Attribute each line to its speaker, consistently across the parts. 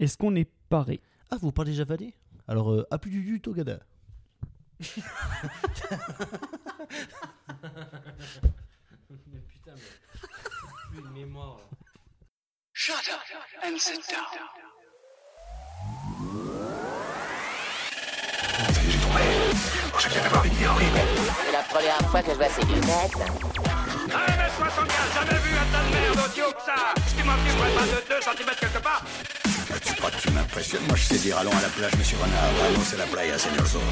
Speaker 1: Est-ce qu'on est paré
Speaker 2: Ah, vous parlez javanais Alors, euh, à plus du du Togada.
Speaker 3: Mais putain, mais. Plus de mémoire là.
Speaker 4: Shut up and sit down.
Speaker 5: C'est la première fois que je vois ces lunettes.
Speaker 6: 1m75, jamais vu un tas de merde aussi haut que ça Si tu m'en files, moi, pas de 2 cm quelque part
Speaker 7: Tu crois que tu m'impressionnes Moi, je sais dire allons à la plage, monsieur Renard. Allons, c'est la playa, señor Zorro.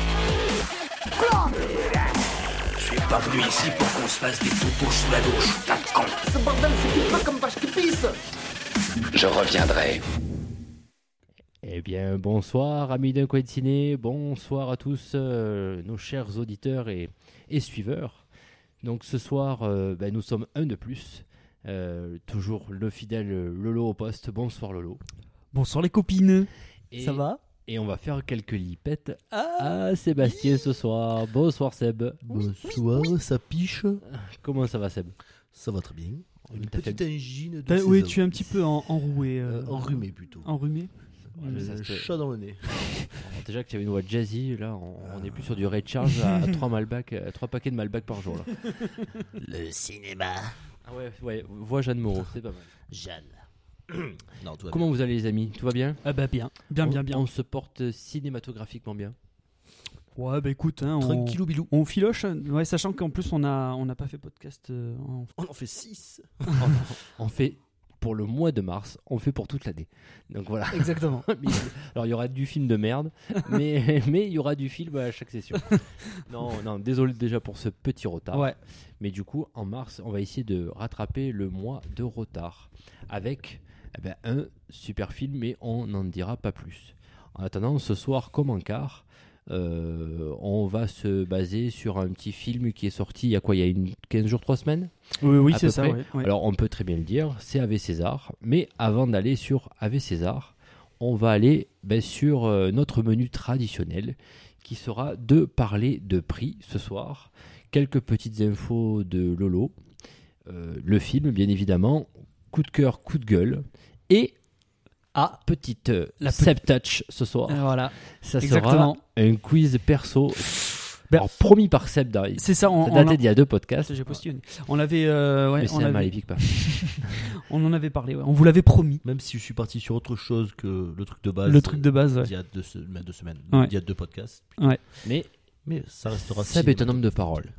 Speaker 7: Je suis pas venu ici pour qu'on se fasse des toutous sous la douche, tas de con. Ce bordel, c'est pas comme vache qui pisse Je reviendrai.
Speaker 3: Eh bien, bonsoir, amis d'un coin de ciné, bonsoir à tous euh, nos chers auditeurs et, et suiveurs. Donc ce soir, euh, ben, nous sommes un de plus. Euh, toujours le fidèle Lolo au poste. Bonsoir Lolo.
Speaker 1: Bonsoir les copines
Speaker 3: Et, Ah
Speaker 2: Ça va
Speaker 3: Et on va faire quelques lipettes à Sébastien ce soir. Bonsoir Seb.
Speaker 2: Bonsoir, ça piche
Speaker 3: Comment ça va Seb
Speaker 2: Ça va très bien. Une
Speaker 3: t'as
Speaker 2: petite angine de
Speaker 1: T'as- Oui,
Speaker 2: saison.
Speaker 1: tu es un petit peu en- enroué. euh,
Speaker 2: Euh, enrhumé plutôt.
Speaker 1: enrhumé
Speaker 3: Ouais, ça
Speaker 2: Le
Speaker 3: se peut.
Speaker 2: chat dans le nez.
Speaker 3: Alors, Déjà que tu avais une voix jazzy, là on, on est plus sur du Red Charge à 3, Malbec, à trois paquets de Malbec par jour. Là.
Speaker 2: Le cinéma.
Speaker 3: Ah ouais, ouais, voix Jeanne Moreau, c'est pas mal.
Speaker 2: Jeanne. non, toi.
Speaker 3: Comment vous allez les amis Tout va bien
Speaker 1: Ah bah bien, bien,
Speaker 3: On-
Speaker 1: bien, bien.
Speaker 3: On se porte cinématographiquement bien.
Speaker 1: Ouais, bah écoute, hein, on,
Speaker 2: Tranquillou bilou.
Speaker 1: on filoche, hein. ouais, sachant qu'en plus on a, on n'a pas fait podcast euh, en-
Speaker 2: On en fait 6.
Speaker 3: On fait pour le mois de mars, on fait pour toute l'année. Donc voilà.
Speaker 1: Exactement.
Speaker 3: Alors il y aura du film de merde, mais mais il y aura du film à chaque session. Non, non, désolé déjà pour ce petit retard.
Speaker 1: Ouais.
Speaker 3: Mais du coup, en mars, on va essayer de rattraper le mois de retard avec eh ben, un super film, mais on n'en dira pas plus. En attendant, ce soir, comme en quart, euh, on va se baser sur un petit film qui est sorti il y a quoi Il y a une 15 jours, 3 semaines
Speaker 1: Oui, oui,
Speaker 3: À
Speaker 1: c'est
Speaker 3: peu
Speaker 1: ça.
Speaker 3: près.
Speaker 1: ouais, ouais.
Speaker 3: Alors on peut très bien le dire, c'est AV César. Mais avant d'aller sur AV César, on va aller ben, sur euh, notre menu traditionnel qui sera de parler de prix ce soir. Quelques petites infos de Lolo, euh, le film bien évidemment, coup de cœur, coup de gueule et ah, petite euh,
Speaker 1: La petite-
Speaker 3: Seb-touch ce soir.
Speaker 1: Euh, voilà.
Speaker 3: Ça
Speaker 1: exactement.
Speaker 3: sera un quiz perso.
Speaker 1: Ben,
Speaker 3: Alors, promis par Seb d'ailleurs.
Speaker 1: C'est ça. On,
Speaker 3: Ça
Speaker 1: on
Speaker 3: datait
Speaker 1: l'a-
Speaker 3: d'il y a deux podcasts.
Speaker 1: j'ai postillonné. On l'avait, euh, ouais, on,
Speaker 3: Mais c'est un
Speaker 1: l'avait-
Speaker 3: maléfique pas.
Speaker 1: on en avait parlé. ouais. On vous l'avait promis.
Speaker 2: Même si je suis parti sur autre chose que le truc de base. euh,
Speaker 1: Le truc de base. ouais.
Speaker 2: Il y a deux, se- même deux semaines.
Speaker 1: Ouais.
Speaker 2: Il y a deux podcasts.
Speaker 3: Mais
Speaker 2: Mais ça restera
Speaker 3: Seb est un homme de parole.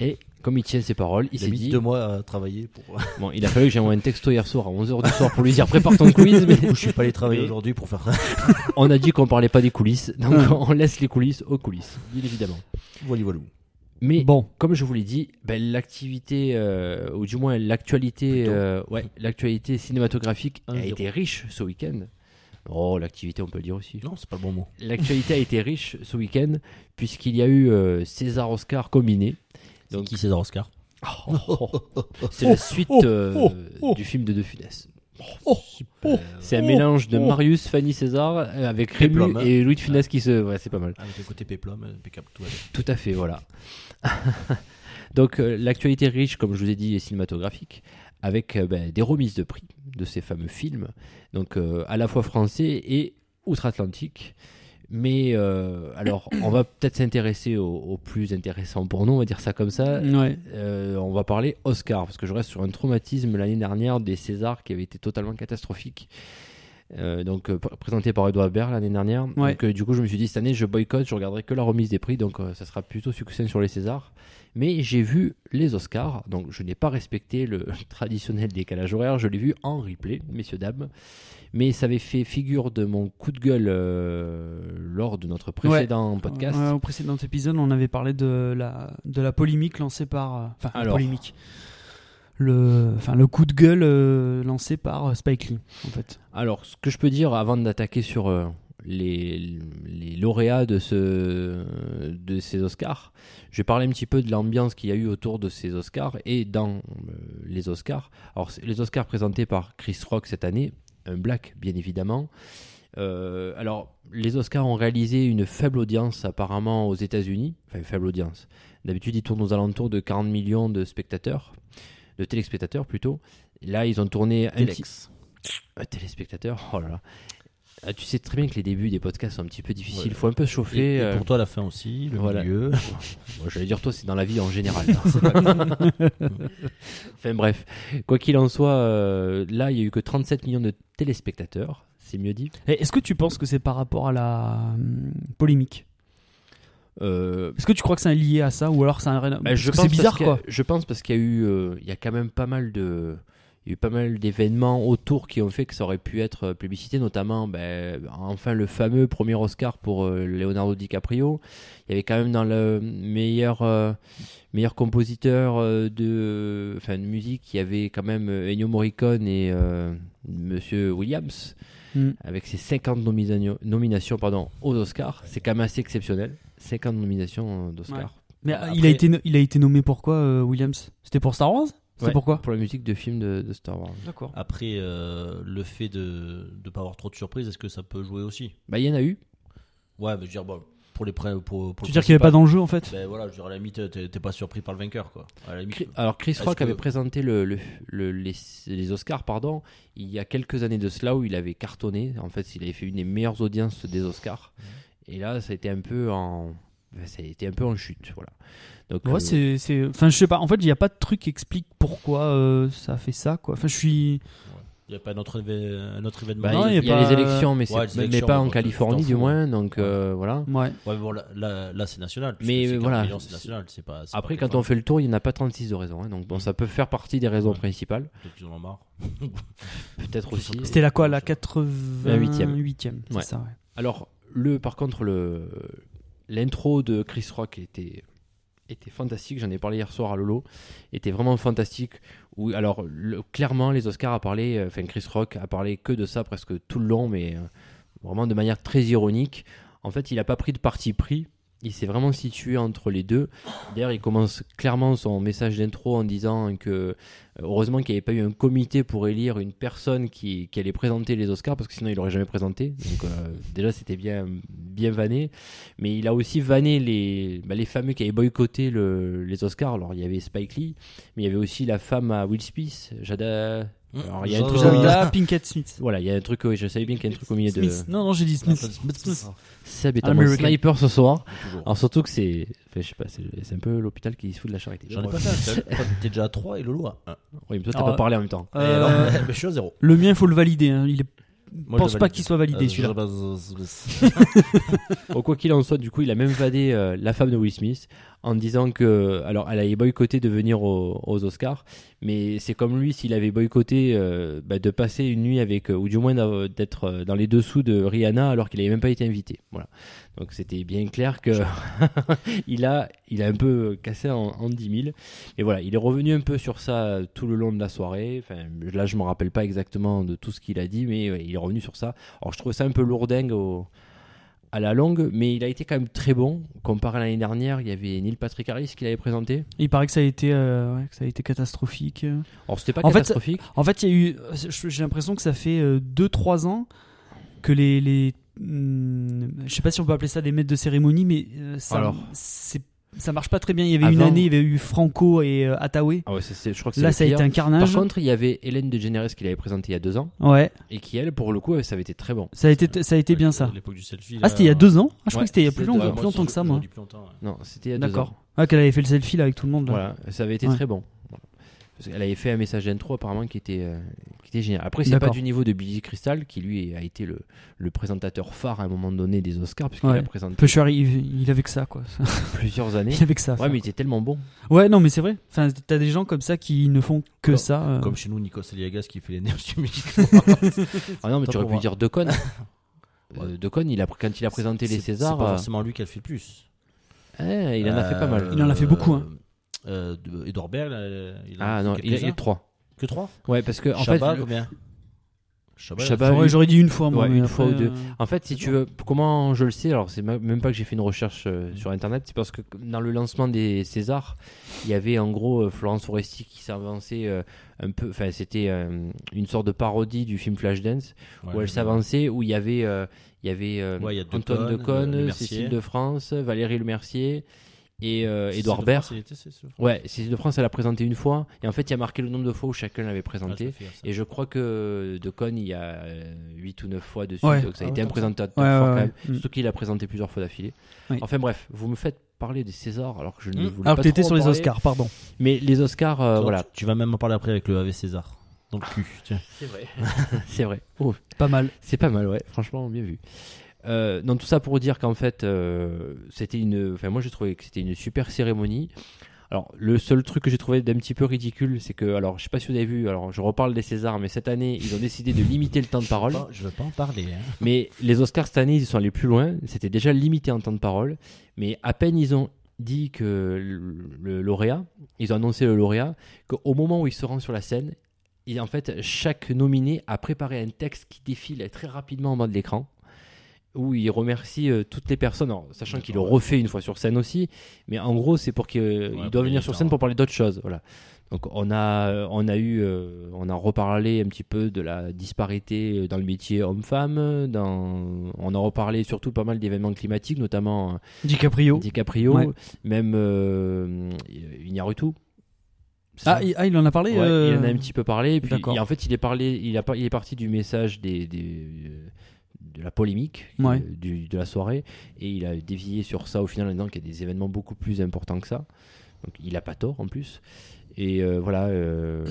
Speaker 3: Et comme il tient ses paroles, il
Speaker 2: Il a
Speaker 3: s'est
Speaker 2: mis
Speaker 3: dit.
Speaker 2: deux mois à travailler pour. euh,
Speaker 3: Bon, il a fallu que j'envoie un texto hier soir à 11h du soir pour lui dire prépare ton quiz, mais
Speaker 2: je suis pas allé travailler
Speaker 3: Mais-
Speaker 2: aujourd'hui Ah. pour faire ça.
Speaker 3: on a dit qu'on parlait pas des coulisses, donc on laisse les coulisses aux coulisses, bien évidemment.
Speaker 2: Voilà, voilà.
Speaker 3: Mais
Speaker 1: Bon.
Speaker 3: comme je vous l'ai dit, ben, l'activité, euh, ou du moins l'actualité,
Speaker 2: Plutôt.
Speaker 3: euh, ouais, l'actualité cinématographique
Speaker 2: Un
Speaker 3: a
Speaker 2: zéro.
Speaker 3: été riche ce week-end. Oh, l'activité, on peut le dire aussi.
Speaker 2: Non, c'est pas le bon mot.
Speaker 3: L'actualité a été riche ce week-end puisqu'il y a eu euh, César Oscar combiné.
Speaker 2: Donc, qui César Oscar
Speaker 3: Oh, oh, oh. C'est la suite euh, du film de De Funès. Euh, C'est un mélange de Marius, Fanny César euh, avec Rému
Speaker 2: Péplum, hein.
Speaker 3: et Louis de Funès qui se. Ouais, c'est pas mal.
Speaker 2: Avec le côté péplum, euh, impeccable. Tout va bien.
Speaker 3: Tout à fait, voilà. Donc euh, l'actualité riche, comme je vous ai dit, est cinématographique, avec euh, ben, des remises de prix de ces fameux films, donc euh, à la fois français et outre-Atlantique. Mais euh, alors, on va peut-être s'intéresser au, au plus intéressant pour nous, on va dire ça comme ça.
Speaker 1: Ouais.
Speaker 3: Euh, on va parler Oscar, parce que je reste sur un traumatisme l'année dernière des Césars qui avait été totalement catastrophique. Euh, donc euh, pr- présenté par Edouard Baird l'année dernière.
Speaker 1: Ouais.
Speaker 3: Donc euh, du coup, je me suis dit cette année, je boycotte, je regarderai que la remise des prix, donc euh, ça sera plutôt succès sur les Césars. Mais j'ai vu les Oscars, donc je n'ai pas respecté le traditionnel décalage horaire, je l'ai vu en replay, messieurs dames. Mais ça avait fait figure de mon coup de gueule euh, lors de notre précédent podcast.
Speaker 1: Ouais, au précédent épisode, on avait parlé de la, de la polémique lancée par. euh, Enfin, la
Speaker 3: Alors.
Speaker 1: polémique. Le, enfin, le coup de gueule euh, lancé par euh, Spike Lee, en fait.
Speaker 3: Alors, ce que je peux dire avant d'attaquer sur euh, les, les lauréats de, ce, de ces Oscars, je vais parler un petit peu de l'ambiance qu'il y a eu autour de ces Oscars et dans euh, les Oscars. Alors, c'est les Oscars présentés par Chris Rock cette année, un black bien évidemment. Euh, alors, les Oscars ont réalisé une faible audience apparemment aux États-Unis. Enfin, faible audience. D'habitude, ils tournent aux alentours de 40 millions de spectateurs, de téléspectateurs plutôt. Là, ils ont tourné un petit,
Speaker 2: Telex.
Speaker 3: un téléspectateur, oh Ah, là là. Ah, tu sais très bien que les débuts des podcasts sont un petit peu difficiles. Il
Speaker 2: Ouais.
Speaker 3: faut un peu se
Speaker 2: Et,
Speaker 3: chauffer.
Speaker 2: et
Speaker 3: euh,
Speaker 2: pour toi, la fin aussi, le
Speaker 3: voilà.
Speaker 2: milieu.
Speaker 3: Moi, J'allais dire toi, c'est dans la vie en général. enfin bref, quoi qu'il en soit, euh, là, il y a eu que 37 millions de téléspectateurs. C'est mieux dit.
Speaker 1: Et Est-ce que tu penses que c'est par rapport à la hum, polémique
Speaker 3: Euh,
Speaker 1: Est-ce que tu crois que c'est lié à ça ou alors c'est un rien-
Speaker 3: bah,
Speaker 1: parce
Speaker 3: je
Speaker 1: que
Speaker 3: pense
Speaker 1: c'est
Speaker 3: parce
Speaker 1: bizarre
Speaker 3: qu'il y a-
Speaker 1: quoi.
Speaker 3: Je pense parce qu'il y a eu, euh, il y a quand même pas mal de, il y a eu pas mal d'événements autour qui ont fait que ça aurait pu être euh, publicité, notamment, ben, enfin le fameux premier Oscar pour euh, Leonardo DiCaprio. Il y avait quand même dans le meilleur euh, meilleur compositeur euh, de, enfin de musique, il y avait quand même euh, Ennio Morricone et euh, Monsieur Williams.
Speaker 1: Mm.
Speaker 3: Avec ses 50 nomina- nominations pardon, aux Oscars, c'est quand même assez exceptionnel. 50 nominations euh, d'Oscars.
Speaker 1: Ouais. Mais euh,
Speaker 2: Bah,
Speaker 1: il a
Speaker 2: après-
Speaker 1: été no- il a été nommé pour quoi euh, Williams C'était pour Star Wars C'était
Speaker 3: Ouais,
Speaker 1: pourquoi
Speaker 3: Pour la musique de film de, de Star Wars.
Speaker 1: D'accord.
Speaker 2: Après, euh, le fait de ne pas avoir trop de surprises, est-ce que ça peut jouer aussi
Speaker 3: Bah, il y en a eu.
Speaker 2: Ouais, mais je veux dire, bon, pour les prêts. Pour, pour
Speaker 1: Tu veux
Speaker 2: le
Speaker 1: dire qu'il n'y avait pas
Speaker 2: principal,
Speaker 1: d'enjeu en fait
Speaker 2: Ben voilà, je veux dire, à la limite, t'es t'es pas surpris par le vainqueur, quoi. À la limite,
Speaker 3: Chri- Alors, Chris
Speaker 2: Est-ce
Speaker 3: Rock
Speaker 2: que-
Speaker 3: avait présenté le, le- le- les, les Oscars pardon, il y a quelques années de cela où il avait cartonné. En fait, il avait fait une des meilleures audiences des Oscars. Et là, ça a été un peu en, ben, ça a été un peu en chute. Voilà. Donc, euh,
Speaker 1: Ouais, c'est, c'est- Enfin, je sais pas. En fait, il n'y a pas de truc qui explique pourquoi euh, ça fait ça, quoi. Enfin, je suis.
Speaker 2: il n'y a pas un autre, éve- un autre événement.
Speaker 3: bah,
Speaker 1: non,
Speaker 3: il y a,
Speaker 1: y a pas-
Speaker 3: les élections, mais, c'est-
Speaker 2: Ouais, les
Speaker 3: mais- mais
Speaker 2: élections,
Speaker 3: pas
Speaker 2: donc,
Speaker 3: en
Speaker 2: tu- tu t'en
Speaker 3: Californie du
Speaker 2: fous.
Speaker 3: moins. Donc euh, voilà.
Speaker 1: Ouais.
Speaker 2: Ouais, mais bon, là, là, là, c'est national. parce
Speaker 3: Mais
Speaker 2: que c'est
Speaker 3: voilà,
Speaker 2: 40 millions, c'est
Speaker 3: c'est-
Speaker 2: national. c'est pas- c'est
Speaker 3: Après,
Speaker 2: pas
Speaker 3: quand on fait le tour, il n'y en a pas 36 de raisons. hein. donc bon, ça peut faire partie des raisons
Speaker 2: Ouais.
Speaker 3: principales,
Speaker 2: Peut-être qu'ils en ont marre.
Speaker 3: peut-être aussi.
Speaker 1: C'était la quoi La 88e. c'est
Speaker 3: Ouais.
Speaker 1: ça, ouais.
Speaker 3: Alors, le, par contre, le, l'intro de Chris Rock était, était fantastique. J'en ai parlé hier soir à Lolo. Était vraiment fantastique. Où, alors, le- clairement, les Oscars a parlé, euh, enfin, Chris Rock a parlé que de ça presque tout le long, mais euh, vraiment de manière très ironique. En fait, il n'a pas pris de parti pris. Il s'est vraiment situé entre les deux. D'ailleurs, il commence clairement son message d'intro en disant que euh, heureusement qu'il n'y avait pas eu un comité pour élire une personne qui, qui allait présenter les Oscars, parce que sinon il l'aurait jamais présenté. Donc euh, déjà, c'était bien, bien vanné. Mais il a aussi vanné les, bah, les fameux qui avaient boycotté le- les Oscars. Alors, il y avait Spike Lee, mais il y avait aussi la femme à Will Smith, Jada. Alors, il y a un truc au
Speaker 2: Jada-
Speaker 3: milieu-
Speaker 1: Zelda Pinkett Smith.
Speaker 3: Voilà, il y a un truc, oui, je savais bien qu'il y a un truc au milieu de.
Speaker 1: Smith. Non, non, j'ai dit Smith. Smith.
Speaker 3: Seb est un
Speaker 1: American.
Speaker 3: bon sniper ce soir.
Speaker 2: Toujours.
Speaker 3: Alors surtout que c'est, enfin, je sais pas, c'est c'est un peu l'hôpital qui se fout de la charité.
Speaker 2: J'en ai
Speaker 3: Bref.
Speaker 2: pas fait un seul. Toi, T'es déjà à 3 et Lolo à 1.
Speaker 3: Oui, mais toi t'as
Speaker 1: Alors,
Speaker 3: pas parlé en même temps.
Speaker 1: Euh,
Speaker 2: je suis à 0.
Speaker 1: Le mien, il faut le valider. hein. Il est...
Speaker 2: Moi, je
Speaker 1: pense
Speaker 2: le
Speaker 1: pas
Speaker 2: valide. Euh,
Speaker 1: qu'il soit validé celui-là.
Speaker 3: Bon, quoi qu'il en soit, du coup, il a même vadé euh, la femme de Will Smith en disant que, alors, elle avait boycotté de venir au- aux Oscars, mais c'est comme lui s'il avait boycotté euh, bah, de passer une nuit avec, euh, ou du moins d'av- d'être euh, dans les dessous de Rihanna alors qu'il n'avait même pas été invité. Voilà. Donc c'était bien clair que il a, il a un peu cassé en, en 10 000. Et voilà, il est revenu un peu sur ça euh, tout le long de la soirée. Enfin, là, je me rappelle pas exactement de tout ce qu'il a dit, mais ouais, il est revenu sur ça. Alors je trouve ça un peu lourdingue au à la longue, mais il a été quand même très bon. Comparé à l'année dernière, il y avait Neil Patrick Harris qui l'avait présenté.
Speaker 1: Il paraît que ça a été, euh, ouais, que ça a été catastrophique.
Speaker 3: Alors, c'était pas
Speaker 1: En fait,
Speaker 3: catastrophique.
Speaker 1: En fait, il y a eu. je- J'ai l'impression que ça fait 2-3 ans que les. les hum, je sais pas si on peut appeler ça des maîtres de cérémonie, mais euh, ça,
Speaker 3: Alors.
Speaker 1: c'est- ça marche pas très bien. Il y avait une
Speaker 3: Avant-
Speaker 1: année, il y avait eu Franco et euh, Attaway.
Speaker 3: Ah ouais, c'est- c'est- je crois que c'est
Speaker 1: Là,
Speaker 3: le
Speaker 1: ça a été
Speaker 3: pire.
Speaker 1: un
Speaker 3: Par
Speaker 1: carnage.
Speaker 3: contre, il y avait Hélène DeGeneres qui l'avait présenté il y a deux ans
Speaker 1: ouais,
Speaker 3: et qui, elle, pour le coup, ça avait été très bon.
Speaker 1: ça a été, ça a été bien ça.
Speaker 2: L'époque du selfie.
Speaker 1: Ah, c'était il y a deux ans Ah, Je crois
Speaker 3: Ouais,
Speaker 1: que c'était il y a
Speaker 3: c'est
Speaker 1: plus,
Speaker 3: deux
Speaker 1: long-
Speaker 3: ans.
Speaker 1: plus longtemps que ça, moi.
Speaker 3: Non, c'était il y a deux ans.
Speaker 1: D'accord. Ah, qu'elle avait fait le selfie là avec tout le monde. Là.
Speaker 3: Voilà, ça avait été
Speaker 1: Ouais.
Speaker 3: très bon. Voilà. Parce qu'elle avait fait un message d'intro apparemment qui était, euh, qui était génial. Après, c'est pas
Speaker 1: D'accord.
Speaker 3: du niveau de Billy Crystal qui lui a été le, le présentateur phare à un moment donné des Oscars puisqu'il
Speaker 1: Ouais.
Speaker 3: a présenté
Speaker 1: Pusher, il, il avait que ça quoi.
Speaker 3: plusieurs années.
Speaker 1: Il avait que ça. à
Speaker 3: Ouais,
Speaker 1: faire.
Speaker 3: mais il était tellement bon.
Speaker 1: Ouais, non, mais c'est vrai. Enfin, t'as des gens comme ça qui ne font que
Speaker 2: Comme-
Speaker 1: ça. euh.
Speaker 2: Comme chez nous, Nico Aliagas qui fait les nerfs du musique.
Speaker 3: Ah non, mais
Speaker 2: Tant
Speaker 3: tu aurais
Speaker 2: pour
Speaker 3: pu
Speaker 2: moi.
Speaker 3: dire Decon. Euh, Decon, il a, quand il a présenté les
Speaker 2: C'est
Speaker 3: Césars,
Speaker 2: pas
Speaker 3: euh,
Speaker 2: forcément lui qui a fait le plus.
Speaker 3: eh, il en a fait pas mal.
Speaker 1: Il en a fait beaucoup, hein.
Speaker 2: Euh, euh, Edouard Baird, euh, il en a
Speaker 3: Ah
Speaker 2: fait
Speaker 3: non, il a
Speaker 2: quelques-uns.
Speaker 3: eu trois.
Speaker 2: que 3
Speaker 3: Ouais, parce que en
Speaker 2: Chabat,
Speaker 3: fait, le-
Speaker 2: combien Chabat,
Speaker 3: Chabat,
Speaker 1: J'aurais,
Speaker 3: lui-
Speaker 1: j'aurais dit une fois, moi.
Speaker 3: Ouais,
Speaker 1: mais
Speaker 3: une
Speaker 1: après,
Speaker 3: fois ou deux.
Speaker 1: euh,
Speaker 3: En fait, si tu veux, comment je le sais, alors c'est ma- même pas que j'ai fait une recherche euh, sur internet, c'est parce que dans le lancement des Césars, il y avait en gros euh, Florence Foresti qui s'avançait euh, un peu, enfin c'était euh, une sorte de parodie du film Flashdance
Speaker 2: Ouais,
Speaker 3: où elle
Speaker 2: je-
Speaker 3: s'avançait, où il y avait, euh, il y avait euh,
Speaker 2: Ouais, il y a
Speaker 3: Antoine
Speaker 2: Decaune,
Speaker 3: Decaune,
Speaker 2: Le Mercier.
Speaker 3: Cécile de France, Valérie Lemercier et euh,
Speaker 2: C'est-
Speaker 3: Edouard
Speaker 2: c'est de
Speaker 3: Baird.
Speaker 2: France, il était, c'est sûr.
Speaker 3: Ouais, Cécile de France, elle a présenté une fois. Et en fait, il y a marqué le nombre de fois où chacun
Speaker 2: Ah,
Speaker 3: l'avait
Speaker 2: je
Speaker 3: présenté.
Speaker 2: l'ai fait, ça.
Speaker 3: et je crois que De Cohn, il y a 8 ou 9 fois dessus.
Speaker 1: Ouais.
Speaker 3: Donc ça a
Speaker 2: Ah
Speaker 3: été
Speaker 2: ouais,
Speaker 3: un présentateur
Speaker 1: Ouais,
Speaker 3: fort
Speaker 1: ouais,
Speaker 3: quand
Speaker 1: ouais.
Speaker 3: même.
Speaker 1: Mm.
Speaker 3: Surtout qu'il a présenté plusieurs fois d'affilée.
Speaker 1: Oui.
Speaker 3: Enfin bref, vous me faites parler des Césars alors que je ne
Speaker 2: Mm.
Speaker 3: voulais
Speaker 1: Alors
Speaker 3: pas
Speaker 1: que t'étais
Speaker 3: trop
Speaker 1: sur
Speaker 3: en
Speaker 1: les
Speaker 3: parler.
Speaker 1: Oscars, pardon.
Speaker 3: Mais les Oscars, euh,
Speaker 2: Attends,
Speaker 3: voilà.
Speaker 2: tu- Tu vas même en parler après avec le AV César. Dans le cul, tiens.
Speaker 3: C'est vrai. C'est vrai. Oh,
Speaker 1: Pas mal.
Speaker 3: c'est pas mal, ouais. Franchement, bien vu. Euh, dans tout ça pour dire qu'en fait, euh, c'était une. Enfin, moi, j'ai trouvé que c'était une super cérémonie. Alors, le seul truc que j'ai trouvé d'un petit peu ridicule, c'est que, alors, je sais pas si vous avez vu. Alors, je reparle des Césars, mais cette année, ils ont décidé de limiter le temps de parole.
Speaker 2: Pas- je veux pas en parler. hein.
Speaker 3: Mais les Oscars cette année, ils sont allés plus loin. C'était déjà limité en temps de parole. Mais à peine ils ont dit que le, le lauréat, ils ont annoncé le lauréat, qu'au moment où il se rend sur la scène, et en fait, chaque nominé a préparé un texte qui défile très rapidement en bas de l'écran, où il remercie euh, toutes les personnes, Alors, sachant qu'il le refait une fois sur scène aussi. Mais en gros, c'est pour qu'il
Speaker 2: Ouais,
Speaker 3: doit
Speaker 2: pour
Speaker 3: venir
Speaker 2: les
Speaker 3: sur
Speaker 2: gens.
Speaker 3: scène pour parler d'autres choses. Voilà. Donc on a, on a eu, euh, on a reparlé un petit peu de la disparité euh, dans le métier homme-femme. Dans, on a reparlé surtout pas mal d'événements climatiques, notamment euh,
Speaker 1: DiCaprio.
Speaker 3: DiCaprio,
Speaker 1: Ouais.
Speaker 3: même euh, Iñárritu. C'est
Speaker 1: Ah,
Speaker 3: ça
Speaker 1: il, ah, il en a parlé
Speaker 3: Ouais,
Speaker 1: euh,
Speaker 3: Il en a un petit peu parlé. Et puis,
Speaker 1: d'accord.
Speaker 3: et en fait, il est, parlé, il a, par- il est parti du message des, des, euh, de la polémique
Speaker 1: Ouais.
Speaker 3: euh, du- de la soirée. Et il a dévié sur ça au final en disant qu'il y a des événements beaucoup plus importants que ça. Donc, il a pas tort en plus. Et euh, voilà, euh,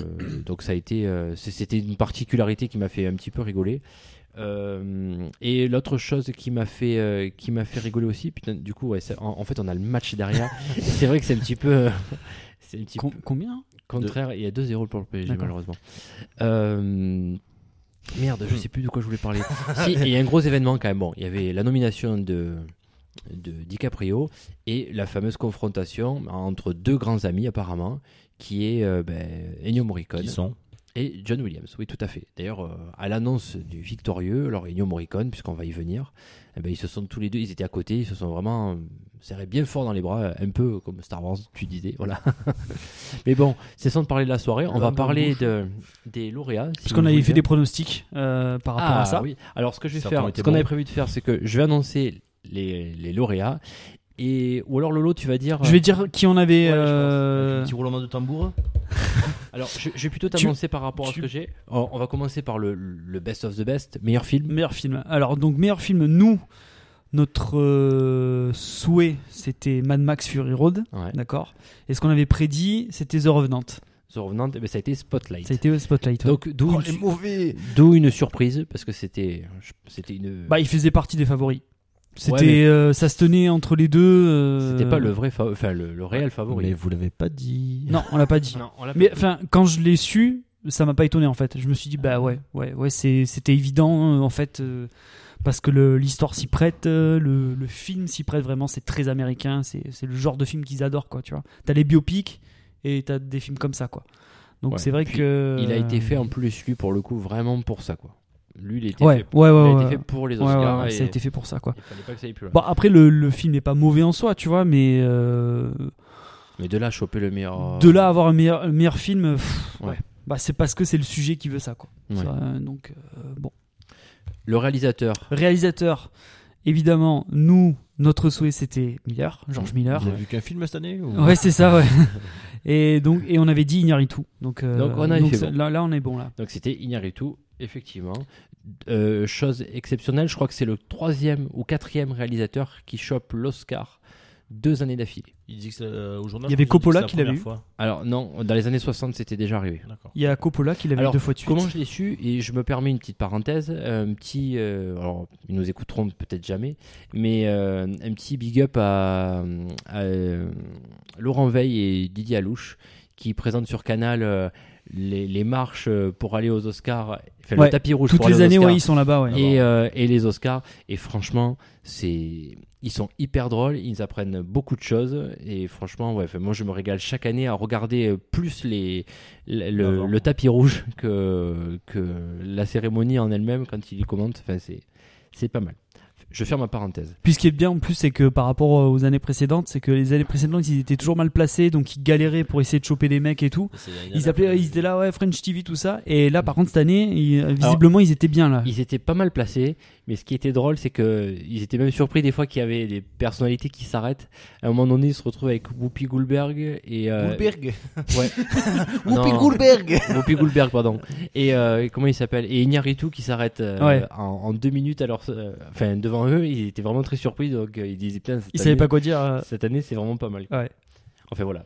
Speaker 3: donc ça a été. euh, c- C'était une particularité qui m'a fait un petit peu rigoler. Euh, et l'autre chose qui m'a fait euh, qui m'a fait rigoler aussi, putain, du coup, ouais, ça- en, en fait, on a le match derrière. c'est vrai que c'est un petit peu, euh, c'est un petit
Speaker 1: com-
Speaker 3: peu
Speaker 1: combien
Speaker 3: Contraire, il y a 2-0 pour le PSG
Speaker 1: D'accord.
Speaker 3: malheureusement. Euh, Merde,
Speaker 2: Hmm.
Speaker 3: je sais plus de quoi je voulais parler. si, il y a un gros événement quand même. Bon, il y avait la nomination de, de DiCaprio et la fameuse confrontation entre deux grands amis apparemment, qui est euh, ben, Ennio Morricone
Speaker 2: Qui sont
Speaker 3: et John Williams. Oui, tout à fait. D'ailleurs, euh, à l'annonce du victorieux, alors Ennio Morricone, puisqu'on va y venir, eh ben, ils se sont tous les deux, ils étaient à côté, ils se sont vraiment euh, serrés bien fort dans les bras, euh, un peu comme Star Wars, tu disais. Voilà. Mais bon, cessons de parler de la soirée, on va
Speaker 2: L'homme
Speaker 3: parler de, des lauréats. si
Speaker 1: Parce
Speaker 3: vous
Speaker 1: qu'on avait
Speaker 3: voulez
Speaker 1: fait
Speaker 3: bien.
Speaker 1: des pronostics euh, par rapport
Speaker 3: Ah,
Speaker 1: à ça.
Speaker 3: oui. Alors ce que je vais
Speaker 2: Certains
Speaker 3: faire,
Speaker 2: étaient
Speaker 3: ce qu'on
Speaker 2: bons.
Speaker 3: avait prévu de faire, c'est que je vais annoncer les, les lauréats. Et, ou alors Lolo, tu vas dire. euh,
Speaker 1: Je vais dire qui en avait.
Speaker 3: Ouais, je pense.
Speaker 1: euh,
Speaker 2: Petit roulement de tambour
Speaker 3: Alors, je, je vais plutôt
Speaker 1: Tu-
Speaker 3: t'annoncer par rapport à ce
Speaker 1: tu-
Speaker 3: que j'ai. On, on va commencer par le, le best of the best, meilleur film.
Speaker 1: Meilleur film. Alors, donc, meilleur film, nous, notre euh, souhait, c'était Mad Max Fury Road.
Speaker 3: Ouais.
Speaker 1: D'accord. Et ce qu'on avait prédit, c'était The Revenant.
Speaker 3: The Revenant, eh ben, ça a été Spotlight.
Speaker 1: Ça a été Spotlight. Oh, ouais.
Speaker 3: Donc d'où une,
Speaker 2: Oh, mauvais
Speaker 3: d'où une surprise parce que c'était je- c'était une
Speaker 1: bah, il faisait partie des favoris. C'était,
Speaker 3: Ouais, mais-
Speaker 1: euh, ça se tenait entre les deux. euh,
Speaker 3: c'était pas le vrai fa- enfin le, le réel favori.
Speaker 2: Mais vous l'avez pas dit.
Speaker 1: Non, on l'a pas dit.
Speaker 3: Non, on l'a
Speaker 1: Mais enfin, quand je l'ai su, ça m'a pas étonné en fait. Je me suis dit
Speaker 3: Ah.
Speaker 1: bah ouais, ouais, ouais, c'est- c'était évident euh, en fait euh, parce que le- l'histoire s'y prête, euh, le, le film s'y prête vraiment. C'est très américain, c'est c'est le genre de film qu'ils adorent quoi. Tu vois, t'as les biopics et t'as des films comme ça quoi. Donc
Speaker 3: Ouais,
Speaker 1: c'est vrai euh, que
Speaker 3: puis il a été fait en plus lui pour le coup vraiment pour ça quoi. Lui il était
Speaker 1: Ouais,
Speaker 3: fait,
Speaker 1: ouais, ouais,
Speaker 3: il a
Speaker 1: ouais.
Speaker 3: été fait pour les
Speaker 1: Ouais, ouais,
Speaker 3: Oscars
Speaker 1: ouais,
Speaker 3: et
Speaker 1: ça a été Bah. fait pour ça quoi.
Speaker 3: il fallait pas que ça aille plus loin.
Speaker 1: Bon après le, le film n'est pas mauvais en soi, tu vois, mais euh,
Speaker 3: Mais de là à choper le meilleur
Speaker 1: de là à avoir un meilleur, un meilleur film, pff,
Speaker 3: Oh. Ouais.
Speaker 1: ouais. Bah c'est parce que c'est le sujet qui veut ça quoi.
Speaker 3: Ouais.
Speaker 1: Ça, euh, donc euh, bon.
Speaker 3: le réalisateur
Speaker 1: Réalisateur, évidemment, nous, notre souhait c'était Miller, George Miller.
Speaker 2: Vous avez vu qu'un film cette année ou-
Speaker 1: Ouais, c'est ça, ouais. Et donc, et on avait dit Ignaritu. Donc, euh,
Speaker 3: Donc, on a fait
Speaker 1: ça-
Speaker 3: bon.
Speaker 1: là, là, on est bon là.
Speaker 3: Donc c'était Iñárritu, effectivement. Euh, chose exceptionnelle, je crois que c'est le troisième ou quatrième réalisateur qui chope l'Oscar deux années d'affilée.
Speaker 2: Il dit que c'est, euh, au journal.
Speaker 1: Il y avait
Speaker 2: on nous dit que
Speaker 1: Coppola
Speaker 2: c'est la
Speaker 1: qui l'avait
Speaker 2: première
Speaker 1: eu.
Speaker 2: fois.
Speaker 3: Alors non, dans les années 60, c'était déjà arrivé.
Speaker 2: D'accord.
Speaker 1: Il y a Coppola qui l'avait
Speaker 3: Alors,
Speaker 1: deux fois de suite.
Speaker 3: Comment je l'ai su Et je me permets une petite parenthèse, un petit, euh, alors ils nous écouteront peut-être jamais, mais euh, un petit big up à, à, euh, Laurent Veil et Didier Alouche qui présentent sur Canal euh, les, les marches euh, pour aller aux Oscars, enfin,
Speaker 1: Ouais,
Speaker 3: le tapis rouge
Speaker 1: Toutes
Speaker 3: pour
Speaker 1: les
Speaker 3: aller aux
Speaker 1: années,
Speaker 3: Oscars.
Speaker 1: ouais, ils sont là-bas, Ah ouais.
Speaker 3: et, euh, et les Oscars. Et franchement, c'est ils sont hyper drôles, ils apprennent beaucoup de choses. Et franchement, ouais, enfin, moi je me régale chaque année à regarder euh, plus les, le, le-
Speaker 2: Avant.
Speaker 3: le tapis rouge que, que la cérémonie en elle-même quand ils commentent. Enfin, c'est, c'est pas mal. Je ferme ma parenthèse.
Speaker 1: Puis ce qui est bien en plus, c'est que par rapport aux années précédentes, c'est que les années précédentes, ils étaient toujours mal placés, donc ils galéraient pour essayer de choper des mecs et tout. Ils, appelaient, ils étaient là, ouais, French TV, tout ça. Et là, par contre, cette année, ils- visiblement, ils étaient bien là.
Speaker 3: Ils étaient pas mal placés, mais ce qui était drôle, c'est que ils étaient même surpris des fois qu'il y avait des personnalités qui s'arrêtent. À un moment donné, ils se retrouvent avec Whoopi Goldberg et euh,
Speaker 2: Goldberg
Speaker 3: Ouais.
Speaker 2: Whoopi
Speaker 3: Non.
Speaker 2: Goldberg
Speaker 3: Whoopi Goldberg, pardon. Et euh, comment il s'appelle Et Iñárritu qui s'arrête euh,
Speaker 1: Ouais.
Speaker 3: en, en deux minutes. Alors, euh, enfin, devant eux, ils étaient vraiment très surpris. Donc, euh, ils disaient putain, cette
Speaker 1: Ils
Speaker 3: année,
Speaker 1: savaient pas quoi dire. euh,
Speaker 3: cette année, c'est vraiment pas mal.
Speaker 1: Ouais.
Speaker 3: Enfin voilà.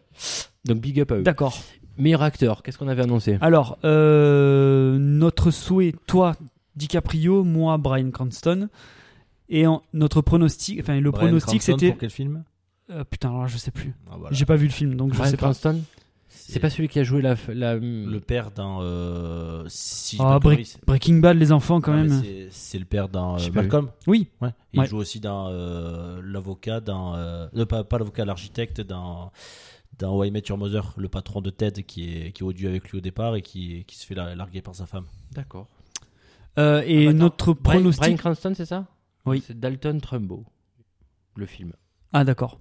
Speaker 3: Donc, big up à eux.
Speaker 1: D'accord.
Speaker 3: Meilleur acteur. Qu'est-ce qu'on avait annoncé
Speaker 1: Alors, euh, notre souhait, toi, DiCaprio, moi, Brian Cranston. Et en- notre pronostic, enfin, le pronostic, c'était.
Speaker 2: Pour quel film
Speaker 1: Euh, putain, alors là, je sais plus.
Speaker 2: Ah, voilà.
Speaker 1: J'ai pas vu le film, donc je
Speaker 3: Bryan
Speaker 1: sais pas.
Speaker 3: Cranston. C'est pas celui qui a joué la, la
Speaker 2: le père d'un. euh, si j'ai
Speaker 1: Ah,
Speaker 2: pas de
Speaker 1: Bre-
Speaker 2: conneries, c'est-
Speaker 1: Breaking Bad, les enfants,
Speaker 3: Ah,
Speaker 1: quand
Speaker 2: Non, mais
Speaker 1: même.
Speaker 2: c'est- C'est le père d'un euh,
Speaker 3: J'ai pas
Speaker 2: Malcolm.
Speaker 1: Oui,
Speaker 2: Ouais. Il
Speaker 1: Ouais.
Speaker 2: joue aussi dans euh, l'avocat d'un. euh, non, pas, pas l'avocat, l'architecte d'un. D'un Why Met Your Mother, le patron de Ted qui est, qui est odieux avec lui au départ et qui, qui se fait la- larguer par sa femme.
Speaker 3: D'accord.
Speaker 1: Euh, et
Speaker 3: Ah, bah, non.
Speaker 1: notre
Speaker 3: Brian,
Speaker 1: pronostic.
Speaker 3: Bryan Cranston, c'est ça
Speaker 1: Oui.
Speaker 3: C'est Dalton Trumbo. Le film.
Speaker 1: Ah d'accord.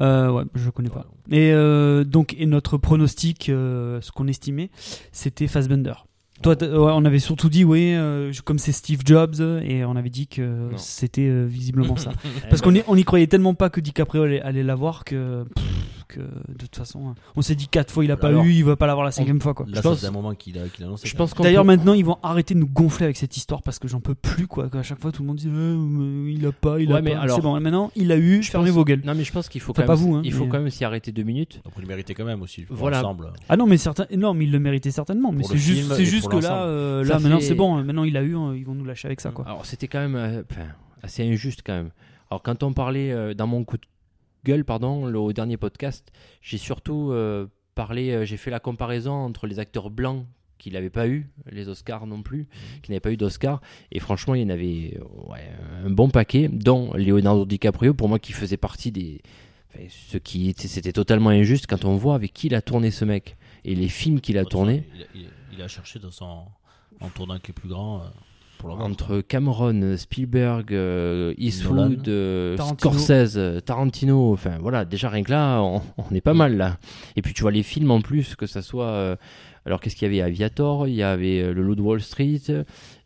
Speaker 1: Euh, ouais, je connais pas. Et euh, donc et notre pronostic, euh, ce qu'on estimait, c'était Fassbender. Toi, t'as- ouais, on avait surtout dit oui, euh, je- comme c'est Steve Jobs, et on avait dit que
Speaker 3: Non.
Speaker 1: c'était euh, visiblement ça.
Speaker 3: Eh
Speaker 1: Parce
Speaker 3: ben
Speaker 1: qu'on y- on y croyait tellement pas que DiCaprio allait, allait l'avoir que, pff, que de toute façon, hein. on s'est dit quatre fois il a pas
Speaker 2: Alors,
Speaker 1: eu, il va pas l'avoir la cinquième fois quoi.
Speaker 2: Là,
Speaker 3: Je
Speaker 2: ça
Speaker 3: pense-
Speaker 2: faisait un moment qu'il a, qu'il a annoncé.
Speaker 3: Je
Speaker 2: quand
Speaker 3: pense qu'on
Speaker 1: D'ailleurs
Speaker 3: peut-
Speaker 1: maintenant ils vont arrêter de nous gonfler avec cette histoire parce que j'en peux plus quoi. À chaque fois tout le monde dit Eh, mais il a pas, il a
Speaker 3: Ouais, mais
Speaker 1: pas.
Speaker 3: alors-
Speaker 1: C'est bon maintenant il a eu. Fermez
Speaker 3: pense-
Speaker 1: vos gueules.
Speaker 3: Non, mais je pense qu'il faut
Speaker 1: Enfin,
Speaker 3: quand
Speaker 1: pas
Speaker 3: même,
Speaker 1: vous, hein,
Speaker 3: il faut
Speaker 1: mais-
Speaker 3: quand même s'y arrêter deux minutes.
Speaker 2: Donc il le méritait quand même aussi. Voilà.
Speaker 3: Voilà.
Speaker 2: Ensemble.
Speaker 1: Ah non, mais certains. Non, mais il le méritait certainement. Mais
Speaker 2: Pour
Speaker 1: c'est
Speaker 2: le
Speaker 1: juste,
Speaker 2: film
Speaker 1: c'est
Speaker 2: et
Speaker 1: juste
Speaker 2: pour
Speaker 1: que là,
Speaker 2: l'ensemble. Ah.
Speaker 1: euh,
Speaker 3: Ça
Speaker 1: là maintenant
Speaker 3: fait-
Speaker 1: c'est bon. hein, Maintenant il a eu, hein, ils vont nous lâcher avec ça quoi.
Speaker 3: Mm. Alors c'était quand même euh, enfin, assez injuste quand même. Alors quand on parlait euh, dans mon coup de gueule, pardon, le, au dernier podcast, j'ai surtout euh, parlé, euh, j'ai fait la comparaison entre les acteurs blancs qui n'avaient pas eu les Oscars non plus,
Speaker 1: Mm.
Speaker 3: qui n'avaient pas eu d'Oscars, et franchement il y en avait euh, ouais, un bon paquet, dont Leonardo DiCaprio pour moi qui faisait partie des enfin, ce qui était c'était totalement injuste quand on voit avec qui il a tourné ce mec et les films qu'il a tournés.
Speaker 2: Il, a- il a- il a cherché dans son, en tournant avec les plus grands euh, pour l'avoir.
Speaker 3: entre Cameron, Spielberg, euh, Eastwood,
Speaker 2: Nolan.
Speaker 3: euh,
Speaker 1: Tarantino.
Speaker 3: Scorsese, euh, Tarantino, enfin voilà, déjà rien que là, on, on est pas mal là. Et puis tu vois les films en plus, que ça soit. euh, alors qu'est-ce qu'il y avait Aviator, il y avait euh, Le Loup de Wall Street,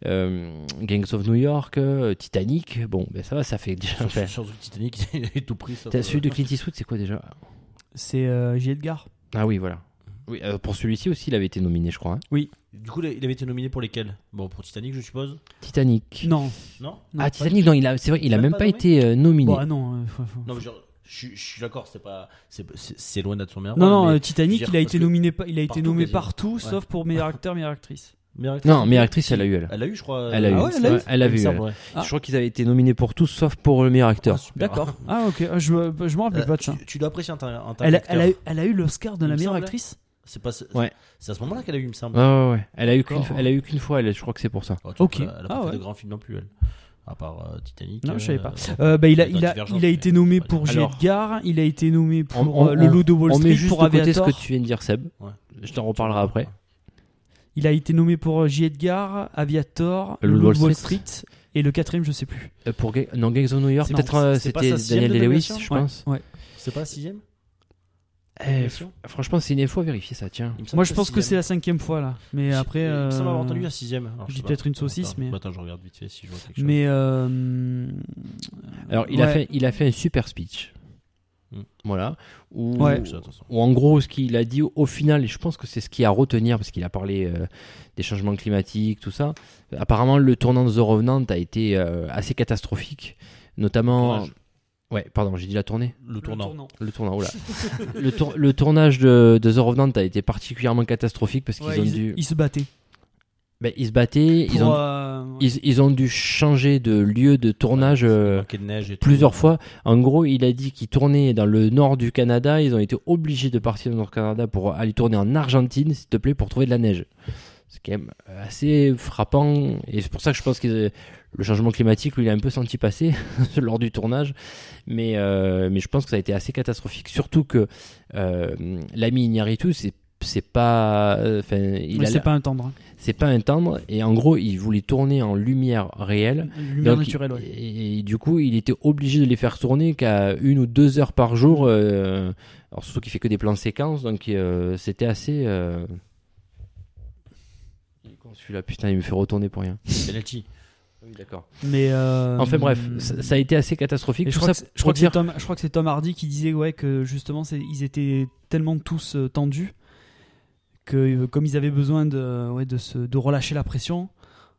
Speaker 3: euh, Gangs of New York, euh, Titanic, bon, ben ça va, ça fait déjà.
Speaker 2: Sur-
Speaker 3: enfin,
Speaker 2: sur- sur Titanic, il a tout pris. sauf,
Speaker 3: t'as
Speaker 2: euh,
Speaker 3: celui de Clint Eastwood, c'est quoi déjà
Speaker 1: C'est euh, J. Edgar.
Speaker 3: Ah oui, voilà. Oui, euh, pour celui-ci aussi, il avait été nominé, je crois. hein.
Speaker 2: Du coup, il avait été nominé pour lesquels Bon, pour Titanic, je suppose.
Speaker 3: Titanic.
Speaker 1: Non.
Speaker 2: Non
Speaker 1: non,
Speaker 3: ah,
Speaker 1: pas-
Speaker 3: Titanic, non, il a, c'est vrai, il a même pas, été euh, nominé.
Speaker 1: Bon, ah non. euh, faut- faut-
Speaker 2: Non, mais je, je- je suis d'accord, c'est pas, c'est- c'est c'est loin d'être son meilleur.
Speaker 1: non,
Speaker 2: rôle,
Speaker 1: non,
Speaker 2: mais-
Speaker 1: euh, Titanic,
Speaker 2: je veux
Speaker 1: il a
Speaker 2: dire,
Speaker 1: été
Speaker 2: parce que
Speaker 1: nominé, pa- il a été
Speaker 2: partout,
Speaker 1: nommé
Speaker 2: quasiment.
Speaker 1: partout,
Speaker 2: Ouais.
Speaker 1: sauf pour meilleur acteur, meilleure actrice.
Speaker 2: meilleure actrice,
Speaker 3: non, mais actrice, elle a eu elle.
Speaker 2: Elle a eu, je crois.
Speaker 3: Elle a eu.
Speaker 1: Ah ouais, elle a eu
Speaker 3: Ouais, elle a
Speaker 2: Il me
Speaker 3: vu, euh,
Speaker 2: semble,
Speaker 3: elle.
Speaker 2: ouais.
Speaker 1: Ah.
Speaker 3: Je crois qu'ils avaient été nominés pour tous, sauf pour le meilleur acteur.
Speaker 2: Super.
Speaker 1: Ah ok, ah, je me je me rappelle
Speaker 2: Euh,
Speaker 1: pas de ça.
Speaker 2: Tu, tu dois apprécier en tant en tant
Speaker 1: Elle a,
Speaker 2: qu'acteur.
Speaker 1: elle, a, eu- elle a eu l'Oscar de
Speaker 2: Il
Speaker 1: la
Speaker 2: me
Speaker 1: meilleure
Speaker 2: semble.
Speaker 1: actrice.
Speaker 2: C'est pas. c'est-
Speaker 3: Ouais.
Speaker 2: C'est à ce moment-là qu'elle a eu, il me semble.
Speaker 3: Ouais, ouais, ouais. Elle a eu qu'une,
Speaker 1: Ah, D'accord.
Speaker 3: elle a eu qu'une fois, elle, je crois que c'est pour ça.
Speaker 2: Oh, tu vois,
Speaker 1: Ok.
Speaker 2: Elle a, elle a pas
Speaker 1: Ah
Speaker 2: fait
Speaker 1: ouais.
Speaker 2: de grands films non plus, elle. À part euh, Titanic.
Speaker 1: Non, je savais
Speaker 2: euh,
Speaker 1: pas.
Speaker 2: bon.
Speaker 1: Euh, bah, il a,
Speaker 2: Dans
Speaker 1: il a,
Speaker 2: Divergent,
Speaker 1: il a
Speaker 2: mais-
Speaker 1: été nommé pour J.
Speaker 3: Alors-
Speaker 1: Edgar, il a été nommé pour
Speaker 3: On- on-
Speaker 1: euh, Le Loup de Wall
Speaker 3: On
Speaker 1: Street,
Speaker 3: met juste
Speaker 1: pour
Speaker 3: de côté ce
Speaker 1: Aviator.
Speaker 3: que tu viens de dire, Seb.
Speaker 2: Ouais.
Speaker 3: Je t'en reparlerai après.
Speaker 1: Il a été nommé pour euh, J. Edgar, Aviator,
Speaker 3: Le
Speaker 1: Le Loup de Wall
Speaker 3: Street.
Speaker 1: Street et le quatrième, je sais plus.
Speaker 3: Euh, pour Ga- non, Gangs of New York,
Speaker 2: C'est-
Speaker 3: peut-être
Speaker 2: non,
Speaker 3: euh,
Speaker 2: c'est pas
Speaker 3: c'était
Speaker 2: sa sixième
Speaker 3: Daniel Day-Lewis,
Speaker 2: nomination
Speaker 3: je
Speaker 1: Ouais,
Speaker 3: pense.
Speaker 1: ouais.
Speaker 2: C'est pas la sixième
Speaker 3: Eh, fr- franchement, c'est une info à vérifier ça, tiens.
Speaker 2: Il me semble
Speaker 1: Moi, je pense que c'est
Speaker 2: sixième.
Speaker 1: la cinquième fois là. Mais
Speaker 2: Je-
Speaker 1: après,
Speaker 2: Il me semble avoir
Speaker 1: euh,
Speaker 2: entendu la sixième. Alors,
Speaker 1: je
Speaker 2: sais
Speaker 1: dis
Speaker 2: pas.
Speaker 1: peut-être une saucisse,
Speaker 2: Attends,
Speaker 1: mais-
Speaker 2: Attends, je regarde vite fait si je vois quelque chose.
Speaker 1: mais euh,
Speaker 3: Alors, il, a
Speaker 1: Ouais. Mm.
Speaker 3: fait, il a fait un super speech.
Speaker 2: Hmm.
Speaker 3: Voilà. Où,
Speaker 1: Ouais.
Speaker 2: Ça, attention.
Speaker 3: où en gros, ce qu'il a dit au final, et je pense que c'est ce qu'il y a à retenir, parce qu'il a parlé euh, des changements climatiques, tout ça. Apparemment, le tournant de The Revenant a été euh, assez catastrophique, notamment.
Speaker 2: Tournage.
Speaker 3: Ouais, pardon, j'ai dit la tournée.
Speaker 2: Le tournant.
Speaker 3: Le tournage, oula. le, tour- le tournage de, de The Revenant a été particulièrement catastrophique parce qu'ils
Speaker 1: Ouais,
Speaker 3: ont
Speaker 1: ils,
Speaker 3: dû.
Speaker 1: ils se battaient.
Speaker 3: Ben, ils se battaient, ils
Speaker 1: pour,
Speaker 3: ont,
Speaker 1: euh, ouais.
Speaker 3: ils, ils ont dû changer de lieu de tournage euh,
Speaker 2: Manquer de neige et tout.
Speaker 3: plusieurs fois. En gros, il a dit qu'ils tournaient dans le nord du Canada. Ils ont été obligés de partir du nord du Canada pour aller tourner en Argentine, s'il te plaît, pour trouver de la neige. C'est quand même assez frappant. Et c'est pour ça que je pense que euh, le changement climatique, lui, il a un peu senti passer lors du tournage. Mais, euh, mais je pense que ça a été assez catastrophique. Surtout que euh, l'ami Iñárritu, c'est c'est pas euh, enfin il
Speaker 1: Mais
Speaker 3: a
Speaker 1: c'est
Speaker 3: la-
Speaker 1: pas un tendre. hein.
Speaker 3: c'est pas un tendre et en gros il voulait tourner en lumière réelle
Speaker 1: Lumière
Speaker 3: Donc,
Speaker 1: naturelle, ouais.
Speaker 3: et, et du coup, il était obligé de les faire tourner qu'à une ou deux heures par jour. euh, alors surtout qu'il fait que des plans séquences, donc euh, c'était assez. euh, il est con, Celui-là, putain, il me fait retourner pour rien.
Speaker 2: Penalty.
Speaker 3: Oui, d'accord.
Speaker 1: Mais euh,
Speaker 3: Enfin bref,
Speaker 1: hum,
Speaker 3: ça, ça a été assez catastrophique.
Speaker 1: et je
Speaker 3: Tout
Speaker 1: crois,
Speaker 3: ça
Speaker 1: que, c'est- je
Speaker 3: pour
Speaker 1: crois que
Speaker 3: dire-
Speaker 1: c'est Tom, je crois que c'est Tom Hardy qui disait ouais, que justement c'est- ils étaient tellement tous euh, tendus que euh, comme ils avaient besoin de, euh, ouais, de, se, de relâcher la pression,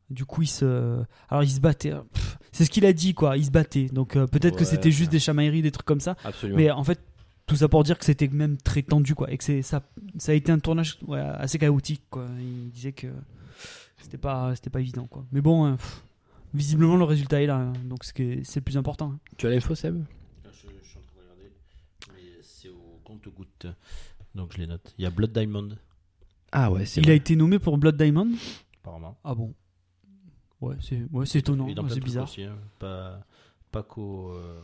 Speaker 1: du coup ils se, alors ils se battaient. hein, pff, C'est ce qu'il a dit quoi, ils se battaient. Donc euh, peut-être que
Speaker 3: Ouais,
Speaker 1: c'était juste
Speaker 3: ouais.
Speaker 1: des chamailleries, des trucs comme ça.
Speaker 3: Absolument.
Speaker 1: Mais en fait, tout ça pour dire que c'était même très tendu, quoi. Et que c'est- ça, ça a été un tournage ouais, assez chaotique, quoi. Il disait que c'était pas, c'était pas évident, quoi. Mais bon, euh, pff, visiblement, le résultat est là. hein. Donc, ce qui est- c'est le plus important. hein.
Speaker 3: Tu as l'info, Seb
Speaker 2: Ah, Je, suis en train de regarder, mais c'est au compte-goutte. Donc je les note. Il y a Blood Diamond,
Speaker 3: Ah ouais, c'est
Speaker 1: Il a été nommé pour Blood Diamond.
Speaker 2: apparemment.
Speaker 1: Ah bon Ouais, c'est ouais, c'est étonnant.
Speaker 2: Et dans
Speaker 1: ouais,
Speaker 2: plein de
Speaker 1: c'est
Speaker 2: trucs
Speaker 1: bizarre.
Speaker 2: aussi, hein. Pas, pas qu'au, euh,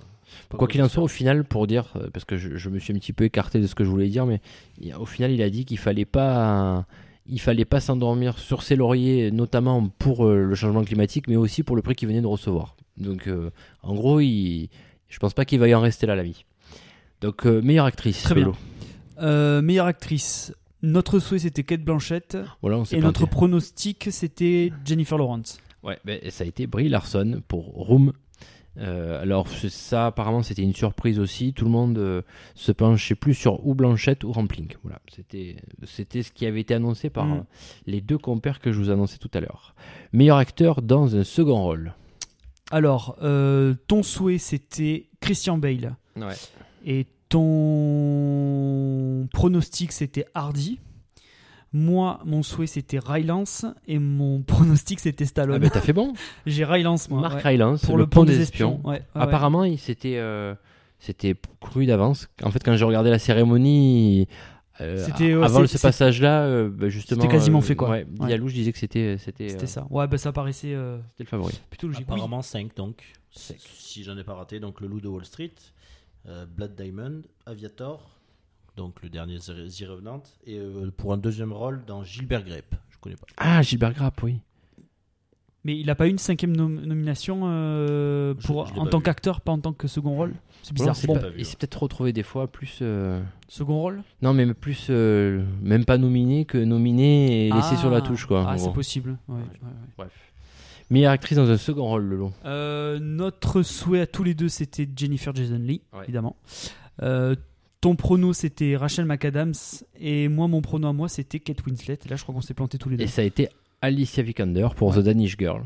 Speaker 2: pas
Speaker 3: Quoi
Speaker 2: qu'au
Speaker 3: qu'il en
Speaker 2: Oscar.
Speaker 3: soit, au final, pour dire, euh, parce que je, je me suis un petit peu écarté de ce que je voulais dire, mais il- au final, il a dit qu'il fallait pas, il fallait pas s'endormir sur ses lauriers, notamment pour euh, le changement climatique, mais aussi pour le prix qu'il venait de recevoir. Donc, euh, en gros, il, je pense pas qu'il va y en rester là, l'ami. Donc, euh, meilleure actrice.
Speaker 1: Très bien.
Speaker 3: Lolo.
Speaker 1: Euh, meilleure actrice. Notre souhait, c'était Kate Blanchett.
Speaker 3: Voilà, on s'est
Speaker 1: Et
Speaker 3: planté.
Speaker 1: notre pronostic, c'était Jennifer Lawrence.
Speaker 3: Ouais, ben, et ça a été Brie Larson pour Room. Euh, alors c'est- ça apparemment c'était une surprise aussi, tout le monde euh, se penchait plus sur ou Blanchette ou Rampling. Voilà, c'était c'était ce qui avait été annoncé par
Speaker 1: Mm.
Speaker 3: euh, les deux compères que je vous annonçais tout à l'heure. Meilleur acteur dans un second rôle.
Speaker 1: Alors, euh, ton souhait, c'était Christian Bale.
Speaker 3: Ouais.
Speaker 1: Et ton pronostic, c'était Hardy. Moi, mon souhait, c'était Rylance. Et mon pronostic, c'était
Speaker 3: Ah
Speaker 1: Stallone.
Speaker 3: ben t'as fait bon.
Speaker 1: J'ai Rylance, moi.
Speaker 3: Mark
Speaker 1: ouais.
Speaker 3: Rylance
Speaker 1: Pour le, pont des espions. Ouais, Ah ouais, ouais.
Speaker 3: Apparemment, il s'était euh, c'était cru d'avance. En fait, quand j'ai regardé la cérémonie euh,
Speaker 1: C'était, ouais,
Speaker 3: avant
Speaker 1: c'est-
Speaker 3: ce
Speaker 1: c'est-
Speaker 3: passage-là, euh, ben, justement,
Speaker 1: c'était quasiment
Speaker 3: euh,
Speaker 1: fait, quoi.
Speaker 3: Ouais,
Speaker 1: Ouais.
Speaker 3: Diallo, je disais que c'était c'était
Speaker 1: C'était
Speaker 3: euh,
Speaker 1: ça. Ouais, bah ça paraissait euh,
Speaker 3: C'était le favori.
Speaker 1: plutôt logique. Oui.
Speaker 2: Apparemment 5 donc. Si j'en ai pas raté, donc le loup de Wall Street, euh, Blood Diamond, Aviator, donc le dernier The Revenant, et euh, pour un deuxième rôle dans Gilbert Grape. Je connais pas.
Speaker 3: Ah, Gilbert Grapp, oui.
Speaker 1: Mais il a pas eu une cinquième nom- nomination euh,
Speaker 2: Je-
Speaker 1: pour,
Speaker 2: je l'ai
Speaker 1: en
Speaker 2: pas
Speaker 1: tant
Speaker 2: vu.
Speaker 1: qu'acteur, pas en tant que second rôle. C'est
Speaker 3: Voilà,
Speaker 1: bizarre.
Speaker 3: c'est
Speaker 1: Bon,
Speaker 3: pas-
Speaker 2: vu,
Speaker 3: il
Speaker 2: ouais.
Speaker 3: s'est peut-être retrouvé des fois plus. euh,
Speaker 1: second rôle
Speaker 3: Non, mais plus. euh, Même pas nominé que nominé et laissé
Speaker 1: Ah.
Speaker 3: sur la touche, quoi. en
Speaker 1: Ah,
Speaker 3: gros.
Speaker 1: c'est possible. Ouais, ouais, ouais.
Speaker 3: Meilleure actrice dans un second rôle, le long.
Speaker 1: Euh, notre souhait à tous les deux, c'était Jennifer Jason Lee,
Speaker 3: Ouais.
Speaker 1: évidemment. Euh, ton prono, c'était Rachel McAdams. Et moi, mon prono à moi, c'était Kate Winslet. Et là, je crois qu'on s'est planté tous les deux.
Speaker 3: Et ça a été Alicia Vikander pour The Danish Girl.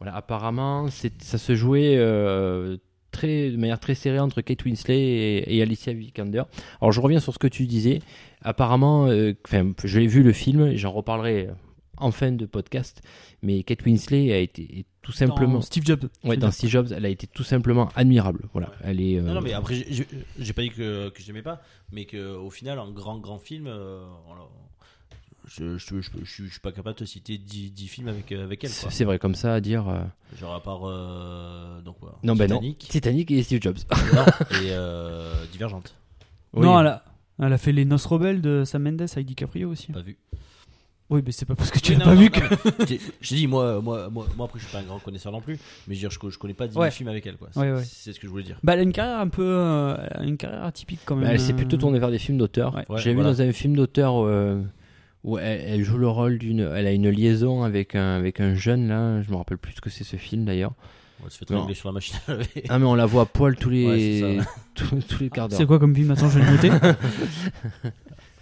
Speaker 3: Voilà, apparemment, c'est- ça se jouait euh, très, de manière très serrée entre Kate Winslet et, et Alicia Vikander. Alors, je reviens sur ce que tu disais. Apparemment, euh, 'fin, je l'ai vu le film, et j'en reparlerai euh, en fin de podcast, mais Kate Winslet a été est tout
Speaker 1: Dans
Speaker 3: simplement.
Speaker 1: Steve Jobs.
Speaker 3: Ouais,
Speaker 1: C'est
Speaker 3: dans
Speaker 1: bien.
Speaker 3: Steve Jobs, elle a été tout simplement admirable. Voilà, elle est. euh,
Speaker 2: Non, non, mais après, j'ai- j'ai j'ai pas dit que, que j'aimais pas, mais qu'au final, en grand, grand film, euh, on l'a- je, je, je, je, suis- je suis pas capable de te citer 10, films avec, euh, avec elle.
Speaker 3: c'est
Speaker 2: quoi.
Speaker 3: c'est vrai comme ça à dire. euh,
Speaker 2: Genre à part euh, donc, voilà,
Speaker 3: Non, bah non.
Speaker 2: Titanic
Speaker 3: Titanic et Steve Jobs.
Speaker 2: non, et euh, Divergente.
Speaker 1: Non,
Speaker 3: Oui.
Speaker 1: elle a, elle a fait Les Noces Rebelles de Sam Mendes avec DiCaprio aussi.
Speaker 2: Pas vu.
Speaker 1: Oui, mais c'est pas parce que tu
Speaker 2: Oui,
Speaker 1: l'as
Speaker 2: non,
Speaker 1: pas
Speaker 2: non,
Speaker 1: vu
Speaker 2: non,
Speaker 1: que.
Speaker 2: mais j'ai- J'ai dit, moi, moi, moi, moi, après, je suis pas un grand connaisseur non plus, mais je, veux dire, je, co- je connais pas 10 000
Speaker 1: Ouais.
Speaker 2: films avec elle, quoi. C'est
Speaker 1: Ouais, ouais.
Speaker 2: c'est ce que je voulais dire.
Speaker 1: Bah, elle a une carrière un peu. euh, elle a une carrière atypique quand même.
Speaker 3: Bah, elle s'est
Speaker 1: euh.
Speaker 3: plutôt tournée vers des films d'auteur.
Speaker 1: Ouais.
Speaker 2: Ouais,
Speaker 3: J'ai
Speaker 2: voilà.
Speaker 3: vu dans un film d'auteur euh, où elle, elle joue le rôle d'une. Elle a une liaison avec un, avec un jeune là. Je me rappelle plus ce que c'est ce film d'ailleurs.
Speaker 2: On se fait
Speaker 3: Non.
Speaker 2: trembler sur la machine à laver.
Speaker 3: Ah mais on la voit à poil tous les
Speaker 2: Ouais,
Speaker 3: tous, tous les quarts d'heure.
Speaker 1: C'est quoi comme film Attends, je vais le noter.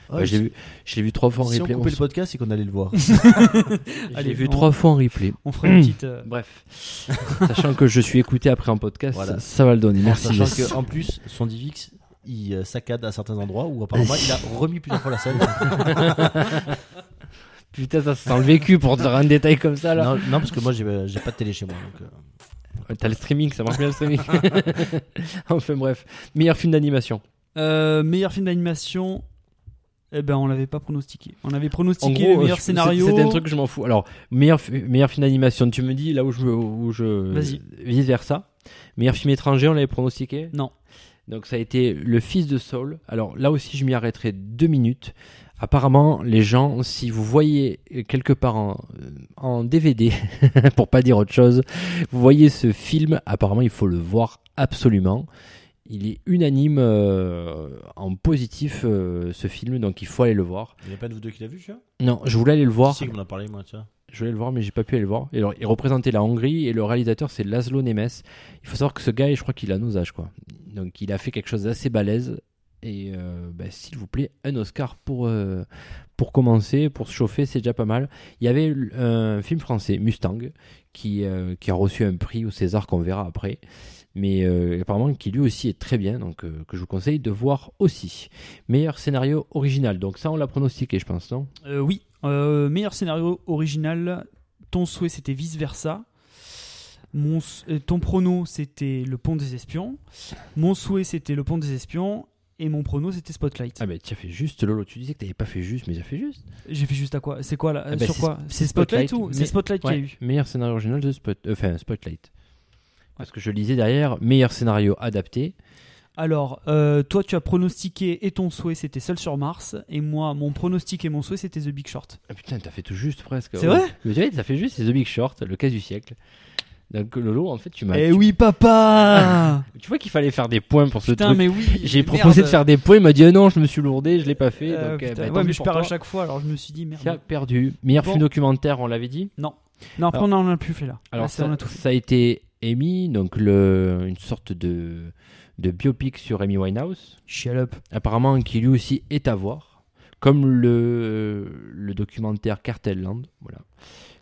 Speaker 3: Ouais, j'ai vu j'ai vu trois fois en replay. On s-
Speaker 2: podcast, c'est qu'on allait le voir.
Speaker 3: je l'ai
Speaker 1: Allez,
Speaker 3: vu
Speaker 1: on-
Speaker 3: trois fois en replay.
Speaker 1: On fera une petite. euh,
Speaker 3: Bref, sachant que je suis écouté après en podcast,
Speaker 2: Voilà.
Speaker 3: ça, ça va le donner. Merci.
Speaker 2: Sachant
Speaker 3: Jess.
Speaker 2: qu'en plus, son Divix, il euh, saccade à certains endroits où apparemment il a remis plusieurs fois la scène.
Speaker 3: Putain, ça sent le vécu pour dire un détail comme ça là.
Speaker 2: non, non, parce que moi, j'ai euh, j'ai pas de télé chez moi. Donc, euh,
Speaker 3: Ouais, T'as le streaming, ça marche bien le streaming. enfin bref, meilleur film d'animation.
Speaker 1: euh, meilleur film d'animation. Eh ben, on l'avait pas pronostiqué. On avait
Speaker 3: En
Speaker 1: pronostiqué
Speaker 3: gros,
Speaker 1: le meilleur
Speaker 3: je-
Speaker 1: scénario.
Speaker 3: c'est- C'était un truc que je m'en fous. Alors, meilleur, fi- meilleur film d'animation, tu me dis là où je, où je
Speaker 1: Vas-y.
Speaker 3: vice versa. Meilleur film étranger, on l'avait pronostiqué
Speaker 1: Non.
Speaker 3: Donc ça a été Le Fils de Saul. Alors là aussi, je m'y arrêterai deux minutes. Apparemment, les gens, si vous voyez quelque part en, euh, en DVD, pour pas dire autre chose, vous voyez ce film, apparemment, il faut le voir absolument. Il est unanime euh, en positif, euh, ce film, donc il faut aller le voir.
Speaker 2: Il n'y a pas de vous deux qui l'a vu, tu vois
Speaker 3: Non, je voulais aller le voir.
Speaker 2: Si, on en a parlé, moi, tu vois.
Speaker 3: Je voulais le voir, mais j'ai pas pu aller le voir. Et alors, il représentait la Hongrie et le réalisateur, c'est Laszlo Nemes. Il faut savoir que ce gars, je crois qu'il a nos âges, quoi. Donc, il a fait quelque chose d'assez balèze. Et euh, bah, s'il vous plaît, un Oscar pour, euh, pour commencer, pour se chauffer, c'est déjà pas mal. Il y avait l- un film français, Mustang, qui, euh, qui a reçu un prix au César qu'on verra après. Mais euh, apparemment, qui lui aussi est très bien, donc euh, que je vous conseille de voir aussi. Meilleur scénario original, donc ça on l'a pronostiqué, je pense, non
Speaker 1: Euh, oui, Euh, meilleur scénario original. Ton souhait, c'était vice versa. Mon, s- euh, ton prono, c'était le pont des espions. Mon souhait, c'était le pont des espions. Et mon prono, c'était Spotlight.
Speaker 3: Ah, mais tu as fait juste, Lolo, tu disais que t'avais pas fait juste, mais tu as fait juste.
Speaker 1: J'ai fait juste à quoi C'est quoi là
Speaker 3: Ah bah,
Speaker 1: Sur
Speaker 3: c'est
Speaker 1: quoi
Speaker 3: Sp-
Speaker 1: C'est Spotlight,
Speaker 3: Spotlight,
Speaker 1: ou C'est
Speaker 3: mais-
Speaker 1: Spotlight qu'il y a eu.
Speaker 3: Meilleur scénario original de Spot... euh, enfin, Spotlight. Parce que je lisais derrière, meilleur scénario adapté.
Speaker 1: Alors, euh, toi, tu as pronostiqué et ton souhait, c'était Seul sur Mars. Et moi, mon pronostic et mon souhait, c'était The Big Short.
Speaker 3: Ah, putain, t'as fait tout juste presque.
Speaker 1: C'est
Speaker 3: Ouais.
Speaker 1: vrai
Speaker 3: Mais tu vois, t'as fait juste, c'est The Big Short, le cas du siècle. Donc Lolo, en fait, tu m'as.
Speaker 1: eh
Speaker 3: tu...
Speaker 1: oui, papa
Speaker 3: tu vois qu'il fallait faire des points pour ce
Speaker 1: Putain,
Speaker 3: truc.
Speaker 1: mais oui
Speaker 3: J'ai
Speaker 1: merde.
Speaker 3: proposé de faire des points, il m'a dit ah non, je me suis lourdé, je l'ai pas fait.
Speaker 1: Euh,
Speaker 3: donc, euh,
Speaker 1: putain,
Speaker 3: bah, tant
Speaker 1: ouais, mais
Speaker 3: pis
Speaker 1: je
Speaker 3: pour
Speaker 1: perds à
Speaker 3: toi.
Speaker 1: chaque fois, alors je me suis dit
Speaker 3: Tu as
Speaker 1: merde.
Speaker 3: perdu. Meilleur
Speaker 1: Bon.
Speaker 3: film documentaire, on l'avait dit.
Speaker 1: Non. Non, après,
Speaker 3: Alors-
Speaker 1: on en a plus fait là. Là,
Speaker 3: Alors
Speaker 1: Ah, c'est-
Speaker 3: ça,
Speaker 1: on a tout fait.
Speaker 3: ça a été émis, donc le, une sorte de, de biopic sur Amy Winehouse.
Speaker 1: Shut up.
Speaker 3: apparemment qui lui aussi est à voir, comme le, le documentaire Cartelland. Voilà.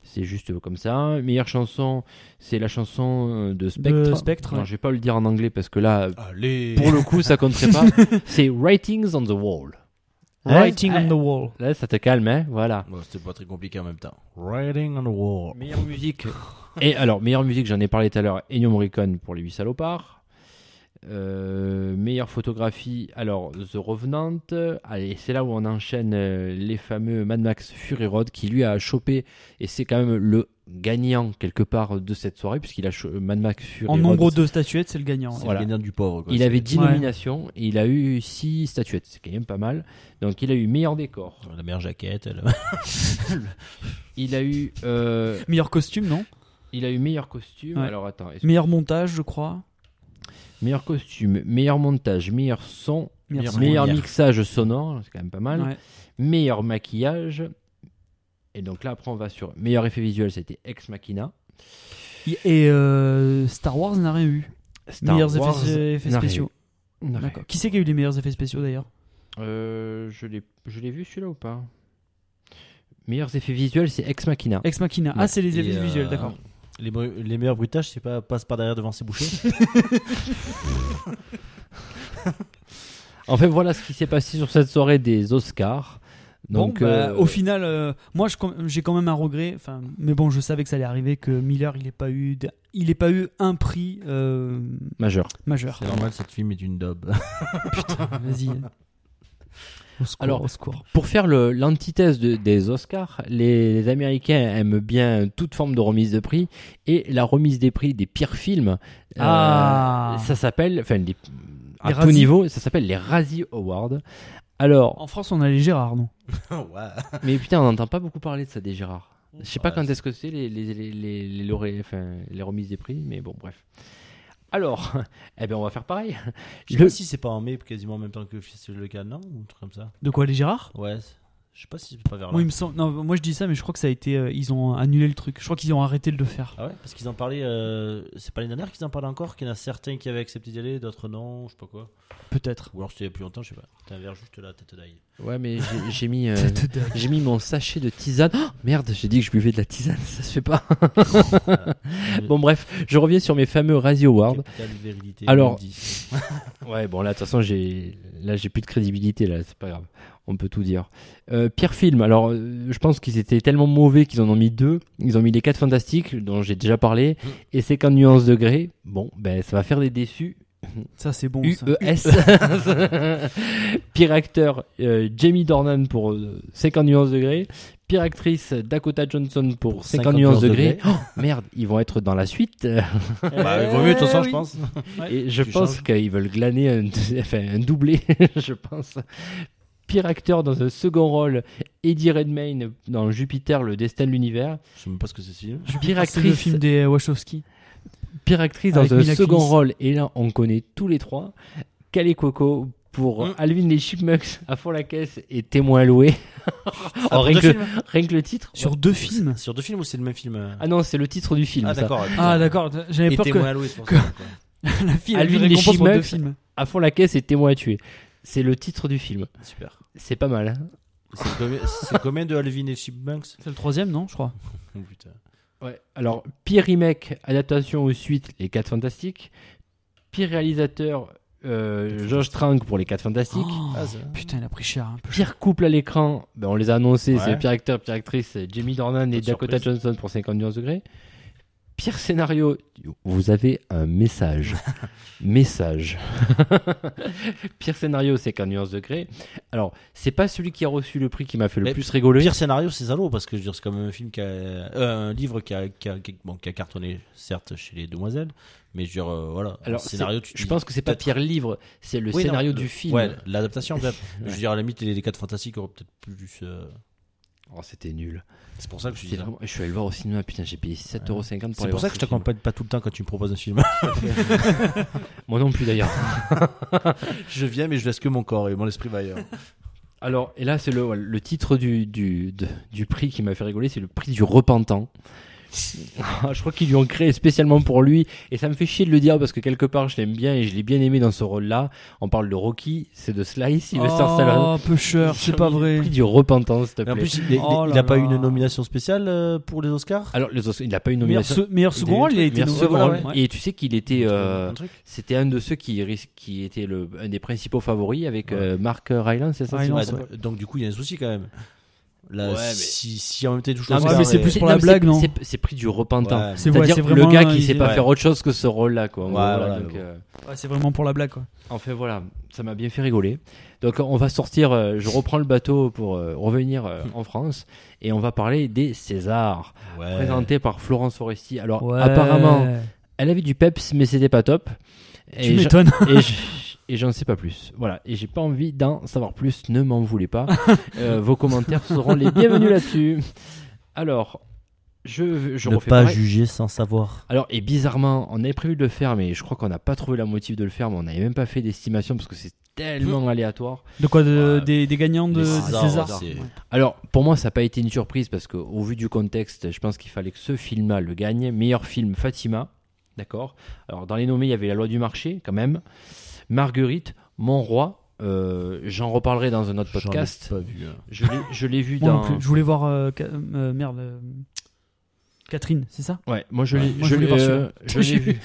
Speaker 3: C'est juste comme ça. Meilleure chanson, c'est la chanson euh, de Spectre.
Speaker 1: De Spectre,
Speaker 3: Alors,
Speaker 1: ouais.
Speaker 3: je vais pas le dire en anglais parce que là,
Speaker 2: Allez
Speaker 3: pour le coup, ça compterait pas. C'est Writings on the Wall. Hein
Speaker 1: Writing on the wall.
Speaker 3: Là, ça te calme, hein Voilà.
Speaker 2: Bon, C'était pas très compliqué en même temps. Riding on the wall.
Speaker 3: Meilleure musique. Et alors, meilleure musique, j'en ai parlé tout à l'heure, Ennio Morricone pour Les 8 salopards. Euh, meilleure photographie, alors The Revenant. Allez, c'est là où on enchaîne euh, les fameux Mad Max Fury Road qui lui a chopé, et c'est quand même le gagnant quelque part de cette soirée, puisqu'il a cho- Mad Max Fury
Speaker 1: En
Speaker 3: Road.
Speaker 1: nombre de statuettes, c'est le gagnant.
Speaker 2: C'est
Speaker 1: ouais.
Speaker 3: Voilà.
Speaker 2: le gagnant du pauvre. Quoi.
Speaker 3: Il
Speaker 2: C'est-
Speaker 3: avait 10
Speaker 1: Ouais.
Speaker 3: nominations et il a eu 6 statuettes, c'est quand même pas mal. Donc il a eu meilleur décor,
Speaker 2: La meilleure jaquette. elle. euh.
Speaker 3: il a eu, euh,
Speaker 1: Meilleur costume, non
Speaker 3: il a eu meilleur costume.
Speaker 1: Ouais.
Speaker 3: Alors attends, est-ce que-
Speaker 1: Meilleur montage, je crois.
Speaker 3: Meilleur costume, meilleur montage, meilleur son,
Speaker 1: Meilleur
Speaker 2: Meilleur
Speaker 1: son.
Speaker 3: meilleur
Speaker 2: lumière.
Speaker 3: mixage sonore, c'est quand même pas mal,
Speaker 1: Ouais.
Speaker 3: meilleur maquillage. Et donc là, après, on va sur meilleur effet visuel, c'était Ex Machina.
Speaker 1: Et euh, Star Wars n'a rien eu.
Speaker 3: Star
Speaker 1: meilleurs
Speaker 3: Wars,
Speaker 1: effets, effets
Speaker 3: n'a rien
Speaker 1: spéciaux.
Speaker 3: eu. N'a rien
Speaker 1: D'accord. Qui c'est qui a eu les meilleurs effets spéciaux d'ailleurs
Speaker 3: eu. Euh, je l'ai je l'ai vu celui-là ou pas Meilleurs effets visuels, c'est Ex Machina.
Speaker 1: Ex Machina.
Speaker 3: Ouais.
Speaker 1: Ah, c'est les
Speaker 2: Et,
Speaker 1: effets
Speaker 2: euh,
Speaker 1: visuels, d'accord.
Speaker 2: Les, bru- les meilleurs bruitages, c'est pas passe par derrière devant ses bouchées.
Speaker 3: En fait, voilà ce qui s'est passé sur cette soirée des Oscars. Donc,
Speaker 1: bon, bah,
Speaker 3: euh,
Speaker 1: au final, euh, moi je com- j'ai quand même un regret. Enfin, mais bon, je savais que ça allait arriver que Miller, il n'ait pas eu, d- il ait pas eu un prix euh,
Speaker 3: majeur.
Speaker 1: majeur.
Speaker 2: c'est normal, cette film est une daube.
Speaker 1: Vas-y. Au secours,
Speaker 3: Alors-
Speaker 1: au secours.
Speaker 3: Pour faire le- l'antithèse de- des Oscars, les, les Américains aiment bien toute forme de remise de prix et la remise des prix des pires films. euh,
Speaker 1: Ah.
Speaker 3: Ça s'appelle, enfin, les- à
Speaker 1: Les
Speaker 3: tout
Speaker 1: Razzies.
Speaker 3: niveau, ça s'appelle les Razzie Awards. Alors,
Speaker 1: En France, on a les Gérard, non
Speaker 2: ouais.
Speaker 3: mais putain, on n'entend pas beaucoup parler de ça des Gérard. Je sais pas
Speaker 2: Ouais,
Speaker 3: quand est-ce que Oh. c'est les, les, les, les, les lauréats, enfin, les remises des prix, mais bon, bref. Alors, eh ben on va faire pareil.
Speaker 2: Je sais
Speaker 3: Le-
Speaker 2: pas si c'est pas en mai, quasiment en même temps que c'est le cas, non Ou un truc comme ça.
Speaker 1: De quoi les Gérard
Speaker 2: Ouais. c'est- Je sais pas si c'est pas vers là.
Speaker 1: Moi, il me semble. Non, moi je dis ça, mais je crois que ça a été. euh, ils ont annulé le truc. Je crois qu'ils ont arrêté de le faire.
Speaker 2: Ah ouais Parce qu'ils en parlaient. euh, C'est pas l'année dernière qu'ils en parlaient encore Qu'il y en a certains qui avaient accepté d'y aller, d'autres non, je sais pas quoi.
Speaker 1: Peut-être.
Speaker 2: Ou alors c'était il y a plus longtemps, je sais pas. T'as un verre juste là, tête d'ail.
Speaker 3: Ouais, mais j'ai- j'ai mis. euh, J'ai mis mon sachet de tisane. Oh, merde, j'ai dit que je buvais de la tisane, ça se fait pas. bon, bref, je reviens sur mes fameux Razzie Awards.
Speaker 2: Capitale virilité.
Speaker 3: Alors-
Speaker 2: on dit.
Speaker 3: Ouais, bon, là, de toute façon, j'ai là, j'ai plus de crédibilité, là, c'est pas grave. On peut tout dire. Euh, pire film, alors, euh, je pense qu'ils étaient tellement mauvais qu'ils en ont mis deux. Ils ont mis Les 4 Mm. Fantastiques, dont j'ai déjà parlé, et 50 nuances degrés. Bon, ben, ça va faire des déçus,
Speaker 1: Ça, c'est bon. ça.
Speaker 3: UES. Pire acteur, euh, Jamie Dornan pour euh, 50 nuances degrés. Pire actrice, Dakota Johnson pour 50, nuances degrés. Oh, merde, ils vont être dans la suite. euh,
Speaker 2: Bah, il vaut mieux, de toute façon,
Speaker 1: oui.
Speaker 2: je pense.
Speaker 3: et je
Speaker 2: tu
Speaker 3: pense
Speaker 2: changes.
Speaker 3: qu'ils veulent glaner un, enfin, un doublé, je pense. Pire acteur dans un second rôle, Eddie Redmayne dans Jupiter, le destin de l'univers.
Speaker 2: Je sais même pas ce que c'est ce film.
Speaker 3: Pire
Speaker 1: Ah, C'est le
Speaker 3: actrice,
Speaker 1: film des Wachowski.
Speaker 3: pire actrice dans
Speaker 1: Avec
Speaker 3: un
Speaker 1: Mila
Speaker 3: second
Speaker 1: Kunis.
Speaker 3: rôle, et là on connaît tous les trois, Calais Coco pour
Speaker 2: Mm.
Speaker 3: Alvin les Chipmunks à fond la caisse et témoin loué. Oh, rien,
Speaker 2: Ah, deux
Speaker 3: que,
Speaker 2: films
Speaker 3: rien que le titre.
Speaker 1: Sur deux films.
Speaker 2: Sur deux films ou c'est le même film euh
Speaker 3: Ah non, c'est le titre du film.
Speaker 2: Ah,
Speaker 3: ça.
Speaker 2: d'accord.
Speaker 1: Ah, d'accord. J'avais
Speaker 2: Et
Speaker 1: peur
Speaker 2: témoin
Speaker 1: que
Speaker 2: à louer, c'est pour ça. quoi.
Speaker 1: la fille
Speaker 3: À
Speaker 1: ait une
Speaker 3: l'une des
Speaker 1: récompense pour deux
Speaker 3: Chimex.
Speaker 1: films.
Speaker 3: À fond la caisse et témoin à tuer. C'est le titre du film.
Speaker 2: Super.
Speaker 3: C'est pas mal. hein.
Speaker 2: C'est le combien- C'est combien de Alvin et Chipmunks
Speaker 1: C'est le troisième, non, je crois.
Speaker 2: Oh, putain.
Speaker 3: Alors, pire remake, adaptation ou suite, Les 4 Fantastiques. Pire réalisateur, euh, George Trank pour Les 4 Fantastiques.
Speaker 2: Ah, c'est-
Speaker 1: Oh. Putain, il a pris cher. hein.
Speaker 3: Pire couple à l'écran, ben, on les a annoncés,
Speaker 2: Oh, Ouais.
Speaker 3: c'est pire acteur, pire actrice, c'est Jamie Dornan
Speaker 2: Bonne
Speaker 3: et Dakota
Speaker 2: surprise.
Speaker 3: Johnson pour 50 nuances degrés. Pire scénario, vous avez un message. message. pire scénario, 50 nuances degrés. Alors, c'est pas celui qui a reçu le prix qui m'a fait le
Speaker 2: Mais
Speaker 3: plus rigoler.
Speaker 2: pire scénario, c'est Zalo, parce que je veux dire, c'est quand même un film qui a, euh, un livre qui a, qui a- qui a- bon, qui a cartonné, certes, chez les demoiselles, mais je veux dire, euh, voilà,
Speaker 3: Alors,
Speaker 2: un scénario,
Speaker 3: c'est-
Speaker 2: tu
Speaker 3: je pense que c'est pas
Speaker 2: peut-être-
Speaker 3: pire livre, c'est le
Speaker 2: Oui, non,
Speaker 3: scénario
Speaker 2: le-
Speaker 3: du film.
Speaker 2: Ouais, l'adaptation, peut-être. Je veux dire, à la limite, les 4 fantastiques auraient peut-être plus. euh,
Speaker 3: Oh, c'était nul.
Speaker 2: C'est pour ça que je
Speaker 3: C'est
Speaker 2: dis. ça.
Speaker 3: vraiment- Je suis allé le voir au cinéma, putain, j'ai payé 7,50€ pour
Speaker 2: C'est
Speaker 3: aller
Speaker 2: pour
Speaker 3: voir
Speaker 2: ça que je
Speaker 3: ce film.
Speaker 2: t'accompagne pas tout le temps quand tu me proposes un film.
Speaker 3: Moi non plus d'ailleurs.
Speaker 2: je viens, mais je laisse que mon corps et mon esprit va ailleurs.
Speaker 3: Alors, et là, c'est le, le titre du, du, de- du prix qui m'a fait rigoler, c'est le prix du repentant. je crois qu'ils lui ont créé spécialement pour lui, et ça me fait chier de le dire parce que quelque part, je l'aime bien et je l'ai bien aimé dans ce rôle-là. On parle de Rocky, c'est de Slice, il veut
Speaker 1: Oh, peu cher, c'est pas vrai.
Speaker 3: Le prix du repentant, s'il te
Speaker 2: Mais en
Speaker 3: plaît.
Speaker 2: plus, il, il-
Speaker 1: Oh
Speaker 2: il
Speaker 1: là
Speaker 2: a pas eu
Speaker 1: là.
Speaker 2: une nomination spéciale euh, pour les Oscars
Speaker 3: Alors, les Oscars, il n'a pas eu une
Speaker 1: Meilleur,
Speaker 3: nomination.
Speaker 1: se- meilleur second rôle, il a été
Speaker 3: Meilleur
Speaker 1: nommé.
Speaker 3: second
Speaker 1: Voilà,
Speaker 3: rôle.
Speaker 1: ouais.
Speaker 3: Et tu sais qu'il était, euh,
Speaker 2: Un truc
Speaker 3: c'était un de ceux qui, ris- qui était le, un des principaux favoris avec euh, Mark Ryland, c'est ça c'est-
Speaker 1: Rylance,
Speaker 2: Ouais, donc- Donc, du coup, il y a un souci quand même. Là,
Speaker 3: Ouais, mais-
Speaker 2: si, si en même temps, il touche
Speaker 3: Non,
Speaker 2: aux
Speaker 3: mais
Speaker 2: Oscars,
Speaker 1: Ah, c'est
Speaker 2: et-
Speaker 1: plus- pour la
Speaker 3: mais
Speaker 1: blague,
Speaker 3: c'est-
Speaker 1: non
Speaker 3: c'est- C'est pris du repentant.
Speaker 2: Ouais,
Speaker 1: C'est-
Speaker 3: C'est-à-dire
Speaker 1: ouais,
Speaker 3: le
Speaker 1: vraiment
Speaker 3: gars
Speaker 1: un-
Speaker 3: qui sait pas
Speaker 2: ouais.
Speaker 3: faire autre chose que ce rôle-là, quoi. en
Speaker 2: Ouais,
Speaker 3: gros, voilà,
Speaker 2: voilà,
Speaker 3: donc,
Speaker 2: mais bon.
Speaker 3: euh,
Speaker 1: Ouais, c'est vraiment pour la blague, quoi.
Speaker 3: enfin voilà, ça m'a bien fait rigoler. Donc on va sortir, euh, je reprends le bateau pour euh, revenir
Speaker 1: Hmm.
Speaker 3: euh, en France et on va parler des Césars
Speaker 2: Ouais.
Speaker 3: présentés par Florence Foresti. Alors apparemment, elle avait du peps, mais c'était pas top.
Speaker 1: tu
Speaker 3: je-
Speaker 1: m'étonnes.
Speaker 3: et je- et j'en sais pas plus. Voilà, et j'ai pas envie d'en savoir plus, ne m'en voulez pas. Euh, vos commentaires seront les bienvenus là-dessus. Alors, je, je
Speaker 2: ne
Speaker 3: refais
Speaker 2: pas
Speaker 3: pareil.
Speaker 2: juger sans savoir.
Speaker 3: Alors, et bizarrement, on avait prévu de le faire, mais je crois qu'on n'a pas trouvé la motive de le faire, mais on n'avait même pas fait d'estimation parce que c'est tellement aléatoire.
Speaker 1: De quoi de-
Speaker 2: Ouais.
Speaker 1: des, des gagnants de,
Speaker 2: Les
Speaker 1: des
Speaker 2: Césars,
Speaker 1: Césars.
Speaker 2: c'est-
Speaker 1: Ouais.
Speaker 3: Alors, pour moi, ça n'a pas été une surprise parce qu'au vu du contexte, je pense qu'il fallait que ce film-là le gagne. Meilleur film, Fatima. D'accord. Alors, dans les nommés, il y avait La loi du marché, quand même. Marguerite, Mon roi. euh, J'en reparlerai dans un autre
Speaker 2: J'en ai
Speaker 3: podcast.
Speaker 2: pas vu. hein.
Speaker 3: Je l'ai- Je l'ai vu
Speaker 1: Moi non
Speaker 3: dans.
Speaker 1: plus. Je voulais voir. euh, Ca- euh, merde. euh, Catherine, c'est ça
Speaker 3: Ouais, moi je l'ai
Speaker 1: moi,
Speaker 3: je
Speaker 1: je voulais
Speaker 3: l'ai-
Speaker 1: voir
Speaker 3: euh, je
Speaker 1: celui-là.
Speaker 3: l'ai vu.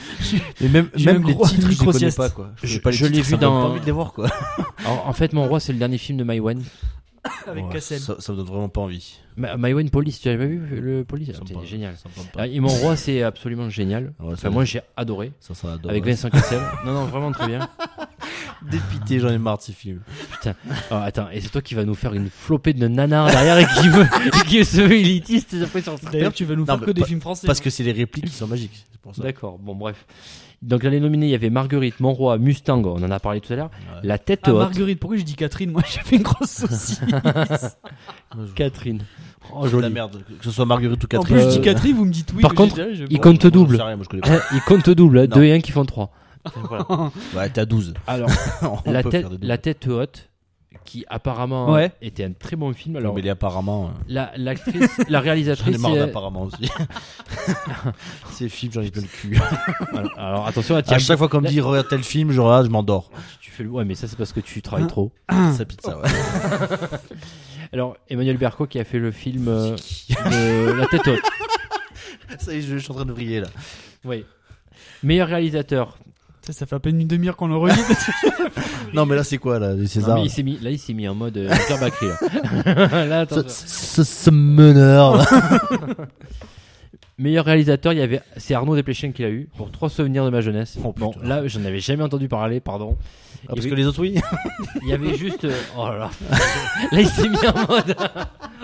Speaker 2: Et même,
Speaker 1: J'ai
Speaker 2: même
Speaker 1: même
Speaker 2: les
Speaker 1: gros-
Speaker 2: titres, je les connais
Speaker 1: micro-sieste.
Speaker 2: pas quoi.
Speaker 3: Je-
Speaker 2: connais pas les
Speaker 3: je l'ai
Speaker 2: titres,
Speaker 3: vu
Speaker 2: ça me donne
Speaker 3: dans-
Speaker 2: pas envie de les voir quoi.
Speaker 3: Alors, en fait, Mon roi, c'est le dernier film de Maïwen.
Speaker 1: Avec
Speaker 2: Ouais,
Speaker 1: Cassel.
Speaker 2: Ça, ça me donne vraiment pas envie.
Speaker 3: Maïwen Police, tu l'avais pas vu le Police
Speaker 2: Ça me
Speaker 3: Ah,
Speaker 2: parle-
Speaker 3: C'est génial.
Speaker 2: Ça me parle pas.
Speaker 3: Ah, Et mon roi, c'est absolument génial.
Speaker 2: Ouais,
Speaker 3: Enfin,
Speaker 2: ça-
Speaker 3: moi, j'ai adoré.
Speaker 2: Ça, ça adore.
Speaker 3: Avec Vincent Cassel. non, non, vraiment très bien.
Speaker 2: Dépité, j'en ai marre de ces films.
Speaker 3: Oh, attends, et c'est toi qui vas nous faire une flopée de nanars derrière et qui, veut, et qui se veut élitiste après sur
Speaker 1: D'ailleurs, tu vas nous faire
Speaker 2: mais
Speaker 1: que des
Speaker 2: pas-
Speaker 1: films français.
Speaker 2: Parce
Speaker 1: hein.
Speaker 2: que c'est les répliques qui sont magiques. C'est pour ça.
Speaker 3: D'accord, bon, bref. Donc, dans les nominés, il y avait Marguerite, Mon roi, Mustang, on en a parlé tout à l'heure.
Speaker 2: Ouais.
Speaker 3: La tête
Speaker 1: Ah,
Speaker 3: haute.
Speaker 1: Marguerite, pourquoi je dis Catherine Moi, j'ai fait une grosse saucisse.
Speaker 3: Catherine. Oh,
Speaker 2: C'est de la
Speaker 3: joli.
Speaker 2: merde. Que ce soit Marguerite ou
Speaker 1: en
Speaker 2: Catherine.
Speaker 1: plus, je dis
Speaker 3: Euh,
Speaker 1: Catherine, vous me dites oui.
Speaker 3: par
Speaker 1: mais
Speaker 3: contre,
Speaker 1: j'ai- j'ai-
Speaker 3: il compte
Speaker 2: Moi,
Speaker 3: double.
Speaker 2: je sais rien, moi, je connais
Speaker 3: Ah, Il compte double,
Speaker 2: Non.
Speaker 3: 2 et 1 qui font 3.
Speaker 2: pas. Ouais, t'as 12.
Speaker 3: Alors,
Speaker 2: On
Speaker 3: la
Speaker 2: peut
Speaker 3: tête,
Speaker 2: faire des doubles.
Speaker 3: la tête haute, qui apparemment
Speaker 1: Ouais.
Speaker 3: était un très bon film.
Speaker 2: Non,
Speaker 3: Alors,
Speaker 2: mais les apparemment. euh,
Speaker 3: la, l'actrice, la
Speaker 2: J'en ai
Speaker 3: réalisatrice. euh,
Speaker 2: marre
Speaker 3: c'est-
Speaker 2: d'apparemment aussi. Ces films, j'en ai plein le cul.
Speaker 3: alors, alors, attention, elle tient
Speaker 2: À chaque fois qu'on me dit regarde tel film, ah, je regarde, Ah, je m'endors.
Speaker 3: Tu fais le... Ouais, mais ça, c'est parce que tu travailles
Speaker 1: Hein
Speaker 3: trop.
Speaker 2: Ça pite ça, ouais.
Speaker 3: Alors, Emmanuel Berco qui a fait le film euh, de La tête haute.
Speaker 2: Ça y est, je, je suis en train de vriller là.
Speaker 3: Oui. Meilleur réalisateur.
Speaker 1: Ça, ça fait à peine une demi-heure qu'on le redit.
Speaker 2: Non, mais là, c'est quoi là Les
Speaker 3: Non,
Speaker 2: Césars
Speaker 3: mais il s'est mis, là, il s'est mis en mode euh, Jean-Pierre Bacri. Là. Là, attends.
Speaker 2: Ah, Ce- Ce ce meneur là.
Speaker 3: Meilleur réalisateur, il y avait, c'est Arnaud Desplechin qui l'a eu pour trois souvenirs de ma jeunesse.
Speaker 2: Oh,
Speaker 3: bon,
Speaker 2: putain.
Speaker 3: là, j'en avais jamais entendu parler, pardon.
Speaker 2: Ah,
Speaker 3: Il
Speaker 2: parce
Speaker 3: y
Speaker 2: que
Speaker 3: avait,
Speaker 2: les autres, oui.
Speaker 3: il y avait juste. euh, Oh là là. Là, il s'est mis en mode.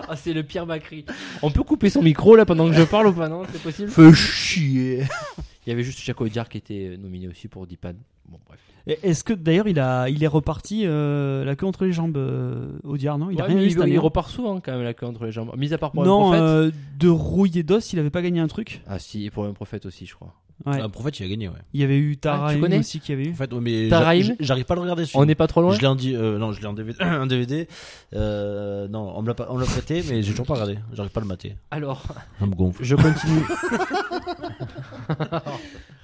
Speaker 3: Ah, c'est le pire Macri. On peut couper son micro là pendant que je parle ou pas Non, c'est possible.
Speaker 2: Feu chier.
Speaker 3: Il y avait juste Chaco Diar qui était euh, nominé aussi pour Dipan. Bon, bref.
Speaker 1: Et Est-ce que d'ailleurs il a, il est reparti euh, la queue entre les jambes euh, Audiard non Il a
Speaker 3: Ouais,
Speaker 1: rien
Speaker 3: mais
Speaker 1: eu
Speaker 3: il,
Speaker 1: cette année.
Speaker 3: il
Speaker 1: hein.
Speaker 3: repart souvent quand même la queue entre les jambes. Mis à part pour un
Speaker 1: non,
Speaker 3: prophète.
Speaker 1: euh, de Rouille et d'Os, il avait pas gagné un truc.
Speaker 3: Ah si, et pour un prophète aussi, je crois.
Speaker 1: Ouais.
Speaker 2: Ah, pour fait, il a gagné, ouais.
Speaker 1: Il y avait eu
Speaker 3: Ah,
Speaker 1: Tara
Speaker 3: tu
Speaker 1: Elmi
Speaker 3: connais
Speaker 1: aussi qui avait eu.
Speaker 2: En fait, ouais, mais
Speaker 3: Taraïm
Speaker 2: j'a- j'arrive pas à le regarder. ce
Speaker 3: On
Speaker 2: film.
Speaker 3: n'est pas trop loin
Speaker 2: Je l'ai en, di- euh, non, je l'ai en DVD. un DVD. Euh, non, on me l'a pas- on me l'a prêté, mais j'ai toujours pas regardé. J'arrive pas à le mater.
Speaker 3: Alors,
Speaker 2: Ça me gonfle.
Speaker 3: je continue.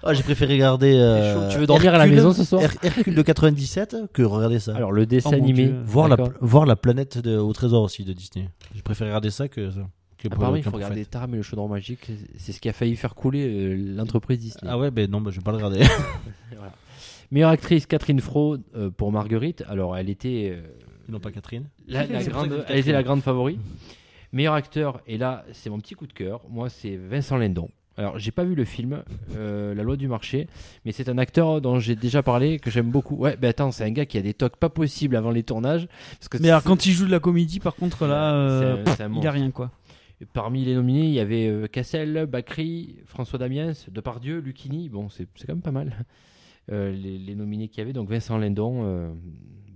Speaker 2: Ah, j'ai préféré regarder. euh,
Speaker 3: C'est chaud. Tu veux dormir à la
Speaker 2: Hercule-
Speaker 3: maison ce soir
Speaker 2: Her- Hercule de 97 que regarder ça.
Speaker 3: Alors, le dessin
Speaker 1: Oh mon
Speaker 3: animé. Ah,
Speaker 1: Dieu.
Speaker 2: voir, la,
Speaker 3: D'accord.
Speaker 2: voir la planète de- au trésor aussi de Disney. J'ai préféré regarder ça que ça. que pour-
Speaker 3: Apparemment, Ah, il
Speaker 2: qu'un
Speaker 3: faut
Speaker 2: prophète.
Speaker 3: regarder Taram et le chaudron magique. C'est ce qui a failli faire couler euh, l'entreprise Disney.
Speaker 2: Ah ouais, ben non, ben, je vais pas le regarder.
Speaker 3: Meilleure actrice, Catherine Fro euh, pour Marguerite. Alors, elle était, euh,
Speaker 2: non, pas Catherine.
Speaker 3: la, la
Speaker 2: C'est pour ça que
Speaker 3: grande,
Speaker 2: j'ai
Speaker 3: elle était
Speaker 2: Catherine.
Speaker 3: la grande favorite. Meilleur acteur, et là, c'est mon petit coup de cœur. Moi, c'est Vincent Lindon. Alors, j'ai pas vu le film, euh, La loi du marché, mais c'est un acteur dont j'ai déjà parlé, que j'aime beaucoup. Ouais, ben attends, c'est un gars qui a des tocs pas possibles avant les tournages. Parce que
Speaker 1: Mais alors, quand il joue de la comédie, par contre là, euh,
Speaker 3: C'est un- c'est un
Speaker 1: il
Speaker 3: monstre.
Speaker 1: a rien quoi.
Speaker 3: Parmi les nominés, il y avait euh, Cassel, Bacri, François Damiens, Depardieu, Lucchini. Bon, c'est c'est quand même pas mal. Euh, les, les nominés qu'il y avait, donc Vincent Lindon, euh,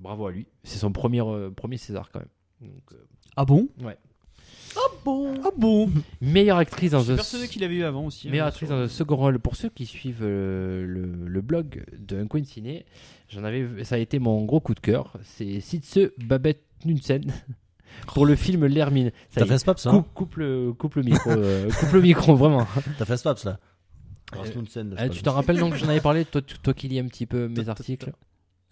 Speaker 3: bravo à lui. C'est son premier, euh, premier César quand même. Donc, euh,
Speaker 1: Ah bon
Speaker 3: Ouais.
Speaker 1: Ah bon Ah bon
Speaker 3: meilleure actrice dans
Speaker 1: Je suis
Speaker 3: un
Speaker 1: persuadé qu'il avait eu avant aussi.
Speaker 3: meilleure
Speaker 1: hein,
Speaker 3: actrice
Speaker 1: sur-
Speaker 3: dans un second rôle. Pour ceux qui suivent euh, le, le blog de Un coin de ciné, j'en avais, ça a été mon gros coup de cœur. C'est Sitse Babette Nunsen pour le film L'Hermine. Ça y est,
Speaker 2: T'as fait Spaps, ça hein
Speaker 3: coupe, coupe le, coupe le micro, euh, coupe le micro vraiment.
Speaker 2: T'as fait Spaps, là.
Speaker 3: Euh,
Speaker 2: Rasmussen, je
Speaker 3: Ah,
Speaker 2: crois.
Speaker 3: tu t'en rappelles donc j'en avais parlé toi, tu- toi qui lis un petit peu mes articles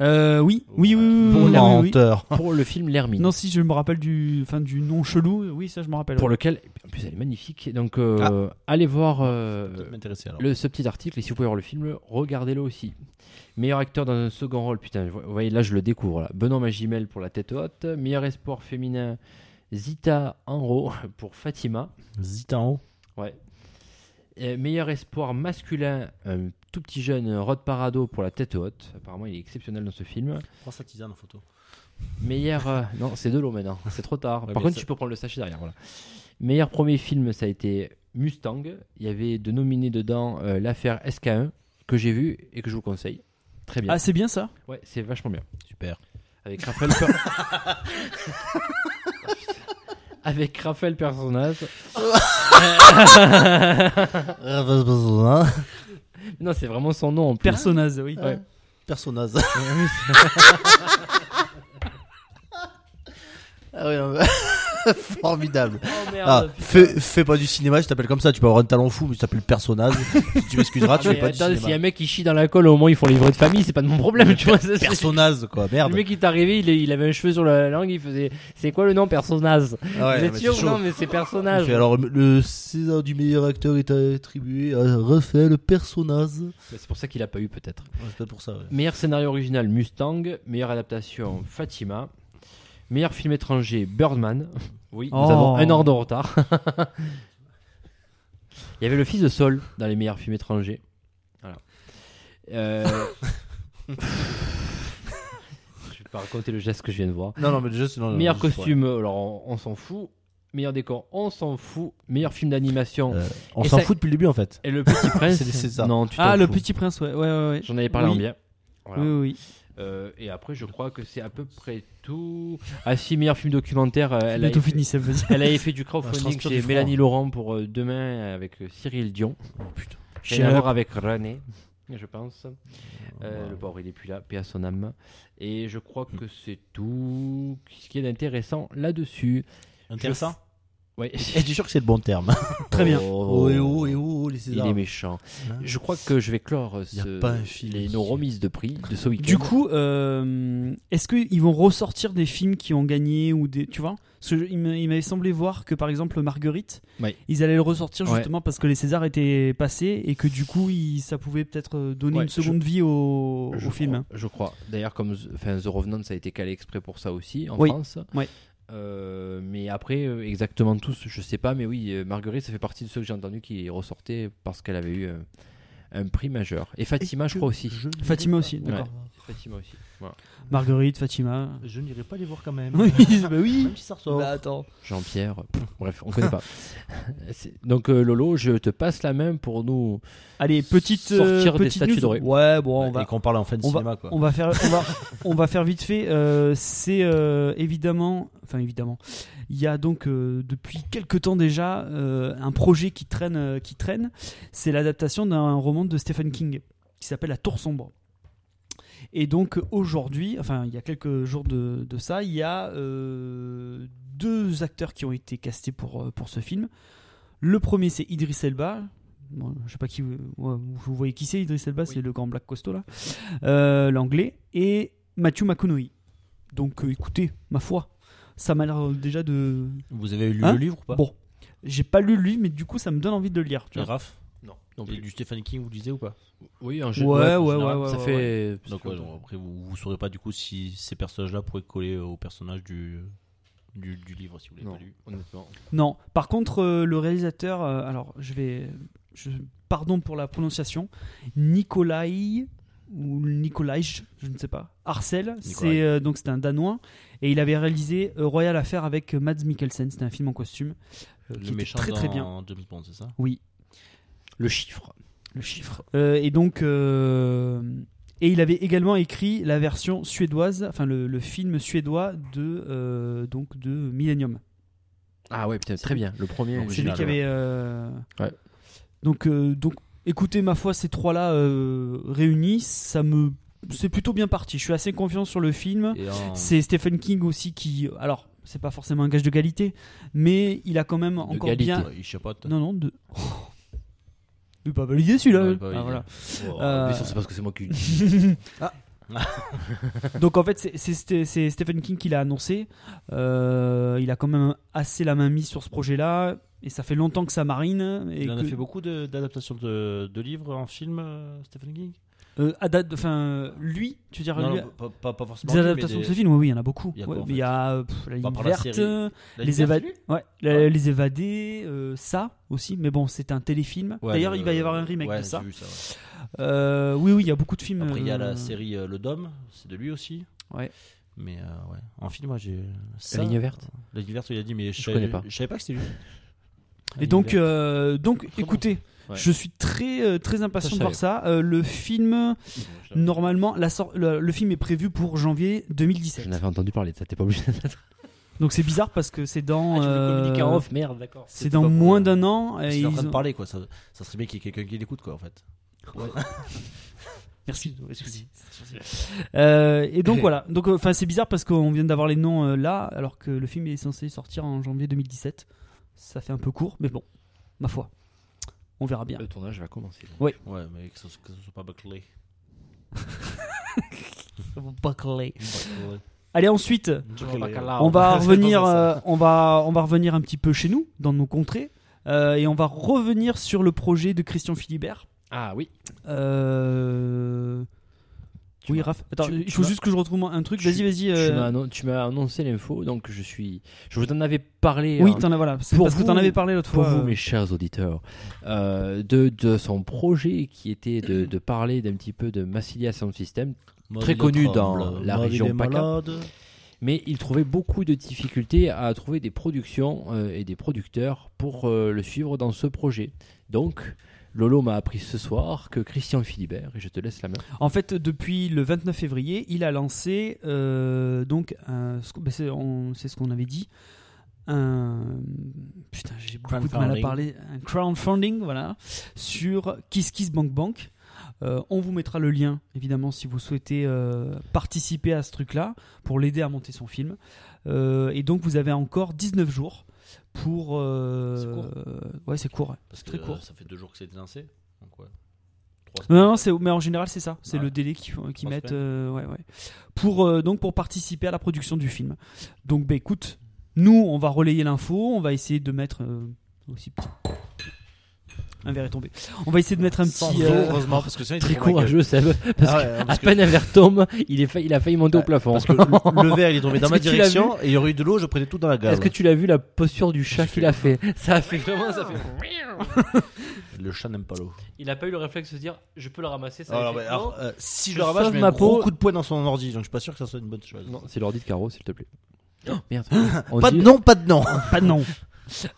Speaker 1: Euh, oui, oui, oui, oui, oui, oui, oui, oui.
Speaker 2: Menteur.
Speaker 3: pour le film L'Hermine
Speaker 1: Non, si je me rappelle du, enfin, du nom chelou, oui, ça je me rappelle.
Speaker 3: pour
Speaker 1: ouais.
Speaker 3: lequel en plus elle est magnifique donc euh,
Speaker 2: Ah.
Speaker 3: allez voir euh,
Speaker 2: Peut-être m'intéresser, alors.
Speaker 3: le, ce petit article et si vous pouvez voir le film regardez-le aussi meilleur acteur dans un second rôle putain vous voyez là je le découvre là. Benoît Magimel pour La Tête Haute meilleur espoir féminin Zita Enro pour Fatima
Speaker 2: Zita en haut.
Speaker 3: Ouais. Euh, meilleur espoir masculin, un tout petit jeune euh, Rod Parado pour la tête haute. Apparemment, il est exceptionnel dans ce film.
Speaker 2: Prends sa tisane en photo.
Speaker 3: Meilleur. euh, non, c'est de l'eau maintenant, c'est trop tard.
Speaker 2: Ouais,
Speaker 3: Par
Speaker 2: mais
Speaker 3: contre,
Speaker 2: ça-
Speaker 3: tu peux prendre le sachet derrière. Voilà. Meilleur premier film, ça a été Mustang. Il y avait de nominés dedans euh, l'affaire SK1 que j'ai vu et que je vous conseille. Très bien.
Speaker 1: Ah, c'est bien ça
Speaker 3: ouais, c'est vachement bien.
Speaker 2: Super.
Speaker 3: Avec Raphaël. Per- Avec Raphaël personnage. Non, c'est vraiment son nom en plus.
Speaker 1: Personnage, oui. Ah,
Speaker 3: Ouais.
Speaker 2: Personnage.
Speaker 3: Eh Oui,
Speaker 2: Ah oui, non, mais- Formidable.
Speaker 3: Oh merde,
Speaker 2: Ah,
Speaker 3: putain.
Speaker 2: fais, fais pas du cinéma, tu t'appelles comme ça, tu peux avoir un talent fou, mais tu t'appelles personnage. si tu m'excuseras, tu
Speaker 3: Ah,
Speaker 2: fais
Speaker 3: mais
Speaker 2: pas
Speaker 3: attends,
Speaker 2: du
Speaker 3: s'il y a un
Speaker 2: cinéma.
Speaker 3: mec qui chie dans la colle, au moins ils font les livrer de famille, c'est pas de mon problème, tu vois. c'est- c'est-
Speaker 2: Personnage, quoi, merde.
Speaker 3: Le mec qui est arrivé, il, est- il avait un cheveu sur la langue, il faisait C'est quoi le nom personnage
Speaker 2: Ah ouais,
Speaker 3: Vous êtes
Speaker 2: mais
Speaker 3: sûr
Speaker 2: c'est
Speaker 3: ou
Speaker 2: chaud.
Speaker 3: non, mais c'est
Speaker 2: Il
Speaker 3: personnage.
Speaker 2: fait, alors, le César du meilleur acteur est attribué à Raphaël Personnage.
Speaker 3: Bah, C'est pour ça qu'il a pas eu, peut-être.
Speaker 2: Ouais, c'est pas pour ça, ouais.
Speaker 3: Meilleur scénario original Mustang, meilleure adaptation Fatima, meilleur film étranger Birdman. Oui, nous
Speaker 1: Oh.
Speaker 3: avons un an de retard. Il y avait le fils de Sol dans les meilleurs films étrangers. Voilà. Euh, je vais pas raconter le geste que je viens de voir.
Speaker 2: Non, non, mais déjà, c'est. non, non,
Speaker 3: Meilleur
Speaker 2: Euh, juste, ouais.
Speaker 3: costume, alors on, on s'en fout. Meilleur décor, on s'en fout. Meilleur film d'animation.
Speaker 2: Euh, on
Speaker 3: Et
Speaker 2: s'en
Speaker 3: ça-
Speaker 2: fout depuis le début, en fait.
Speaker 3: Et le petit prince.
Speaker 2: C'est- c'est ça.
Speaker 3: Non, tu t'en
Speaker 1: Ah, le
Speaker 3: fous.
Speaker 1: Petit Prince, ouais, ouais, ouais. ouais.
Speaker 3: J'en avais parlé
Speaker 1: Oui.
Speaker 3: en bien. Voilà.
Speaker 1: Oui, oui, oui.
Speaker 3: Euh, et après, je crois que c'est à peu près tout. Ah si, meilleur film documentaire. euh, elle,
Speaker 1: Bientôt
Speaker 3: avait
Speaker 1: fini, ça veut dire.
Speaker 3: elle avait fait du
Speaker 2: Ah, je
Speaker 3: crowdfunding
Speaker 2: transpire
Speaker 3: chez
Speaker 2: du froid.
Speaker 3: Mélanie Laurent pour euh, demain avec euh, Cyril Dion.
Speaker 2: putain.
Speaker 3: Rien à voir avec René, je pense. Euh, Le pauvre, il est plus là, paix à son âme. Et je crois
Speaker 1: Mm.
Speaker 3: que c'est tout ce qui est intéressant là-dessus.
Speaker 2: Intéressant.
Speaker 3: Ouais.
Speaker 2: Et tu es sûr que c'est le bon terme
Speaker 1: Très bien.
Speaker 2: Oh, et oh, et oh, les
Speaker 3: Il
Speaker 2: Césars.
Speaker 3: est méchant.
Speaker 2: Hein
Speaker 3: Je crois que je vais clore euh,
Speaker 2: Y a
Speaker 3: ce-
Speaker 2: pas un film
Speaker 3: les,
Speaker 2: qui-
Speaker 3: nos remises de prix de ce week-end.
Speaker 1: Du coup, euh, est-ce qu'ils vont ressortir des films qui ont gagné ou des, tu vois Parce que je- il m'a- il m'avait semblé voir que par exemple Marguerite,
Speaker 3: Ouais.
Speaker 1: ils allaient le ressortir
Speaker 3: Ouais.
Speaker 1: justement parce que les Césars étaient passés et que du coup, ils- ça pouvait peut-être euh, donner
Speaker 3: Ouais,
Speaker 1: une seconde vie au, au
Speaker 3: je
Speaker 1: film. hein.
Speaker 3: crois, je crois. D'ailleurs, comme The- enfin, The Revenant, ça a été calé exprès pour ça aussi en
Speaker 1: Oui.
Speaker 3: France.
Speaker 1: Ouais.
Speaker 3: Euh, mais après, euh, exactement tous, je sais pas, mais oui, euh, Marguerite, ça fait partie de ceux que j'ai entendu qui ressortaient parce qu'elle avait eu euh, un prix majeur. Et Fatima, je crois aussi.
Speaker 1: Fatima aussi, d'accord.
Speaker 3: Fatima aussi. Voilà.
Speaker 1: Marguerite, Fatima.
Speaker 2: Je n'irai pas les voir quand même.
Speaker 1: Oui, bah oui.
Speaker 2: Même si ça ressort.
Speaker 1: attends.
Speaker 3: Jean-Pierre, euh, pff, bref, on connaît pas. C'est- Donc euh, Lolo, je te passe la main pour nous.
Speaker 1: Allez, petite. euh,
Speaker 3: Sortir des
Speaker 1: petite
Speaker 3: statues
Speaker 1: news.
Speaker 3: dorées.
Speaker 1: Ouais, bon, on
Speaker 2: Bah,
Speaker 3: Bah,
Speaker 2: Et
Speaker 1: va.
Speaker 2: qu'on parle en fin de
Speaker 1: on va-
Speaker 2: cinéma, quoi.
Speaker 1: On va faire, on va, on va faire vite fait. euh, c'est euh, évidemment, enfin évidemment, il y a donc euh, depuis quelque temps déjà euh, un projet qui traîne, euh, qui traîne. C'est l'adaptation d'un roman de Stephen King qui s'appelle La Tour sombre. Et donc aujourd'hui, enfin il y a quelques jours de, de ça, il y a euh, deux acteurs qui ont été castés pour, euh, pour ce film. Le premier c'est Idris Elba. Bon, je sais pas qui vous- ouais, vous voyez qui c'est Idris Elba, c'est le grand black costaud là euh, l'anglais, et Matthew McConaughey. Donc euh, écoutez, ma foi, ça m'a l'air euh, déjà de...
Speaker 2: Vous avez lu
Speaker 1: Hein
Speaker 2: le livre ou pas
Speaker 1: Bon, j'ai pas lu le livre, mais du coup ça me donne envie de le lire. Tu
Speaker 2: Et
Speaker 1: vois.
Speaker 2: Raph
Speaker 3: Non, non
Speaker 2: Et du Stephen King, vous le disiez ou pas
Speaker 3: Oui, un
Speaker 1: Ouais,
Speaker 3: jeu.
Speaker 1: ouais, ouais,
Speaker 3: en
Speaker 1: ouais,
Speaker 3: général,
Speaker 1: ouais,
Speaker 3: ça
Speaker 1: ouais.
Speaker 3: fait.
Speaker 2: Donc, ouais, donc, après, vous, vous saurez pas du coup si ces personnages-là pourraient coller euh, au personnage du, du, du livre si vous l'avez
Speaker 3: Non,
Speaker 2: pas lu.
Speaker 3: honnêtement.
Speaker 1: Non, par contre, euh, le réalisateur, euh, alors je vais... Je, pardon pour la prononciation, Nikolai ou Nikolai, je ne sais pas, Arcel, c'est euh, donc c'est un Danois, et il avait réalisé euh, Royal Affair avec euh, Mads Mikkelsen, c'était un film en costume, euh, qui
Speaker 2: Le
Speaker 1: était
Speaker 2: méchant
Speaker 1: très très bien.
Speaker 2: dans James Bond, c'est ça
Speaker 1: Oui,
Speaker 3: Le chiffre.
Speaker 1: le chiffre. Euh, et donc, euh, et il avait également écrit la version suédoise, enfin le, le film suédois de euh, donc de Millennium.
Speaker 3: Ah ouais, putain, très bien. Le premier.
Speaker 1: C'est lui
Speaker 2: Original,
Speaker 1: qui avait. euh,
Speaker 3: Ouais.
Speaker 1: Donc euh, donc, écoutez ma foi, ces trois là réunis, ça me c'est plutôt bien parti. Je suis assez confiant sur le film.
Speaker 2: Et en-
Speaker 1: Hein C'est Stephen King aussi qui, alors c'est pas forcément un gage de qualité, mais il a quand même encore
Speaker 3: qualité.
Speaker 1: bien.
Speaker 2: Ouais, il chapote.
Speaker 1: Non non de. Il est pas validé celui-là.
Speaker 2: Ouais,
Speaker 1: hein.
Speaker 2: il est
Speaker 1: Ah,
Speaker 2: pas validé.
Speaker 1: voilà.
Speaker 3: Oh,
Speaker 1: Euh,
Speaker 3: mais ça, c'est parce que c'est moi qui.
Speaker 1: Donc en fait, c'est- c'est Sté- c'est Stephen King qui l'a annoncé. Euh, il a quand même assez la main mise sur ce projet-là. Et ça fait longtemps que ça marine. Et
Speaker 2: Il en a
Speaker 1: que-
Speaker 2: fait beaucoup de- d'adaptations de, de livres en film, euh, Stephen King
Speaker 1: Euh, à date de- enfin, lui, tu veux dire,
Speaker 2: Non,
Speaker 1: Ah, lui, euh,
Speaker 2: non, pas, pas- pas forcément.
Speaker 1: des
Speaker 2: lui, mais
Speaker 1: adaptations de ce film, oui, oui, il y en a beaucoup.
Speaker 2: Il y a
Speaker 1: Ouais,
Speaker 2: quoi, en
Speaker 1: mais Il y a, euh, pff, La ligne
Speaker 2: part la
Speaker 1: verte,
Speaker 2: série.
Speaker 1: euh,
Speaker 2: La
Speaker 1: les,
Speaker 2: Liberté,
Speaker 1: éva-
Speaker 2: lui
Speaker 1: ouais, la- les évadés, euh, ça aussi. Mais bon, c'est un téléfilm.
Speaker 2: Ouais,
Speaker 1: D'ailleurs,
Speaker 2: le-
Speaker 1: il va y avoir un remake
Speaker 2: ouais,
Speaker 1: de ça.
Speaker 2: j'ai vu ouais.
Speaker 1: Euh, oui, oui, il y a beaucoup de films.
Speaker 2: Après, il y a
Speaker 1: euh,
Speaker 2: la série euh, Le Dôme, c'est de lui aussi.
Speaker 1: Ouais.
Speaker 2: Mais euh, ouais, en film, moi j'ai. ça,
Speaker 3: La ligne verte.
Speaker 2: La ligne verte, il a dit, mais je,
Speaker 3: Je
Speaker 2: savais-
Speaker 3: connais pas.
Speaker 2: Je savais pas que c'était lui.
Speaker 1: Et donc, euh, donc
Speaker 3: bon.
Speaker 1: écoutez,
Speaker 3: Ouais.
Speaker 1: je suis très, euh, très impatient
Speaker 3: Ça, je
Speaker 1: de voir ça. Euh, le film,
Speaker 2: Euh,
Speaker 1: normalement, la sor- le, le film est prévu pour janvier
Speaker 3: J'en
Speaker 1: 2017.
Speaker 3: avais entendu parler de ça, t'es pas obligé de
Speaker 1: Donc c'est bizarre parce que c'est
Speaker 2: Ah,
Speaker 1: dans, euh,
Speaker 3: merde, d'accord.
Speaker 1: c'est dans moins d'un an. et
Speaker 2: Il euh, est en
Speaker 1: Euh, ils
Speaker 2: train de
Speaker 1: ont-
Speaker 2: parler, quoi. Ça, ça serait bien qu'il y ait quelqu'un qui l'écoute, quoi, en fait.
Speaker 1: Merci. Euh, et donc voilà. Donc enfin c'est bizarre parce qu'on vient d'avoir les noms euh, là, alors que le film est censé sortir en janvier 2017. Ça fait un peu court, mais bon, ma foi, on verra
Speaker 2: Euh,
Speaker 1: bien.
Speaker 3: Le tournage va commencer.
Speaker 2: Ouais, mais que ce, que ce soit pas bâclé.
Speaker 1: Allez ensuite,
Speaker 2: Bâclé.
Speaker 1: on va
Speaker 2: C'est
Speaker 1: revenir,
Speaker 2: dans un-
Speaker 1: euh, on va, on va revenir un petit peu chez nous, dans nos contrées, euh, et on va revenir sur le projet de Christian Philibert.
Speaker 3: Ah oui.
Speaker 1: Euh... Oui,
Speaker 3: m'as-
Speaker 1: Raph. Attends,
Speaker 3: tu-
Speaker 1: il
Speaker 3: tu
Speaker 1: faut
Speaker 3: m'as-
Speaker 1: juste que je retrouve un truc.
Speaker 3: tu-
Speaker 1: Vas-y, vas-y.
Speaker 3: Tu m'as
Speaker 1: euh,
Speaker 3: annon- Tu m'as annoncé l'info, donc je suis. Je vous en avais parlé.
Speaker 1: Oui,
Speaker 3: hein,
Speaker 1: t'en as voilà. C'est
Speaker 3: Pour
Speaker 1: parce que
Speaker 3: vous-
Speaker 1: t'en avais parlé l'autre
Speaker 3: pour
Speaker 1: fois.
Speaker 3: vous,
Speaker 1: euh,
Speaker 3: mes chers auditeurs, euh, de, de son projet qui était de, de parler d'un petit peu de Massilia Sound System,
Speaker 2: Maud,
Speaker 3: très
Speaker 2: il
Speaker 3: connu
Speaker 2: tremble.
Speaker 3: dans la
Speaker 2: Maud, il
Speaker 3: région
Speaker 2: est
Speaker 3: PACA.
Speaker 2: malade.
Speaker 3: mais il trouvait beaucoup de difficultés à trouver des productions euh, et des producteurs pour euh, le suivre dans ce projet. Donc, Lolo m'a appris ce soir que Christian Philibert, et je te laisse la main,
Speaker 1: En fait, depuis le 29 février, il a lancé euh, donc un- ce qu'on- bah, c'est on- c'est ce qu'on avait dit. Un putain, j'ai beaucoup de mal à
Speaker 2: Crowdfunding.
Speaker 1: parler. Un crowdfunding, voilà, sur KissKissBankBank. Euh, on vous mettra le lien, évidemment, si vous souhaitez euh, participer à ce truc-là pour l'aider à monter son film. Euh, et donc, vous avez encore 19 jours pour. euh,
Speaker 2: C'est court.
Speaker 1: Ouais, c'est court. ouais.
Speaker 2: Parce
Speaker 1: C'est très
Speaker 2: que,
Speaker 1: court.
Speaker 2: euh, Ça fait deux jours que c'est lancé. Donc, ouais. Trois
Speaker 1: Non,
Speaker 2: semaines.
Speaker 1: non, c'est, mais en général, c'est ça. C'est
Speaker 2: Ouais.
Speaker 1: le délai qu'ils font- qu'ils
Speaker 2: Trois
Speaker 1: mettent
Speaker 2: semaines.
Speaker 1: euh, ouais, ouais. Pour, euh, donc, pour participer à la production du film. Donc, bah, écoute, nous, on va relayer l'info, on va essayer de mettre euh, aussi petit- Un verre est tombé. On va essayer de mettre un
Speaker 8: Sans
Speaker 1: petit.
Speaker 8: eau,
Speaker 1: euh,
Speaker 8: heureusement, parce que sinon, il
Speaker 3: Très
Speaker 8: te prend la gueule.
Speaker 3: courageux, Seb. Parce
Speaker 2: Ah
Speaker 3: que
Speaker 2: ouais,
Speaker 3: à
Speaker 2: parce que-
Speaker 3: peine un verre tombe, il, est fa- il a failli
Speaker 1: Ah,
Speaker 3: monter au plafond.
Speaker 2: Parce que le le verre il est tombé dans
Speaker 3: Est-ce
Speaker 2: ma
Speaker 3: que tu l'as
Speaker 2: direction et il y aurait eu de l'eau, je prenais tout dans la gueule.
Speaker 3: Est-ce que tu l'as vu la posture du chat qu'il a fait Ça a fait vraiment ça. Fait...
Speaker 2: Le chat n'aime pas l'eau.
Speaker 3: Il a pas eu le réflexe de se dire je peux le ramasser.
Speaker 1: Oh,
Speaker 3: Ça
Speaker 2: Alors, bah, alors, euh, si je
Speaker 3: Je
Speaker 2: le ramasse, je
Speaker 3: sauve
Speaker 2: mets
Speaker 3: ma
Speaker 2: un gros
Speaker 3: peau.
Speaker 2: coup de poing dans son ordi, donc je suis pas sûr que ça soit une bonne
Speaker 1: euh,
Speaker 2: chose.
Speaker 3: c'est l'ordi de Caro, s'il te plaît.
Speaker 1: Oh,
Speaker 3: merde.
Speaker 2: Pas de nom, pas de nom.
Speaker 1: Pas de nom.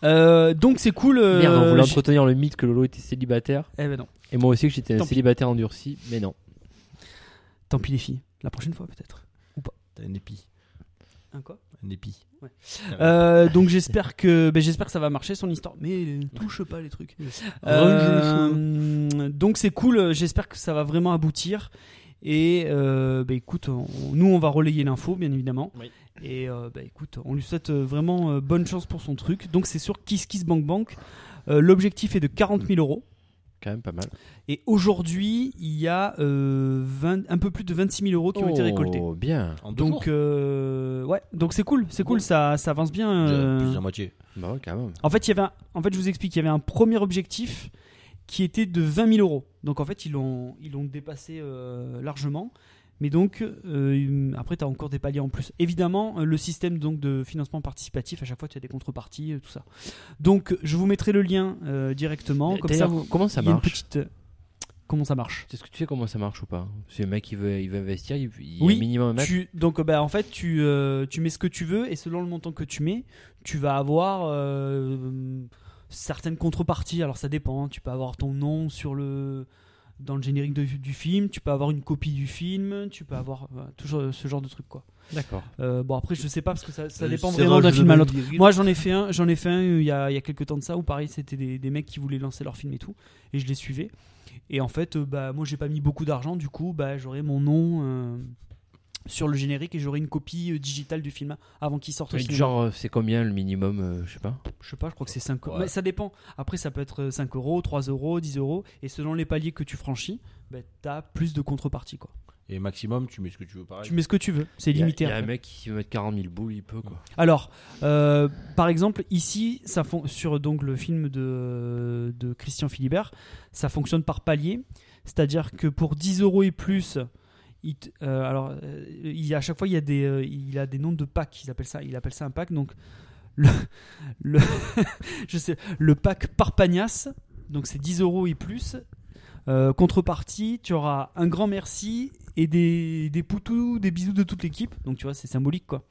Speaker 1: Euh, donc c'est cool. euh,
Speaker 3: Merde, on voulait
Speaker 1: je-
Speaker 3: entretenir le mythe que Lolo était célibataire.
Speaker 1: Eh ben non.
Speaker 3: Et moi aussi que j'étais un
Speaker 1: Tant pis.
Speaker 3: célibataire endurci, mais non.
Speaker 1: Tant pis les filles. La prochaine fois peut-être.
Speaker 2: T'as un épi,
Speaker 1: Un quoi
Speaker 2: un épi.
Speaker 1: Euh, donc j'espère que ben, j'espère que ça va marcher son histoire mais euh, touche pas les trucs Euh, donc c'est cool euh, j'espère que ça va vraiment aboutir et euh, ben, écoute on- nous on va relayer l'info bien évidemment
Speaker 2: Oui.
Speaker 1: et euh, ben, écoute on lui souhaite euh, vraiment euh, bonne chance pour son truc donc c'est sur Kiss Kiss Bank Bank Euh, l'objectif est de 40 000 euros
Speaker 3: Quand même pas mal.
Speaker 1: et aujourd'hui il y a euh, 20 un peu plus de 26 000 euros qui ont été récoltés
Speaker 3: Oh, bien.
Speaker 2: En deux jours.
Speaker 1: donc euh, ouais donc c'est cool c'est cool ça, ça avance bien
Speaker 2: Déjà,
Speaker 1: euh,
Speaker 2: Plus de la moitié.
Speaker 3: Bah ouais, quand même.
Speaker 1: en fait, il y avait un- en fait, je vous explique, il y avait un premier objectif qui était de 20 000 euros. Donc en fait, ils l'ont ils l'ont dépassé euh, largement. Mais donc, euh, après, tu as encore des paliers en plus. Évidemment, euh, le système donc, de financement participatif, à chaque fois, tu as des contreparties, euh, tout ça. Donc, je vous mettrai le lien euh, directement. Comme ça,
Speaker 3: D'ailleurs, comment ça
Speaker 1: il y a une
Speaker 3: marche
Speaker 1: petite, euh, Comment ça marche
Speaker 3: Est-ce que tu sais comment ça marche ou pas C'est le mec, il veut, il veut investir, il, il
Speaker 1: Oui,
Speaker 3: est minimum un mec.
Speaker 1: tu, donc euh, bah, en fait tu, euh, tu mets ce que tu veux et selon le montant que tu mets tu vas avoir euh, certaines contreparties alors ça dépend hein. tu peux avoir ton nom sur le dans le générique de- du film tu peux avoir une copie du film tu peux avoir euh, toujours euh, ce genre de truc quoi
Speaker 3: D'accord.
Speaker 1: Euh, bon après je sais pas parce que ça, ça
Speaker 2: Le
Speaker 1: dépend
Speaker 2: serrage
Speaker 1: vraiment d'un
Speaker 2: de
Speaker 1: film à
Speaker 2: Bobby
Speaker 1: l'autre
Speaker 2: Riggs.
Speaker 1: moi j'en ai fait un j'en ai fait un euh, il y a, il y a quelques temps de ça où pareil c'était des, des mecs qui voulaient lancer leur film et tout et je les suivais et en fait euh, bah moi j'ai pas mis beaucoup d'argent du coup bah j'aurais mon nom euh, sur le générique et j'aurais une copie euh, digitale du film avant qu'il sorte au
Speaker 3: Mais
Speaker 1: cinéma.
Speaker 3: Genre, euh, c'est combien le minimum euh, Je sais pas.
Speaker 1: je sais pas je crois que c'est 5
Speaker 2: Ouais.
Speaker 1: mais ça dépend après ça peut être euh, 5 euros 3 euros 10 euros et selon les paliers que tu franchis bah, t'as plus de contrepartie quoi
Speaker 2: Et maximum, tu mets ce que tu veux pareil.
Speaker 1: tu mets ce que tu veux c'est
Speaker 3: Il y a-
Speaker 1: limité
Speaker 3: Il y a un
Speaker 1: après.
Speaker 3: mec qui veut mettre 40 000 boules, il peut quoi.
Speaker 1: Alors, euh, par exemple, ici, ça fon- sur donc le film de, de Christian Philibert, ça fonctionne par palier. C'est-à-dire que pour 10 euros et plus, il, t- euh, alors, euh, il y a, à chaque fois, il y a des, euh, il a des noms de packs. Ils appellent ça, il appelle ça un pack. Donc, le, le, je sais, le pack Parpagnas, donc c'est 10 euros et plus. Euh, contrepartie, tu auras un grand merci et des, des poutous, des bisous de toute l'équipe. Donc, tu vois, c'est symbolique quoi.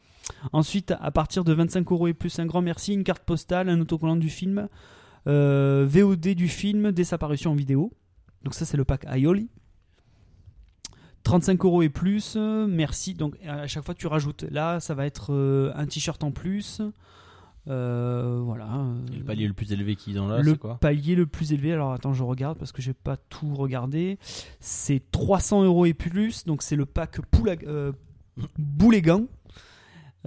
Speaker 1: Ensuite, à partir de 25 euros et plus, un grand merci, une carte postale, un autocollant du film, euh, VOD du film dès sa parution en vidéo. Donc ça, c'est le pack Aioli. 35 euros et plus, euh, merci. Donc à chaque fois, tu rajoutes. Là, ça va être euh, un t-shirt en plus. Euh, voilà.
Speaker 2: Et le palier le plus élevé qu'ils ont là,
Speaker 1: Le
Speaker 2: c'est quoi
Speaker 1: palier le plus élevé, alors attends, je regarde parce que j'ai pas tout regardé. C'est 300 euros et plus, donc c'est le pack Poula- euh, Boulégan.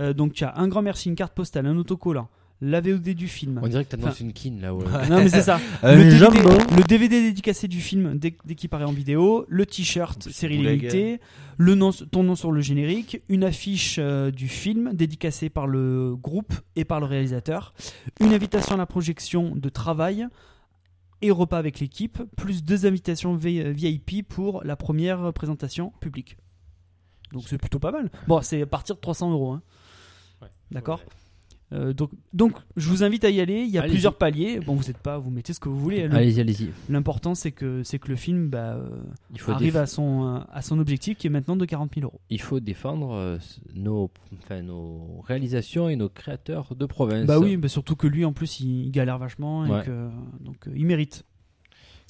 Speaker 1: Euh, donc tu as un grand merci, une carte postale, un autocollant, la VOD du film.
Speaker 3: On dirait que t'annonces une kin là. Ouais.
Speaker 1: Non mais c'est ça.
Speaker 2: Un
Speaker 3: Euh,
Speaker 1: Euh, le, DVD,
Speaker 2: jambon.
Speaker 1: le DVD dédicacé du film dès, dès qu'il paraît en vidéo, le
Speaker 2: En
Speaker 1: t-shirt
Speaker 2: plus,
Speaker 1: série
Speaker 2: Bouleg.
Speaker 1: limitée, le nom, ton nom sur le générique, une affiche euh, du film dédicacée par le groupe et par le réalisateur, une invitation à la projection de travail et repas avec l'équipe, plus deux invitations V- VIP pour la première présentation publique. Donc c'est plutôt pas mal. Bon, c'est à partir de 300 euros. hein. D'accord Euh, donc, donc, je vous invite à y aller. Il y a
Speaker 3: Allez-y.
Speaker 1: plusieurs paliers. Bon, vous n'êtes pas, vous mettez ce que vous voulez. Le-
Speaker 3: Allez-y, allez-y.
Speaker 1: L'important, c'est que, c'est que le film bah, euh,
Speaker 3: Il faut,
Speaker 1: arrive
Speaker 3: déf-
Speaker 1: à son, euh, à son objectif qui est maintenant de 40 000 euros.
Speaker 3: il faut défendre euh, nos, enfin, nos réalisations et nos créateurs de province.
Speaker 1: Bah oui, bah surtout que lui, en plus, il, il galère vachement. et
Speaker 3: Ouais.
Speaker 1: que- donc, euh, il mérite.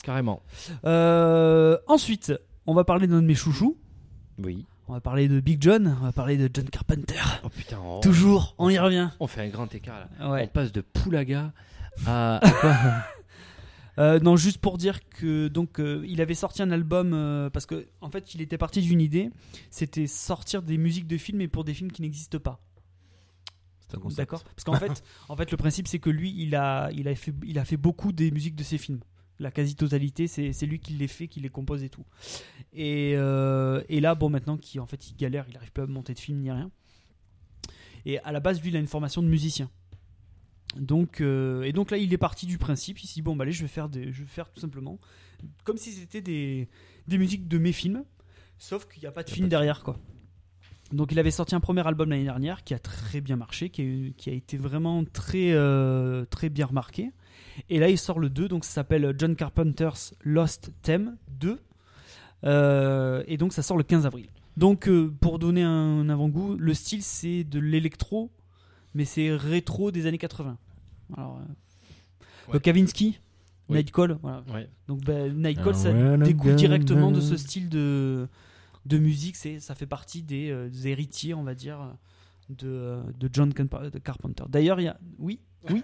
Speaker 3: Carrément.
Speaker 1: Euh, ensuite, on va parler d'un de mes chouchous.
Speaker 3: Oui.
Speaker 1: On va parler de Big John. On va parler de John Carpenter.
Speaker 3: Oh putain, on,
Speaker 1: Toujours, on y revient.
Speaker 3: on fait un grand écart là. On
Speaker 1: Ouais.
Speaker 3: passe de Poulaga à. à quoi
Speaker 1: Euh, non, juste pour dire que donc euh, il avait sorti un album euh, parce que en fait il était parti d'une idée, c'était sortir des musiques de films et pour des films qui n'existent pas.
Speaker 2: C'est un concept.
Speaker 1: D'accord. Parce qu'en fait, en fait le principe c'est que lui il a il a fait il a fait beaucoup des musiques de ses films. La quasi-totalité, c'est c'est lui qui les fait, qui les compose et tout. Et, euh, et là, bon, maintenant qu'il en fait, il galère, il n'arrive plus à monter de film ni rien. Et à la base, lui, il a une formation de musicien. Donc, euh, et donc là, il est parti du principe. Il s'est dit bon, bah, allez, je vais faire, des, je vais faire tout simplement comme si c'était des, des musiques de mes films, sauf qu'il n'y a pas de film derrière, quoi. Donc, il avait sorti un premier album l'année dernière qui a très bien marché, qui a, qui a été vraiment très, euh, très bien remarqué. Et là, il sort le 2, donc ça s'appelle John Carpenter's Lost Theme 2. Euh, et donc, ça sort le 15 avril. Donc, euh, pour donner un avant-goût, le style, c'est de l'électro, mais c'est rétro des années 80. Alors, euh,
Speaker 3: Ouais.
Speaker 1: Kavinsky,
Speaker 3: Oui.
Speaker 1: Nightcall, voilà.
Speaker 3: Ouais.
Speaker 1: Donc, bah, Nightcall,
Speaker 3: Ah,
Speaker 1: ça
Speaker 3: well, I'm
Speaker 1: découle
Speaker 3: gonna-
Speaker 1: directement de ce style de, de musique. C'est, ça fait partie des, euh, des héritiers, on va dire, de, euh, de John Carp- de Carpenter. D'ailleurs, il y a... Oui oui.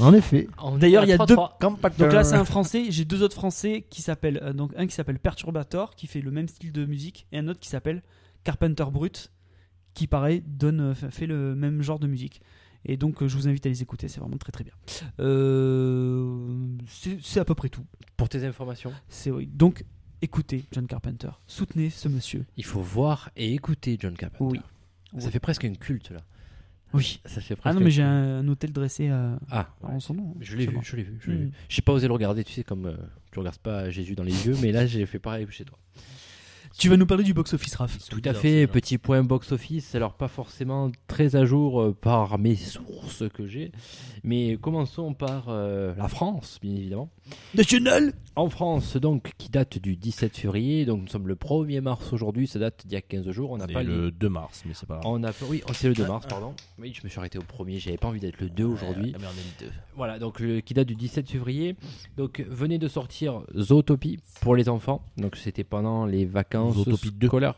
Speaker 8: En effet.
Speaker 1: D'ailleurs, il y a deux,
Speaker 8: Carpenter.
Speaker 1: donc là, c'est un français. J'ai deux autres français qui s'appellent. euh, donc un qui s'appelle Perturbator, qui fait le même style de musique, et un autre qui s'appelle Carpenter Brut, qui pareil donne, euh, fait fait le même genre de musique. Et donc, euh, je vous invite à les écouter. C'est vraiment très très bien. Euh, c'est c'est à peu près tout.
Speaker 3: Pour tes informations,
Speaker 1: C'est oui. donc écoutez John Carpenter, soutenez ce monsieur.
Speaker 3: il faut voir et écouter John Carpenter.
Speaker 1: Oui.
Speaker 3: Ça
Speaker 1: Oui.
Speaker 3: fait presque un culte là.
Speaker 1: Oui.
Speaker 3: Ça fait presque
Speaker 1: Ah non,
Speaker 3: un
Speaker 1: mais j'ai
Speaker 3: culte.
Speaker 1: un, un hôtel dressé euh,
Speaker 3: Ah,
Speaker 1: en son nom.
Speaker 3: Je l'ai
Speaker 1: chez
Speaker 3: vu,
Speaker 1: moi.
Speaker 3: je l'ai vu, je l'ai
Speaker 1: Mm.
Speaker 3: vu. J'ai pas osé le regarder, tu sais, comme euh, tu regardes pas Jésus dans les yeux, mais là j'ai fait pareil chez toi.
Speaker 1: Tu vas nous parler du box office, Raph.
Speaker 3: Tout à fait, petit point box-office, alors pas forcément très à jour euh, par mes sources que j'ai, mais commençons par euh, la France, bien évidemment.
Speaker 1: National.
Speaker 3: En France, donc, qui date du 17 février, donc nous sommes le 1er mars aujourd'hui, ça date d'il y a 15 jours, on n'a
Speaker 2: C'est
Speaker 3: pas lu-
Speaker 2: le 2 mars, mais c'est pas grave.
Speaker 3: On a... Oui, oh, c'est le 2 mars, pardon. Oui, je me suis arrêté au 1er, j'avais pas envie d'être le 2 aujourd'hui.
Speaker 2: Ah merde, on est le 2.
Speaker 3: Voilà, donc le- qui date du 17 février. Donc venait de sortir Zootopie pour les enfants. Donc c'était pendant les vacances
Speaker 2: Zootopie 2.
Speaker 3: scolaires.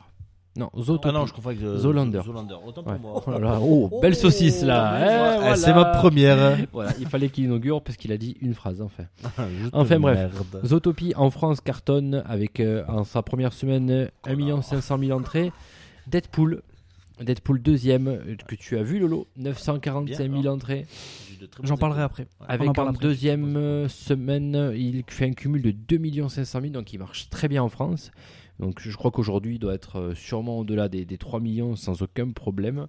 Speaker 3: Non, Zootopie.
Speaker 2: Ah non, je confonds avec euh,
Speaker 3: Zoolander.
Speaker 2: Zoolander, autant pour
Speaker 3: Ouais.
Speaker 2: moi.
Speaker 3: Oh, là là, oh, belle saucisse là. Eh,
Speaker 2: Ah,
Speaker 3: voilà.
Speaker 8: C'est ma première.
Speaker 3: Voilà, il fallait qu'il inaugure parce qu'il a dit une phrase en fait. Enfin, bref.
Speaker 2: Merde.
Speaker 3: Zootopie en France cartonne avec euh, en sa première semaine euh, 1 500 000 entrées. Deadpool. Deadpool deuxième euh, que tu as vu Lolo 945 000
Speaker 2: Bien, hein.
Speaker 3: entrées
Speaker 2: J'ai de très
Speaker 1: J'en
Speaker 2: bons
Speaker 1: parlerai
Speaker 2: échos.
Speaker 1: après.
Speaker 2: Ouais.
Speaker 3: avec
Speaker 1: en
Speaker 3: en,
Speaker 1: parle après.
Speaker 3: deuxième euh, semaine euh, il fait un cumul de 2 500 000 donc il marche très bien en France donc je crois qu'aujourd'hui il doit être euh, sûrement au-delà des, des 3 millions sans aucun problème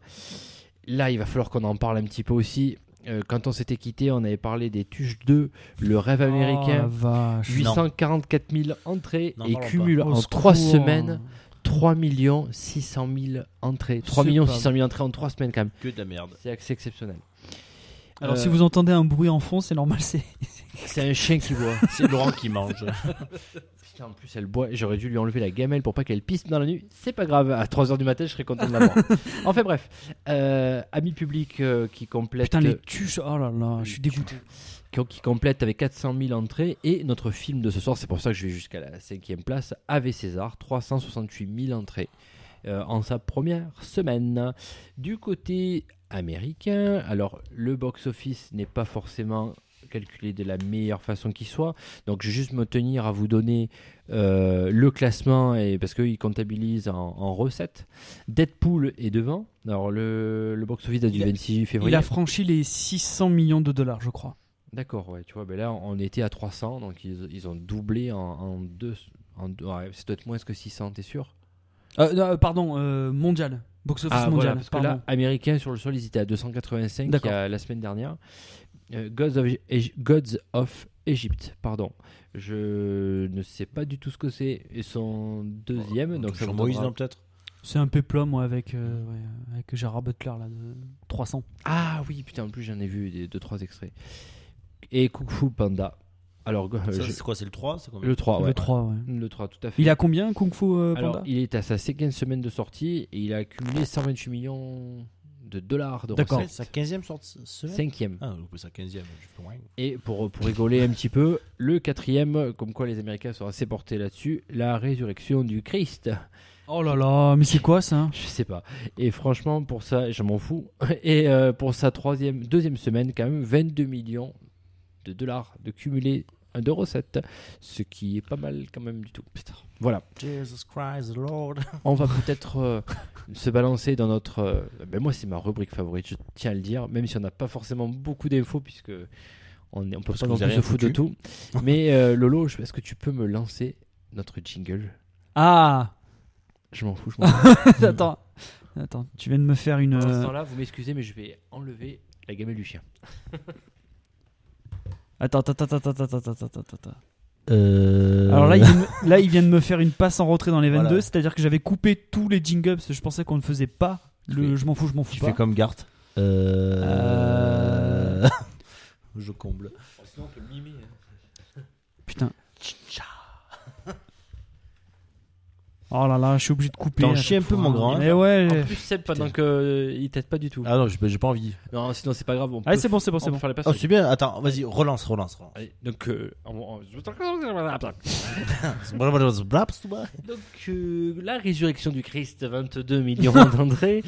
Speaker 3: là il va falloir qu'on en parle un petit peu aussi Euh, quand on s'était quitté on avait parlé des Tuches 2 le rêve
Speaker 1: Oh, la
Speaker 3: américain
Speaker 1: vache.
Speaker 3: 844 000 entrées
Speaker 2: N'en
Speaker 3: et
Speaker 2: parlons
Speaker 3: cumule
Speaker 1: Au
Speaker 3: en 3
Speaker 1: secours.
Speaker 3: semaines 3 600 000 entrées 3
Speaker 1: C'est pas
Speaker 3: 600 000 entrées en 3 semaines quand même
Speaker 2: Que de la merde.
Speaker 3: c'est assez exceptionnel
Speaker 1: Alors
Speaker 3: Euh,
Speaker 1: si vous entendez un bruit en fond, c'est normal, c'est
Speaker 3: c'est un chien qui voit
Speaker 2: C'est Laurent qui mange.
Speaker 3: Putain, en plus elle boit, j'aurais dû lui enlever la gamelle pour pas qu'elle pisse dans la nuit. C'est pas grave, à 3h du matin je serais content de l'avoir. enfin bref, euh, ami public euh, qui complète
Speaker 1: putain les tuches. Oh là là, je suis dégoûté.
Speaker 3: qui, qui complète avec 400 000 entrées et notre film de ce soir, c'est pour ça que je vais jusqu'à la cinquième place, avait César, 368 000 entrées euh, en sa première semaine. Du côté américain, alors le box-office n'est pas forcément calculé de la meilleure façon qui soit, donc je vais juste me tenir à vous donner euh, le classement et, parce qu'ils comptabilisent en, en recettes. Deadpool est devant, alors le, le box-office date du
Speaker 1: Il a-
Speaker 3: 26 février.
Speaker 1: Il a franchi les 600 millions de dollars, je crois.
Speaker 3: D'accord, ouais, tu vois, ben là on était à 300, donc ils, ils ont doublé en, en deux. En deux ouais, ça doit être moins que 600, t'es sûr
Speaker 1: Euh, non, euh, pardon, euh, mondial, box office
Speaker 3: Ah, voilà,
Speaker 1: mondial.
Speaker 3: parce que
Speaker 1: pardon.
Speaker 3: là, américain sur le sol, ils étaient à 285
Speaker 1: D'accord.
Speaker 3: il y a- la semaine dernière. Euh, Gods, of, Egy- Gods of Egypt, pardon. Je ne sais pas du tout ce que c'est. Et son deuxième, donc ça
Speaker 2: Sur
Speaker 3: vous
Speaker 2: Moïse,
Speaker 3: donnera-
Speaker 2: non, peut-être
Speaker 1: C'est un péplum moi, avec euh, ouais, avec Gérard Butler là, de 300.
Speaker 3: Ah oui, putain, en plus j'en ai vu des, deux, trois extraits. Et Kung Fu Panda. Alors, go- euh,
Speaker 2: Ça,
Speaker 3: je-
Speaker 2: C'est quoi C'est le 3 c'est combien
Speaker 3: le 3, Ah ouais.
Speaker 1: le 3, ouais.
Speaker 3: Le 3, tout à fait.
Speaker 1: Il a combien Kung Fu euh, Panda
Speaker 3: Alors, il est à sa cinquième semaine de sortie et il a accumulé 128 millions de dollars de
Speaker 1: D'accord.
Speaker 2: C'est
Speaker 3: recettes.
Speaker 2: Sa 15e sortie semaine
Speaker 3: Cinquième.
Speaker 2: Ah, ou sa 15e. Je fais moins.
Speaker 3: Et pour, pour rigoler un petit peu, le quatrième, comme quoi les Américains sont assez portés là-dessus, la résurrection du Christ.
Speaker 1: Oh là là, mais c'est quoi ça
Speaker 3: Je sais pas. Et franchement, pour ça, je m'en fous. Et euh, pour sa troisième, deuxième semaine, quand même, 22 millions de dollars de cumulé de recettes, ce qui est pas mal quand même du tout. Putain. Voilà.
Speaker 2: Jesus Christ, the Lord.
Speaker 3: On va peut-être euh, se balancer dans notre. euh, ben moi, c'est ma rubrique favorite, je tiens à le dire, même si on n'a pas forcément beaucoup d'infos, puisque on est- on peut
Speaker 2: Parce
Speaker 3: pas
Speaker 2: que
Speaker 3: non
Speaker 2: vous
Speaker 3: plus
Speaker 2: avez
Speaker 3: se
Speaker 2: rien
Speaker 3: foutre de tout. Mais euh, Lolo, je- est-ce que tu peux me lancer notre jingle
Speaker 1: Ah,
Speaker 3: Je m'en fous, je m'en fous.
Speaker 1: attends, attends, tu viens de me faire une.
Speaker 3: Pendant ce
Speaker 1: euh,
Speaker 3: temps-là, vous m'excusez, mais je vais enlever la gamelle du chien.
Speaker 1: Attends, attends, attends, attends, attends, attends, attends, attends, attends.
Speaker 2: Euh,
Speaker 1: Alors là, il, vient de me- là, il vient de me faire une passe en rentrée dans les 22,
Speaker 2: Voilà.
Speaker 1: c'est-à-dire que j'avais coupé tous les jingles, parce que je pensais qu'on ne faisait pas le je m'en fous, je m'en fous
Speaker 2: tu
Speaker 1: pas.
Speaker 2: fais comme Garth. Euh, je comble.
Speaker 1: Putain. Oh là là, je suis obligé de couper.
Speaker 2: T'en
Speaker 1: à
Speaker 2: chies
Speaker 1: chaque
Speaker 2: un peu,
Speaker 1: fois.
Speaker 2: mon grand, hein.
Speaker 1: Mais ouais.
Speaker 3: En plus, Seb, pendant que euh, il t'aide pas du tout.
Speaker 2: Ah non, j'ai j'ai pas envie.
Speaker 3: Non, sinon c'est pas grave. On
Speaker 1: Allez,
Speaker 3: peut-
Speaker 1: Ah, c'est bon, c'est bon,
Speaker 3: on
Speaker 1: c'est
Speaker 3: peut
Speaker 1: bon.
Speaker 3: faire les passes.
Speaker 2: Oh, c'est bien. Attends, vas-y, relance, relance, relance.
Speaker 3: Allez, donc, euh, on- on- Donc euh, la résurrection du Christ, 22 millions d'entrées.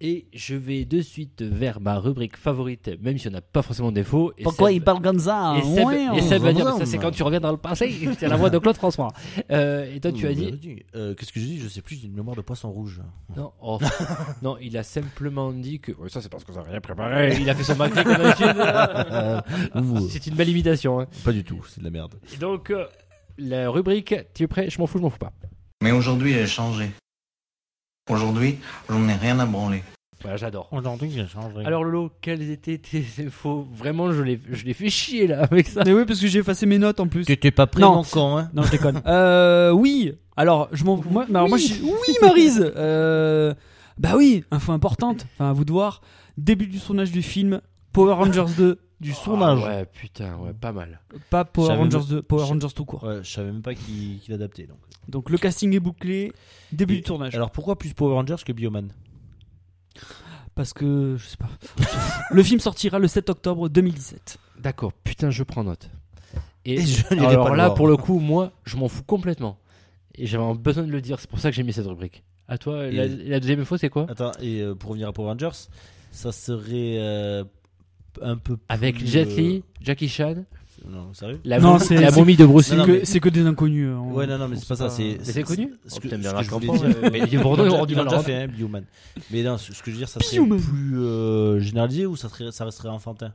Speaker 3: Et je vais de suite vers ma rubrique favorite, même si on n'a pas forcément de défaut. Et Seb-
Speaker 1: parle comme ça hein
Speaker 3: et Seb,
Speaker 1: Ouais,
Speaker 3: et
Speaker 1: on-
Speaker 3: Seb va dire,
Speaker 2: on-
Speaker 3: ça c'est quand tu reviens dans le passé, c'est la voix de Claude François. Euh, et toi tu as dit,
Speaker 2: Euh, Qu'est-ce que j'ai dit Je sais plus, j'ai une mémoire de poisson rouge.
Speaker 3: non, oh, non, il a simplement dit que, Ouais, ça c'est parce qu'on n'a rien préparé, il a fait son maquet comme d'habitude.
Speaker 2: Ouh,
Speaker 3: C'est une belle imitation. hein.
Speaker 2: pas du tout, c'est de la merde.
Speaker 3: Et donc, euh, la rubrique, tu es prêt Je m'en fous, je m'en fous pas.
Speaker 9: Mais aujourd'hui, j'ai changé. Aujourd'hui, j'en ai rien à branler.
Speaker 3: Voilà, j'adore.
Speaker 2: Aujourd'hui, j'ai changé.
Speaker 3: Alors Lolo, quelles étaient tes infos Vraiment, je l'ai je l'ai fait chier là avec ça.
Speaker 1: Mais oui, parce que j'ai effacé mes notes en plus.
Speaker 2: t'es pas pris,
Speaker 1: Non.
Speaker 2: mon con, hein
Speaker 1: Non, je déconne. euh, oui. Alors, je m'en. Moi, mais alors, moi, je- oui, Marise. Euh, bah oui, info importante. Enfin, à vous de voir. Début du tournage du film Power Rangers 2. Du
Speaker 3: Ah ouais, putain, ouais, pas mal.
Speaker 1: Pas Power
Speaker 2: J'avais-
Speaker 1: Rangers 2, Power
Speaker 2: je-
Speaker 1: Rangers tout court.
Speaker 2: Ouais, je savais même pas qui, qui l'adaptait. Donc.
Speaker 1: Donc le casting est bouclé, début du tournage.
Speaker 2: Alors pourquoi plus Power Rangers que Bioman
Speaker 1: Parce que, je sais pas. le film sortira le 7 octobre 2017.
Speaker 3: D'accord, putain, je prends note. Et,
Speaker 2: Et je n'irai pas
Speaker 3: alors
Speaker 2: le
Speaker 3: là,
Speaker 2: voir.
Speaker 3: pour le coup, moi, je m'en fous complètement. Et j'avais besoin de le dire, c'est pour ça que j'ai mis cette rubrique. À toi, la,
Speaker 2: Et-
Speaker 3: la deuxième info, c'est quoi
Speaker 2: Attends, et euh, pour revenir à Power Rangers, ça serait euh, un peu. plus,
Speaker 3: Avec Jet
Speaker 2: euh,
Speaker 3: Li, Jackie Chan,
Speaker 2: Non, sérieux
Speaker 3: la,
Speaker 1: Non,
Speaker 3: momie-
Speaker 1: c'est-
Speaker 3: la
Speaker 1: c'est-
Speaker 3: momie de Bruce
Speaker 1: C'est
Speaker 2: Non, non,
Speaker 3: Lee.
Speaker 1: que,
Speaker 2: mais-
Speaker 1: c'est que des inconnus. hein.
Speaker 2: Ouais, non, non, mais c'est pas ça. C'est
Speaker 3: Mais c'est connu
Speaker 2: ce que,
Speaker 3: Oh, putain, mais
Speaker 2: ce
Speaker 3: alors,
Speaker 2: que
Speaker 3: je
Speaker 2: je voulais
Speaker 3: comprends,
Speaker 2: dire-
Speaker 3: euh, mais les Bordeaux,
Speaker 2: Ils l'ont
Speaker 3: ils ont du
Speaker 2: déjà- ils l'ont
Speaker 3: mal
Speaker 2: déjà
Speaker 3: à
Speaker 2: fait, hein, Bioman. Mais non, ce ce que je veux dire, ça serait
Speaker 1: Bioman.
Speaker 2: plus euh, généralisé ou ça, serait, ça resterait enfantin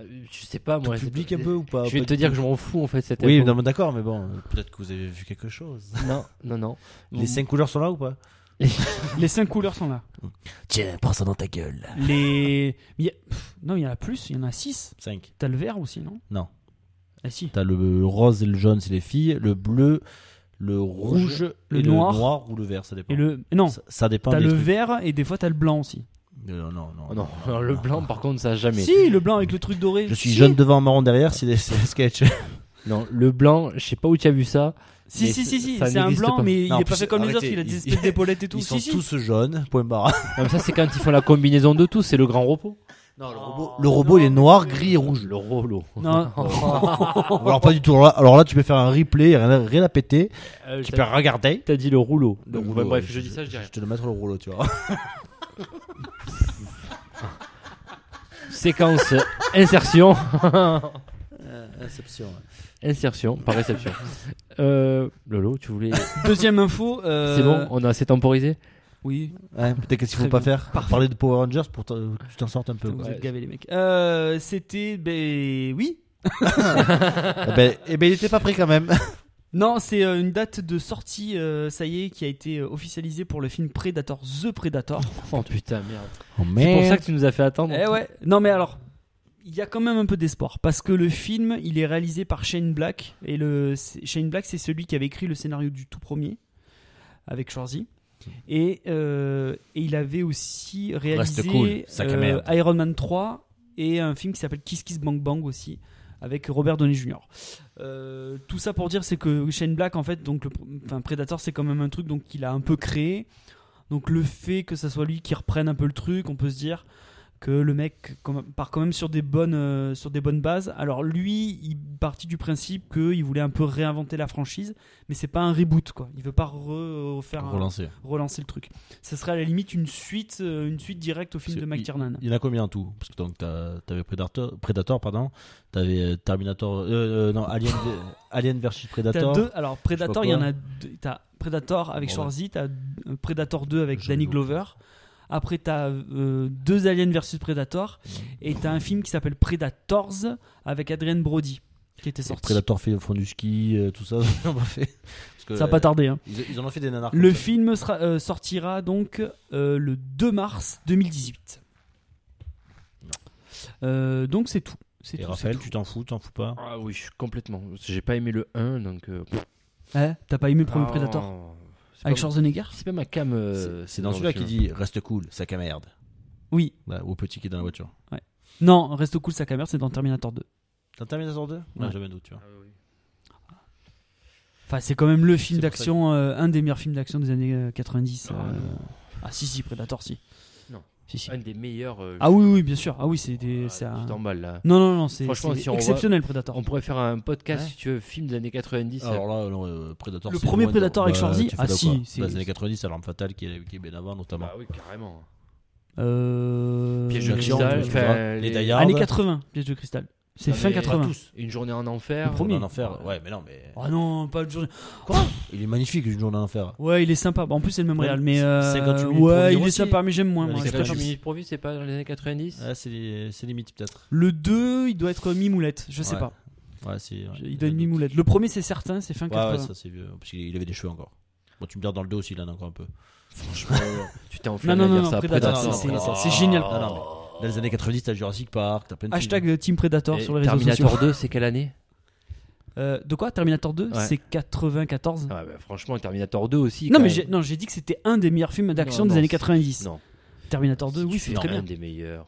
Speaker 3: Euh, Je sais pas, moi. c'est
Speaker 2: Public
Speaker 3: pas-
Speaker 2: un peu ou pas
Speaker 3: Je vais
Speaker 2: Pas
Speaker 3: te
Speaker 2: du
Speaker 3: dire
Speaker 2: tout
Speaker 3: que je m'en fous en fait cette
Speaker 2: Oui,
Speaker 3: info.
Speaker 2: non, mais d'accord, mais bon, euh, peut-être que vous avez vu quelque chose.
Speaker 3: non, non, non.
Speaker 2: Les cinq couleurs sont là ou pas
Speaker 1: Les cinq couleurs sont là.
Speaker 2: Tiens, prends ça dans ta gueule.
Speaker 1: Les. mais il y a- pff, Non, il y en a plus, il y en a 6.
Speaker 2: 5.
Speaker 1: T'as le vert aussi, non
Speaker 2: Non.
Speaker 1: Ah si.
Speaker 2: T'as le rose et le jaune, c'est les filles. Le bleu, le rouge,
Speaker 1: le
Speaker 2: et
Speaker 1: noir.
Speaker 2: le noir ou le vert, ça dépend.
Speaker 1: Et le. Non,
Speaker 2: ça, ça dépend
Speaker 1: t'as
Speaker 2: des
Speaker 1: le
Speaker 2: trucs.
Speaker 1: vert et des fois t'as le blanc aussi.
Speaker 2: Non, non, non.
Speaker 3: Oh non, alors, le blanc par contre ça jamais.
Speaker 1: Si, le blanc avec le truc doré.
Speaker 2: Ah, Je suis
Speaker 1: Si.
Speaker 2: jaune devant, marron derrière, c'est des, c'est des sketchs.
Speaker 3: Non, le blanc, je sais pas où tu as vu ça.
Speaker 1: Si,
Speaker 3: mais
Speaker 1: si, si, si,
Speaker 3: ça
Speaker 1: c'est un
Speaker 3: n'existe
Speaker 1: blanc,
Speaker 3: pas.
Speaker 1: mais
Speaker 2: Non,
Speaker 1: il
Speaker 2: en
Speaker 1: est pas
Speaker 2: plus,
Speaker 1: fait comme les autres,
Speaker 2: arrêtez,
Speaker 1: il a des
Speaker 2: ils-
Speaker 1: espèces d'épaulettes et tout.
Speaker 2: Ils
Speaker 1: Si,
Speaker 2: sont
Speaker 1: si.
Speaker 2: tous jaunes, point barre.
Speaker 3: Non, mais ça c'est quand ils font la combinaison de tous, c'est le grand repos.
Speaker 2: Non, le robot, le robot il est noir, gris et rouge.
Speaker 3: Le rolo.
Speaker 1: Non.
Speaker 2: Alors, pas du tout. Alors là, alors là, tu peux faire un replay, rien, à- rien à péter.
Speaker 3: Euh,
Speaker 2: Tu peux
Speaker 3: t'as-
Speaker 2: regarder.
Speaker 3: T'as dit le rouleau.
Speaker 2: Le
Speaker 3: Donc,
Speaker 2: rouleau,
Speaker 3: bah, bref,
Speaker 2: ouais,
Speaker 3: je dis ça, je dis rien.
Speaker 2: Je te le mettre le rouleau, tu vois.
Speaker 3: Séquence euh, insertion.
Speaker 2: Inception.
Speaker 3: insertion, par réception. Euh, Lolo, tu voulais.
Speaker 1: Deuxième info. euh,
Speaker 3: C'est bon, on a assez temporisé
Speaker 1: Oui,
Speaker 2: Ouais, peut-être qu'est-ce qu'il
Speaker 1: Très
Speaker 2: faut pas
Speaker 1: bien.
Speaker 2: faire Parler de Power Rangers pour t'en- que tu t'en sortes un peu.
Speaker 1: vous
Speaker 2: quoi.
Speaker 1: êtes gavés les mecs. Euh, C'était. Ben oui.
Speaker 2: Eh ben, eh ben, il était pas prêt quand même.
Speaker 1: Non, c'est euh, une date de sortie, euh, ça y est, qui a été euh, officialisée pour le film Predator, The Predator.
Speaker 3: Oh putain, merde.
Speaker 2: Oh,
Speaker 3: C'est pour ça que tu nous as fait attendre.
Speaker 1: Eh ouais. Non, mais alors, il y a quand même un peu d'espoir parce que le film, il est réalisé par Shane Black et le c'est- Shane Black, c'est celui qui avait écrit le scénario du tout premier avec Schwarzy. Et, euh, et il avait aussi réalisé
Speaker 2: cool, sac à
Speaker 1: euh,
Speaker 2: merde.
Speaker 1: Iron Man 3 et un film qui s'appelle Kiss Kiss Bang Bang aussi avec Robert Downey Jr. Euh, tout ça pour dire c'est que Shane Black en fait donc le pr- enfin Predator c'est quand même un truc donc qu'il a un peu créé. Donc le fait que ça soit lui qui reprenne un peu le truc, on peut se dire que le mec quand même- part quand même sur des bonnes euh, sur des bonnes bases. Alors lui, il partit du principe qu'il voulait un peu réinventer la franchise, mais c'est pas un reboot quoi. Il veut pas re- refaire un-
Speaker 2: Relancer.
Speaker 1: relancer le truc. Ça serait à la limite une suite euh, une suite directe au film
Speaker 2: C'est-
Speaker 1: de McTiernan.
Speaker 2: Il y en a combien en tout Parce que donc t'as- t'avais Predator, Predator pardon, t'avais euh, Terminator, euh, euh, non Alien, euh, Alien versus
Speaker 1: T'as
Speaker 2: Predator.
Speaker 1: deux. Alors Predator,
Speaker 2: quoi.
Speaker 1: il y en a deux. T'as Predator avec
Speaker 2: Bon,
Speaker 1: Schwarzy, t'as euh, Predator 2 avec
Speaker 2: Je
Speaker 1: Danny
Speaker 2: l'ai
Speaker 1: Glover. Après, t'as euh, deux Aliens versus Predator et t'as un film qui s'appelle Predators avec Adrien Brody qui était sorti.
Speaker 2: Predator fait au fond du ski, euh, tout ça. ils ont pas fait. Parce que,
Speaker 1: Ça va pas
Speaker 2: euh,
Speaker 1: tarder. Hein.
Speaker 2: Ils, ils en ont fait des nanars.
Speaker 1: Le
Speaker 2: comme ça.
Speaker 1: film sera, euh, sortira donc euh, le 2 mars 2018. Euh, donc c'est tout. C'est
Speaker 2: Et
Speaker 1: tout,
Speaker 2: Raphaël,
Speaker 1: c'est tout.
Speaker 2: tu t'en fous, t'en fous pas
Speaker 3: Ah oui, je suis complètement. J'ai pas aimé le 1, donc. euh, pff,
Speaker 1: Hein T'as pas aimé le premier
Speaker 3: ah,
Speaker 1: Predator
Speaker 3: c'est
Speaker 1: Avec
Speaker 3: pas-
Speaker 1: Schwarzenegger
Speaker 3: C'est pas ma cam. euh,
Speaker 2: C'est dans
Speaker 3: le
Speaker 2: celui-là qui
Speaker 3: film.
Speaker 2: dit Reste cool, sac à merde.
Speaker 1: Oui.
Speaker 2: Là, au petit qui est dans la voiture.
Speaker 1: Non, reste cool sa caméra, c'est dans Terminator 2.
Speaker 2: T'as Terminator 2 Non,
Speaker 1: Ouais.
Speaker 2: jamais d'autre, tu vois.
Speaker 1: Enfin, c'est quand même le film
Speaker 2: C'est pour ça
Speaker 1: d'action, euh, un des meilleurs films d'action des années euh, 90. euh, Ah si si, Predator si.
Speaker 3: Non.
Speaker 1: Si si.
Speaker 3: Un des meilleurs. euh,
Speaker 1: Ah oui oui, bien sûr. Ah oui, c'est des,
Speaker 3: Ah,
Speaker 1: c'est
Speaker 3: tu
Speaker 1: un-
Speaker 3: t'emballes, là.
Speaker 1: Non non non, c'est
Speaker 3: Franchement,
Speaker 1: c'est
Speaker 3: si on
Speaker 1: exceptionnel Predator.
Speaker 3: On pourrait faire un podcast,
Speaker 1: Ouais.
Speaker 3: si tu veux, film des années 90.
Speaker 2: Alors là, alors, euh, Predator.
Speaker 1: Le
Speaker 2: c'est
Speaker 1: premier
Speaker 2: loin de-
Speaker 1: Predator avec
Speaker 2: Bah,
Speaker 1: Schwarzy
Speaker 2: tu fais
Speaker 1: Ah
Speaker 2: de quoi
Speaker 1: si, Ah, c'est-
Speaker 2: Dans les années 90, c'est l'arme fatale qui est, qui est bien avant, notamment.
Speaker 3: Bah oui, carrément.
Speaker 1: Euh...
Speaker 3: Piège de
Speaker 2: L'action,
Speaker 3: cristal,
Speaker 2: tu
Speaker 3: enfin,
Speaker 2: vois, les
Speaker 3: les-
Speaker 2: Die Hard.
Speaker 1: Années 80, piège de cristal. C'est
Speaker 3: Non,
Speaker 1: fin
Speaker 3: Ah, mais pas
Speaker 1: 80.
Speaker 3: tous. Une journée en enfer.
Speaker 1: Le
Speaker 2: Une journée
Speaker 1: premier.
Speaker 2: en enfer. Ouais, mais non, mais.
Speaker 1: Oh non, pas de journée.
Speaker 2: Il est magnifique, une journée en enfer.
Speaker 1: Ouais, il est sympa. Bon, en plus, c'est le même
Speaker 2: Ouais,
Speaker 1: réal, mais euh,
Speaker 2: 58 minutes pour
Speaker 1: ouais,
Speaker 2: venir
Speaker 1: il est
Speaker 2: aussi.
Speaker 1: sympa, mais j'aime moins.
Speaker 2: Ouais,
Speaker 1: moi.
Speaker 2: c'est
Speaker 3: C'est
Speaker 2: pas
Speaker 1: Je-
Speaker 3: 50
Speaker 2: juste.
Speaker 3: minutes pour vue, c'est pas dans les années 90
Speaker 2: Ah, c'est c'est limite, peut-être.
Speaker 1: Le 2, il doit être mi-moulette. Je sais
Speaker 2: Ouais.
Speaker 1: pas.
Speaker 2: Ouais, c'est. ouais,
Speaker 1: Il doit être
Speaker 2: doute.
Speaker 1: mi-moulette. Le premier, c'est certain, c'est fin
Speaker 2: Ouais, ouais,
Speaker 1: 80.
Speaker 2: ça c'est vieux. Parce qu'il avait des cheveux encore. Bon, tu me diras dans le dos aussi, il en a encore un peu.
Speaker 3: Franchement, tu t'es enflammé
Speaker 1: non, non,
Speaker 3: à
Speaker 1: non,
Speaker 3: dire
Speaker 1: non,
Speaker 3: ça.
Speaker 1: Predator,
Speaker 2: Predator,
Speaker 1: c'est-
Speaker 2: non,
Speaker 1: c'est
Speaker 2: Predator.
Speaker 3: oh.
Speaker 1: c'est génial.
Speaker 2: Non, non, mais Dans les années 90, t'as Jurassic Park, t'as plein de films.
Speaker 1: Hashtag Team Predator
Speaker 3: Et
Speaker 1: sur les réseaux
Speaker 3: Terminator
Speaker 1: sociaux.
Speaker 3: 2, c'est quelle année
Speaker 1: Euh, de quoi Terminator 2
Speaker 3: Ouais.
Speaker 1: C'est 94.
Speaker 3: ah, bah, Franchement, Terminator 2 aussi.
Speaker 1: non,
Speaker 3: quand
Speaker 1: mais
Speaker 3: même.
Speaker 1: j'ai non, j'ai dit que c'était un des meilleurs films d'action
Speaker 3: Non,
Speaker 1: des
Speaker 3: non,
Speaker 1: années
Speaker 3: c'est-
Speaker 1: 90.
Speaker 3: Non,
Speaker 1: Terminator 2, oui,
Speaker 3: Tu
Speaker 1: c'est
Speaker 3: es
Speaker 1: très
Speaker 3: un
Speaker 1: bien.
Speaker 3: des meilleurs.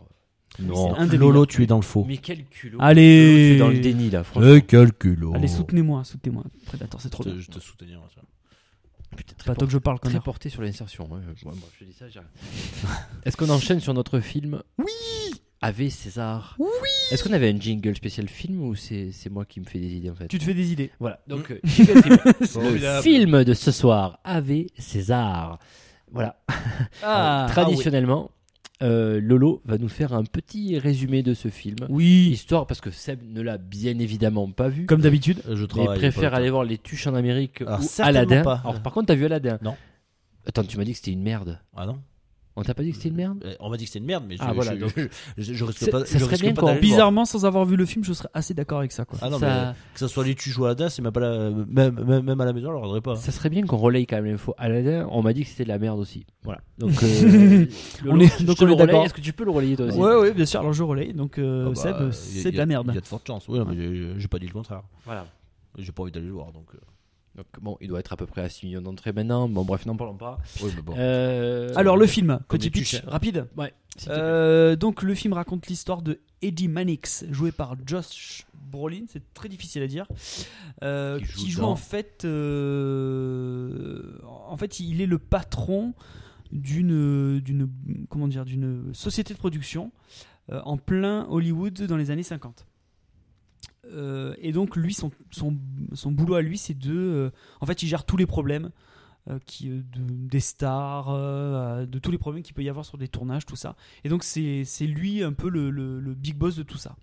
Speaker 1: Non.
Speaker 2: Non,
Speaker 1: un des
Speaker 2: Lolo,
Speaker 1: meilleurs.
Speaker 2: tu es dans le faux.
Speaker 3: Mais quel culot.
Speaker 1: Allez.
Speaker 3: Tu es dans le déni là, franchement.
Speaker 2: Le calculo.
Speaker 1: Allez, soutenez-moi, soutenez-moi. Predator, c'est trop bien.
Speaker 2: Je te soutenir. tu vois.
Speaker 3: Putain, très
Speaker 1: Pas
Speaker 3: porté-
Speaker 1: toi que je parle,
Speaker 3: Très
Speaker 1: connard.
Speaker 3: porté sur l'insertion. ouais. Ouais, bon, je dis ça, j'arrête. Est-ce qu'on enchaîne sur notre film Oui Ave César. Oui Est-ce qu'on avait un jingle spécial film ou c'est c'est moi qui me fais des idées en fait
Speaker 1: Tu te fais des idées.
Speaker 3: Voilà, donc euh, jingle film. le
Speaker 2: Formidable.
Speaker 3: film de ce soir, Ave César. Voilà,
Speaker 1: Ah,
Speaker 3: traditionnellement, euh, Lolo va nous faire un petit résumé de ce film.
Speaker 1: Oui,
Speaker 3: Histoire, parce que Seb ne l'a bien évidemment pas vu.
Speaker 1: comme d'habitude.
Speaker 2: Euh, Je
Speaker 3: mais
Speaker 2: travaille.
Speaker 3: préfère
Speaker 2: pas le
Speaker 3: aller voir les tuches en Amérique
Speaker 2: Alors,
Speaker 3: ou
Speaker 2: certainement
Speaker 3: Aladdin.
Speaker 2: pas.
Speaker 3: Alors, par contre, t'as vu Aladdin
Speaker 2: Non.
Speaker 3: Attends, tu m'as dit que c'était une merde.
Speaker 2: temps. Ah non
Speaker 3: On t'a pas dit que c'était une merde
Speaker 2: Euh, On m'a dit que c'était une merde, mais je,
Speaker 3: Ah, voilà,
Speaker 2: je,
Speaker 3: donc-
Speaker 2: je, je- je risque
Speaker 3: C'est-
Speaker 2: pas.
Speaker 3: ça
Speaker 2: je
Speaker 3: serait
Speaker 2: risque
Speaker 3: bien
Speaker 2: pas
Speaker 3: qu'on-
Speaker 2: d'aller le voir.
Speaker 1: Bizarrement, sans avoir vu le film, je serais assez d'accord avec ça. Quoi.
Speaker 2: Ah non,
Speaker 3: Ça-
Speaker 2: mais que ça soit les tuches ou Aladdin, c'est même pas la. Même, même, même à la maison, on leur rendrait pas.
Speaker 3: Ça serait bien qu'on relaye quand même l'info. Aladdin, on m'a dit que c'était de la merde aussi. Voilà. Donc, euh, Lolo,
Speaker 1: On est-
Speaker 3: je
Speaker 1: donc
Speaker 3: te
Speaker 1: on
Speaker 3: le
Speaker 1: est
Speaker 3: relaye.
Speaker 1: d'accord.
Speaker 3: Est-ce que tu peux le relayer toi aussi
Speaker 1: Ouais, ouais, bien sûr. Alors je relaye. Donc euh,
Speaker 2: Ah bah,
Speaker 1: Seb,
Speaker 2: euh, y a-
Speaker 1: c'est
Speaker 2: y
Speaker 1: de
Speaker 2: a-
Speaker 1: la merde.
Speaker 2: Il y a de fortes chances. Oui, non, mais j'ai- j'ai pas dit le contraire.
Speaker 3: Voilà.
Speaker 2: J'ai pas envie d'aller le voir, donc. euh,
Speaker 3: Donc, bon, il doit être à peu près à 6 millions d'entrées maintenant. Bon, bref, n'en parlons pas.
Speaker 2: Oui, mais bon.
Speaker 3: Euh,
Speaker 1: Alors le film,
Speaker 2: Comme
Speaker 1: petit
Speaker 2: des
Speaker 1: pitch,
Speaker 2: tuches.
Speaker 1: rapide.
Speaker 3: Ouais. s'il te plaît.
Speaker 1: Euh, donc le film raconte l'histoire de Eddie Mannix, joué par Josh Brolin, c'est très difficile à dire, euh,
Speaker 2: Qui
Speaker 1: qui
Speaker 2: joue
Speaker 1: joue,
Speaker 2: dans-
Speaker 1: en fait, euh, en fait, il est le patron d'une, d'une, comment dire, d'une société de production euh, en plein Hollywood dans les années 50. Euh, et donc lui, son, son, son boulot à lui, c'est de, euh, en fait, il gère tous les problèmes euh, qui, euh, de- des stars, euh, de tous les problèmes qu'il peut y avoir sur des tournages, tout ça. Et donc c'est c'est lui un peu le, le- le big boss de tout ça.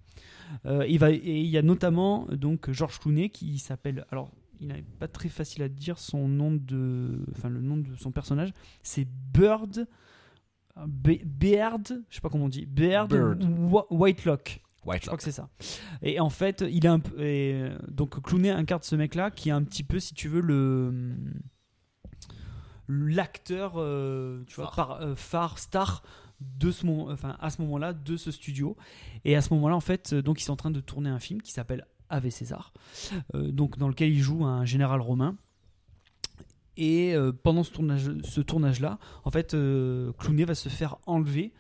Speaker 1: Euh, il va, et il y a notamment euh, donc Georges Clooney qui s'appelle alors il n'est pas très facile à dire son nom de enfin le nom de son personnage c'est Bird Be- Beard je sais pas comment on dit Beard,
Speaker 2: Bird.
Speaker 1: Wa- Whitelock
Speaker 2: White
Speaker 1: je crois que c'est ça. Et en fait, il a un peu. et, euh, donc Clooney incarne ce mec-là qui est un petit peu, si tu veux, le mm, l'acteur, euh, tu vois, par, euh, phare, star de ce moment, enfin à ce moment-là de ce studio. Et à ce moment-là, en fait, euh, donc ils sont en train de tourner un film qui s'appelle Ave César, euh, donc dans lequel il joue un général romain. Et euh, pendant ce tournage, ce tournage-là, en fait, euh, Clooney va se faire enlever.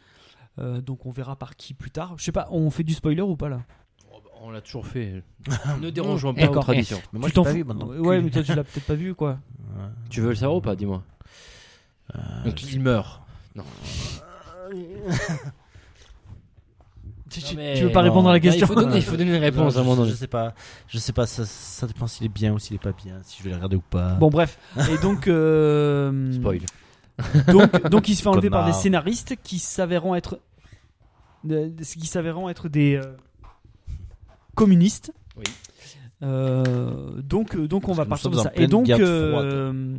Speaker 1: Euh, donc on verra par qui plus tard. Je sais pas, on fait du spoiler ou pas là
Speaker 3: Oh, bah, on l'a toujours fait. ne dérangeons pas aux
Speaker 1: D'accord.
Speaker 3: traditions.
Speaker 2: Mais moi,
Speaker 1: Tu
Speaker 2: je
Speaker 1: t'en
Speaker 2: l'ai pas
Speaker 1: fous-
Speaker 2: vu maintenant.
Speaker 1: Ouais, mais toi tu l'as peut-être pas vu quoi.
Speaker 3: Tu veux le savoir ou pas Dis-moi. Donc il meurt. Non.
Speaker 1: Tu,
Speaker 3: Non,
Speaker 1: tu-
Speaker 3: mais-
Speaker 1: tu veux pas
Speaker 3: non.
Speaker 1: répondre à la
Speaker 3: Non,
Speaker 1: question
Speaker 3: Il faut donner, il faut donner une réponse
Speaker 2: Non,
Speaker 3: à un moment
Speaker 2: je,
Speaker 3: donné.
Speaker 2: je sais pas, je sais pas, ça, ça dépend s'il est bien ou s'il est pas bien, si je vais le regarder ou pas.
Speaker 1: Bon bref, et donc euh,
Speaker 3: Spoil.
Speaker 1: donc donc il se fait enlever par des
Speaker 2: Connard.
Speaker 1: scénaristes qui s'avéreront être de- de- qui s'avéreront être des euh, communistes.
Speaker 3: Oui.
Speaker 1: Euh, donc euh, donc on
Speaker 2: Parce
Speaker 1: va
Speaker 2: que nous
Speaker 1: partir de
Speaker 2: sommes en
Speaker 1: ça. Et
Speaker 2: pleine
Speaker 1: donc
Speaker 2: guerre
Speaker 1: euh,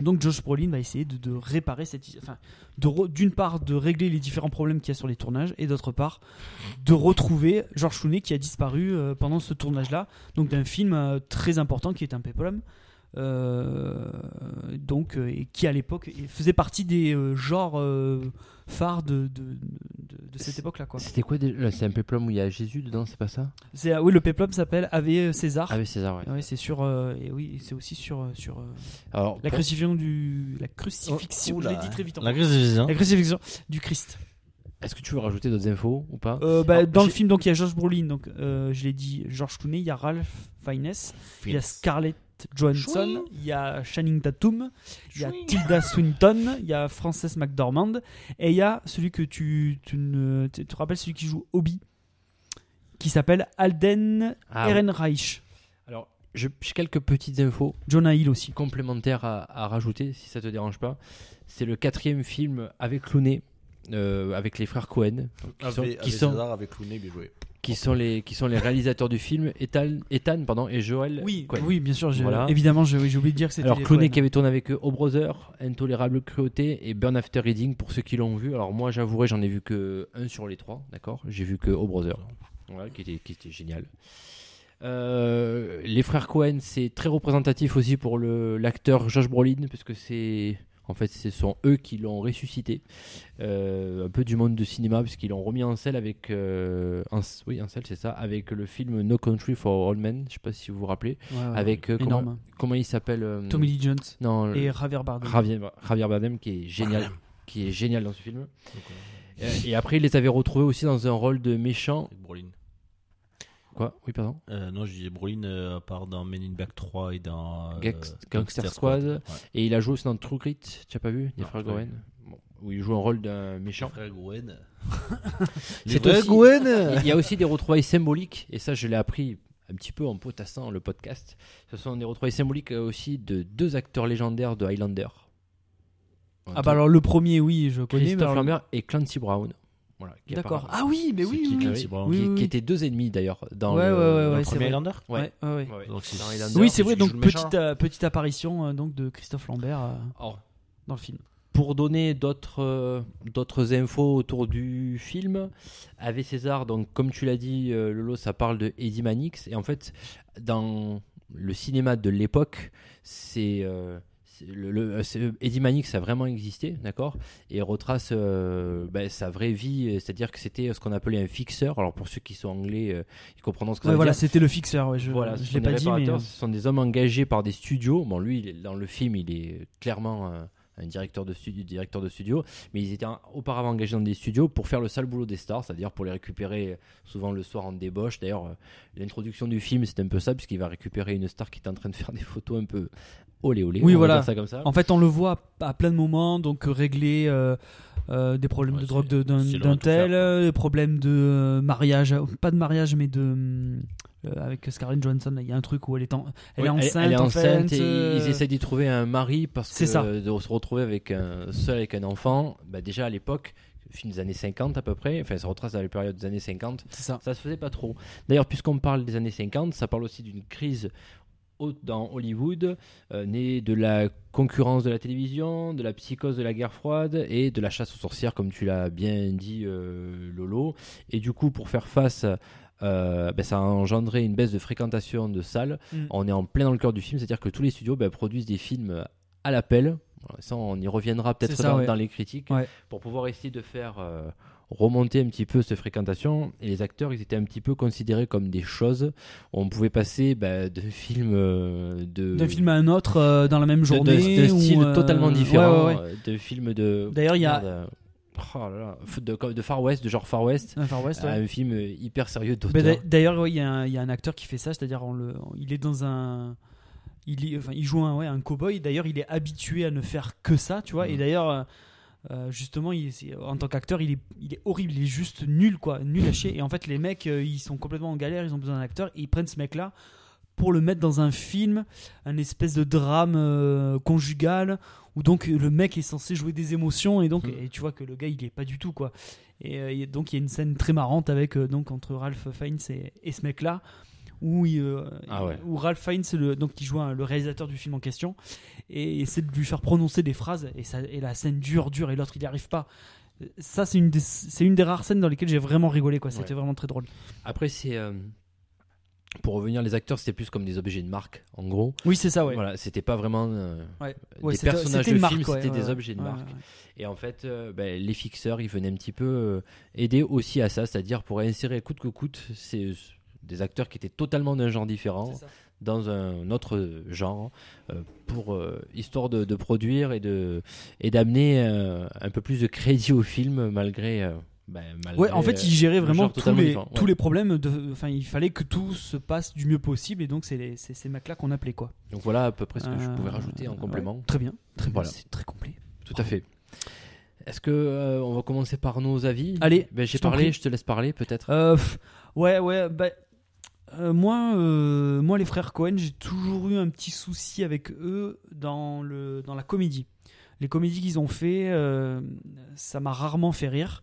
Speaker 1: donc Josh Brolin va essayer de, de réparer cette enfin de re- d'une part de régler les différents problèmes qu'il y a sur les tournages et d'autre part de retrouver George Clooney qui a disparu euh, pendant ce tournage-là, donc d'un film euh, très important qui est un peplum, euh, donc euh, et qui à l'époque faisait partie des euh, genres euh, phares de, de, de- de cette époque-là. quoi.
Speaker 3: C'était quoi déjà Là, C'est un péplum où il y a Jésus dedans, c'est pas ça
Speaker 1: C'est ah oui, le péplum s'appelle Ave César.
Speaker 3: Ah oui, César, ouais.
Speaker 1: Ouais, c'est sur euh, et oui, c'est aussi sur euh, sur euh,
Speaker 3: Alors,
Speaker 1: la
Speaker 3: pour-
Speaker 1: crucifixion du la crucifixion.
Speaker 2: Oh,
Speaker 1: je
Speaker 2: oula, hein.
Speaker 1: l'ai dit très vite. en
Speaker 2: La
Speaker 1: fait.
Speaker 2: crucifixion.
Speaker 1: La crucifixion du Christ.
Speaker 3: est-ce que tu veux rajouter d'autres infos ou pas
Speaker 1: Euh, bah,
Speaker 3: Alors,
Speaker 1: dans le
Speaker 3: j'ai-
Speaker 1: film, donc il y a George Brolin, donc euh, je l'ai dit, George Clooney, il y a Ralph Fiennes, il y a Scarlett Johansson, il y a Channing Tatum, il y a Tilda Swinton, il y a Frances McDormand, et il y a celui que tu, tu ne tu te rappelles, celui qui joue Obi, qui s'appelle Alden
Speaker 3: Ah, ouais.
Speaker 1: Ehrenreich.
Speaker 3: Alors, je- j'ai quelques petites infos
Speaker 1: Jonah Hill aussi.
Speaker 3: complémentaires à, à rajouter, si ça te dérange pas. C'est le quatrième film avec Clooney, euh, avec les frères Cohen, qui sont,
Speaker 2: Ah, Avec-
Speaker 3: qui
Speaker 2: avec
Speaker 3: sont-
Speaker 2: César, avec Clooney, bien joué.
Speaker 3: qui sont les, qui sont les réalisateurs du film, Ethan, Ethan, pardon, et Joel
Speaker 1: Oui,
Speaker 3: Cohen.
Speaker 1: oui, bien sûr, j'ai-
Speaker 3: Voilà.
Speaker 1: évidemment, j'ai oui, j'ai oublié de dire que c'était
Speaker 3: Alors
Speaker 1: les
Speaker 3: Clooney
Speaker 1: Coen.
Speaker 3: qui avait tourné avec eux, O Brother, Intolérable Cruauté et Burn After Reading pour ceux qui l'ont vu. Alors moi j'avouerai j'en ai vu que un sur les trois, d'accord J'ai vu que O Brother, Voilà, qui, était, qui était génial. Euh, les frères Cohen, c'est très représentatif aussi pour le- l'acteur Josh Brolin, parce que c'est... En fait, ce sont eux qui l'ont ressuscité, euh, un peu du monde du cinéma, puisqu'ils l'ont remis en selle avec, euh, en- oui, en selle, c'est ça, avec le film No Country for Old Men. Je sais pas si vous vous rappelez.
Speaker 1: Ouais, ouais,
Speaker 3: avec euh,
Speaker 1: énorme.
Speaker 3: comment, comment il s'appelle euh,
Speaker 1: Tommy Lee Jones
Speaker 3: non,
Speaker 1: et
Speaker 3: le-
Speaker 1: Javier Bardem. Ah,
Speaker 3: Javier, Javier Bardem qui est génial, qui est génial dans ce film. Euh, Et après, il les avait retrouvés aussi dans un rôle de méchant.
Speaker 2: Avec Brolin.
Speaker 3: Quoi Oui, pardon.
Speaker 2: Euh, non, je disais Brolin, euh, à part dans Men in Black 3 et dans euh,
Speaker 3: Gangster Squad.
Speaker 2: Ouais.
Speaker 3: Et il a joué aussi dans True Grit. Tu as pas vu Des
Speaker 2: Non,
Speaker 3: frères
Speaker 2: j'ai pas
Speaker 3: Goen. où il joue un rôle d'un méchant.
Speaker 2: Frère Gwen.
Speaker 3: C'est
Speaker 8: Vrai
Speaker 3: aussi-
Speaker 2: Ah,
Speaker 8: Gwen
Speaker 3: Il y a aussi des retrouvailles symboliques, et ça je l'ai appris un petit peu en potassant le podcast. Ce sont des retrouvailles symboliques euh, aussi de deux acteurs légendaires de Highlander.
Speaker 1: Ah bah alors le premier, oui, je connais. mais
Speaker 3: Christophe
Speaker 1: alors-
Speaker 3: Lambert et Clancy Brown. Voilà, qui
Speaker 1: D'accord.
Speaker 3: apparaît-
Speaker 1: Ah oui, mais oui,
Speaker 2: C'est qui,
Speaker 1: oui,
Speaker 2: Clancy
Speaker 1: oui.
Speaker 2: Brown
Speaker 3: qui,
Speaker 1: oui, oui.
Speaker 3: qui étaient deux ennemis d'ailleurs dans
Speaker 1: Ouais,
Speaker 3: le,
Speaker 1: ouais, ouais,
Speaker 3: dans le
Speaker 1: ouais,
Speaker 2: Premier
Speaker 1: vrai.
Speaker 2: Highlander
Speaker 3: Ouais.
Speaker 1: Ouais, ouais, ouais.
Speaker 3: Ouais.
Speaker 2: Donc, c'est-
Speaker 3: Dans Highlander,
Speaker 1: Oui, c'est vrai.
Speaker 3: celui
Speaker 1: Donc
Speaker 3: qui joue le méchant.
Speaker 1: petite, euh, petite apparition euh, donc de Christophe Lambert euh,
Speaker 3: Alors,
Speaker 1: dans le film.
Speaker 3: pour donner d'autres euh, d'autres infos autour du film, Ave César, donc comme tu l'as dit, euh, Lolo, ça parle de Eddie Mannix. Et en fait, dans le cinéma de l'époque, c'est. euh, c'est le, le- c'est- Eddie Mannix a vraiment existé, d'accord Et retrace euh, ben, sa vraie vie, euh, c'est-à-dire que c'était ce qu'on appelait un fixeur. Alors pour ceux qui sont anglais, euh, ils comprendront ce que ça
Speaker 1: Ouais,
Speaker 3: veut
Speaker 1: voilà,
Speaker 3: dire.
Speaker 1: c'était le fixeur. ouais, je
Speaker 3: Voilà,
Speaker 1: je
Speaker 3: ce
Speaker 1: l'ai
Speaker 3: sont
Speaker 1: pas
Speaker 3: des
Speaker 1: dit, mais
Speaker 3: réparateurs,
Speaker 1: euh,
Speaker 3: ce sont des hommes engagés par des studios. Bon, lui, il est- dans le film, il est clairement euh, un directeur de studio, directeur de studio, mais ils étaient en- auparavant engagés dans des studios pour faire le sale boulot des stars, c'est-à-dire pour les récupérer euh, souvent le soir en débauche. D'ailleurs, euh, l'introduction du film, c'est un peu ça, puisqu'il va récupérer une star qui est en train de faire des photos un peu olé olé.
Speaker 1: Oui,
Speaker 3: on va
Speaker 1: voilà.
Speaker 3: dire Ça comme ça.
Speaker 1: en fait, on le voit à à plein de moments, donc euh, régler. euh, euh, des problèmes
Speaker 2: Ouais,
Speaker 1: de
Speaker 2: c'est-
Speaker 1: drogue de- d'un
Speaker 2: c'est loin
Speaker 1: d'un
Speaker 2: de tout faire,
Speaker 1: tel,
Speaker 2: quoi.
Speaker 1: euh, des problèmes de euh, mariage, euh, pas de mariage mais de hum, euh, avec Scarlett Johansson, là, il y a un truc où elle est en, elle
Speaker 3: Oui,
Speaker 1: est enceinte,
Speaker 3: est
Speaker 1: en
Speaker 3: enceinte
Speaker 1: fait,
Speaker 3: et
Speaker 1: euh,
Speaker 3: ils essaient d'y trouver un mari parce que
Speaker 1: C'est ça.
Speaker 3: de se retrouver avec un, seul avec un enfant, bah déjà à l'époque, film des années 50 à peu près, enfin ça retrace dans les périodes des années 50,
Speaker 1: c'est ça.
Speaker 3: ça se faisait pas trop. D'ailleurs, puisqu'on parle des années 50, ça parle aussi d'une crise au- dans Hollywood, euh, née de la concurrence de la télévision, de la psychose de la guerre froide et de la chasse aux sorcières, comme tu l'as bien dit, euh, Lolo. Et du coup, pour faire face, euh, ben, ça a engendré une baisse de fréquentation de salles.
Speaker 1: Mm.
Speaker 3: On est en plein dans le cœur du film, c'est-à-dire que tous les studios ben, produisent des films à l'appel. Voilà, Ça, on y reviendra peut-être
Speaker 1: C'est ça,
Speaker 3: dans,
Speaker 1: ouais.
Speaker 3: dans les critiques
Speaker 1: Ouais.
Speaker 3: pour pouvoir essayer de faire euh, remonter un petit peu cette fréquentation. Et les acteurs, ils étaient un petit peu considérés comme des choses. On pouvait passer bah, de films euh, de
Speaker 1: D'un film à un autre euh, dans la même
Speaker 3: de- de-
Speaker 1: journée,
Speaker 3: de style
Speaker 1: ou, euh,
Speaker 3: totalement différent,
Speaker 1: ouais, ouais, ouais.
Speaker 3: euh, de films de
Speaker 1: D'ailleurs, il y a-
Speaker 3: merde, euh, oh là là, de, comme de Far West, de genre Far West,
Speaker 1: Dans Far West, ouais.
Speaker 3: à un film euh, hyper sérieux
Speaker 1: Mais
Speaker 3: d'auteur.
Speaker 1: d'a- D'ailleurs, ouais, il y, a un- il y a un acteur qui fait ça, c'est-à-dire on le- on- il est dans un, il, est- enfin, il joue un, ouais, un cow-boy. D'ailleurs, il est habitué à ne faire que ça, tu vois. Et
Speaker 3: Mhm.
Speaker 1: d'ailleurs, euh, euh, justement, il, c'est- en tant qu'acteur, il est, il est horrible, il est juste nul, quoi, nul à chier. Et en fait, les mecs, euh, ils sont complètement en galère, ils ont besoin d'un acteur, et ils prennent ce mec-là pour le mettre dans un film, un espèce de drame euh, conjugal où donc le mec est censé jouer des émotions et
Speaker 3: Hmm.
Speaker 1: donc et tu vois que le gars il y est pas du tout quoi. Et, euh, et donc il y a une scène très marrante avec euh, donc entre Ralph Fiennes et, et ce mec là où, il, euh,
Speaker 3: Ah ouais.
Speaker 1: où Ralph Fiennes le, donc qui joue un- le réalisateur du film en question et essaie de lui faire prononcer des phrases et, ça, et la scène dure dure et l'autre il n'y arrive pas. Ça c'est une des c'est une des rares scènes dans lesquelles j'ai vraiment rigolé quoi. C'était
Speaker 3: Ouais.
Speaker 1: vraiment très drôle.
Speaker 3: Après, c'est euh, Pour revenir, les acteurs, c'était plus comme des objets de marque, en gros.
Speaker 1: Oui, c'est ça, Ah ouais.
Speaker 3: Voilà, c'était pas vraiment euh,
Speaker 1: Ouais.
Speaker 3: des
Speaker 1: Ouais, c'était-
Speaker 3: personnages
Speaker 1: c'était
Speaker 3: de
Speaker 1: une
Speaker 3: films,
Speaker 1: marque, ouais,
Speaker 3: c'était
Speaker 1: ouais,
Speaker 3: des
Speaker 1: ouais.
Speaker 3: objets de
Speaker 1: Ouais,
Speaker 3: marque.
Speaker 1: ouais.
Speaker 3: Et en fait, euh, ben, les fixeurs, ils venaient un petit peu euh, aider aussi à ça, c'est-à-dire pour insérer coûte que coûte c'est des acteurs qui étaient totalement d'un genre différent
Speaker 1: C'est ça.
Speaker 3: dans un autre genre, euh, pour euh, histoire de, de produire et de et d'amener euh, un peu plus de crédit au film malgré. euh, ben, malgré,
Speaker 1: Ouais, en fait,
Speaker 3: euh,
Speaker 1: il gérait
Speaker 3: le
Speaker 1: vraiment
Speaker 3: genre
Speaker 1: tous
Speaker 3: totalement
Speaker 1: les,
Speaker 3: différent,
Speaker 1: tous
Speaker 3: ouais.
Speaker 1: les problèmes. de- Enfin, il fallait que tout se passe du mieux possible, et donc c'est les- c'est ces mecs-là qu'on appelait quoi.
Speaker 3: Donc voilà à peu près ce que je
Speaker 1: Euh,
Speaker 3: pouvais rajouter en
Speaker 1: ouais.
Speaker 3: complément.
Speaker 1: Très bien, très bien.
Speaker 3: Voilà.
Speaker 1: C'est très complet.
Speaker 3: Tout à fait. Est-ce que euh, on va commencer par nos avis
Speaker 1: Allez,
Speaker 3: ben, j'ai
Speaker 1: je t'en
Speaker 3: parlé,
Speaker 1: prie.
Speaker 3: je te laisse parler peut-être.
Speaker 1: Euh, pff, ouais, ouais. Bah, euh, moi, euh, moi, les frères Cohen, j'ai toujours eu un petit souci avec eux dans le dans la comédie. Les comédies qu'ils ont fait, euh, ça m'a rarement fait rire.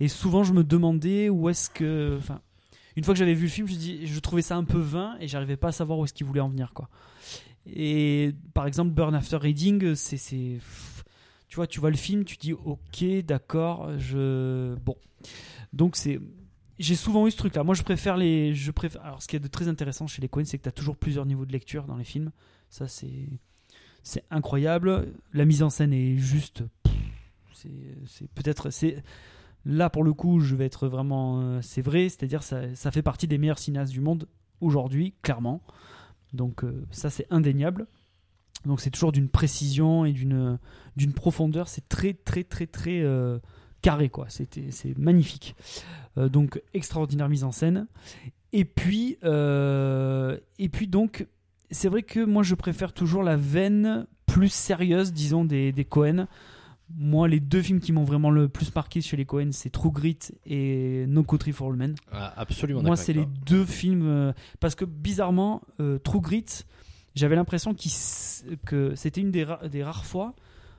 Speaker 1: Et souvent, je me demandais où est-ce que, enfin, une fois que j'avais vu le film, je dis, je trouvais ça un peu vain et j'arrivais pas à savoir où est-ce qu'ils voulaient en venir, quoi. Et par exemple, Burn After Reading, euh, c'est, c'est, pff, tu vois, tu vois le film, tu dis, ok, d'accord, je, bon. Donc c'est, j'ai souvent eu ce truc là. Moi, je préfère les. Je préfère... Alors, ce qui est de très intéressant chez les Coen, c'est que tu as toujours plusieurs niveaux de lecture dans les films. Ça, c'est. C'est incroyable. La mise en scène est juste. pff, C'est c'est peut-être. c'est Là, pour le coup, je vais être vraiment. euh, C'est vrai, c'est-à-dire, ça, ça fait partie des meilleurs cinéastes du monde aujourd'hui, clairement. Donc, euh, ça, c'est indéniable. Donc, c'est toujours d'une précision et d'une d'une profondeur. C'est très, très, très, très euh, carré, quoi. C'était- C'est magnifique. Euh, donc extraordinaire mise en scène. Et puis, euh, et puis donc, c'est vrai que moi je préfère toujours la veine plus sérieuse, disons, des, des Cohen. Moi, les deux films qui m'ont vraiment le plus marqué chez les Cohen, c'est True Grit et No Country for All Men.
Speaker 3: Ah, absolument.
Speaker 1: Moi,
Speaker 3: d'accord
Speaker 1: c'est les
Speaker 3: avec
Speaker 1: deux films. euh, parce que bizarrement, euh, True Grit, j'avais l'impression qu'il s- que c'était une des, ra- des rares fois.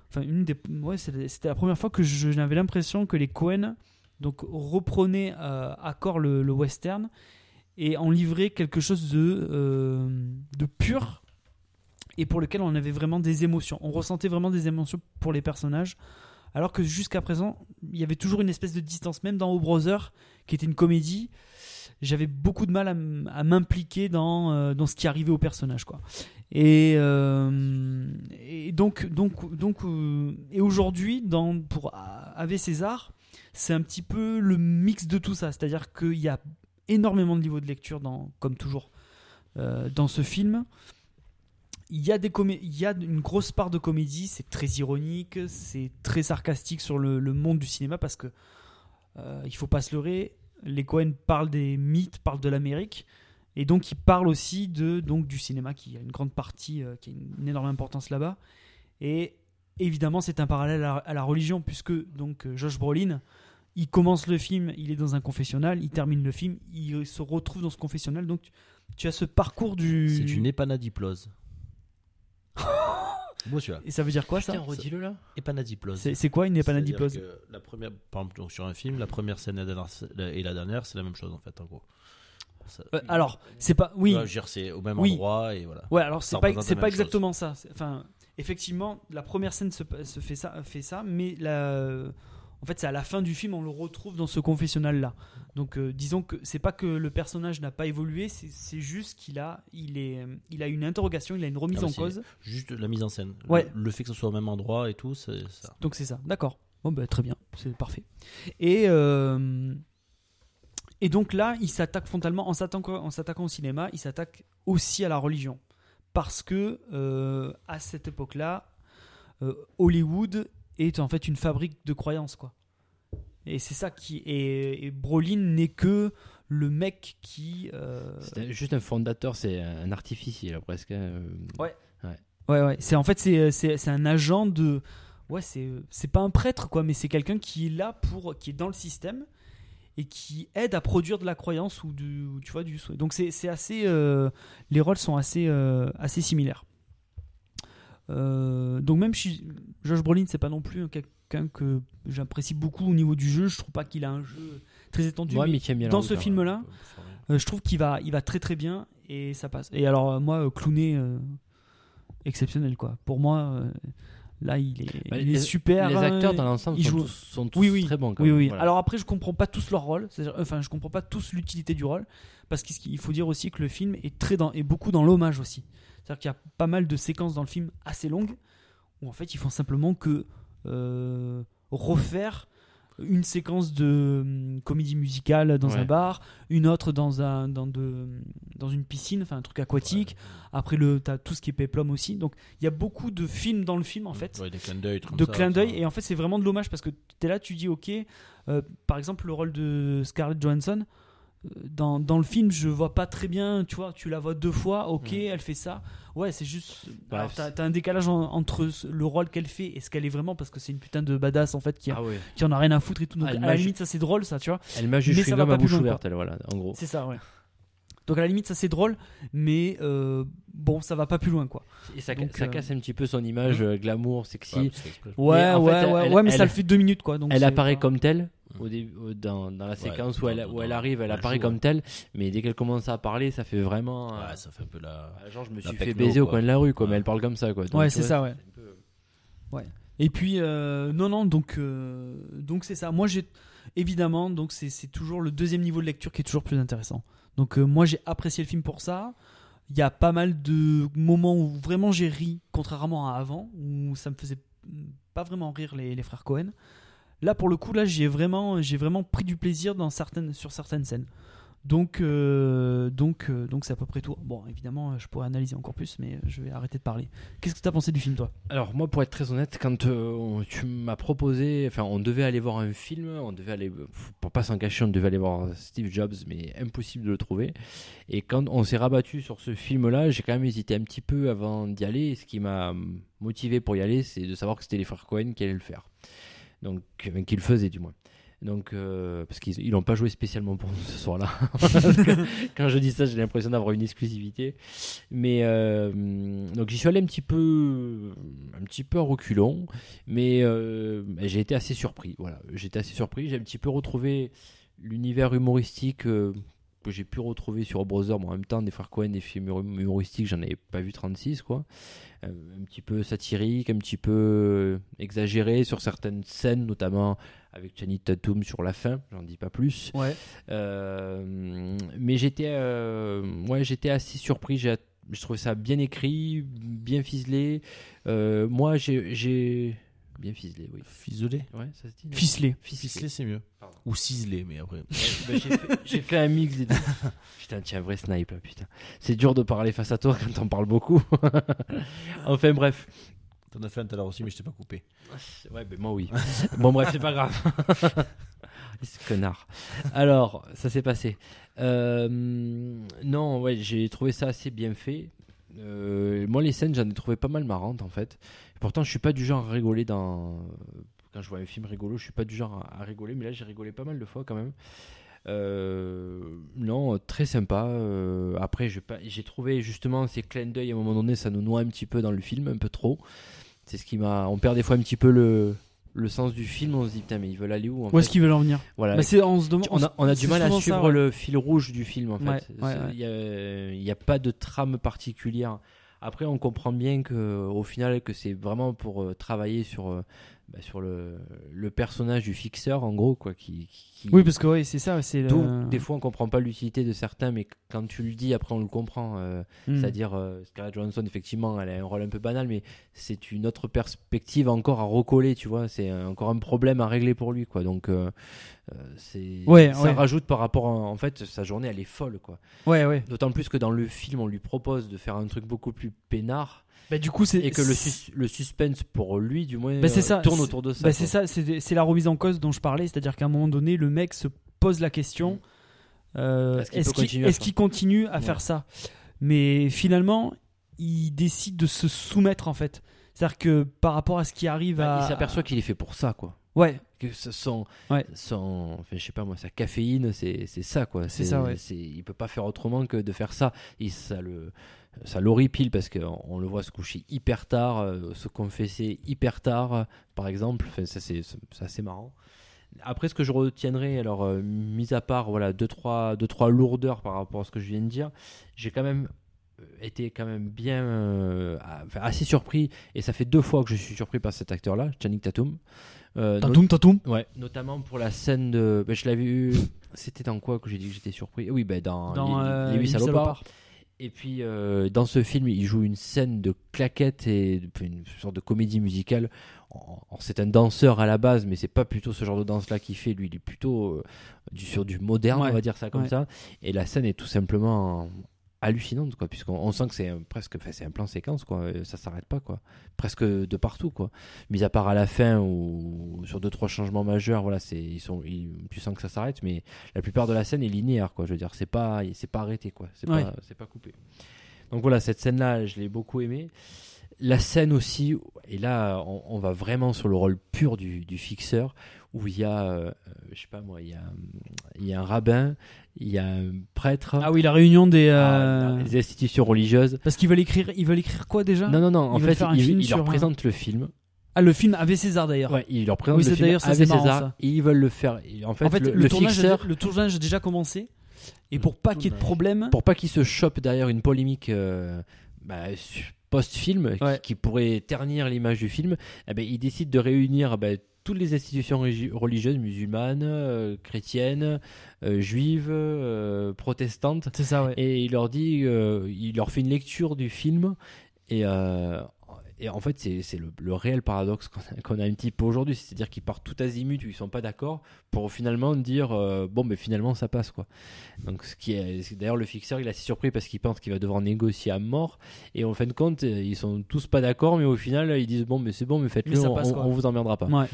Speaker 1: Enfin, une des. Ouais, c'était c'était la première fois que je- j'avais l'impression que les Cohen donc, reprenaient euh, à corps le, le western et en livraient quelque chose de, euh, de pur et pour lequel on avait vraiment des émotions. On ressentait vraiment des émotions pour les personnages. Alors que jusqu'à présent, il y avait toujours une espèce de distance, même dans O Brother, qui était une comédie, j'avais beaucoup de mal à, m- à m'impliquer dans, euh, dans ce qui arrivait au personnage quoi et, euh, et donc donc donc euh, et aujourd'hui dans pour A- Ave César c'est un petit peu le mix de tout ça c'est à dire qu'il y a énormément de niveaux de lecture dans comme toujours euh, dans ce film il y, a des comé- il y a une grosse part de comédie, c'est très ironique, c'est très sarcastique sur le, le monde du cinéma parce que euh, il faut pas se leurrer, les Cohen parlent des mythes, parlent de l'Amérique, et donc ils parlent aussi de donc du cinéma qui a une grande partie, euh, qui a une, une énorme importance là-bas. Et évidemment, c'est un parallèle à, à la religion puisque donc euh, Josh Brolin, il commence le film, il est dans un confessionnal, il termine le film, il se retrouve dans ce confessionnal, donc tu, tu as ce parcours du.
Speaker 2: C'est une épanadiplose. Beau celui-là.
Speaker 1: Et ça veut dire quoi
Speaker 3: toi.
Speaker 1: ça
Speaker 3: Tiens, redis-le là.
Speaker 2: Épanadiplose.
Speaker 1: C'est c'est quoi une épanadiplose
Speaker 2: C'est-à-dire que La première, par exemple, donc, sur un film, la première scène et la dernière, et la dernière, c'est la même chose en fait, en gros. Ça-
Speaker 1: Euh, Alors, c'est pas. Oui.
Speaker 2: Ouais, je veux dire, c'est au même
Speaker 1: Oui.
Speaker 2: endroit et voilà.
Speaker 1: Ouais, alors c'est
Speaker 2: Ça
Speaker 1: pas,
Speaker 2: représente
Speaker 1: c'est
Speaker 2: la
Speaker 1: pas
Speaker 2: même chose.
Speaker 1: exactement ça. C'est- Enfin, effectivement, la première scène se, se fait ça, fait ça, mais la, en fait, c'est à la fin du film, on le retrouve dans ce confessionnal là. Donc, euh, disons que c'est pas que le personnage n'a pas évolué, c'est- c'est juste qu'il a, il est, il a une interrogation, il a une remise
Speaker 2: Ah, mais
Speaker 1: en
Speaker 2: c'est
Speaker 1: cause.
Speaker 2: Juste la mise en scène. Le-
Speaker 1: Ouais.
Speaker 2: Le, fait que ce soit au même endroit et tout, c'est ça.
Speaker 1: Donc c'est ça, d'accord. Bon, bah, très bien, c'est parfait. Et, euh, et donc là, il s'attaque frontalement, en s'attaquant, en s'attaquant au cinéma, il s'attaque aussi à la religion. Parce que euh, à cette époque-là, euh, Hollywood est en fait une fabrique de croyances, quoi. Et c'est ça qui. Et, et Brolin n'est que le mec qui. euh,
Speaker 3: C'est un- juste un fondateur, c'est un artificier là, presque. hein, euh,
Speaker 1: Ouais, ouais. C'est en fait c'est euh, c'est c'est un agent de ouais c'est euh, c'est pas un prêtre quoi, mais c'est quelqu'un qui est là pour qui est dans le système et qui aide à produire de la croyance ou du ou tu vois du souhait. Donc c'est c'est assez euh, les rôles sont assez euh, assez similaires. Euh, donc même si Josh Brolin c'est pas non plus quelqu'un que j'apprécie beaucoup au niveau du jeu, je trouve pas qu'il a un jeu très étendu.
Speaker 3: moi,
Speaker 1: mais-
Speaker 3: mais qui aime bien la
Speaker 1: dans ce
Speaker 3: longueur,
Speaker 1: film là, Euh, je trouve qu'il va, il va très très bien et ça passe. Et alors euh, moi, euh, Clooney, euh, exceptionnel quoi. Pour moi, euh, Là, il est,
Speaker 3: Bah,
Speaker 1: il est super.
Speaker 3: Les
Speaker 1: euh,
Speaker 3: acteurs dans l'ensemble
Speaker 1: ils
Speaker 3: sont,
Speaker 1: jouent-
Speaker 3: tous- sont tous
Speaker 1: Oui, oui.
Speaker 3: très bons. quand
Speaker 1: Oui,
Speaker 3: même,
Speaker 1: oui.
Speaker 3: voilà.
Speaker 1: Alors après, je comprends pas tous leur rôle. C'est-à-dire, Enfin, je comprends pas tous l'utilité du rôle parce qu'il faut dire aussi que le film est très dans, est beaucoup dans l'hommage aussi. C'est-à-dire qu'il y a pas mal de séquences dans le film assez longues où en fait ils font simplement que euh, refaire une séquence de hum, comédie musicale dans
Speaker 3: Ouais.
Speaker 1: un bar, une autre dans un dans de dans une piscine, enfin un truc aquatique. Après le t'as tout ce qui est péplum aussi. Donc il y a beaucoup de films dans le film en fait
Speaker 2: Ouais, des clins d'œil.
Speaker 1: de clin d'œil et en fait c'est vraiment de l'hommage parce que tu es là tu dis ok euh, par exemple le rôle de Scarlett Johansson euh, dans, dans le film je vois pas très bien tu vois tu la vois deux fois ok
Speaker 3: Ouais.
Speaker 1: elle fait ça ouais c'est juste
Speaker 3: Bref,
Speaker 1: alors t'as t'as un décalage en- entre ce- le rôle qu'elle fait et ce qu'elle est vraiment parce que c'est une putain de badass en fait qui, a-
Speaker 3: Ah ouais.
Speaker 1: qui en a rien à foutre et tout donc
Speaker 3: Ah,
Speaker 1: à
Speaker 3: elle
Speaker 1: la
Speaker 3: m'a ju-
Speaker 1: limite ça c'est drôle ça tu vois
Speaker 3: Elle m'a juste
Speaker 1: Mais
Speaker 3: je suis
Speaker 1: ça va
Speaker 3: comme
Speaker 1: pas
Speaker 3: à
Speaker 1: plus
Speaker 3: bouche
Speaker 1: loin, quoi.
Speaker 3: ouverte, elle, voilà, en gros.
Speaker 1: c'est ça ouais donc à la limite ça c'est drôle mais euh, bon ça va pas plus loin quoi
Speaker 3: Et ça,
Speaker 1: Donc,
Speaker 3: ça
Speaker 1: euh, hein.
Speaker 3: casse un petit peu son image euh, glamour, sexy.
Speaker 1: ouais
Speaker 3: en fait,
Speaker 1: ouais
Speaker 3: elle-
Speaker 1: ouais
Speaker 3: elle-
Speaker 1: ouais mais ça
Speaker 3: elle-
Speaker 1: le fait deux minutes quoi donc
Speaker 3: elle
Speaker 1: c'est
Speaker 3: apparaît
Speaker 1: pas-
Speaker 3: comme telle au début, au- dans, dans la séquence où,
Speaker 2: dans-
Speaker 3: elle, où
Speaker 2: dans-
Speaker 3: elle arrive, elle
Speaker 2: elle
Speaker 3: apparaît
Speaker 2: joue,
Speaker 3: comme
Speaker 2: ouais.
Speaker 3: telle, mais dès qu'elle commence à parler, ça fait vraiment. euh,
Speaker 2: Ouais, ça fait un peu la.
Speaker 3: genre, je me
Speaker 2: la
Speaker 3: suis fait
Speaker 2: techno,
Speaker 3: baiser au
Speaker 2: quoi.
Speaker 3: coin de la rue, quoi, mais
Speaker 2: Ouais.
Speaker 3: elle parle comme ça, quoi. Donc,
Speaker 1: ouais,
Speaker 3: tu
Speaker 1: c'est
Speaker 3: vois,
Speaker 1: ça, ouais. Ouais. Et puis, euh, non, non, donc euh, donc c'est ça. Moi, j'ai évidemment, donc c'est c'est toujours le deuxième niveau de lecture qui est toujours plus intéressant. Donc, euh, moi, j'ai apprécié le film pour ça. Il y a pas mal de moments où vraiment j'ai ri, contrairement à avant, où ça me faisait mm, pas vraiment rire les, les frères Cohen. Là, pour le coup, là, j'ai vraiment, j'ai vraiment pris du plaisir dans certaines, sur certaines scènes. Donc, euh, donc, euh, donc, c'est à peu près tout. Bon, évidemment, je pourrais analyser encore plus, mais je vais arrêter de parler. Qu'est-ce que t'as pensé du film, toi
Speaker 3: Alors moi, pour être très honnête, quand euh, on- tu m'as proposé, enfin, on devait aller voir un film, on devait aller, pff, pour pas s'en cacher, on devait aller voir Steve Jobs, mais impossible de le trouver. Et quand on s'est rabattu sur ce film-là, j'ai quand même hésité un petit peu avant d'y aller. Et ce qui m'a hum, motivé pour y aller, c'est de savoir que c'était les frères Cohen qui allaient le faire, donc euh, qui le faisaient du moins. Donc, euh, parce qu'ils n'ont pas joué spécialement pour nous ce soir-là. Parce que quand je dis ça, j'ai l'impression d'avoir une exclusivité. Mais euh, donc j'y suis allé un petit peu, un petit peu en reculons, mais euh, j'ai été assez surpris. Voilà, j'ai été assez surpris. J'ai un petit peu retrouvé l'univers humoristique euh, que j'ai pu retrouver sur Brother. Bon, en même temps, des frères Cohen, des films hum- humoristiques, j'en avais pas vu 36 quoi. Euh, un petit peu satirique, un petit peu euh, exagéré sur certaines scènes, notamment avec Channing Tatum sur la fin. J'en dis pas plus.
Speaker 1: Ouais.
Speaker 3: Euh, mais j'étais euh, ouais, j'étais assez surpris. J'ai- je trouvais ça bien écrit, bien ficelé. Euh, moi, j'ai- j'ai. Bien ficelé, oui.
Speaker 2: Fiselé.
Speaker 3: Ouais, ça se dit non
Speaker 1: Ficelé.
Speaker 3: Ficelé.
Speaker 2: Ficelé, c'est mieux.
Speaker 3: Pardon.
Speaker 2: Ou ciselé, mais après.
Speaker 3: Ouais, bah, j'ai fait- J'ai fait un mix des deux. Putain, tiens, vrai snipe là, putain. C'est dur de parler face à toi quand on parle beaucoup. enfin, bref.
Speaker 2: T'en as fait un tout à l'heure aussi, mais je t'ai pas coupé.
Speaker 3: Ouais, ben moi oui. bon, bref, c'est pas grave. Ce connard. Alors, ça s'est passé. Euh, non, ouais, j'ai trouvé ça assez bien fait. Euh, moi, les scènes, j'en ai trouvé pas mal marrantes en fait. Pourtant, je suis pas du genre à rigoler dans. Quand je vois un film rigolo, je suis pas du genre à, à rigoler, mais là, j'ai rigolé pas mal de fois quand même. Euh, non, très sympa. Euh, après, j'ai pas- j'ai trouvé justement ces clins d'œil à un moment donné, ça nous noie un petit peu dans le film, un peu trop. C'est ce qui m'a. On perd des fois un petit peu le, le sens du film. On se dit putain, mais ils veulent aller où en
Speaker 1: Où est-ce
Speaker 3: fait
Speaker 1: qu'ils veulent en venir
Speaker 3: Voilà.
Speaker 1: Bah, c'est- On se demande.
Speaker 3: On a, on a
Speaker 1: c'est
Speaker 3: du mal à
Speaker 1: souvent ça,
Speaker 3: suivre
Speaker 1: ouais.
Speaker 3: le fil rouge du film en fait.
Speaker 1: Ouais,
Speaker 3: C'est-
Speaker 1: ouais, ouais.
Speaker 3: Il n'y a, pas de trame particulière. Après, on comprend bien que au final, que c'est vraiment pour euh, travailler sur euh, bah, sur le, le personnage du fixeur en gros quoi, qui, qui-
Speaker 1: Oui, parce que euh, ouais, c'est ça. C'est
Speaker 3: d'où,
Speaker 1: le-
Speaker 3: des fois on comprend pas l'utilité de certains, mais quand tu le dis après on le comprend. euh,
Speaker 1: Hmm.
Speaker 3: c'est-à-dire, euh, Scarlett Johansson, effectivement, elle a un rôle un peu banal, mais c'est une autre perspective encore à recoller, tu vois. C'est euh, encore un problème à régler pour lui, quoi. Donc, euh, euh, c'est
Speaker 1: Ouais,
Speaker 3: ça
Speaker 1: ouais.
Speaker 3: rajoute par rapport à, en fait, sa journée, elle est folle, quoi.
Speaker 1: Ouais, ouais.
Speaker 3: D'autant plus que dans le film, on lui propose de faire un truc beaucoup plus peinard
Speaker 1: Bah, du coup, c'est.
Speaker 3: et que le, sus- le suspense pour lui, du moins,
Speaker 1: Bah, c'est
Speaker 3: euh,
Speaker 1: ça,
Speaker 3: tourne
Speaker 1: c'est-
Speaker 3: autour de ça.
Speaker 1: Bah,
Speaker 3: quoi.
Speaker 1: c'est ça, c'est c'est la remise en cause dont je parlais, c'est-à-dire qu'à un moment donné, le mec se pose la question euh,
Speaker 3: Est-ce qu'il
Speaker 1: est-ce
Speaker 3: peut
Speaker 1: qu'il
Speaker 3: continuer à
Speaker 1: est-ce
Speaker 3: faire
Speaker 1: qu'il continue à faire ça Mais finalement, il décide de se soumettre en fait. C'est-à-dire que par rapport à ce qui arrive
Speaker 3: Bah,
Speaker 1: à.
Speaker 3: il s'aperçoit qu'il est fait pour ça, quoi.
Speaker 1: Ouais,
Speaker 3: que ce- son,
Speaker 1: Ouais.
Speaker 3: son- enfin, je sais pas moi, sa caféine, c'est c'est ça quoi.
Speaker 1: C'est ça, ouais.
Speaker 3: c'est- Il peut pas faire autrement que de faire ça. Et ça le, ça l'horripile parce qu'on on le voit se coucher hyper tard, euh, se confesser hyper tard, euh, par exemple. Enfin, ça c'est ça c'est marrant. Après, ce que je retiendrai, alors euh, mis à part voilà deux trois deux trois lourdeurs par rapport à ce que je viens de dire, j'ai quand même été quand même bien euh, a- enfin, assez surpris et ça fait deux fois que je suis surpris par cet acteur là Channing Tatum Euh, no-
Speaker 1: Tatoum, tatoum.
Speaker 3: ouais notamment pour la scène de ben, je l'avais eu c'était dans quoi que j'ai dit que j'étais surpris oui ben dans,
Speaker 1: Dans,
Speaker 3: les,
Speaker 1: euh,
Speaker 3: les huit
Speaker 1: Les Huit
Speaker 3: salopards.
Speaker 1: Salopards.
Speaker 3: et puis euh, dans ce film il joue une scène de claquette et de- une sorte de comédie musicale Or, or, c'est un danseur à la base mais c'est pas plutôt ce genre de danse là qu'il fait lui il est plutôt euh, du, sur du moderne
Speaker 1: Ouais.
Speaker 3: on va dire ça comme
Speaker 1: Ouais.
Speaker 3: ça et la scène est tout simplement hallucinante quoi puisqu'on on sent que c'est un- presque enfin, c'est un plan séquence quoi euh, ça s'arrête pas quoi presque de partout quoi mis à part à la fin ou sur deux trois changements majeurs voilà c'est ils sont ils- tu sens que ça s'arrête mais la plupart de la scène est linéaire quoi je veux dire c'est pas c'est pas arrêté quoi c'est
Speaker 1: Ouais.
Speaker 3: pas c'est pas coupé donc voilà cette scène là je l'ai beaucoup aimée la scène aussi et là on, on va vraiment sur le rôle pur du, du fixeur où il y a euh, je sais pas moi il y a il y a un rabbin il y a un prêtre
Speaker 1: Ah oui, la réunion des. euh,
Speaker 3: ah, les institutions religieuses
Speaker 1: Parce qu'ils veulent écrire, ils veulent écrire quoi déjà
Speaker 3: non non non en
Speaker 1: Ils veulent
Speaker 3: fait
Speaker 1: faire un
Speaker 3: il,
Speaker 1: film
Speaker 3: il leur
Speaker 1: sur un-
Speaker 3: présente le film
Speaker 1: Ah, le film avait César d'ailleurs.
Speaker 3: Ouais, ils leur présentent
Speaker 1: Oui,
Speaker 3: le
Speaker 1: c'est-
Speaker 3: film
Speaker 1: d'ailleurs, ça,
Speaker 3: avec
Speaker 1: c'est marrant,
Speaker 3: César
Speaker 1: ça.
Speaker 3: et ils veulent le faire. Et en fait,
Speaker 1: en fait, le,
Speaker 3: le
Speaker 1: tournage,
Speaker 3: fixeur,
Speaker 1: a, le tournage a déjà commencé. Et
Speaker 2: Le
Speaker 1: pour pas qu'il y ait de
Speaker 2: tournage.
Speaker 1: problème,
Speaker 3: pour pas qu'il se chope derrière une polémique euh, bah, su- post-film qui-
Speaker 1: Ouais.
Speaker 3: qui, pourrait ternir l'image du film, eh ben, il décide de réunir bah, toutes les institutions régi- religieuses, musulmanes, euh, chrétiennes, euh, juives, euh, protestantes,
Speaker 1: c'est ça, ouais.
Speaker 3: et il leur dit, euh, il leur fait une lecture du film et euh, et en fait, c'est c'est le, le réel paradoxe qu'on a, qu'on a un petit peu aujourd'hui. C'est-à-dire qu'ils partent tout azimut où ils sont pas d'accord pour finalement dire euh, Bon, mais finalement, ça passe. quoi. Donc, ce qui est, c'est- D'ailleurs, le fixeur, il est assez surpris parce qu'il pense qu'il va devoir négocier à mort. Et en fin de compte, euh, ils sont tous pas d'accord, mais au final, ils disent Bon, mais c'est bon, mais
Speaker 1: Mais
Speaker 3: faites-le,
Speaker 1: ça
Speaker 3: on,
Speaker 1: passe,
Speaker 3: on-
Speaker 1: quoi.
Speaker 3: on vous emmerdera pas.
Speaker 2: Mmh.
Speaker 1: Ouais.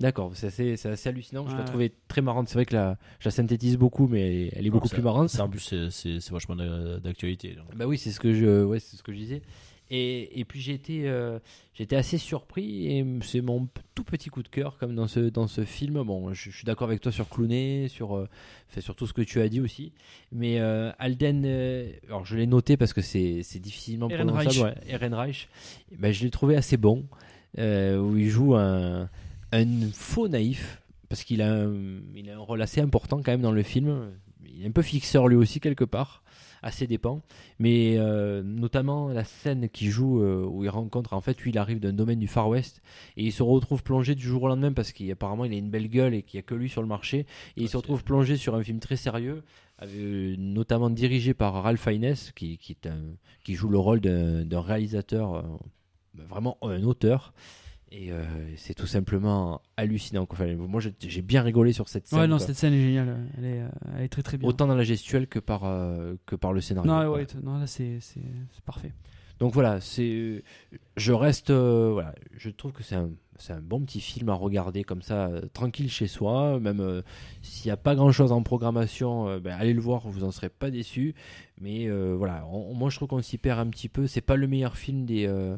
Speaker 3: D'accord, c'est assez, c'est assez hallucinant. Je
Speaker 1: Ouais,
Speaker 3: la
Speaker 1: ouais.
Speaker 3: trouvais très marrante. C'est vrai que la, je la synthétise beaucoup, mais elle est, elle est beaucoup
Speaker 2: ça-
Speaker 3: plus marrante.
Speaker 2: Ça, en plus, c'est- c'est c'est vachement d'a- d'actualité. donc.
Speaker 3: Bah oui, c'est ce que je, ouais, c'est ce que je disais. Et, et puis j'ai été, euh, j'ai été assez surpris et c'est mon p- tout petit coup de cœur comme dans ce, dans ce film. Bon, je, je suis d'accord avec toi sur Clooney, sur, euh, enfin, sur tout ce que tu as dit aussi. Mais euh, Alden, euh, alors je l'ai noté parce que c'est, c'est difficilement
Speaker 1: Ehrenreich.
Speaker 3: prononçable. ouais, Ehrenreich. Eh ben, je l'ai trouvé assez bon euh, où il joue un, un faux naïf parce qu'il a, un- il a un rôle assez important quand même dans le film. Il est un peu fixeur lui aussi quelque part, à ses dépens. Mais euh, notamment la scène qui joue euh, où il rencontre, en fait, lui, il arrive d'un domaine du Far West et il se retrouve plongé du jour au lendemain parce qu'apparemment il a une belle gueule et qu'il n'y a que lui sur le marché. Et il
Speaker 2: Ouais,
Speaker 3: se retrouve plongé sur un film très sérieux, avec- notamment dirigé par Ralph Fiennes, qui, qui, est un- qui joue le rôle d'un d'un réalisateur, euh, bah, vraiment un auteur. Et euh, c'est tout simplement hallucinant. quoi. Enfin, moi, j'ai- j'ai bien rigolé sur cette scène.
Speaker 1: Ouais, non,
Speaker 3: quoi.
Speaker 1: cette scène est géniale. Elle est, euh, elle est très très bien.
Speaker 3: Autant dans la gestuelle que par, euh, que par le scénario.
Speaker 1: Non, ouais,
Speaker 3: quoi.
Speaker 1: ouais, non, là c'est c'est- c'est parfait.
Speaker 3: Donc voilà, c'est, je reste, euh, voilà, je trouve que c'est un, c'est un bon petit film à regarder comme ça, euh, tranquille chez soi, même euh, s'il n'y a pas grand-chose en programmation, euh, ben, allez le voir, vous en serez pas déçus. Mais euh, voilà, on- moi je trouve qu'on s'y perd un petit peu. C'est pas le meilleur film des, euh,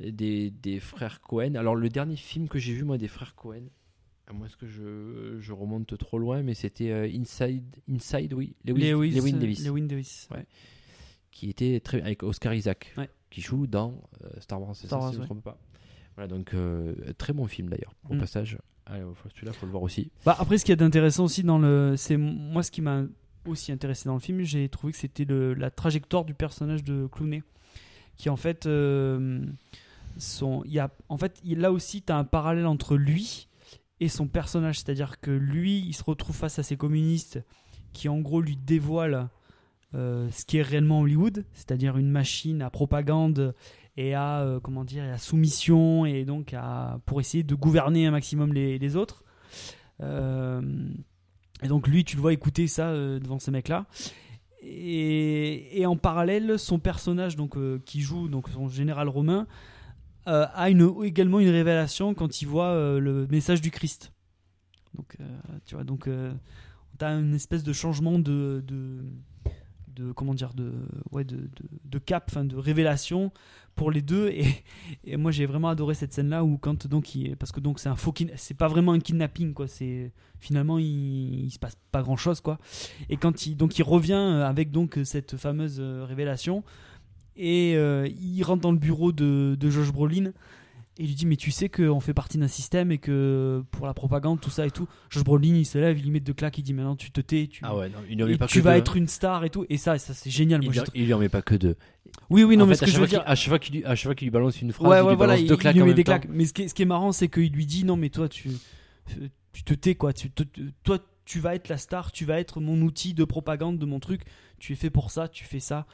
Speaker 3: des, des frères Cohen. Alors le dernier film que j'ai vu moi des frères Cohen. à moins que je, je remonte trop loin, mais c'était euh, Inside, Inside, oui, Lewis, Lewin Davis
Speaker 1: Lewin Davis.
Speaker 3: Ouais. qui était très avec Oscar Isaac
Speaker 1: Ouais.
Speaker 3: qui joue dans euh, Star Wars, c'est
Speaker 1: Star
Speaker 3: ça,
Speaker 1: Wars,
Speaker 3: si je
Speaker 1: ouais.
Speaker 3: me trompe pas. Voilà donc euh, très bon film d'ailleurs au
Speaker 1: Mm.
Speaker 3: passage. Allez, faut- celui-là faut le voir aussi.
Speaker 1: Bah, après, ce qui est intéressant aussi dans le, c'est moi ce qui m'a aussi intéressé dans le film, j'ai trouvé que c'était le- la trajectoire du personnage de Clooney, qui en fait, euh, son, il y a, en fait, il- là aussi, tu as un parallèle entre lui et son personnage, c'est-à-dire que lui, il se retrouve face à ces communistes qui en gros lui dévoilent euh, ce qui est réellement Hollywood, c'est-à-dire une machine à propagande et à euh, comment dire, et à soumission et donc à pour essayer de gouverner un maximum les- les autres. Euh, et donc lui, tu le vois écouter ça euh, devant ces mecs-là. Et, et en parallèle, son personnage donc euh, qui joue donc son général romain euh, a une, également une révélation quand il voit euh, le message du Christ. Donc euh, tu vois donc euh, t'as une espèce de changement de, de de- comment dire de ouais de, de, de cap enfin de révélation pour les deux et, et moi j'ai vraiment adoré cette scène là où quand donc il, parce que donc c'est un faux kidna- c'est pas vraiment un kidnapping quoi c'est finalement il, il se passe pas grand chose quoi et quand il donc il revient avec donc cette fameuse euh, révélation et euh, il rentre dans le bureau de, de Josh Brolin et il lui dit mais tu sais qu'on fait partie d'un système et que pour la propagande tout ça et tout Josh Brolin il se lève il lui met deux claques il dit
Speaker 3: Ah
Speaker 1: maintenant tu te tais tu
Speaker 3: ouais, non, il lui
Speaker 1: et tu vas être une star et tout et ça ça c'est génial
Speaker 3: hein. il,
Speaker 1: moi j'ai
Speaker 3: lui- il lui en met pas que deux.
Speaker 1: Oui, oui, non,
Speaker 3: En
Speaker 1: mais
Speaker 3: fait,
Speaker 1: ce que je
Speaker 3: à chaque
Speaker 1: veux
Speaker 3: fois
Speaker 1: dire.
Speaker 3: qu'il- à chaque fois qu'il lui, à chaque fois qu'il lui balance une phrase,
Speaker 1: Ouais,
Speaker 3: il
Speaker 1: ouais,
Speaker 3: lui
Speaker 1: voilà,
Speaker 3: balance
Speaker 1: il,
Speaker 3: deux
Speaker 1: il
Speaker 3: claques
Speaker 1: lui
Speaker 3: en
Speaker 1: met
Speaker 3: même
Speaker 1: des
Speaker 3: temps.
Speaker 1: claques. Mais ce qui est, ce qui est marrant, c'est qu'il lui dit non, mais toi, tu, tu te tais, quoi. Tu, te- toi, tu vas être la star, tu vas être mon outil de propagande de mon truc. Tu es fait pour ça, tu fais ça.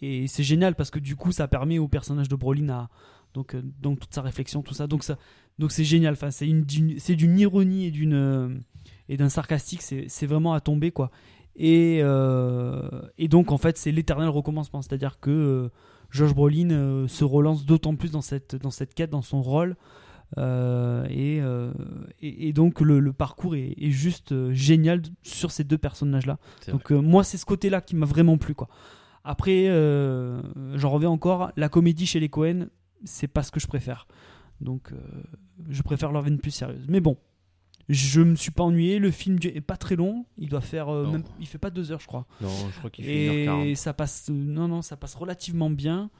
Speaker 1: Et c'est génial parce que du coup, ça permet au personnage de Brolin à. Donc, euh, donc toute sa réflexion, tout ça. Donc, ça, donc c'est génial. Enfin, c'est une, d'une- c'est d'une ironie et d'une euh, et d'un sarcastique. C'est, c'est vraiment à tomber, quoi. Et, euh, et donc, en fait, c'est l'éternel recommencement. C'est-à-dire que. euh, Josh Brolin euh, se relance d'autant plus dans cette, dans cette quête, dans son rôle. Euh, et, euh, et, et donc le, le parcours est, est juste euh, génial sur ces deux personnages-là.
Speaker 3: C'est
Speaker 1: Donc euh, moi, c'est ce côté-là qui m'a vraiment plu. Quoi. Après, euh, j'en reviens encore, la comédie chez les Cohen, c'est pas ce que je préfère. Donc euh, je préfère leur veine plus sérieuse. Mais bon, je me suis pas ennuyé. Le film est pas très long. Il doit faire, euh,
Speaker 3: Non.
Speaker 1: même- il fait pas deux heures, je crois
Speaker 3: Non, je crois qu'il fait 1h40.
Speaker 1: et ça passe euh, non non ça passe relativement bien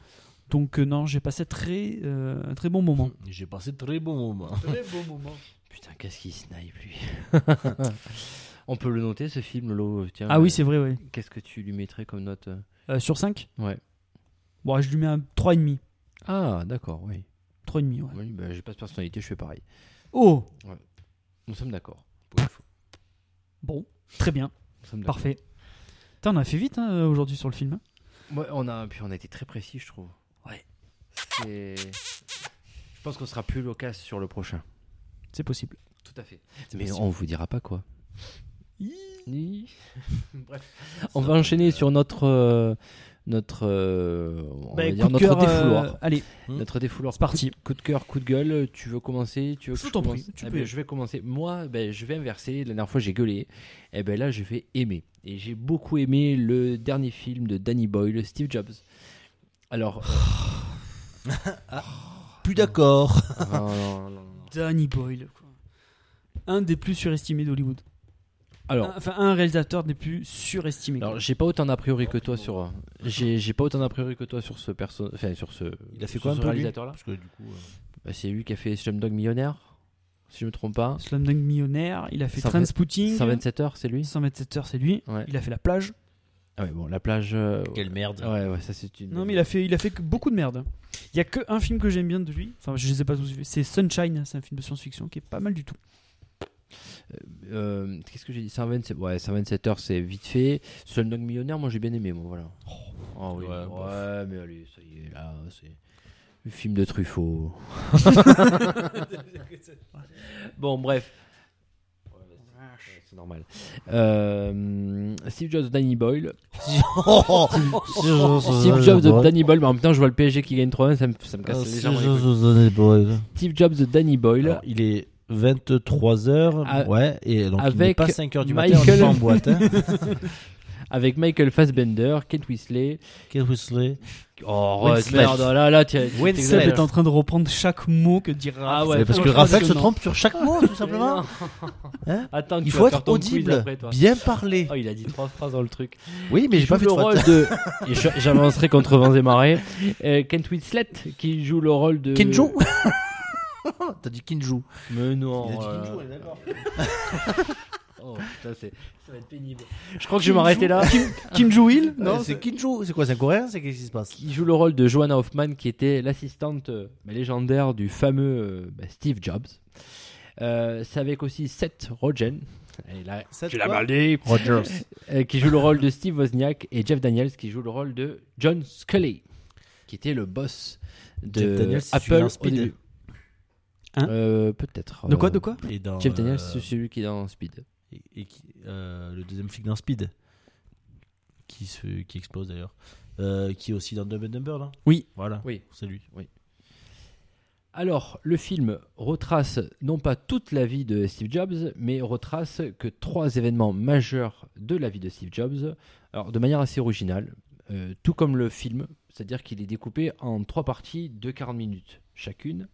Speaker 1: donc euh, non j'ai passé très euh, un très bon moment
Speaker 2: J'ai passé de très bon moment.
Speaker 3: Putain, qu'est-ce qu'il snipe lui On peut le noter ce film, Lolo. Tiens, euh,
Speaker 1: ah oui c'est vrai oui
Speaker 3: Qu'est-ce que tu lui mettrais comme note euh
Speaker 1: Euh, sur 5
Speaker 3: Ouais.
Speaker 1: bon je lui mets un 3,5 et demi
Speaker 3: Ah, d'accord, oui.
Speaker 1: Trois et demi, ouais.
Speaker 3: Oui, bah, j'ai pas de personnalité, je fais pareil.
Speaker 1: oh
Speaker 3: Nous sommes d'accord.
Speaker 1: bon très bien
Speaker 3: Nous sommes d'accord.
Speaker 1: parfait Putain, on a fait vite hein, aujourd'hui sur le film hein.
Speaker 3: Ouais, on a, puis on a été très précis, je trouve.
Speaker 1: Ouais.
Speaker 3: C'est. Je pense qu'on sera plus loquace sur le prochain.
Speaker 1: c'est possible
Speaker 3: Tout à fait. Mais
Speaker 1: possible.
Speaker 3: on vous dira pas quoi. Ni. Bref. On va enchaîner sur notre. euh, notre. euh, on
Speaker 1: Bah,
Speaker 3: va
Speaker 1: coup
Speaker 3: dire
Speaker 1: de
Speaker 3: notre
Speaker 1: cœur, euh,
Speaker 3: défouloir.
Speaker 1: allez
Speaker 3: Notre défouloir.
Speaker 1: C'est parti.
Speaker 3: Coup de- Hmm. Coup de cœur, coup de gueule. Tu veux commencer Tu veux que
Speaker 1: Je
Speaker 3: je
Speaker 1: t'en
Speaker 3: commence
Speaker 1: prie, tu
Speaker 3: Eh
Speaker 1: peux.
Speaker 3: ben, Je vais commencer. Moi, ben, je vais inverser. La dernière fois, j'ai gueulé. Et ben là, je vais aimer. Et j'ai beaucoup aimé le dernier film de Danny Boyle, Steve Jobs. Alors,
Speaker 2: Plus d'accord.
Speaker 3: euh, non, non, non, non, non.
Speaker 1: Danny Boyle quoi. un des plus surestimés d'Hollywood
Speaker 3: alors,
Speaker 1: Un- enfin un réalisateur des plus surestimés
Speaker 3: alors j'ai pas autant d'a priori que toi sur. euh, J'ai j'ai pas autant d'a priori que toi sur ce perso. Enfin, sur ce.
Speaker 2: Il a fait
Speaker 3: sur
Speaker 2: quoi un
Speaker 3: ce
Speaker 2: peu lui
Speaker 3: réalisateur-là
Speaker 2: Parce que du coup, euh,
Speaker 3: Bah, C'est lui qui a fait Slumdog Millionnaire, si je me trompe pas.
Speaker 1: Slumdog Millionnaire il a fait
Speaker 3: 120
Speaker 1: Transpouting
Speaker 3: 127 heures, c'est lui.
Speaker 1: 127 heures c'est lui
Speaker 3: Ouais.
Speaker 1: il a fait la plage
Speaker 3: Ah ouais, bon, la plage. euh,
Speaker 2: quelle merde.
Speaker 3: Ouais, ouais, ça c'est une.
Speaker 1: Non, mais il a fait, il a fait que beaucoup de merde. Il y a que un film que j'aime bien de lui. Enfin, je les ai pas tous vus. C'est Sunshine, c'est un film de science-fiction qui est pas mal du tout.
Speaker 3: Euh, qu'est-ce que j'ai dit 127 ouais 127 heures c'est vite fait Slumdog Millionnaire moi j'ai bien aimé moi voilà Ah oui
Speaker 2: Oh, Ouais,
Speaker 3: ouais,
Speaker 2: bof.
Speaker 3: mais allez ça y est là c'est le film de Truffaut bon bref Ouais, c'est- c'est normal Euh, Steve Jobs Danny Boyle Steve Jobs Danny Boyle mais en même temps je vois le PSG qui gagne 3-1 ça me, ça me casse légèrement les couilles. Steve Jobs Danny Boyle
Speaker 2: Alors, il est 23h,
Speaker 3: À-
Speaker 2: ouais, et donc il n'est
Speaker 3: avec
Speaker 2: pas 5h du matin, on
Speaker 3: Michael-
Speaker 2: est pas en boîte. Hein.
Speaker 3: avec Michael Fassbender Kate Winslet
Speaker 2: Kate Winslet.
Speaker 3: Oh,
Speaker 2: Winslet.
Speaker 3: merde, oh là là, tiens.
Speaker 1: Seb est en train de reprendre chaque mot que dit Raph.
Speaker 3: Ah ouais,
Speaker 2: Mais parce que
Speaker 1: Impressionnant.
Speaker 2: Raphaël se trompe sur chaque mot, tout simplement.
Speaker 3: simplement.
Speaker 2: Hein
Speaker 3: Attends,
Speaker 2: Il
Speaker 3: tu
Speaker 2: faut
Speaker 3: vas faire
Speaker 2: être
Speaker 3: ton quiz
Speaker 2: audible,
Speaker 3: après, toi.
Speaker 2: bien parler.
Speaker 3: Oh, il a dit trois phrases dans le truc.
Speaker 2: Ah, Oui, mais j'ai
Speaker 3: Joue
Speaker 2: pas fait de
Speaker 3: le
Speaker 2: faute.
Speaker 3: rôle de. Et je- J'avancerai contre vents et marées. Euh, Kent Winslet qui joue le rôle de.
Speaker 2: Kenju T'as dit Kinju.
Speaker 3: Mais non. euh,
Speaker 2: d'accord.
Speaker 3: Oh putain, c'est- ça va être pénible. Je crois que je vais m'arrêter là.
Speaker 1: Kim Joo-il
Speaker 2: Non, Euh, c'est Kinju. C'est quoi, c'est un coréen C'est qu'est-ce qui se passe
Speaker 3: Il joue le rôle de Joanna Hoffman, qui était l'assistante euh, bah, légendaire du fameux euh, bah, Steve Jobs. Euh, c'est avec aussi Seth Rogen. Et là,
Speaker 2: Seth
Speaker 3: tu l'as
Speaker 2: quoi
Speaker 3: mal dit.
Speaker 2: Rogers.
Speaker 3: Euh, qui joue le rôle de Steve Wozniak et Jeff Daniels qui joue le rôle de John Scully, qui était le boss de
Speaker 2: Jeff Daniels, c'est celui
Speaker 3: Apple.
Speaker 2: dans
Speaker 3: au
Speaker 2: Speed.
Speaker 3: début.
Speaker 1: Hein
Speaker 3: Euh, Peut-être.
Speaker 1: De quoi,
Speaker 3: euh,
Speaker 1: de quoi
Speaker 2: Et dans,
Speaker 3: Jeff Daniels,
Speaker 2: euh,
Speaker 3: c'est celui qui est dans Speed.
Speaker 2: et, et qui- euh, le deuxième flic dans Speed, qui, se, qui explose d'ailleurs, Euh, qui est aussi dans Dumb and Dumber, là
Speaker 1: Oui.
Speaker 2: Voilà,
Speaker 3: Oui.
Speaker 2: c'est lui.
Speaker 3: Alors, le film retrace non pas toute la vie de Steve Jobs, mais retrace que trois événements majeurs de la vie de Steve Jobs, alors de manière assez originale, euh, tout comme le film, c'est-à-dire qu'il est découpé en trois parties de 40 minutes chacune,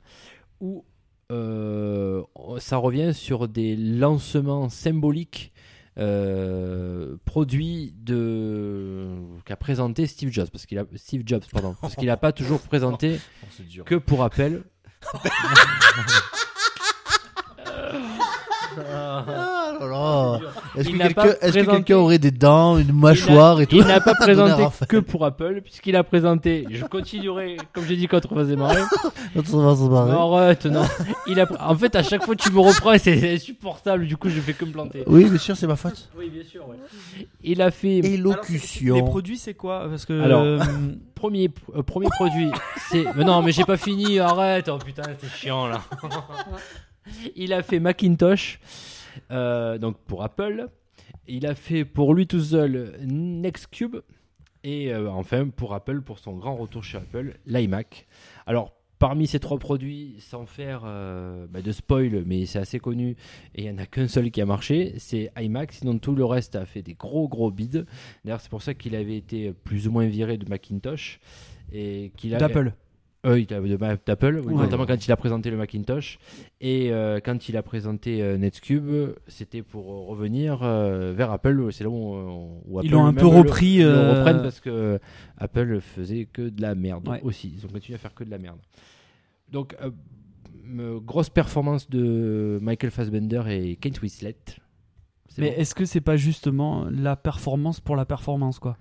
Speaker 3: où euh, ça revient sur des lancements symboliques euh, produits de qu'a présenté Steve Jobs, parce qu'il a Steve Jobs, pardon, parce qu'il n'a pas toujours présenté
Speaker 2: Oh, c'est dur.
Speaker 3: que pour rappel. Euh,
Speaker 2: Ah,
Speaker 10: Oh là là. Est-ce
Speaker 3: Il
Speaker 10: que
Speaker 3: n'a
Speaker 10: quelqu'un
Speaker 3: pas
Speaker 10: est-ce que
Speaker 3: présenté-
Speaker 10: quelqu'un aurait des dents, une mâchoire et tout
Speaker 3: Il n'a pas
Speaker 10: Bonheur,
Speaker 3: présenté
Speaker 10: enfin.
Speaker 3: que pour Apple, puisqu'il a présenté, je continuerai, comme j'ai dit contre Rosemary.
Speaker 10: Quand on va se barrer.
Speaker 3: Non, arrête, non. euh, Il a... En fait, à chaque fois, tu me reprends et c'est insupportable, du coup, je fais que me planter.
Speaker 10: Oui, bien sûr, c'est ma faute.
Speaker 3: Oui, bien sûr, Il a fait.
Speaker 10: Élocution.
Speaker 1: Les produits, c'est quoi Parce que.
Speaker 3: Alors.
Speaker 1: euh,
Speaker 3: Premier, euh, premier produit, c'est. Mais non, mais j'ai pas fini, arrête, oh putain, c'est chiant là. Il a fait Macintosh, euh, donc pour Apple. Il a fait pour lui tout seul Nextcube. Et euh, enfin, pour Apple, pour son grand retour chez Apple, l'iMac. Alors, parmi ces trois produits, sans faire euh, bah, de spoil, mais c'est assez connu, et il n'y en a qu'un seul qui a marché, c'est iMac. Sinon, tout le reste a fait des gros, gros bids. D'ailleurs, c'est pour ça qu'il avait été plus ou moins viré de Macintosh. et qu'il avait-
Speaker 1: D'Apple.
Speaker 3: euh, il a- de ma- d'Apple, oui,
Speaker 1: Ouais.
Speaker 3: notamment quand il a présenté le Macintosh. Et euh, quand il a présenté euh, Netscube, c'était pour euh, revenir euh, vers Apple. C'est là où, on- où Apple
Speaker 1: Ils l'ont un
Speaker 3: même
Speaker 1: peu
Speaker 3: le-
Speaker 1: repris.
Speaker 3: le
Speaker 1: euh,
Speaker 3: reprennent parce que Apple faisait que de la merde
Speaker 1: Ouais.
Speaker 3: aussi. Ils ont continué à faire que de la merde. Donc, euh, m- grosse performance de Michael Fassbender et Kate Winslet. C'est
Speaker 1: Mais
Speaker 3: bon
Speaker 1: est-ce que c'est pas justement la performance pour la performance, quoi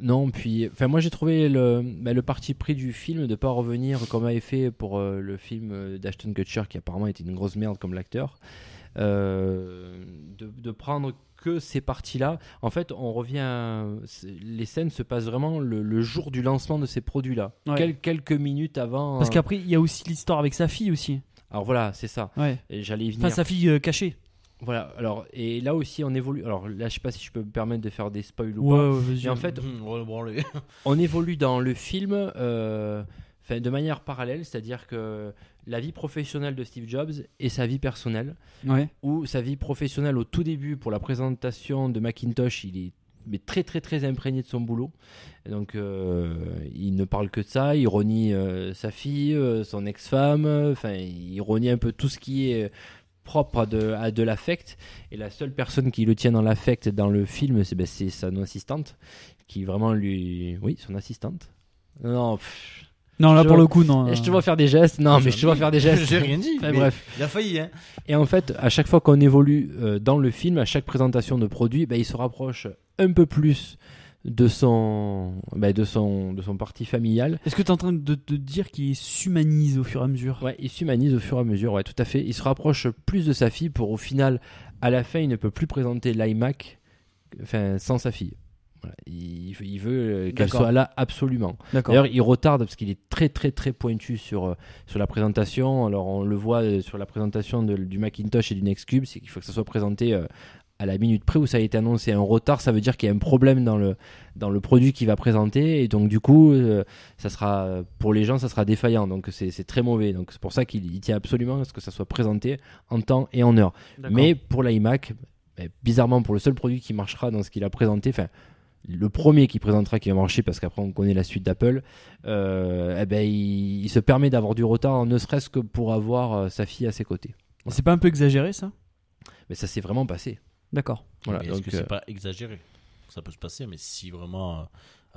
Speaker 3: Non, puis, enfin, moi j'ai trouvé le, bah, le parti pris du film de pas revenir comme avait fait pour euh, le film euh, d'Ashton Kutcher qui apparemment était une grosse merde comme l'acteur, euh, de, de prendre que ces parties-là. En fait, on revient, à- c'est- les scènes se passent vraiment le, le jour du lancement de ces produits-là,
Speaker 1: Ouais.
Speaker 3: Quel- quelques minutes avant. euh,
Speaker 1: Parce qu'après, il y a aussi l'histoire avec sa fille aussi.
Speaker 3: Alors voilà, c'est ça.
Speaker 1: Ouais.
Speaker 3: Et J'allais y venir.
Speaker 1: Enfin, sa fille euh, cachée.
Speaker 3: Voilà. Alors et là aussi on évolue. Alors là, je sais pas si je peux me permettre de faire des spoils ou
Speaker 1: Ouais,
Speaker 3: pas.
Speaker 1: ouais, vas-y.
Speaker 3: Mais en fait,
Speaker 2: Mmh, Branlé.
Speaker 3: on évolue dans le film euh, enfin, de manière parallèle, c'est-à-dire que la vie professionnelle de Steve Jobs et sa vie personnelle,
Speaker 1: Ouais.
Speaker 3: où sa vie professionnelle au tout début pour la présentation de Macintosh, il est mais très très très imprégné de son boulot. Et Donc euh, il ne parle que de ça, il renie euh, sa fille, euh, son ex-femme, euh, enfin il renie un peu tout ce qui est propre à de, à de l'affect. Et la seule personne qui le tient dans l'affect dans le film, c'est ben, c'est son assistante, qui vraiment lui... Oui, son assistante. Non, non, pff,
Speaker 1: Non, là
Speaker 3: Je
Speaker 1: pour
Speaker 3: vois-
Speaker 1: le coup, non. euh,
Speaker 3: je te vois faire des gestes, non mais je te vois faire des gestes.
Speaker 2: Euh. J'ai rien dit.
Speaker 3: Enfin,
Speaker 2: mais
Speaker 3: bref.
Speaker 2: Il a failli, hein.
Speaker 3: Et en fait, à chaque fois qu'on évolue euh, dans le film, à chaque présentation de produit, ben, il se rapproche un peu plus de son, ben, de son, de son parti familial.
Speaker 1: Est-ce que t'es en train de te dire qu'il s'humanise au fur et à mesure
Speaker 3: Ouais, il s'humanise au fur et à mesure, ouais, tout à fait. Il se rapproche plus de sa fille pour au final, à la fin, il ne peut plus présenter l'iMac enfin, sans sa fille. Voilà. Il, il veut euh, qu'elle
Speaker 1: D'accord.
Speaker 3: soit là absolument.
Speaker 1: D'accord.
Speaker 3: D'ailleurs, il retarde parce qu'il est très très très pointu sur, euh, sur la présentation. Alors, on le voit euh, sur la présentation de- du Macintosh et du Nextcube, c'est qu'il faut que ça soit présenté euh, à la minute près où ça a été annoncé. Un retard, ça veut dire qu'il y a un problème dans le, dans le produit qu'il va présenter. Et donc, du coup, euh, ça sera, pour les gens, ça sera défaillant. Donc, c'est c'est très mauvais. Donc, c'est pour ça qu'il il tient absolument à ce que ça soit présenté en temps et en heure. Mais pour l'iMac, ben, bizarrement, pour le seul produit qui marchera dans ce qu'il a présenté, enfin, le premier qui présentera qui va marcher, parce qu'après on connaît la suite d'Apple, euh, eh ben, il, il se permet d'avoir du retard, ne serait-ce que pour avoir euh, sa fille à ses côtés.
Speaker 1: C'est pas un peu exagéré ça
Speaker 3: Mais ça s'est vraiment passé.
Speaker 1: D'accord.
Speaker 3: Voilà,
Speaker 2: Mais Est-ce
Speaker 3: donc,
Speaker 2: que
Speaker 3: euh,
Speaker 2: c'est pas exagéré Ça peut se passer, mais si vraiment,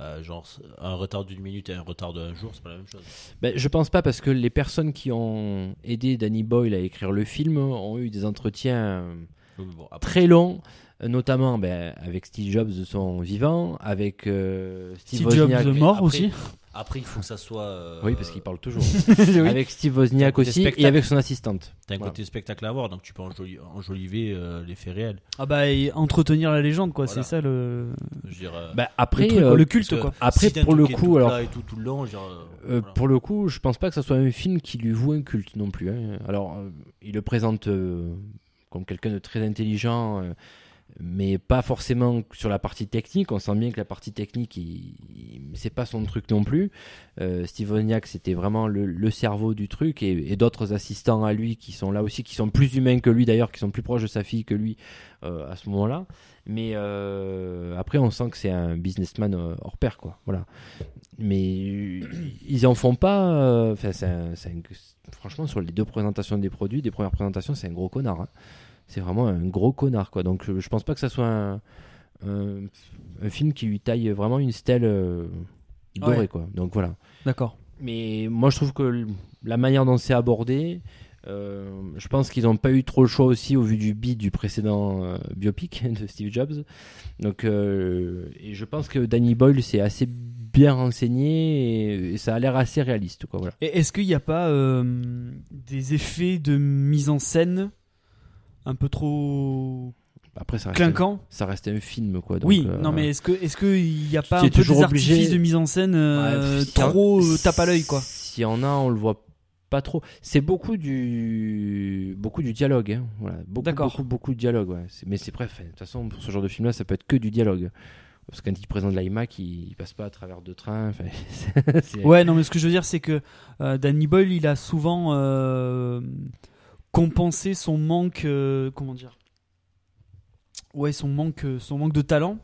Speaker 2: euh, euh, genre, un retard d'une minute et un retard d'un jour, c'est pas la même chose.
Speaker 3: ben, je pense pas, parce que les personnes qui ont aidé Danny Boyle à écrire le film ont eu des entretiens. euh,
Speaker 2: Oui, mais bon, après,
Speaker 3: très long, euh, notamment ben, avec Steve Jobs de son vivant, avec euh, Steve,
Speaker 1: Steve Jobs
Speaker 3: Wozniak.
Speaker 1: mort
Speaker 2: après-
Speaker 1: aussi.
Speaker 2: Après, il faut que ça soit. euh,
Speaker 3: Oui, parce qu'il parle toujours.
Speaker 1: Oui.
Speaker 3: Avec Steve Wozniak
Speaker 2: Des
Speaker 3: aussi et
Speaker 2: spectacles.
Speaker 3: avec son assistante.
Speaker 2: T'as un
Speaker 3: Voilà.
Speaker 2: côté spectacle à voir, donc tu peux enjoli- enjoliver euh, les faits réels.
Speaker 1: Ah bah et entretenir la légende quoi,
Speaker 2: Voilà.
Speaker 1: c'est ça le.
Speaker 2: Je veux dire, euh,
Speaker 3: Bah,
Speaker 1: le
Speaker 3: après,
Speaker 1: truc,
Speaker 3: euh,
Speaker 1: le culte
Speaker 2: parce que
Speaker 1: quoi.
Speaker 3: après,
Speaker 2: si t'as un
Speaker 3: pour
Speaker 2: truc
Speaker 3: le
Speaker 2: qui est
Speaker 3: coup,
Speaker 2: tout
Speaker 3: alors-
Speaker 2: plat et tout, tout le long, genre, euh,
Speaker 3: euh,
Speaker 2: voilà.
Speaker 3: pour le coup, je pense pas que ça soit un film qui lui voue un culte non plus. hein. Alors, euh, il le présente euh, comme quelqu'un de très intelligent, euh, mais pas forcément sur la partie technique. On sent bien que la partie technique, il- il- c'est pas son truc non plus. Euh, Steve Wozniak, c'était vraiment le, le cerveau du truc, et, et d'autres assistants à lui qui sont là aussi, qui sont plus humains que lui d'ailleurs, qui sont plus proches de sa fille que lui euh, à ce moment-là. Mais euh, après, on sent que c'est un businessman euh, hors pair, quoi. Voilà. Mais euh, ils en font pas. euh, Enfin, c'est un- c'est un- franchement sur les deux présentations des produits, des premières présentations, c'est un gros connard. hein. C'est vraiment un gros connard, quoi. Donc, euh, je, je pense pas que ça soit un, un- un film qui lui taille vraiment une stèle euh, dorée,
Speaker 1: Ouais.
Speaker 3: quoi. Donc voilà.
Speaker 1: D'accord.
Speaker 3: Mais moi, je trouve que l- la manière dont c'est abordé, Euh, je pense qu'ils n'ont pas eu trop le choix aussi au vu du beat du précédent euh, biopic de Steve Jobs. Donc, euh, et je pense que Danny Boyle s'est assez bien renseigné et, et ça a l'air assez réaliste. Quoi, voilà.
Speaker 1: Et est-ce qu'il n'y a pas euh, des effets de mise en scène un peu trop
Speaker 3: Après, ça reste,
Speaker 1: clinquants
Speaker 3: ça reste un film. Quoi, donc,
Speaker 1: Oui,
Speaker 3: euh,
Speaker 1: non mais est-ce que est-ce que il n'y a pas
Speaker 3: tu
Speaker 1: un
Speaker 3: es
Speaker 1: peu
Speaker 3: toujours
Speaker 1: des
Speaker 3: obligé-
Speaker 1: artifices de mise en scène euh,
Speaker 3: Ouais, si-
Speaker 1: trop
Speaker 3: si-
Speaker 1: euh, tape à l'œil quoi
Speaker 3: S'il y en a, on le voit pas trop. C'est beaucoup du beaucoup du dialogue. hein, Voilà, beaucoup,
Speaker 1: D'accord.
Speaker 3: beaucoup, beaucoup de dialogue. ouais. C'est- Mais c'est bref. De toute façon, pour ce genre de film-là, ça peut être que du dialogue. Parce que quand il présente l'IMAC, il, il passe pas à travers deux trains. enfin, c'est- c'est-
Speaker 1: Ouais, non mais ce que je veux dire c'est que euh, Danny Boyle il a souvent euh, compensé son manque euh, comment dire ouais son manque euh, son manque de talent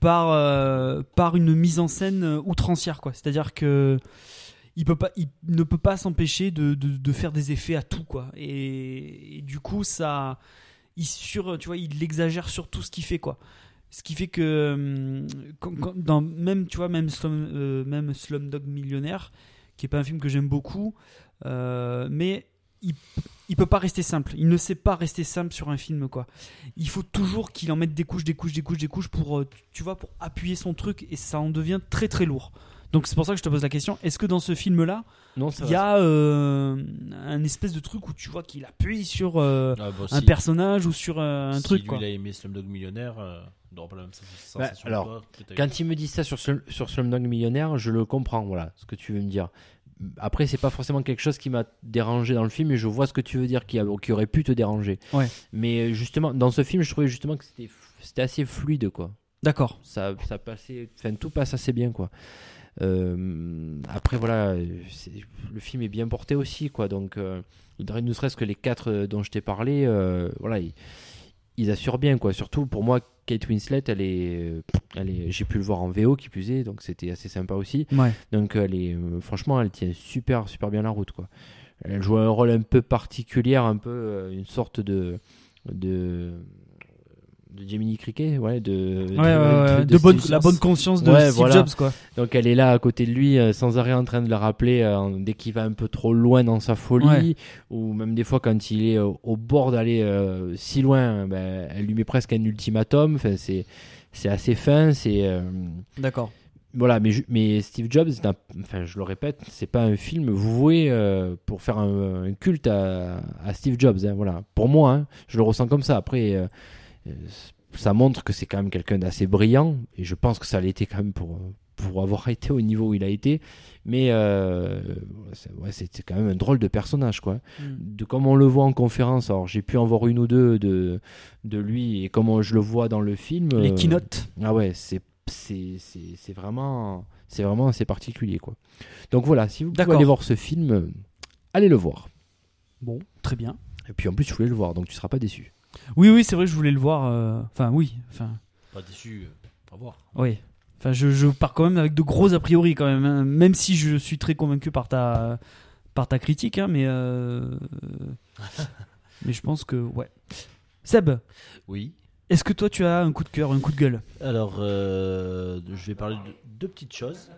Speaker 1: par euh, par une mise en scène euh, outrancière quoi c'est-à-dire que il peut pas il ne peut pas s'empêcher de, de- de faire des effets à tout quoi et, et du coup ça il sur tu vois il exagère sur tout ce qu'il fait quoi ce qui fait que hum, quand- quand- dans même tu vois même Slum, euh, même Slumdog Millionnaire qui est pas un film que j'aime beaucoup euh, mais il il peut pas rester simple il ne sait pas rester simple sur un film quoi il faut toujours qu'il en mette des couches des couches des couches des couches pour euh, tu- tu vois pour appuyer son truc et ça en devient très très lourd donc c'est pour ça que je te pose la question est-ce que dans ce film là
Speaker 3: Non, ça
Speaker 1: il
Speaker 3: va,
Speaker 1: y a euh, un espèce de truc où tu vois qu'il appuie sur euh,
Speaker 2: Ah, bah,
Speaker 1: un
Speaker 2: si-
Speaker 1: personnage ou sur euh, un
Speaker 2: si
Speaker 1: truc
Speaker 2: lui,
Speaker 1: quoi.
Speaker 2: il a aimé Slumdog Millionnaire, euh, on n'aura pas la même sens- sensation
Speaker 3: Bah,
Speaker 2: que
Speaker 3: alors,
Speaker 2: toi, que t'as eu.
Speaker 3: Quand il me dit ça sur, Slum- sur Slumdog Millionnaire, je le comprends, voilà, ce que tu veux me dire. Après, c'est pas forcément quelque chose qui m'a dérangé dans le film, et je vois ce que tu veux dire, qui, a- qui aurait pu te déranger.
Speaker 1: Ouais.
Speaker 3: Mais euh, justement, dans ce film, je trouvais justement que c'était f- c'était assez fluide, quoi.
Speaker 1: D'accord.
Speaker 3: Ça, ça passait, enfin, tout passe assez bien, quoi. Euh, après, voilà, euh, c'est- le film est bien porté aussi, quoi. Donc, euh, ne serait-ce que les quatre euh, dont je t'ai parlé, euh, voilà, ils, ils assurent bien, quoi. Surtout pour moi, Kate Winslet, elle est, euh, elle est, j'ai pu le voir en VO qui plus est, donc c'était assez sympa aussi.
Speaker 1: Ouais.
Speaker 3: Donc, elle est, euh, franchement, elle tient super, super bien la route, quoi. Elle joue un rôle un peu particulier, un peu euh, une sorte de, de, de Jiminy Cricket, ouais, de,
Speaker 1: Ouais, ouais, ouais, de bonne,
Speaker 3: Steve
Speaker 1: la
Speaker 3: Jobs.
Speaker 1: bonne conscience de
Speaker 3: Ouais,
Speaker 1: Steve
Speaker 3: voilà.
Speaker 1: Jobs quoi.
Speaker 3: Donc elle est là à côté de lui, euh, sans arrêt en train de le rappeler euh, en- dès qu'il va un peu trop loin dans sa folie,
Speaker 1: Ouais.
Speaker 3: ou même des fois quand il est au, au bord d'aller euh, si loin, ben, elle lui met presque un ultimatum. Enfin, c'est c'est assez fin, c'est euh,
Speaker 1: D'accord.
Speaker 3: voilà. Mais ju- mais Steve Jobs, n'a- enfin je le répète, c'est pas un film voué euh, pour faire un, un culte à, à Steve Jobs. hein, voilà, pour moi, hein, je le ressens comme ça. Après. euh, euh, ça montre que c'est quand même quelqu'un d'assez brillant, et je pense que ça l'était quand même pour, pour avoir été au niveau où il a été. Mais euh, c'est ouais, c'est- c'est quand même un drôle de personnage, quoi.
Speaker 1: Mm.
Speaker 3: De comme on le voit en conférence, alors j'ai pu en voir une ou deux de, de lui, et comme on- je le vois dans le film.
Speaker 1: Les
Speaker 3: euh,
Speaker 1: keynotes.
Speaker 3: Ah ouais, c'est c'est- c'est- c'est vraiment, c'est vraiment assez particulier, quoi. Donc voilà, si vous pouvez
Speaker 1: D'accord.
Speaker 3: aller voir ce film, euh, allez le voir.
Speaker 1: Bon, très bien.
Speaker 3: Et puis en plus, je voulais le voir, donc tu seras pas déçu.
Speaker 1: Oui, oui, c'est vrai, je voulais le voir. euh, Enfin, oui. Enfin,
Speaker 2: Pas déçu, euh, on va voir.
Speaker 1: oui. Enfin, je, je pars quand même avec de gros a priori quand même. hein, Même si je suis très convaincu par ta par ta critique, hein, mais euh, mais je pense que ouais. Seb,
Speaker 2: Oui.
Speaker 1: est-ce que toi tu as un coup de cœur, un coup de gueule
Speaker 2: Alors, euh, je vais parler de deux petites choses.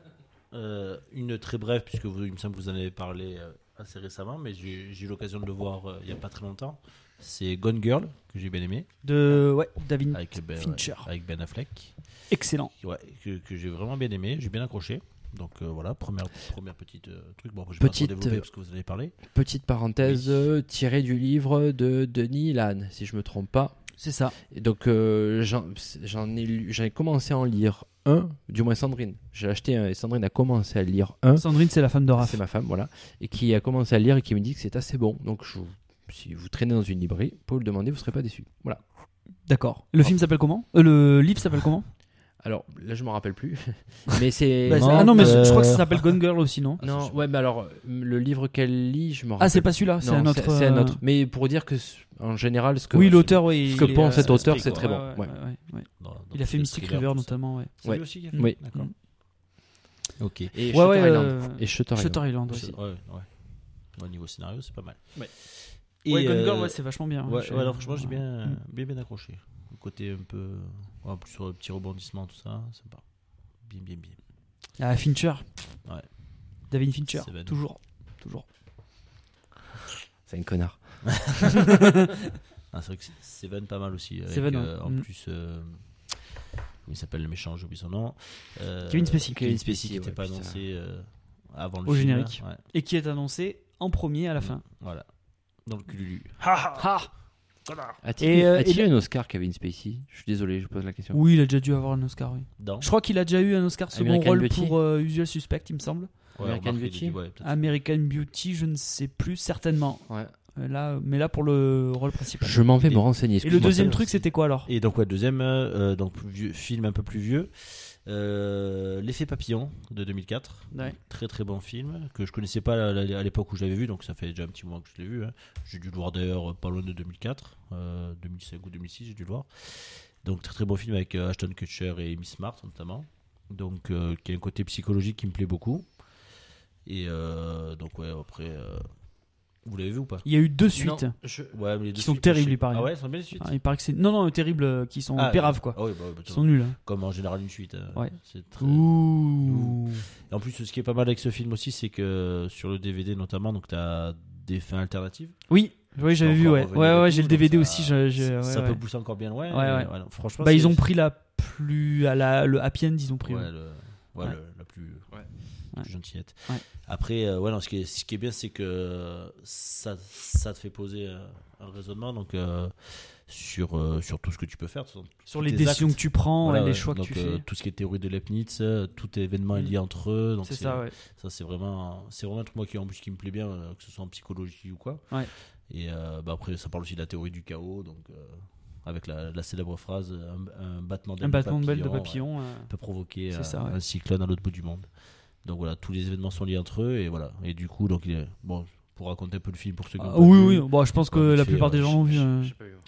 Speaker 2: Euh, une très brève, puisque vous, il me semble que vous en avez parlé euh, assez récemment, mais j'ai j'ai eu l'occasion de le voir euh, il n'y a pas très longtemps. C'est Gone Girl, que j'ai bien aimé,
Speaker 1: de ouais, David
Speaker 2: avec Ben,
Speaker 1: Fincher.
Speaker 2: avec ben Affleck,
Speaker 1: Excellent.
Speaker 2: Ouais, que, que j'ai vraiment bien aimé, j'ai bien accroché. Donc euh, voilà, première, première petite euh, truc. Bon, après, je vais
Speaker 3: Petite,
Speaker 2: pas trop développer
Speaker 3: euh,
Speaker 2: parce que vous en avez parlé.
Speaker 3: Petite parenthèse euh, tirée du livre de Denis Lannes, si je me trompe pas.
Speaker 1: C'est ça.
Speaker 3: Et donc euh, j'en j'en ai, lu- j'en ai commencé à en lire un, du moins Sandrine. J'ai acheté un et Sandrine a commencé à lire un.
Speaker 1: Sandrine, c'est la femme de Raph.
Speaker 3: C'est ma femme, voilà. Et qui a commencé à lire et qui me dit que c'est assez bon. Donc je- si vous traînez dans une librairie, pour le demander, vous serez pas déçu. Voilà.
Speaker 1: D'accord. Le film s'appelle comment Euh, Le livre s'appelle comment
Speaker 3: Alors là, je m'en rappelle plus. mais c'est. euh,
Speaker 1: Bah, c'est- Ah non, mais je, je crois que ça s'appelle Gone Girl aussi, non
Speaker 2: Ah,
Speaker 3: Non, ouais, mais alors euh, le livre qu'elle lit, je m'en rappelle.
Speaker 1: Ah, c'est pas celui-là, c'est
Speaker 3: Non,
Speaker 1: un autre.
Speaker 3: c'est un
Speaker 1: euh,
Speaker 3: autre. Mais pour dire que c- en général, ce que
Speaker 1: Oui, l'auteur, oui.
Speaker 3: ce que
Speaker 1: il est,
Speaker 3: pense
Speaker 1: euh,
Speaker 3: cet auteur, c'est
Speaker 2: quoi.
Speaker 3: très bon.
Speaker 1: ouais,
Speaker 3: Ouais.
Speaker 1: ouais, ouais, ouais.
Speaker 2: Dans- dans
Speaker 1: Il a fait
Speaker 2: les
Speaker 1: Mystic
Speaker 2: thrillers,
Speaker 1: River
Speaker 2: tout ça.
Speaker 1: notamment, ouais.
Speaker 2: C'est
Speaker 3: Ouais.
Speaker 2: lui aussi qui a fait
Speaker 3: Oui.
Speaker 2: D'accord.
Speaker 1: Mm.
Speaker 2: Ok.
Speaker 3: Et
Speaker 1: Ouais, ouais,
Speaker 3: Shutter Island.
Speaker 1: euh,
Speaker 3: Et Shutter Island.
Speaker 1: Shutter Island aussi.
Speaker 2: Ouais, ouais. Au niveau scénario, c'est pas mal.
Speaker 3: Ouais.
Speaker 2: Et,
Speaker 1: ouais, Gone Girl,
Speaker 2: euh,
Speaker 1: ouais, c'est vachement bien. hein,
Speaker 2: Ouais,
Speaker 1: Je-
Speaker 2: ouais, non, franchement, j'ai
Speaker 1: ouais.
Speaker 2: bien,
Speaker 1: Mm.
Speaker 2: bien, bien accroché. Le côté un peu. ouais, plus sur le petit rebondissement, tout ça, sympa. Bien, bien, bien.
Speaker 1: Ah, Fincher.
Speaker 2: Ouais.
Speaker 1: David Fincher.
Speaker 2: Seven.
Speaker 1: Toujours. Toujours.
Speaker 3: C'est un connard.
Speaker 2: Ah, c'est vrai que Seven pas mal aussi. Avec,
Speaker 1: Seven, ouais.
Speaker 2: euh, en
Speaker 1: Mm.
Speaker 2: plus, euh, il s'appelle le méchant, j'ai oublié son nom. Euh,
Speaker 1: Kevin Spacey.
Speaker 2: Kevin
Speaker 3: Kevin
Speaker 2: Spacey
Speaker 3: Spacey,
Speaker 2: qui n'était
Speaker 3: ouais,
Speaker 2: pas
Speaker 3: putain.
Speaker 2: annoncé euh, avant le
Speaker 1: Au
Speaker 2: film, hein,
Speaker 1: générique.
Speaker 2: ouais.
Speaker 1: Et qui est annoncé en premier
Speaker 2: Mm,
Speaker 1: à la fin.
Speaker 2: Voilà. Dans le cululu.
Speaker 3: A-t-il
Speaker 1: Et, euh,
Speaker 3: a-t-il
Speaker 1: et-
Speaker 3: un Oscar, Kevin Spacey Je suis désolé, je pose la question.
Speaker 1: Oui, il a déjà dû avoir un Oscar, oui.
Speaker 2: Dans.
Speaker 1: Je crois qu'il a déjà eu un Oscar second
Speaker 3: American
Speaker 1: rôle
Speaker 3: Beauty.
Speaker 1: pour euh, Usual Suspect, il me semble.
Speaker 2: Ouais,
Speaker 3: American
Speaker 2: remarque, il a
Speaker 3: Beauty.
Speaker 2: dit, ouais,
Speaker 1: Ah,
Speaker 2: peut-être.
Speaker 1: American Beauty, je ne sais plus, certainement.
Speaker 3: Ouais.
Speaker 1: Euh, Là, mais là, pour le rôle principal.
Speaker 3: Je m'en vais
Speaker 2: Et-
Speaker 3: me renseigner.
Speaker 1: Et le
Speaker 3: excuse-moi.
Speaker 1: deuxième
Speaker 2: ça
Speaker 1: truc,
Speaker 2: aussi.
Speaker 1: c'était quoi alors
Speaker 2: Et donc, ouais, deuxième, euh, euh, donc, vieux, film un peu plus vieux. Euh, L'effet papillon de 2004.
Speaker 1: Ouais.
Speaker 2: Très très bon film que je connaissais pas à la- à l'époque où je l'avais vu, donc ça fait déjà un petit moment que je l'ai vu. hein. J'ai dû le voir d'ailleurs euh, pas loin de 2004, euh, 2005 ou 2006, j'ai dû le voir. Donc très très bon film avec euh, Ashton Kutcher et Amy Smart notamment, donc euh, qui a un côté psychologique qui me plaît beaucoup. Et euh, donc ouais, après, euh, vous l'avez vu ou pas
Speaker 1: Il y a eu deux suites.
Speaker 2: Non, je- ouais, mais les
Speaker 1: Qui
Speaker 2: deux
Speaker 1: sont
Speaker 2: suites,
Speaker 1: terribles,
Speaker 2: je sais-
Speaker 1: il paraît.
Speaker 2: Ah ouais, elles sont bien les suites.
Speaker 1: Ah, il paraît que c'est. Non, non, terrible, euh, qui sont
Speaker 2: Ah,
Speaker 1: péraves, quoi.
Speaker 2: Ah oui, bah, bah,
Speaker 1: Qui sont nuls. hein.
Speaker 2: comme en général une suite. hein.
Speaker 1: Ouais.
Speaker 2: C'est très-
Speaker 1: Ouh.
Speaker 2: Et en plus, ce qui est pas mal avec ce film aussi, c'est que sur le DVD notamment, donc tu as des fins alternatives.
Speaker 1: Oui, oui j'avais
Speaker 2: Encore
Speaker 1: vu, ouais.
Speaker 2: revenir
Speaker 1: Ouais,
Speaker 2: et
Speaker 1: ouais,
Speaker 2: tout,
Speaker 1: j'ai le
Speaker 2: donc
Speaker 1: DVD
Speaker 2: ça-
Speaker 1: aussi. je- je- ouais,
Speaker 2: ça
Speaker 1: ouais.
Speaker 2: peut pousser encore bien loin.
Speaker 1: Ouais,
Speaker 2: et
Speaker 1: ouais.
Speaker 2: voilà. franchement,
Speaker 1: Bah,
Speaker 2: c'est-
Speaker 1: ils ont pris la plus. À la, le happy end, ils ont pris. euh,
Speaker 2: Ouais,
Speaker 1: ouais.
Speaker 2: le- ouais,
Speaker 1: Ouais.
Speaker 2: le- la plus, la
Speaker 1: Ouais.
Speaker 2: plus gentillette.
Speaker 1: Ouais.
Speaker 2: Après, euh, ouais, non, ce, qui est, ce qui est bien, c'est que ça, ça te fait poser euh, un raisonnement donc, euh, sur, euh, sur tout ce que tu peux faire. sur-
Speaker 1: Sur
Speaker 2: tous
Speaker 1: les
Speaker 2: tes
Speaker 1: décisions
Speaker 2: actes.
Speaker 1: que tu prends,
Speaker 2: Voilà,
Speaker 1: et les
Speaker 2: ouais.
Speaker 1: choix
Speaker 2: Donc,
Speaker 1: que tu
Speaker 2: euh,
Speaker 1: fais. Mm.
Speaker 2: Tout ce qui est théorie de Leibniz, euh, tout événement est lié entre eux. donc
Speaker 1: C'est ça, ouais.
Speaker 2: Ça, c'est vraiment, c'est vraiment un truc moi qui, en plus, qui me plaît bien, euh, que ce soit en psychologie ou quoi.
Speaker 1: Ouais.
Speaker 2: Et euh, bah, après, ça parle aussi de la théorie du chaos, donc euh, avec la, la célèbre phrase un, un battement d'aile
Speaker 1: Un battement de belle de
Speaker 2: ouais,
Speaker 1: papillon. euh,
Speaker 2: peut provoquer
Speaker 1: C'est
Speaker 2: euh,
Speaker 1: ça, ouais.
Speaker 2: un cyclone à l'autre bout du monde. Donc voilà, tous les événements sont liés entre eux et voilà. Et du coup, donc il est- bon, pour raconter un peu le film pour ceux qui
Speaker 1: Ah,
Speaker 2: ont pas
Speaker 1: oui,
Speaker 2: vu.
Speaker 1: oui, bon, je pense que
Speaker 2: Comme il
Speaker 1: la
Speaker 2: fait,
Speaker 1: plupart
Speaker 2: ouais,
Speaker 1: des gens l'ont vu. euh.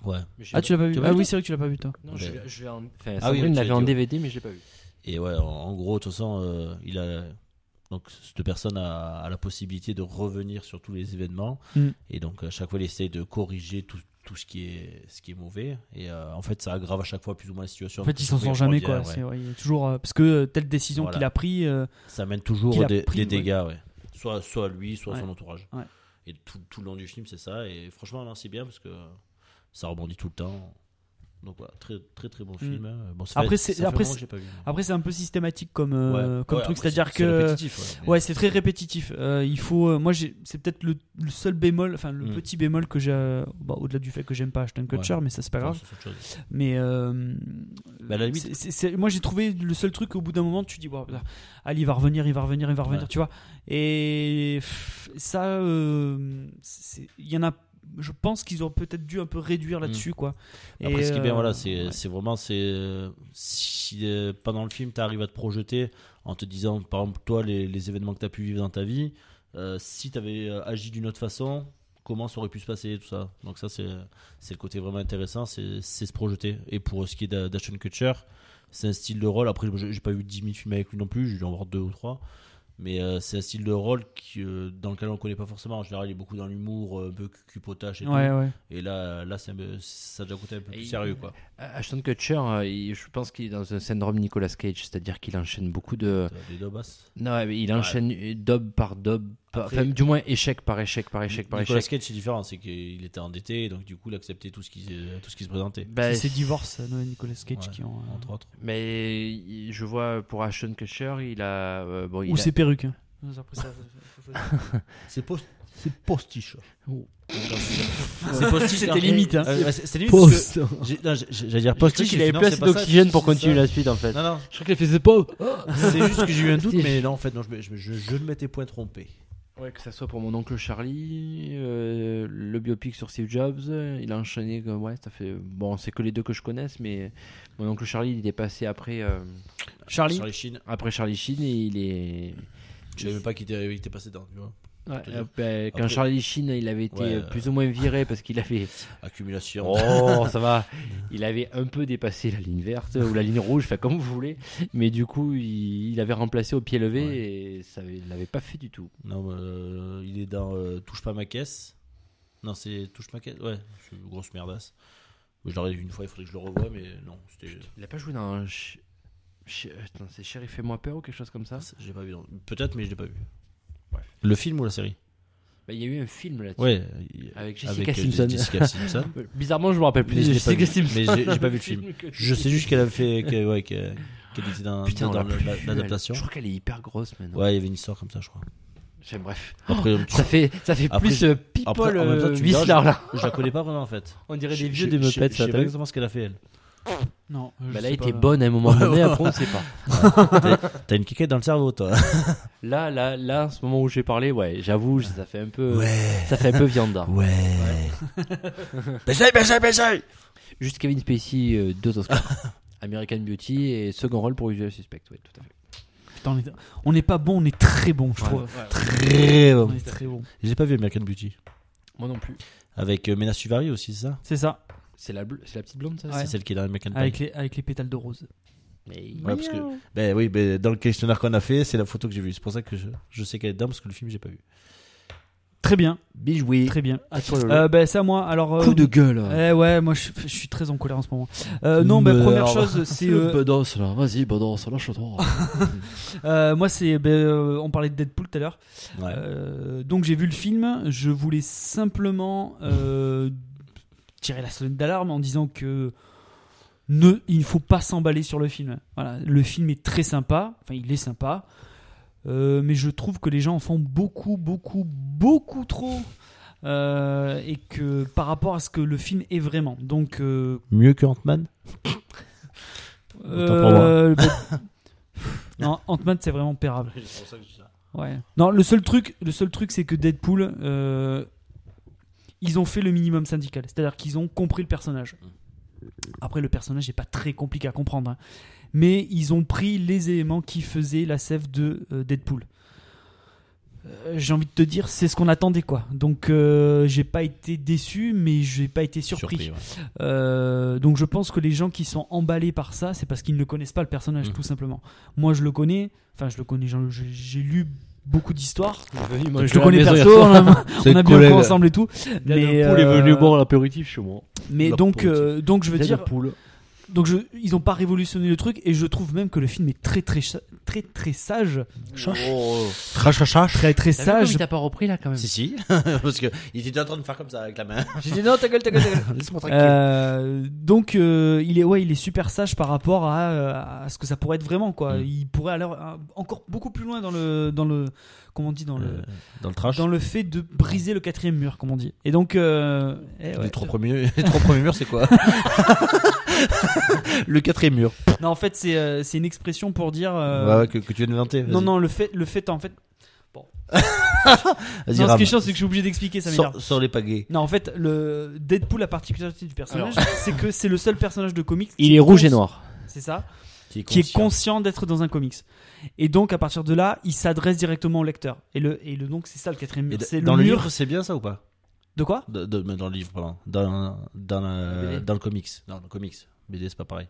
Speaker 2: Ouais.
Speaker 1: Ah, tu l'as pas vu
Speaker 2: Tu l'as
Speaker 1: Ah,
Speaker 2: vu,
Speaker 1: oui,
Speaker 2: toi
Speaker 1: c'est vrai que tu l'as pas vu, toi.
Speaker 3: Non,
Speaker 2: Ouais.
Speaker 3: je l'ai- je l'ai en... Enfin,
Speaker 2: Ah oui,
Speaker 3: Sandrine
Speaker 2: tu
Speaker 3: l'avait
Speaker 2: l'as
Speaker 3: en
Speaker 2: dit, ouais.
Speaker 3: DVD, mais je l'ai pas vu.
Speaker 2: Et ouais, en, en gros, de toute façon, euh, il a donc cette personne a, a la possibilité de revenir sur tous les événements
Speaker 1: Mm.
Speaker 2: et donc à chaque fois il essaie de corriger tout, tout ce qui est ce qui est mauvais et euh, en fait ça aggrave à chaque fois plus ou moins la situation.
Speaker 1: En fait, ils s'en
Speaker 2: Oui, on
Speaker 1: sortent jamais,
Speaker 2: revient,
Speaker 1: quoi.
Speaker 2: ouais.
Speaker 1: C'est ouais, il est toujours. euh, Parce que euh, telle décision
Speaker 2: Voilà.
Speaker 1: qu'il a prise. euh,
Speaker 2: Ça mène
Speaker 1: Qu'il
Speaker 2: toujours
Speaker 1: a
Speaker 2: des,
Speaker 1: pris,
Speaker 2: des dégâts, ouais. Soit, soit à lui, soit à
Speaker 1: Ouais.
Speaker 2: son entourage.
Speaker 1: Ouais.
Speaker 2: Et tout, tout le long du film, c'est ça. Et franchement, non, c'est bien parce que ça rebondit tout le temps. Donc voilà, très très très bon film. hein. Bon, ça
Speaker 1: Mm. Après,
Speaker 2: fait-
Speaker 1: c'est-
Speaker 2: ça fait
Speaker 1: après,
Speaker 2: longtemps que
Speaker 1: c'est-
Speaker 2: j'ai pas vu.
Speaker 1: Après, c'est un peu systématique comme, euh,
Speaker 2: Ouais.
Speaker 1: comme
Speaker 2: Ouais,
Speaker 1: truc,
Speaker 2: après,
Speaker 1: c'est-à-dire
Speaker 2: c'est- c'est
Speaker 1: que.
Speaker 2: répétitif, ouais.
Speaker 1: Ouais, c'est très répétitif. Euh, il faut, euh, moi, j'ai- c'est peut-être le, le seul bémol, enfin le
Speaker 2: Mm.
Speaker 1: petit bémol que j'ai, euh, bah, au-delà du fait que j'aime pas Ashton Kutcher, mais ça c'est pas
Speaker 2: Enfin,
Speaker 1: grave.
Speaker 2: c'est autre chose.
Speaker 1: Mais euh,
Speaker 2: Bah, à la limite-
Speaker 1: c'est- c'est- c'est- moi j'ai trouvé le seul truc au bout d'un moment, tu dis, Bon, putain, allez, il va revenir, il va revenir, il va revenir,
Speaker 2: Ouais.
Speaker 1: tu vois. Et pff, ça, euh, c'est- il y en a. Je pense qu'ils auraient peut-être dû un peu réduire là-dessus, quoi.
Speaker 2: Hmm. Après,
Speaker 1: Et,
Speaker 2: ce qui est bien,
Speaker 1: euh,
Speaker 2: voilà, c'est
Speaker 1: ouais.
Speaker 2: c'est vraiment. c'est euh, Si euh, pendant le film, tu arrives à te projeter en te disant, par exemple, toi, les, les événements que tu as pu vivre dans ta vie, euh, si tu avais agi d'une autre façon, comment ça aurait pu se passer, tout ça. Donc, ça, c'est c'est le côté vraiment intéressant, c'est c'est se projeter. Et pour ce qui est d'A- d'Ashton Kutcher, c'est un style de rôle. Après, j'ai j'ai pas vu 10 000 films avec lui non plus, j'ai dû en voir deux ou trois. Mais euh, c'est un style de rôle qui, euh, dans lequel on le connaît pas forcément. En général, il est beaucoup dans l'humour, euh, un peu cupotage et tout.
Speaker 1: Ouais, ouais.
Speaker 2: Et là, là c'est un peu- ça a déjà coûté un peu
Speaker 3: Et
Speaker 2: plus
Speaker 3: il-
Speaker 2: sérieux. Quoi.
Speaker 3: Ashton Kutcher, euh, il- je pense qu'il est dans un syndrome Nicolas Cage, c'est-à-dire qu'il enchaîne beaucoup de.
Speaker 2: T'as Des Euh, deux basses.
Speaker 3: Non, mais il enchaîne euh, daube par daube, par-
Speaker 2: Après-
Speaker 3: enfin, du moins échec par échec par échec par
Speaker 2: Nicolas
Speaker 3: échec.
Speaker 2: Cage, c'est différent, c'est qu'il était endetté, donc du coup, il acceptait tout ce qui, se- tout ce qui se présentait.
Speaker 3: Bah,
Speaker 1: c'est divorce, Nicolas Cage
Speaker 2: Ouais,
Speaker 1: qui ont. euh,
Speaker 2: Entre autres.
Speaker 3: Mais il- je vois pour Ashton Kutcher, il a. euh, bon, il
Speaker 1: Ou
Speaker 3: a-
Speaker 1: ses perruques. hein.
Speaker 2: C'est post- c'est postiche.
Speaker 3: Oh.
Speaker 2: C'est postiche.
Speaker 1: C'était
Speaker 2: alors-
Speaker 1: limite, hein.
Speaker 2: Euh, ouais, c'est c'est limite. parce
Speaker 3: Post.
Speaker 2: que j'ai- non, j'ai- J'allais dire
Speaker 3: Je crois
Speaker 2: postiche.
Speaker 3: qu'il
Speaker 2: mais
Speaker 3: avait
Speaker 2: non,
Speaker 3: plus
Speaker 2: c'est
Speaker 3: assez
Speaker 2: pas ça,
Speaker 3: d'oxygène pour
Speaker 2: c'est ça.
Speaker 3: continuer la suite en fait.
Speaker 2: Non, non,
Speaker 3: Je crois qu'il faisait pas.
Speaker 2: c'est juste que j'ai eu un doute, mais non, en fait, non, je, me- je, me- je- je ne m'étais point trompé.
Speaker 3: Ouais, que ça soit pour mon oncle Charlie, euh, le biopic sur Steve Jobs, euh, il a enchaîné. comme- Ouais, ça fait. Bon, c'est que les deux que je connaisse, mais mon oncle Charlie, il est passé après, euh,
Speaker 11: Bah,
Speaker 1: Charlie,
Speaker 2: Charlie Sheen,
Speaker 3: après Charlie Sheen et il est.
Speaker 2: je savais même pas qu'il était, il était passé dedans, tu vois.
Speaker 3: Ouais,
Speaker 2: te dire.
Speaker 3: euh, ben, quand
Speaker 2: Après-
Speaker 3: Charlie Sheen, il avait été
Speaker 2: Ouais,
Speaker 3: euh,
Speaker 2: euh,
Speaker 3: plus ou moins viré parce qu'il avait.
Speaker 2: Accumulation.
Speaker 3: Oh, ça va. Il avait un peu dépassé la ligne verte ou la ligne rouge, enfin comme vous voulez. Mais du coup, il, il avait remplacé au pied levé
Speaker 2: Ouais.
Speaker 3: et ça avait- il l'avait pas fait du tout.
Speaker 2: Non, mais, euh, il est dans euh, Touche pas ma caisse. Non, c'est Touche ma caisse. Ouais, c'est une grosse merdasse. Je l'aurais vu une fois, il faudrait que je le revoie, mais non, c'était.
Speaker 3: Il a pas joué dans. Ch- Ch- Attends, c'est Sheriff et moi peur ou quelque chose comme ça
Speaker 2: J'ai pas vu. non. Peut-être, mais je l'ai pas vu. Le film ou la série
Speaker 11: Bah, Il y a eu un film là-dessus.
Speaker 2: Ouais, euh,
Speaker 11: Avec Jessica Simpson.
Speaker 2: Jessica Simpson.
Speaker 11: Bizarrement, je me rappelle plus
Speaker 2: Mais
Speaker 11: de
Speaker 2: j'ai pas
Speaker 11: Jessica
Speaker 2: vu-
Speaker 11: Simpson.
Speaker 2: mais j'ai- j'ai pas vu le film.
Speaker 11: que-
Speaker 2: Je sais juste qu'elle a fait, qu'elle ouais, qu'elle- qu'elle était dans,
Speaker 11: Putain, on
Speaker 2: dans
Speaker 11: l'a plus
Speaker 2: la-
Speaker 11: vu,
Speaker 2: l'adaptation.
Speaker 11: elle. Je crois qu'elle est hyper grosse maintenant.
Speaker 2: Ouais, il y avait une histoire comme ça, je crois.
Speaker 11: Enfin, bref.
Speaker 2: Après, tu-
Speaker 11: Ça fait, ça fait
Speaker 2: Après,
Speaker 11: plus
Speaker 2: je-
Speaker 11: euh,
Speaker 2: après,
Speaker 11: people
Speaker 2: en même temps,
Speaker 11: euh,
Speaker 2: tu me
Speaker 11: Oh,
Speaker 2: diras,
Speaker 11: Whistler, là.
Speaker 2: je la connais pas vraiment en fait.
Speaker 11: On dirait des
Speaker 2: Je-
Speaker 11: vieux
Speaker 2: je-
Speaker 11: des
Speaker 2: je-
Speaker 11: Muppets,
Speaker 2: je
Speaker 11: ça.
Speaker 2: sais
Speaker 11: t'as
Speaker 2: pas
Speaker 11: vu
Speaker 2: exactement ce qu'elle a fait elle.
Speaker 1: Non. euh, je
Speaker 11: Bah,
Speaker 1: sais
Speaker 11: là, il
Speaker 1: pas,
Speaker 11: était bonne à un moment donné, après, on sait pas.
Speaker 2: T'as une quiquette dans le cerveau toi.
Speaker 11: Là, là, là, en ce moment où j'ai parlé, ouais, j'avoue, ça fait un peu,
Speaker 2: Ouais.
Speaker 11: ça fait un peu hein. viandard.
Speaker 2: Ouais. Bessaye, bessaye, bessaye
Speaker 11: Juste Kevin Spacey, euh, deux Oscars. American Beauty et second rôle pour Usual Suspect, ouais, tout à fait.
Speaker 1: Putain, on est- on n'est pas bon, on est très bon, je trouve.
Speaker 2: Très
Speaker 1: On
Speaker 2: bon.
Speaker 1: est très bon.
Speaker 2: J'ai pas vu American Beauty.
Speaker 11: Moi non plus.
Speaker 2: Avec euh, Mena Suvari aussi, c'est ça
Speaker 1: C'est ça,
Speaker 11: C'est la, bl- c'est la petite blonde, ça
Speaker 1: Ouais.
Speaker 2: C'est celle qui est dans American Pie.
Speaker 1: avec les, avec les pétales de rose.
Speaker 11: Mais-
Speaker 2: Ouais, parce que, ben oui, ben, dans le questionnaire qu'on a fait, c'est la photo que j'ai vue. C'est pour ça que je, je sais qu'elle est dedans, parce que le film, j'ai pas vu.
Speaker 1: Très bien,
Speaker 11: Bijoui.
Speaker 1: très bien.
Speaker 11: À toi, Lolo.
Speaker 1: Euh, ben, c'est à moi. Alors, euh,
Speaker 11: Coup de gueule. hein.
Speaker 1: eh ouais, moi je, je suis très en colère en ce moment. Euh, non, ben,
Speaker 11: Merde.
Speaker 1: première chose, c'est
Speaker 11: Le
Speaker 1: euh,
Speaker 11: Bedos, là. Vas-y, Bedos, lâche-toi.
Speaker 1: euh, moi c'est ben, euh, on parlait de Deadpool tout à l'heure.
Speaker 2: Ouais.
Speaker 1: Euh, donc j'ai vu le film, je voulais simplement euh, tirer la sonnette d'alarme en disant que ne, il ne faut pas s'emballer sur le film. Voilà, le film est très sympa, enfin il est sympa, euh, mais je trouve que les gens en font beaucoup, beaucoup, beaucoup trop. euh, et que par rapport à ce que le film est vraiment. Donc, euh,
Speaker 2: Mieux que Ant-Man Autant pour
Speaker 1: euh, bah- non, Ant-Man c'est vraiment pérable. Ouais. Non, le seul truc, le seul truc, c'est que Deadpool, euh, ils ont fait le minimum syndical, c'est-à-dire qu'ils ont compris le personnage. Mm. Après, le personnage n'est pas très compliqué à comprendre, hein. mais ils ont pris les éléments qui faisaient la sève de euh, Deadpool. Euh, J'ai envie de te dire, c'est ce qu'on attendait quoi. Donc, euh, j'ai pas été déçu, mais j'ai pas été surpris.
Speaker 2: ouais.
Speaker 1: Euh, donc je pense que les gens qui sont emballés par ça, c'est parce qu'ils ne connaissent pas le personnage,
Speaker 2: Mhm.
Speaker 1: tout simplement. Moi, je le connais, enfin, je le connais, j'en- j'ai j'ai lu beaucoup d'histoires. Je te connais perso, on a,
Speaker 2: hein.
Speaker 1: on a bien
Speaker 11: collègue.
Speaker 1: vu ensemble et tout. Mais,
Speaker 11: Deadpool est venu
Speaker 1: euh,
Speaker 11: boire l'apéritif chez moi.
Speaker 1: mais
Speaker 11: la
Speaker 1: donc,
Speaker 11: politique.
Speaker 1: euh, donc je veux dire,
Speaker 11: Deadpool.
Speaker 1: donc je, ils n'ont pas révolutionné le truc et je trouve même que le film est très très sa- très très sage,
Speaker 11: Oh.
Speaker 1: très très
Speaker 11: T'as vu comme
Speaker 1: sage.
Speaker 11: il t'a pas repris là quand même.
Speaker 2: Si, si. parce qu'il était en train de faire comme ça avec la main.
Speaker 11: J'ai dit non, ta gueule, ta gueule, ta gueule. Laisse-moi
Speaker 1: Euh, donc euh, il est ouais il est super sage par rapport à, euh, à ce que ça pourrait être vraiment quoi.
Speaker 2: Mm.
Speaker 1: Il pourrait aller euh, encore beaucoup plus loin dans le dans le comment on dit dans le
Speaker 2: Euh, Dans le trash.
Speaker 1: dans le fait de briser le quatrième mur comme on dit. Et donc euh, eh ouais.
Speaker 2: Les, trois premiers, les trois premiers murs, c'est quoi Le quatrième mur.
Speaker 1: non en fait c'est euh, c'est une expression pour dire euh,
Speaker 2: Ouais, ouais, que, que tu viens d'inventer.
Speaker 1: non non le fait le fait en fait non,
Speaker 2: Vas-y,
Speaker 1: ce
Speaker 2: rame.
Speaker 1: qui est chiant c'est que je suis obligé d'expliquer ça m'énerve.
Speaker 2: Sors, sors les pagaies.
Speaker 1: Non en fait le Deadpool la particularité du personnage c'est que c'est le seul personnage de comics
Speaker 11: Il
Speaker 1: qui
Speaker 11: est rouge et
Speaker 1: cons-
Speaker 11: noir.
Speaker 1: c'est ça qui
Speaker 2: conscient.
Speaker 1: est conscient d'être dans un comics. Et donc, à partir de là, il s'adresse directement au lecteur. Et, le, et le, donc, c'est ça le quatrième
Speaker 2: Et
Speaker 1: mur.
Speaker 2: d-
Speaker 1: C'est
Speaker 2: dans
Speaker 1: le
Speaker 2: le
Speaker 1: mur.
Speaker 2: livre, c'est bien ça ou pas
Speaker 1: De quoi
Speaker 2: De- de- mais Dans le livre, pardon. Dans, dans, la-
Speaker 11: BD.
Speaker 2: dans le comics. Non, le comics. BD, c'est pas pareil.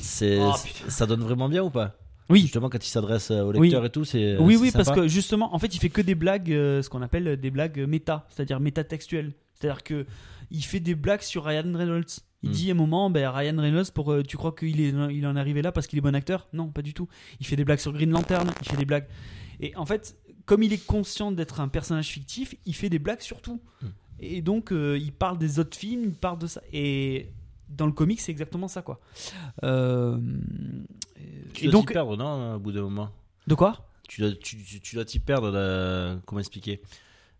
Speaker 2: C'est,
Speaker 11: Oh,
Speaker 2: ça donne vraiment bien ou pas
Speaker 1: Oui.
Speaker 2: Justement, quand il s'adresse euh, au
Speaker 1: Oui.
Speaker 2: lecteur et tout, c'est.
Speaker 1: Oui,
Speaker 2: c'est
Speaker 1: oui, parce
Speaker 2: sympa.
Speaker 1: que justement, en fait, il fait que des blagues, euh, ce qu'on appelle des blagues méta, c'est-à-dire métatextuelles. C'est-à-dire que il fait des blagues sur Ryan Reynolds. Il
Speaker 2: Mm.
Speaker 1: dit à un moment, ben, Ryan Reynolds, pour, euh, tu crois qu'il est, il en est arrivé là parce qu'il est bon acteur Non, pas du tout. Il fait des blagues sur Green Lantern, il fait des blagues. Et en fait, comme il est conscient d'être un personnage fictif, il fait des blagues sur tout.
Speaker 2: Mm.
Speaker 1: Et donc, euh, il parle des autres films, il parle de ça. Et dans le comic, c'est exactement ça, quoi. Euh, Et
Speaker 2: Tu dois
Speaker 1: donc,
Speaker 2: t'y perdre, non, au bout d'un moment
Speaker 1: de quoi
Speaker 2: Tu dois, tu, tu- tu dois t'y perdre. de- Comment expliquer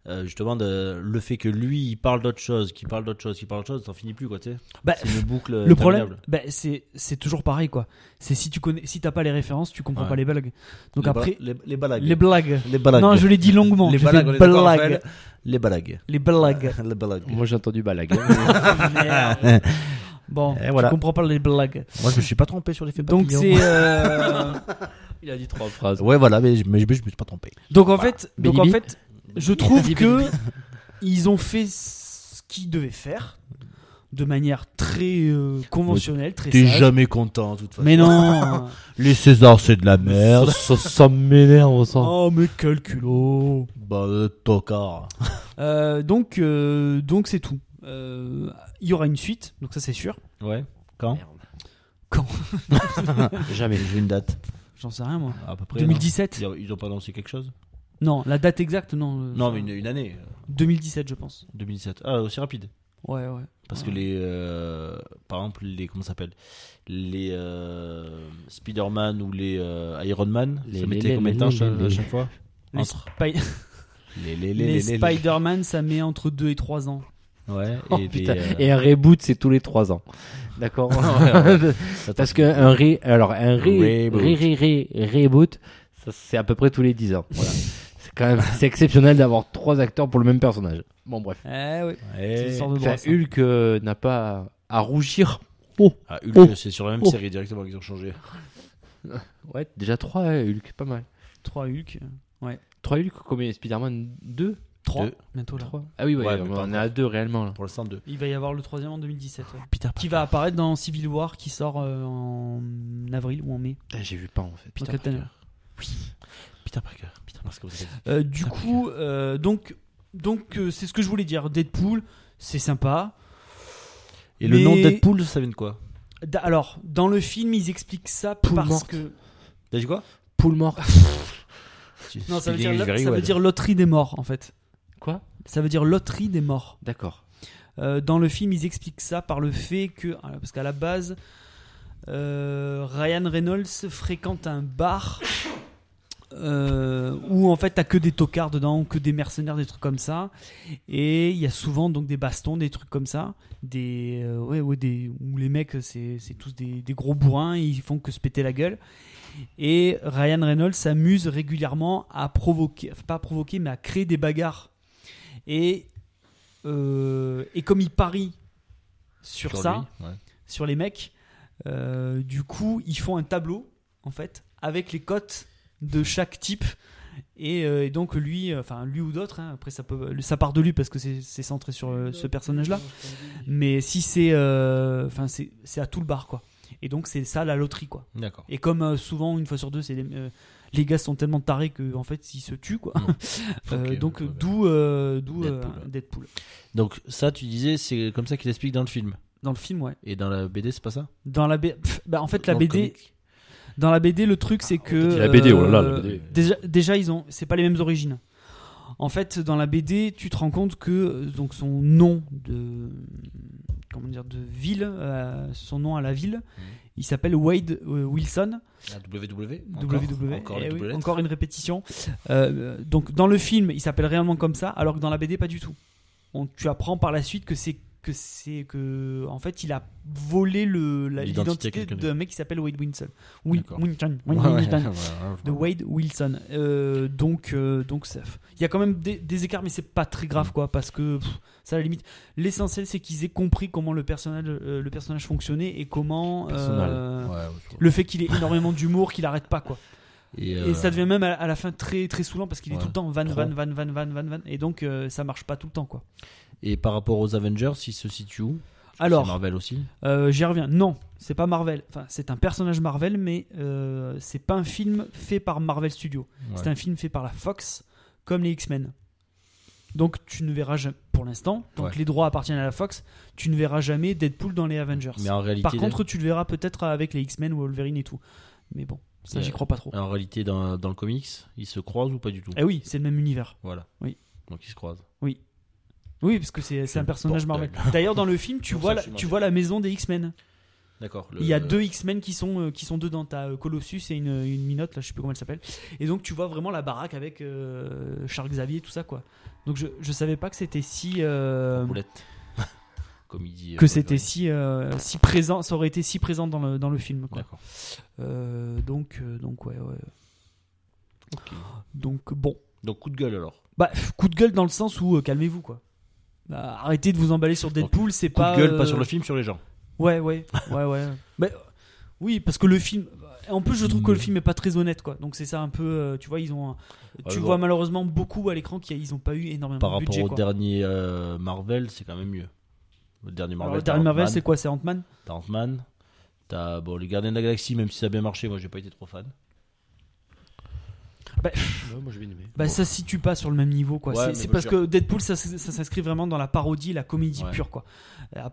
Speaker 2: Euh, Justement, de- le fait que lui, il parle d'autre chose, qu'il parle d'autre chose, qu'il parle d'autre chose, t'en finis plus, quoi, tu sais.
Speaker 1: Bah,
Speaker 2: c'est une boucle.
Speaker 1: Le
Speaker 2: interminable.
Speaker 1: problème, bah, c'est c'est toujours pareil quoi. C'est si tu connais, si t'as pas les références, tu comprends
Speaker 2: Ouais.
Speaker 1: pas les blagues. Donc
Speaker 2: les
Speaker 1: après,
Speaker 2: ba- les, les balagues.
Speaker 1: les blagues.
Speaker 2: Les balagues.
Speaker 1: Non, je l'ai dit longuement.
Speaker 2: les
Speaker 1: J'ai
Speaker 2: balagues,
Speaker 1: fait
Speaker 2: on est d'accord,
Speaker 1: blague.
Speaker 2: Raphaël Les balagues.
Speaker 1: Les blagues.
Speaker 2: Les balagues.
Speaker 11: Moi j'ai entendu balague.
Speaker 1: Merde. bon,
Speaker 2: Et voilà.
Speaker 1: tu comprends pas les blagues.
Speaker 2: Moi, je me suis pas trompé sur les faits
Speaker 1: Donc c'est, euh,
Speaker 11: Il a dit trois phrases.
Speaker 2: Ouais, voilà, mais je, mais je, je me suis pas trompé.
Speaker 1: donc en fait,
Speaker 2: Bah,
Speaker 1: donc en
Speaker 11: Bilibili.
Speaker 1: fait, je trouve que ils ont fait ce qu'ils devaient faire de manière très euh, conventionnelle, très
Speaker 2: T'es
Speaker 1: sage.
Speaker 2: jamais content, de toute façon.
Speaker 1: Mais non.
Speaker 2: Les Césars, c'est de la merde.
Speaker 11: Ça, ça m'énerve ça.
Speaker 1: oh mais quel culot.
Speaker 2: bah, euh, tocard.
Speaker 1: Euh, donc, euh, donc c'est tout. Euh, Il y aura une suite, donc ça c'est sûr.
Speaker 2: Ouais. Quand
Speaker 11: Jamais.
Speaker 2: J'ai une date,
Speaker 1: J'en sais rien moi.
Speaker 2: à peu près. non
Speaker 1: 2017.
Speaker 2: Ils ont- Ils ont pas annoncé quelque chose
Speaker 1: Non, la date exacte, non. euh,
Speaker 2: Non,
Speaker 1: ça-
Speaker 2: mais une, une année, euh,
Speaker 1: 2017, je pense.
Speaker 2: 2017. Ah, aussi rapide.
Speaker 1: Ouais, ouais.
Speaker 2: Parce que les. euh, par exemple, les. Comment ça s'appelle Les. euh, Spider-Man ou les euh, Iron Man.
Speaker 3: Les-
Speaker 2: ça
Speaker 3: les-
Speaker 2: mettait
Speaker 3: les-
Speaker 2: combien de
Speaker 3: les-
Speaker 2: temps
Speaker 3: les-
Speaker 2: cha-
Speaker 3: les-
Speaker 2: à chaque fois
Speaker 1: Les,
Speaker 2: Entre-
Speaker 1: Spy-
Speaker 2: Les, les,
Speaker 1: les
Speaker 2: les, les- les-
Speaker 1: Spider-Man, ça met entre 2 et 3 ans.
Speaker 2: Ouais,
Speaker 3: Oh,
Speaker 2: et
Speaker 3: putain.
Speaker 2: des, euh,
Speaker 3: Et un reboot, c'est tous les 3 ans. D'accord Parce qu'un ré... Alors, un ré...
Speaker 2: Reboot.
Speaker 3: Ré, ré, ré, reboot, ça, c'est à peu près tous les 10 ans. Voilà. c'est quand même... C'est exceptionnel d'avoir trois acteurs pour le même personnage. Bon, bref.
Speaker 1: Eh ouais.
Speaker 2: et-
Speaker 1: C'est une sorte de hein.
Speaker 3: Enfin,
Speaker 1: droit, ça.
Speaker 3: Hulk euh, n'a pas à rougir.
Speaker 2: Ah, Hulk,
Speaker 3: Oh.
Speaker 2: c'est sur la même
Speaker 3: Oh.
Speaker 2: série directement qu'ils ont changé.
Speaker 3: Ouais, déjà 3 Hulk, pas mal.
Speaker 1: 3 Hulk.
Speaker 3: 3 Hulk, combien Spider-Man 2
Speaker 1: 3.
Speaker 2: Deux.
Speaker 1: Bientôt là.
Speaker 3: 3 Ah oui, ouais,
Speaker 2: Ouais, mais
Speaker 3: on
Speaker 2: pas
Speaker 3: en
Speaker 2: encore.
Speaker 3: est à 2 réellement. Là.
Speaker 2: Pour l'instant, deux.
Speaker 1: Il va y avoir le troisième en 2017. ouais. Qui va apparaître dans Civil War qui sort euh, en avril ou en mai.
Speaker 3: Putain, Eh, J'ai vu pas en fait.
Speaker 1: Dans
Speaker 3: Putain.
Speaker 1: Captain America.
Speaker 2: Peter Parker. Peter Parker.
Speaker 1: Euh,
Speaker 2: Ah,
Speaker 1: du coup, euh, donc, donc euh, c'est ce que je voulais dire. Deadpool, c'est sympa.
Speaker 2: Et le
Speaker 1: Mais-
Speaker 2: nom Deadpool, ça vient de quoi
Speaker 1: Da- alors, dans le film, ils expliquent ça
Speaker 3: Poule
Speaker 1: parce
Speaker 3: morte.
Speaker 1: que
Speaker 2: T'as dit quoi
Speaker 3: Poule mort.
Speaker 1: non, ça veut
Speaker 2: Speaking
Speaker 1: dire,
Speaker 2: is
Speaker 1: ça
Speaker 2: very
Speaker 1: veut
Speaker 2: well.
Speaker 1: dire loterie des morts en fait.
Speaker 3: Quoi
Speaker 1: Ça veut dire loterie des morts.
Speaker 3: D'accord.
Speaker 1: Euh, dans le film, ils expliquent ça par le fait que, ah, parce qu'à la base, euh, Ryan Reynolds fréquente un bar euh, où en fait t'as que des tocards dedans, que des mercenaires, des trucs comme ça, et il y a souvent donc des bastons, des trucs comme ça, des euh, ouais, ouais, des où les mecs c'est c'est tous des, des gros bourrins, ils font que se péter la gueule. Et Ryan Reynolds s'amuse régulièrement à provoquer, enfin, pas à provoquer, mais à créer des bagarres. Et euh, et comme il parie sur, ça,
Speaker 2: lui, ouais.
Speaker 1: sur les mecs, euh, du coup, ils font un tableau, en fait, avec les cotes de chaque type. Et, euh, et donc, lui, euh, enfin, lui ou d'autres, hein, après, ça, peut, ça part de lui parce que c'est c'est centré sur euh, ce personnage-là. Mais si c'est. euh, Enfin, c'est c'est à tout le bar, quoi. Et donc, c'est ça la loterie, quoi.
Speaker 2: D'accord.
Speaker 1: Et comme euh, souvent, une fois sur deux, c'est les, euh, les gars sont tellement tarés que en fait, ils se tuent, quoi. Euh,
Speaker 2: Ok,
Speaker 1: donc,
Speaker 2: ouais, ouais.
Speaker 1: d'où euh, d'où, euh,
Speaker 2: Deadpool, ouais.
Speaker 1: Deadpool.
Speaker 2: Donc ça, tu disais, c'est comme ça qu'il explique dans le film.
Speaker 1: Dans le film, ouais.
Speaker 2: Et dans la BD, c'est pas ça
Speaker 1: Dans la B- pff, bah, en fait la
Speaker 2: Dans le
Speaker 1: BD
Speaker 2: comic.
Speaker 1: dans la BD le truc c'est que euh,
Speaker 11: la BD, oh là là, la BD.
Speaker 1: déjà déjà ils ont c'est pas les mêmes origines. En fait dans la BD tu te rends compte que euh, donc son nom de comment dire de ville euh, son nom à la ville
Speaker 11: Mmh.
Speaker 1: il s'appelle Wade euh, Wilson
Speaker 2: La WW E, encore
Speaker 1: WW
Speaker 2: Encore
Speaker 1: eh
Speaker 2: les
Speaker 1: oui,
Speaker 2: double lettres
Speaker 1: encore une répétition Euh, donc dans le film il s'appelle réellement comme ça alors que dans la BD pas du tout On- tu apprends par la suite que c'est que c'est que en fait il a volé le la-
Speaker 2: L'identité
Speaker 1: l'identité
Speaker 2: quelqu'un
Speaker 1: d'un mec qui s'appelle Wade Wilson Wil-
Speaker 2: D'accord.
Speaker 1: Wilson
Speaker 2: Ouais,
Speaker 1: Wilson.
Speaker 2: ouais, ouais, ouais, je
Speaker 1: de
Speaker 2: vois.
Speaker 1: Wade Wilson Euh, donc euh, donc ça- il y a quand même des, des écarts mais c'est pas très
Speaker 2: Mm.
Speaker 1: grave quoi parce que pff, ça à la limite l'essentiel c'est qu'ils aient compris comment le personnage euh, le personnage fonctionnait et comment euh,
Speaker 2: Ouais, ouais, je vois.
Speaker 1: le fait qu'il ait énormément d'humour qu'il arrête pas quoi
Speaker 2: Et, euh,
Speaker 1: et ça devient même à, à la fin très très saoulant parce qu'il est
Speaker 2: Ouais.
Speaker 1: tout le temps van
Speaker 2: Trop.
Speaker 1: van van van van van van et donc euh, ça marche pas tout le temps quoi.
Speaker 2: et par rapport aux Avengers, ils se situent où C'est
Speaker 1: Alors
Speaker 2: Marvel aussi
Speaker 1: euh, j'y reviens. Non, c'est pas Marvel. Enfin c'est un personnage Marvel mais euh, c'est pas un film fait par Marvel Studios. C'est
Speaker 2: Ouais.
Speaker 1: un film fait par la Fox comme les X-Men. Donc tu ne verras jamais pour l'instant. Donc
Speaker 2: Ouais.
Speaker 1: les droits appartiennent à la Fox. Tu ne verras jamais Deadpool dans les Avengers.
Speaker 2: Mais en réalité,
Speaker 1: Par contre tu le verras peut-être avec les X-Men ou Wolverine et tout. Mais bon ça
Speaker 2: Ouais.
Speaker 1: j'y crois pas trop.
Speaker 2: en réalité dans, dans le comics, ils se croisent ou pas du tout
Speaker 1: Eh oui c'est le même univers.
Speaker 2: Voilà.
Speaker 1: Oui.
Speaker 2: Donc ils se croisent.
Speaker 1: Oui, parce que c'est c'est un
Speaker 2: le
Speaker 1: personnage
Speaker 2: bordel.
Speaker 1: Marvel. D'ailleurs, dans le film, tu,
Speaker 2: Non,
Speaker 1: vois,
Speaker 2: ça,
Speaker 1: la,
Speaker 2: je suis
Speaker 1: tu
Speaker 2: menteur.
Speaker 1: vois la maison des X-Men.
Speaker 2: D'accord. le-
Speaker 1: Il y a deux X-Men qui, sont, euh, qui sont dedans. T'as euh, Colossus et une, une minote, là, je sais plus comment elle s'appelle. Et donc, tu vois vraiment la baraque avec euh, Charles Xavier, tout ça, quoi. Donc, je, je savais pas que c'était si. euh,
Speaker 2: boulettes. Comme il dit.
Speaker 1: que
Speaker 2: euh,
Speaker 1: c'était
Speaker 2: Wolverine.
Speaker 1: si, euh, si présent, ça aurait été si présent dans le, dans le film, quoi.
Speaker 2: D'accord.
Speaker 1: Euh, donc, euh, donc, ouais, ouais.
Speaker 2: Ok.
Speaker 1: Donc, bon.
Speaker 2: Donc coup de gueule alors.
Speaker 1: Bah, pff, coup de gueule dans le sens où, euh, calmez-vous, quoi. Bah, arrêtez de vous emballer sur Deadpool, c'est
Speaker 2: Coup
Speaker 1: pas.
Speaker 2: de gueule, pas sur
Speaker 1: euh,
Speaker 2: le film, sur les gens.
Speaker 1: Ouais, ouais, ouais, ouais. Mais, euh, oui, parce que le film. En plus, je trouve que le film est pas très honnête, quoi. Donc c'est ça un peu. euh, tu vois, ils ont. un- Tu
Speaker 2: Ouais,
Speaker 1: vois
Speaker 2: bon.
Speaker 1: malheureusement beaucoup à l'écran qu'ils ont pas eu énormément
Speaker 2: Par
Speaker 1: de
Speaker 2: rapport
Speaker 1: budget.
Speaker 2: au
Speaker 1: quoi.
Speaker 2: dernier euh, Marvel, c'est quand même mieux. Le dernier
Speaker 1: Alors,
Speaker 2: Marvel,
Speaker 1: le
Speaker 2: t'as
Speaker 1: dernier Marvel,
Speaker 2: Ant-Man,
Speaker 1: c'est quoi C'est Ant-Man
Speaker 2: T'as Ant-Man, t'as bon, les Gardiens de la Galaxie, même si ça a bien marché, moi j'ai pas été trop fan.
Speaker 3: moi, je vais aimer.
Speaker 1: Bah ça se situe pas sur le même niveau, quoi.
Speaker 2: Ouais,
Speaker 1: C'est-
Speaker 2: mais
Speaker 1: c'est
Speaker 2: bon,
Speaker 1: parce
Speaker 2: je-
Speaker 1: que Deadpool, ça, s- ça s'inscrit vraiment dans la parodie, la comédie
Speaker 2: Ouais.
Speaker 1: pure, quoi. À,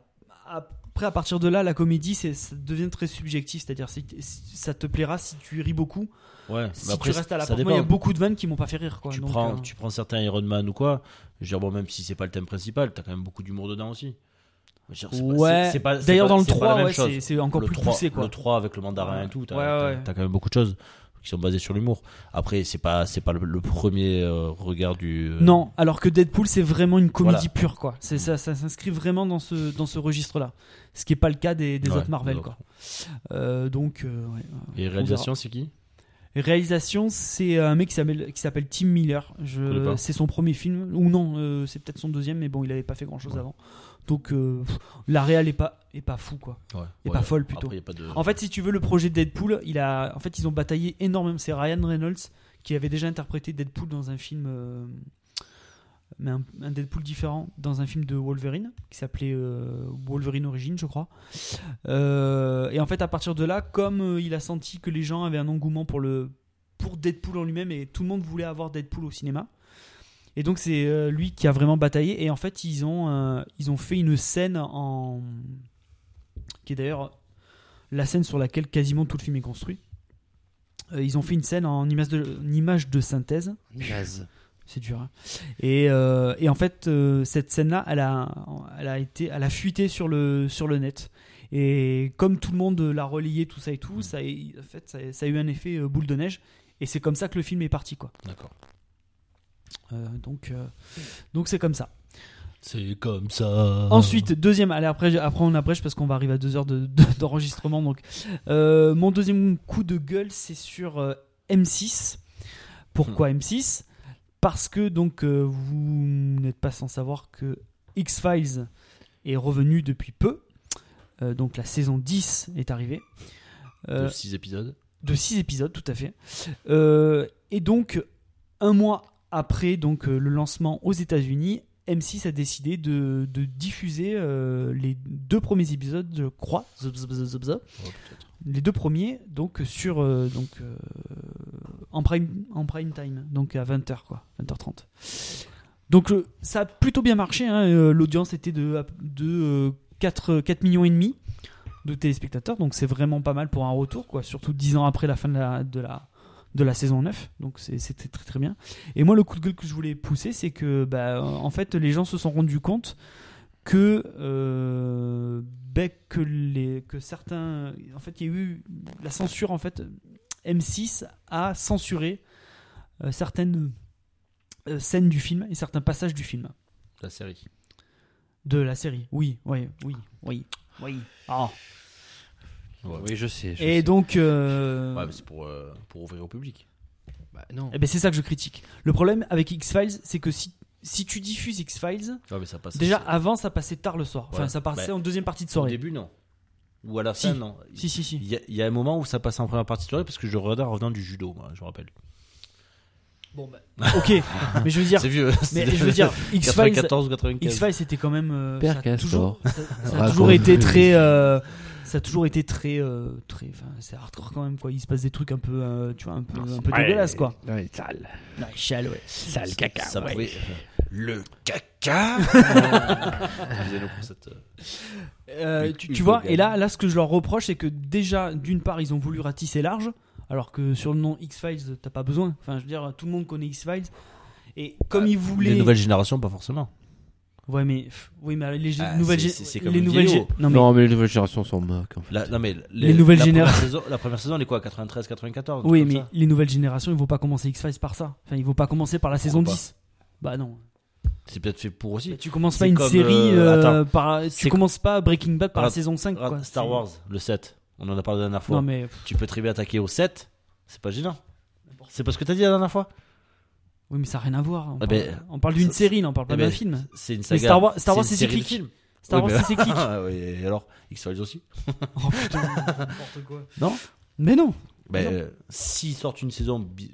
Speaker 1: Après, à partir de là, la comédie, c'est- ça devient très subjectif. C'est-à-dire, si t- si- ça te plaira si tu ris beaucoup.
Speaker 2: Ouais,
Speaker 1: Si
Speaker 2: mais après,
Speaker 1: tu restes à la
Speaker 2: ça
Speaker 1: porte, moi, il y a
Speaker 2: dépend.
Speaker 1: beaucoup de vannes qui m'ont pas fait rire. Quoi.
Speaker 2: tu,
Speaker 1: Donc,
Speaker 2: prends,
Speaker 1: euh,
Speaker 2: tu prends certains Iron Man ou quoi, je veux dire, bon, même si c'est pas le thème principal, t'as quand même beaucoup d'humour dedans aussi. Je veux dire, Ah, c'est pas-
Speaker 1: Ouais.
Speaker 2: c'est- c'est pas- c'est
Speaker 1: D'ailleurs,
Speaker 2: pas-
Speaker 1: dans le
Speaker 2: c'est pas la
Speaker 1: 3,
Speaker 2: même
Speaker 1: ouais,
Speaker 2: chose.
Speaker 1: c'est- c'est encore
Speaker 2: le
Speaker 1: plus
Speaker 2: 3,
Speaker 1: poussé, quoi.
Speaker 2: Le 3 avec le mandarin
Speaker 1: Ouais.
Speaker 2: et tout, t'as
Speaker 1: Ouais, ouais,
Speaker 2: t'as-
Speaker 1: ouais.
Speaker 2: t'as quand même beaucoup de choses qui sont basées sur l'humour. Après, c'est pas, c'est pas le, le premier euh, regard du. euh,
Speaker 1: Non, alors que Deadpool, c'est vraiment une comédie
Speaker 2: Voilà.
Speaker 1: pure, quoi. C'est ça, ça s'inscrit vraiment dans ce dans ce registre-là, ce qui est pas le cas des, des
Speaker 2: Ouais,
Speaker 1: autres Marvel,
Speaker 2: des
Speaker 1: quoi. Euh, donc, euh, ouais.
Speaker 2: Et réalisation, c'est qui
Speaker 1: réalisation, c'est euh, un mec qui s'appelle qui s'appelle Tim Miller.
Speaker 2: Je connais
Speaker 1: Je,
Speaker 2: pas.
Speaker 1: c'est son premier film ou non, euh, c'est peut-être son deuxième, mais bon, il avait pas fait grand-chose avant. Donc, euh, pff, la réal est pas est pas fou, quoi.
Speaker 2: Ouais.
Speaker 1: Et pas folle, plutôt.
Speaker 2: Après, y a pas de-
Speaker 1: En fait, si tu veux, le projet de Deadpool, il a, en fait, ils ont bataillé énormément. C'est Ryan Reynolds qui avait déjà interprété Deadpool dans un film, euh, mais un, un Deadpool différent, dans un film de Wolverine qui s'appelait euh, Wolverine Origin, je crois. Euh, et en fait, à partir de là, comme euh, il a senti que les gens avaient un engouement pour le pour Deadpool en lui-même et tout le monde voulait avoir Deadpool au cinéma. Et donc c'est euh, lui qui a vraiment bataillé. Et en fait, ils ont euh, ils ont fait une scène en qui est d'ailleurs la scène sur laquelle quasiment tout le film est construit. Euh, ils ont fait une scène en image de, en image de synthèse. C'est dur. hein. Et, euh, et en fait, euh, cette scène-là, elle a, elle, a été, elle a fuité sur le, sur le net. Et comme tout le monde l'a relayé, tout ça et tout, ça, a- en fait, ça, a- ça a eu un effet euh, boule de neige. Et c'est comme ça que le film est parti. Quoi.
Speaker 2: D'accord.
Speaker 1: Euh, donc, euh, donc c'est comme ça.
Speaker 2: C'est comme ça.
Speaker 1: Ensuite, deuxième, allez, après, après on abrège parce qu'on va arriver à deux heures de- de- d'enregistrement. donc, Euh, mon deuxième coup de gueule, c'est sur euh, M6. Pourquoi M6 Parce que donc euh, vous n'êtes pas sans savoir que X-Files est revenu depuis peu. Euh, donc la saison 10 est arrivée. Euh,
Speaker 2: De 6 épisodes.
Speaker 1: de 6 épisodes, tout à fait. Euh, et donc, un mois après donc, euh, le lancement aux États-Unis, M6 a décidé de, de diffuser euh, les deux premiers épisodes, je crois, zop, zop, zop, zop, zop.
Speaker 2: Ouais, Oh, peut-être.
Speaker 1: les deux premiers, donc sur euh, donc euh, en prime en prime time, donc à 20h quoi, 20h30. Donc euh, ça a plutôt bien marché. hein, euh, L'audience était de euh, de 4 millions et demi de téléspectateurs, donc c'est vraiment pas mal pour un retour, quoi. Surtout 10 ans après la fin de la, de la, de la saison 9, donc c'est- c'était très très bien. Et moi, le coup de gueule que je voulais pousser, c'est que, bah, en fait, les gens se sont rendus compte que, euh, ben, que, les, que certains, en fait, il y a eu la censure, en fait, M6 a censuré euh, certaines euh, scènes du film et certains passages du film.
Speaker 2: La série.
Speaker 1: De la série, oui, oui, oui, oui, oui. Ah.
Speaker 2: Ouais.
Speaker 11: Oui, je sais. je
Speaker 1: Et
Speaker 11: sais.
Speaker 1: donc, euh,
Speaker 2: Ouais, mais c'est pour, euh, pour ouvrir au public.
Speaker 11: Bah, non.
Speaker 1: Eh ben, c'est ça que je critique. Le problème avec X-Files, c'est que si, si tu diffuses X-Files,
Speaker 2: Ouais, Ah, mais ça passe.
Speaker 1: déjà
Speaker 2: c'est-
Speaker 1: avant ça passait tard le soir. Enfin,
Speaker 2: Ouais.
Speaker 1: ça passait
Speaker 2: Bah,
Speaker 1: en deuxième partie de
Speaker 2: Au
Speaker 1: soirée.
Speaker 2: début, non. Ou à la
Speaker 1: Si.
Speaker 2: fin, non.
Speaker 1: Si, si, si.
Speaker 2: Il y, a- il y a un moment où ça passe en première partie de soirée parce que je regarde en revenant du judo, moi, je me rappelle.
Speaker 1: Bon, bah, ok. mais je veux dire,
Speaker 2: C'est vieux.
Speaker 1: mais je veux dire, X-Files,
Speaker 2: 94 ou 95.
Speaker 1: X-Files, c'était quand même. euh,
Speaker 11: Père
Speaker 1: ça a toujours, ça, ça a
Speaker 11: Raconte.
Speaker 1: toujours été très. euh, ça a toujours été très, euh, très. Enfin, c'est hardcore quand même quoi. Il se passe des trucs un peu, euh, tu vois, un peu, un peu dégueulasses quoi.
Speaker 11: Ouais, sale.
Speaker 1: Ouais, chial, ouais.
Speaker 11: Sale caca.
Speaker 2: ça
Speaker 11: ouais.
Speaker 2: pouvait- Le caca Excusez-nous pour cette, euh,
Speaker 1: Euh, tu,
Speaker 2: Une
Speaker 1: tu vois,
Speaker 2: Hogan.
Speaker 1: et là, là, ce que je leur reproche, c'est que déjà, d'une part, ils ont voulu ratisser large, alors que sur le nom X-Files, t'as pas besoin. Enfin, je veux dire, tout le monde connaît X-Files. Et comme ils voulaient.
Speaker 2: Euh, Les nouvelles générations, pas forcément.
Speaker 1: Ouais, mais, pff, oui, mais les
Speaker 2: Ah,
Speaker 1: nouvelles
Speaker 2: c'est-
Speaker 1: gé-
Speaker 2: c'est- c'est comme
Speaker 1: les
Speaker 2: le
Speaker 1: nouvelles
Speaker 2: vieillot.
Speaker 1: gé- Non, mais
Speaker 11: Non, mais les nouvelles générations sont moques. En fait.
Speaker 2: La, non, mais
Speaker 1: Les nouvelles
Speaker 2: la
Speaker 1: généra-
Speaker 2: Première saison, la première saison, elle est quoi 93, 94
Speaker 1: oui, mais les nouvelles générations, ils vont pas commencer X-Files par ça. Enfin, ils vont pas commencer par la saison
Speaker 2: pas
Speaker 1: 10. Bah non.
Speaker 2: C'est peut-être fait pour aussi.
Speaker 1: Mais tu commences
Speaker 2: C'est
Speaker 1: pas une
Speaker 2: comme,
Speaker 1: série
Speaker 2: euh,
Speaker 1: euh,
Speaker 2: attends.
Speaker 1: par. Tu
Speaker 2: C'est-
Speaker 1: commences pas Breaking Bad par la
Speaker 2: Rat-
Speaker 1: saison 5. Quoi.
Speaker 2: Star
Speaker 1: C'est-
Speaker 2: Wars, le 7. On en a parlé la dernière fois.
Speaker 1: Non, mais. pff,
Speaker 2: Tu peux très bien attaquer au 7. C'est pas gênant. C'est pas ce que t'as dit la dernière fois
Speaker 1: Oui, mais ça a rien à voir. On
Speaker 2: Ah
Speaker 1: parle,
Speaker 2: ben,
Speaker 1: on parle d'une
Speaker 2: ça-
Speaker 1: série, là, on parle
Speaker 2: Eh
Speaker 1: pas
Speaker 2: ben,
Speaker 1: d'un film.
Speaker 2: C'est une saga.
Speaker 1: Mais Star Wars, Star Wars
Speaker 2: une
Speaker 1: c'est
Speaker 2: série de
Speaker 1: cyclique.
Speaker 2: films.
Speaker 1: Star
Speaker 2: Oui,
Speaker 1: Wars,
Speaker 2: mais-
Speaker 1: c'est cyclique.
Speaker 2: Ah, oui, et alors X-Files aussi
Speaker 1: Oh putain, n'importe quoi. Non Mais non
Speaker 2: Ben, euh, S'ils sortent une saison. bi-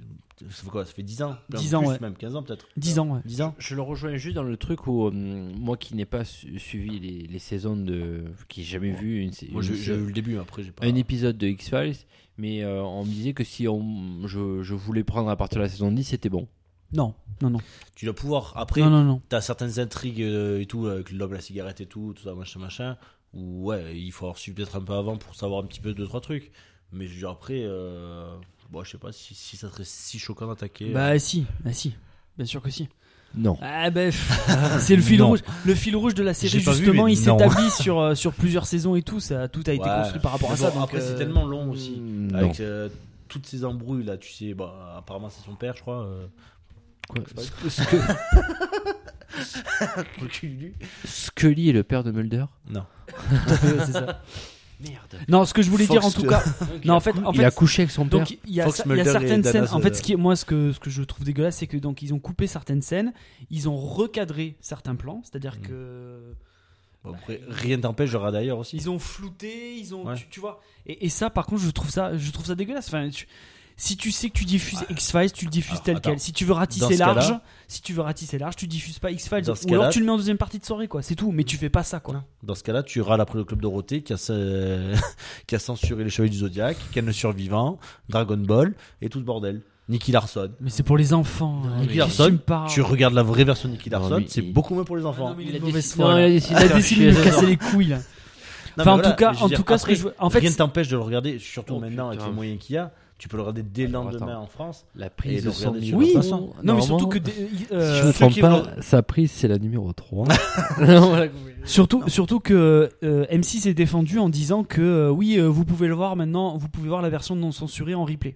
Speaker 2: Ça fait quoi Ça fait 10 ans
Speaker 1: 10
Speaker 2: Plus,
Speaker 1: ans, ouais.
Speaker 2: Même 15 ans peut-être
Speaker 1: 10 ans, ouais.
Speaker 2: 10 ans
Speaker 11: Je le rejoins juste dans le truc où, hum, moi qui n'ai pas su- suivi les, les saisons de. qui j'ai jamais vu une, sé-
Speaker 2: Moi
Speaker 11: une
Speaker 2: j'ai j'ai
Speaker 11: sé-
Speaker 2: eu le début, mais après j'ai pas.
Speaker 11: un épisode de X-Files, mais euh, on me disait que si on, je, je voulais prendre à partir de la saison 10, c'était bon.
Speaker 1: Non, non, non.
Speaker 2: Tu dois pouvoir. Après,
Speaker 1: non, non, non.
Speaker 2: t'as certaines intrigues euh, et tout, avec l'homme, la cigarette et tout, tout ça, machin, machin. où ouais, il faut avoir su peut-être un peu avant pour savoir un petit peu deux trois trucs. Mais je veux dire, après, euh, bon, je sais pas si, si ça serait si choquant d'attaquer. euh.
Speaker 1: Bah si, bah si, bien sûr que si.
Speaker 11: Non.
Speaker 1: Ah bah, pff, c'est le fil
Speaker 10: Non.
Speaker 1: rouge. Le fil rouge de la série
Speaker 10: J'ai pas vu,
Speaker 1: justement,
Speaker 10: mais
Speaker 1: il
Speaker 10: non.
Speaker 1: s'établit sur euh, sur plusieurs saisons et tout. Ça, tout a été
Speaker 2: Ouais.
Speaker 1: construit par rapport à
Speaker 2: Mais
Speaker 1: ça.
Speaker 2: bon,
Speaker 1: donc,
Speaker 2: après, c'est
Speaker 1: euh, hmm,
Speaker 2: tellement long aussi.
Speaker 11: Mm, Non.
Speaker 2: Avec euh, toutes ces embrouilles là, tu sais, bah, apparemment c'est son père, je crois. euh,
Speaker 11: Sc- Sc- Scully est le père de Mulder
Speaker 2: Non.
Speaker 1: c'est ça. Non, ce que je voulais dire en
Speaker 10: Fox,
Speaker 1: tout
Speaker 10: euh,
Speaker 1: cas, non en fait, en
Speaker 11: Il a
Speaker 1: fait,
Speaker 11: couché avec son père.
Speaker 1: Donc il y a,
Speaker 2: Fox,
Speaker 1: ça- il y a
Speaker 2: Mulder et
Speaker 1: certaines
Speaker 2: Dallas,
Speaker 1: scènes. En fait,
Speaker 2: euh,
Speaker 1: ce qui est, moi, ce que, ce que je trouve dégueulasse, c'est que donc ils ont coupé certaines scènes, ils ont recadré certains plans, c'est-à-dire
Speaker 2: Mm.
Speaker 1: que
Speaker 2: Bon, après, rien t'empêche, j'aurai d'ailleurs aussi.
Speaker 1: ils ont flouté, ils ont,
Speaker 2: Ouais.
Speaker 1: tu, tu vois. Et, et ça, par contre, je trouve ça, je trouve ça dégueulasse. Enfin, tu- si tu sais que tu diffuses X Files, tu le diffuses
Speaker 2: Alors,
Speaker 1: tel
Speaker 2: attends.
Speaker 1: quel. Si tu veux
Speaker 2: Dans
Speaker 1: ratisser
Speaker 2: ce
Speaker 1: large,
Speaker 2: cas-là-
Speaker 1: si tu veux ratisser large, tu diffuses pas X Files.
Speaker 2: Dans ce
Speaker 1: Ou alors
Speaker 2: cas-là-
Speaker 1: tu le mets en deuxième partie de soirée, quoi. C'est tout. Mais tu fais pas ça, quoi.
Speaker 2: Dans ce cas-là, tu râles après le club Dorothée qui a, ce- qui a censuré les Chevaliers du Zodiac, Ken le Survivant, Dragon Ball et tout ce bordel. Nicky Larson.
Speaker 1: Mais c'est pour les enfants. hein.
Speaker 2: Nicky
Speaker 1: Qu'est-ce
Speaker 2: Larson,
Speaker 1: que me parles
Speaker 2: Tu regardes la vraie version de Nicky
Speaker 11: Non,
Speaker 2: Larson,
Speaker 11: mais
Speaker 2: c'est
Speaker 11: il-
Speaker 2: beaucoup moins pour les enfants.
Speaker 1: Ah non, mais il est
Speaker 11: Il a
Speaker 1: de mauvaise
Speaker 11: décidé-
Speaker 1: foi,
Speaker 11: non,
Speaker 1: là.
Speaker 11: il a décidé
Speaker 1: Il a
Speaker 11: de
Speaker 1: décidé de me casser les couilles. là.
Speaker 2: Non,
Speaker 1: Enfin,
Speaker 2: mais
Speaker 1: en tout cas-
Speaker 2: mais je veux
Speaker 1: en
Speaker 2: dire,
Speaker 1: tout cas, ce que
Speaker 2: après,
Speaker 1: je veux- en fait,
Speaker 2: rien ne
Speaker 1: c'est-
Speaker 2: t'empêche de le regarder, surtout
Speaker 11: Oh,
Speaker 2: maintenant avec
Speaker 11: putain.
Speaker 2: les moyens qu'il y a. Tu peux le regarder dès le
Speaker 11: Alors,
Speaker 2: lendemain
Speaker 11: attends.
Speaker 2: en France.
Speaker 11: La
Speaker 2: prise de son numéro
Speaker 1: Oui.
Speaker 2: De toute façon,
Speaker 11: non,
Speaker 1: Non, mais surtout que. des- euh,
Speaker 11: si je me
Speaker 2: ceux
Speaker 11: trompe
Speaker 2: qui
Speaker 11: pas,
Speaker 2: veulent-
Speaker 11: sa prise c'est la numéro 3. non, voilà.
Speaker 1: Surtout, surtout que euh, M6 s'est défendu en disant que euh, oui, euh, vous pouvez le voir maintenant, vous pouvez voir la version non censurée en replay.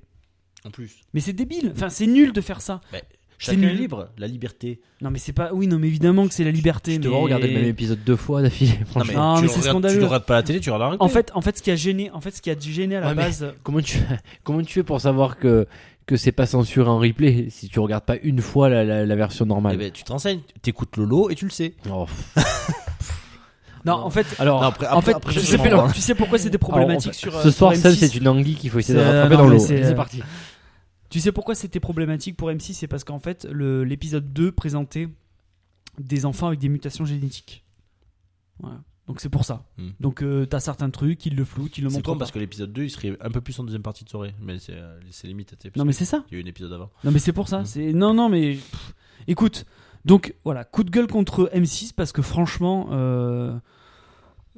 Speaker 2: En plus,
Speaker 1: Mais c'est débile, enfin c'est nul de faire ça.
Speaker 11: Bah,
Speaker 2: chacun est
Speaker 1: nul.
Speaker 2: libre, la liberté.
Speaker 1: Non mais c'est pas, oui non mais évidemment que c'est la liberté.
Speaker 11: Je
Speaker 1: mais...
Speaker 11: devrais regarder le même épisode deux fois d'affilée, franchement.
Speaker 1: mais- Non,
Speaker 2: tu
Speaker 1: Ah, mais c'est
Speaker 2: le regardes- Tu
Speaker 1: scandaleux.
Speaker 2: le regardes pas à la télé, tu regardes la
Speaker 1: En fait, en fait, ce qui a gêné, en fait, ce qui a gêné à la
Speaker 11: Ouais, mais-
Speaker 1: base,
Speaker 11: Comment tu, comment tu fais pour savoir que, que c'est pas censuré en replay si tu regardes pas une fois la, la, la version normale
Speaker 2: Eh ben, tu te renseignes, t'écoutes Lolo et tu le sais.
Speaker 11: Oh, pff.
Speaker 1: non,
Speaker 11: non.
Speaker 1: en fait,
Speaker 11: Alors,
Speaker 2: Non, après-
Speaker 1: en fait,
Speaker 2: après,
Speaker 1: tu,
Speaker 2: je
Speaker 1: sais
Speaker 2: comprends
Speaker 1: pourquoi-
Speaker 2: pas.
Speaker 1: tu sais pourquoi c'était
Speaker 11: alors, on
Speaker 1: problématique
Speaker 11: fait-
Speaker 1: sur euh,
Speaker 11: ce
Speaker 1: sur
Speaker 11: soir, Sam,
Speaker 1: M6.
Speaker 11: c'est une anguille qu'il faut essayer de
Speaker 1: C'est-
Speaker 11: rattraper
Speaker 1: non,
Speaker 11: dans
Speaker 1: mais
Speaker 11: l'eau.
Speaker 1: c'est-
Speaker 11: C'est parti.
Speaker 1: Tu sais pourquoi c'était problématique pour M6 C'est parce qu'en fait, le- l'épisode 2 présentait des enfants avec des mutations génétiques. Voilà. Donc c'est pour ça.
Speaker 2: Hmm.
Speaker 1: Donc euh, t'as certains trucs, ils le floutent, ils le
Speaker 2: C'est
Speaker 1: montrent
Speaker 2: con
Speaker 1: pas.
Speaker 2: parce que l'épisode 2 il serait un peu plus en deuxième partie de soirée, mais c'est euh, c'est limite. tu sais, parce
Speaker 1: Non mais
Speaker 2: que
Speaker 1: c'est ça.
Speaker 2: Il y a eu un épisode avant.
Speaker 1: Non mais c'est pour ça.
Speaker 2: Mm.
Speaker 1: C'est non non mais pff, écoute. Donc voilà, coup de gueule contre M6 parce que franchement, euh,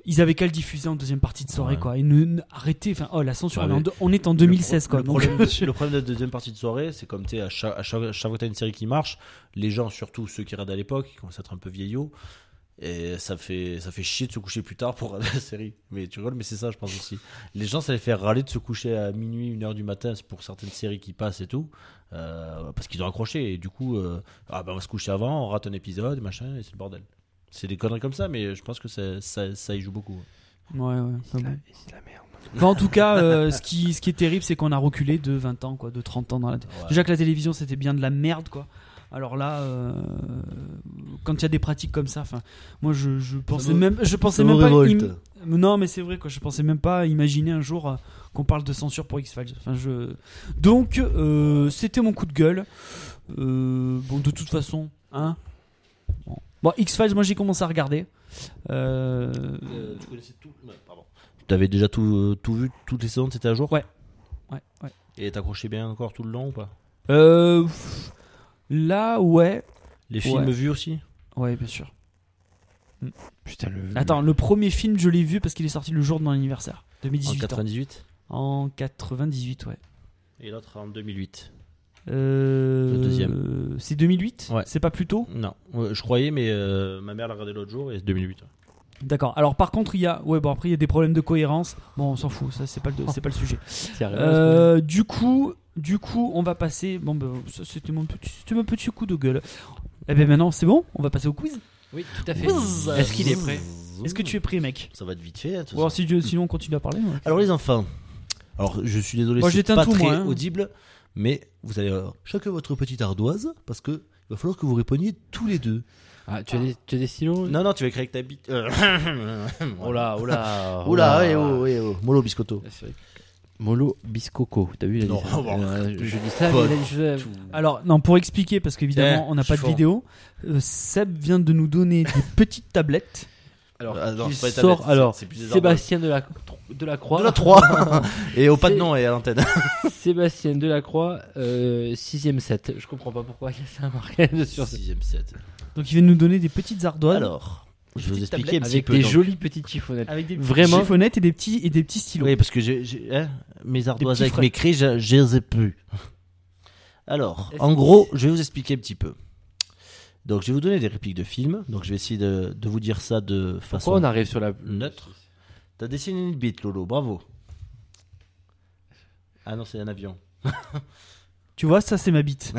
Speaker 1: ils avaient qu'à le diffuser en deuxième partie de soirée
Speaker 2: Ouais.
Speaker 1: quoi. Et ne, ne- arrêtez. Enfin oh la censure.
Speaker 2: Ouais,
Speaker 1: elle est en
Speaker 2: mais
Speaker 1: deux- on est en 2016
Speaker 2: Le pro-
Speaker 1: quoi. donc-
Speaker 2: Le, problème, de- le problème de la deuxième partie de soirée, c'est comme tu sais, à chaque, à chaque, à chaque fois que t'as une série qui marche, les gens, surtout ceux qui regardent à l'époque, qui commencent à être un peu vieillots, et ça fait, ça fait chier de se coucher plus tard pour regarder la série. Mais tu rigoles, mais c'est ça, je pense aussi. Les gens, ça les fait râler de se coucher à minuit, une heure du matin c'est pour certaines séries qui passent et tout, euh, parce qu'ils ont accroché. Et du coup, euh, ah bah on va se coucher avant, on rate un épisode, machin, et c'est le bordel. C'est des conneries comme ça, mais je pense que ça, ça, ça y joue beaucoup.
Speaker 1: Ouais, ouais, pas bon. Enfin, en tout cas, euh, ce, qui, ce qui est terrible, c'est qu'on a reculé de 20 ans, quoi, de 30 ans dans la télé.
Speaker 2: Ouais.
Speaker 1: Déjà que la télévision, c'était bien de la merde, quoi. Alors là, euh, quand il y a des pratiques comme ça, enfin, moi, je, je pensais
Speaker 8: me-
Speaker 1: même, je pensais
Speaker 8: me
Speaker 1: même pas.
Speaker 8: révolte.
Speaker 1: im- Non, mais c'est vrai, quoi. Je pensais même pas imaginer un jour euh, qu'on parle de censure pour X Files. Enfin, je. Donc, euh, c'était mon coup de gueule. Euh, bon, de toute façon, hein. Bon, Bon, X Files, moi, j'ai commencé à regarder. Euh,
Speaker 2: tu connaissais tout. pardon. Tu avais déjà tout, euh, tout vu, toutes les saisons, c'était à jour
Speaker 1: Ouais. ouais, ouais.
Speaker 2: Et t'accrochais bien encore tout le long ou pas
Speaker 1: Euh, pff, là, ouais.
Speaker 2: Les
Speaker 1: films
Speaker 2: films vus aussi
Speaker 1: Ouais, bien sûr.
Speaker 11: Putain, le.
Speaker 1: Attends, le premier film, je l'ai vu parce qu'il est sorti le jour de mon anniversaire. 2018.
Speaker 2: En 98
Speaker 1: hein. En 98, ouais.
Speaker 2: Et l'autre en 2008
Speaker 1: Euh,
Speaker 2: Le deuxième.
Speaker 1: euh, C'est 2008
Speaker 2: Ouais.
Speaker 1: C'est pas plus tôt
Speaker 2: Non, Ouais, je croyais, mais euh, ma mère l'a regardé l'autre jour et c'est 2008. ouais.
Speaker 1: D'accord. Alors, par contre, il y a. Ouais, bon, après, il y a des problèmes de cohérence. Bon, on s'en fout, ça, c'est pas, le- c'est pas le sujet.
Speaker 11: t'y arrives,
Speaker 1: Euh, du coup, du coup, on va passer. Bon, ben, ça, c'était mon petit, c'était mon petit coup de gueule. Eh ben maintenant, c'est bon, on va passer au quiz.
Speaker 11: Oui, tout à fait.
Speaker 1: Ouh.
Speaker 11: Est-ce qu'il est prêt
Speaker 1: Est-ce que tu es prêt, mec
Speaker 2: Ça va être vite fait. hein, de toute
Speaker 1: Ou alors,
Speaker 2: façon.
Speaker 1: si tu- sinon, on continue à parler. ouais.
Speaker 2: Alors les enfants, alors je suis désolé,
Speaker 1: Moi,
Speaker 2: c'est
Speaker 1: j'éteins
Speaker 2: pas
Speaker 1: tout,
Speaker 2: très
Speaker 1: moi, hein.
Speaker 2: audible, mais vous allez avoir chacun votre petite ardoise parce que il va falloir que vous répondiez tous les deux.
Speaker 11: Ah, tu as des, tu as des stylos
Speaker 2: Non, non, tu vas écrire avec ta bite. Euh,
Speaker 11: Oh là, oh là.
Speaker 2: Oula, eh oh, eh oh. Molo biscotto.
Speaker 11: Molo Biscoco, t'as vu il a dit
Speaker 2: Non,
Speaker 11: ça.
Speaker 2: bon,
Speaker 11: Euh, Je dis ça, mais
Speaker 2: pas
Speaker 11: Ah, il a dit ça.
Speaker 1: Alors, non, pour expliquer, parce qu'évidemment,
Speaker 2: Eh,
Speaker 1: on n'a pas
Speaker 2: je
Speaker 1: de
Speaker 2: suis
Speaker 1: vidéo, euh, Seb vient de nous donner des petites tablettes.
Speaker 11: Alors,
Speaker 2: Ah, non,
Speaker 11: il
Speaker 2: c'est pas les
Speaker 11: sort
Speaker 2: tablettes,
Speaker 11: alors
Speaker 2: c'est plus des
Speaker 11: Sébastien de la, de la Croix.
Speaker 2: De la 3 Et au pas de
Speaker 11: C'est-
Speaker 2: nom et à l'antenne.
Speaker 11: Sébastien Delacroix,
Speaker 3: euh,
Speaker 11: 6ème set. Je comprends pas pourquoi il y a ça marqué sur ce.
Speaker 2: Sixième set.
Speaker 1: Donc, il vient de nous donner des petites ardoises.
Speaker 2: Alors, Je vais vous
Speaker 3: Petite
Speaker 2: expliquer un petit
Speaker 3: avec
Speaker 2: peu.
Speaker 3: des
Speaker 2: donc. Ah,
Speaker 3: jolies petites chiffonnettes.
Speaker 1: Avec des
Speaker 3: Vraiment.
Speaker 1: chiffonnettes et des petits, et des petits stylos.
Speaker 2: Oui, parce que j'ai- j'ai- hein, mes ardoises
Speaker 1: petits
Speaker 2: avec
Speaker 1: frais.
Speaker 2: mes cris, je je les ai plus. Alors,
Speaker 1: Est-ce
Speaker 2: en
Speaker 1: que-
Speaker 2: gros, je vais vous expliquer un petit peu. Donc, je vais vous donner des répliques de films. Donc, je vais essayer de, de vous dire ça de façon.
Speaker 3: Pourquoi on arrive sur la
Speaker 2: neutre. T'as dessiné une bite, Lolo, bravo. Ah non, c'est un avion.
Speaker 1: Tu vois, ça, c'est ma bite.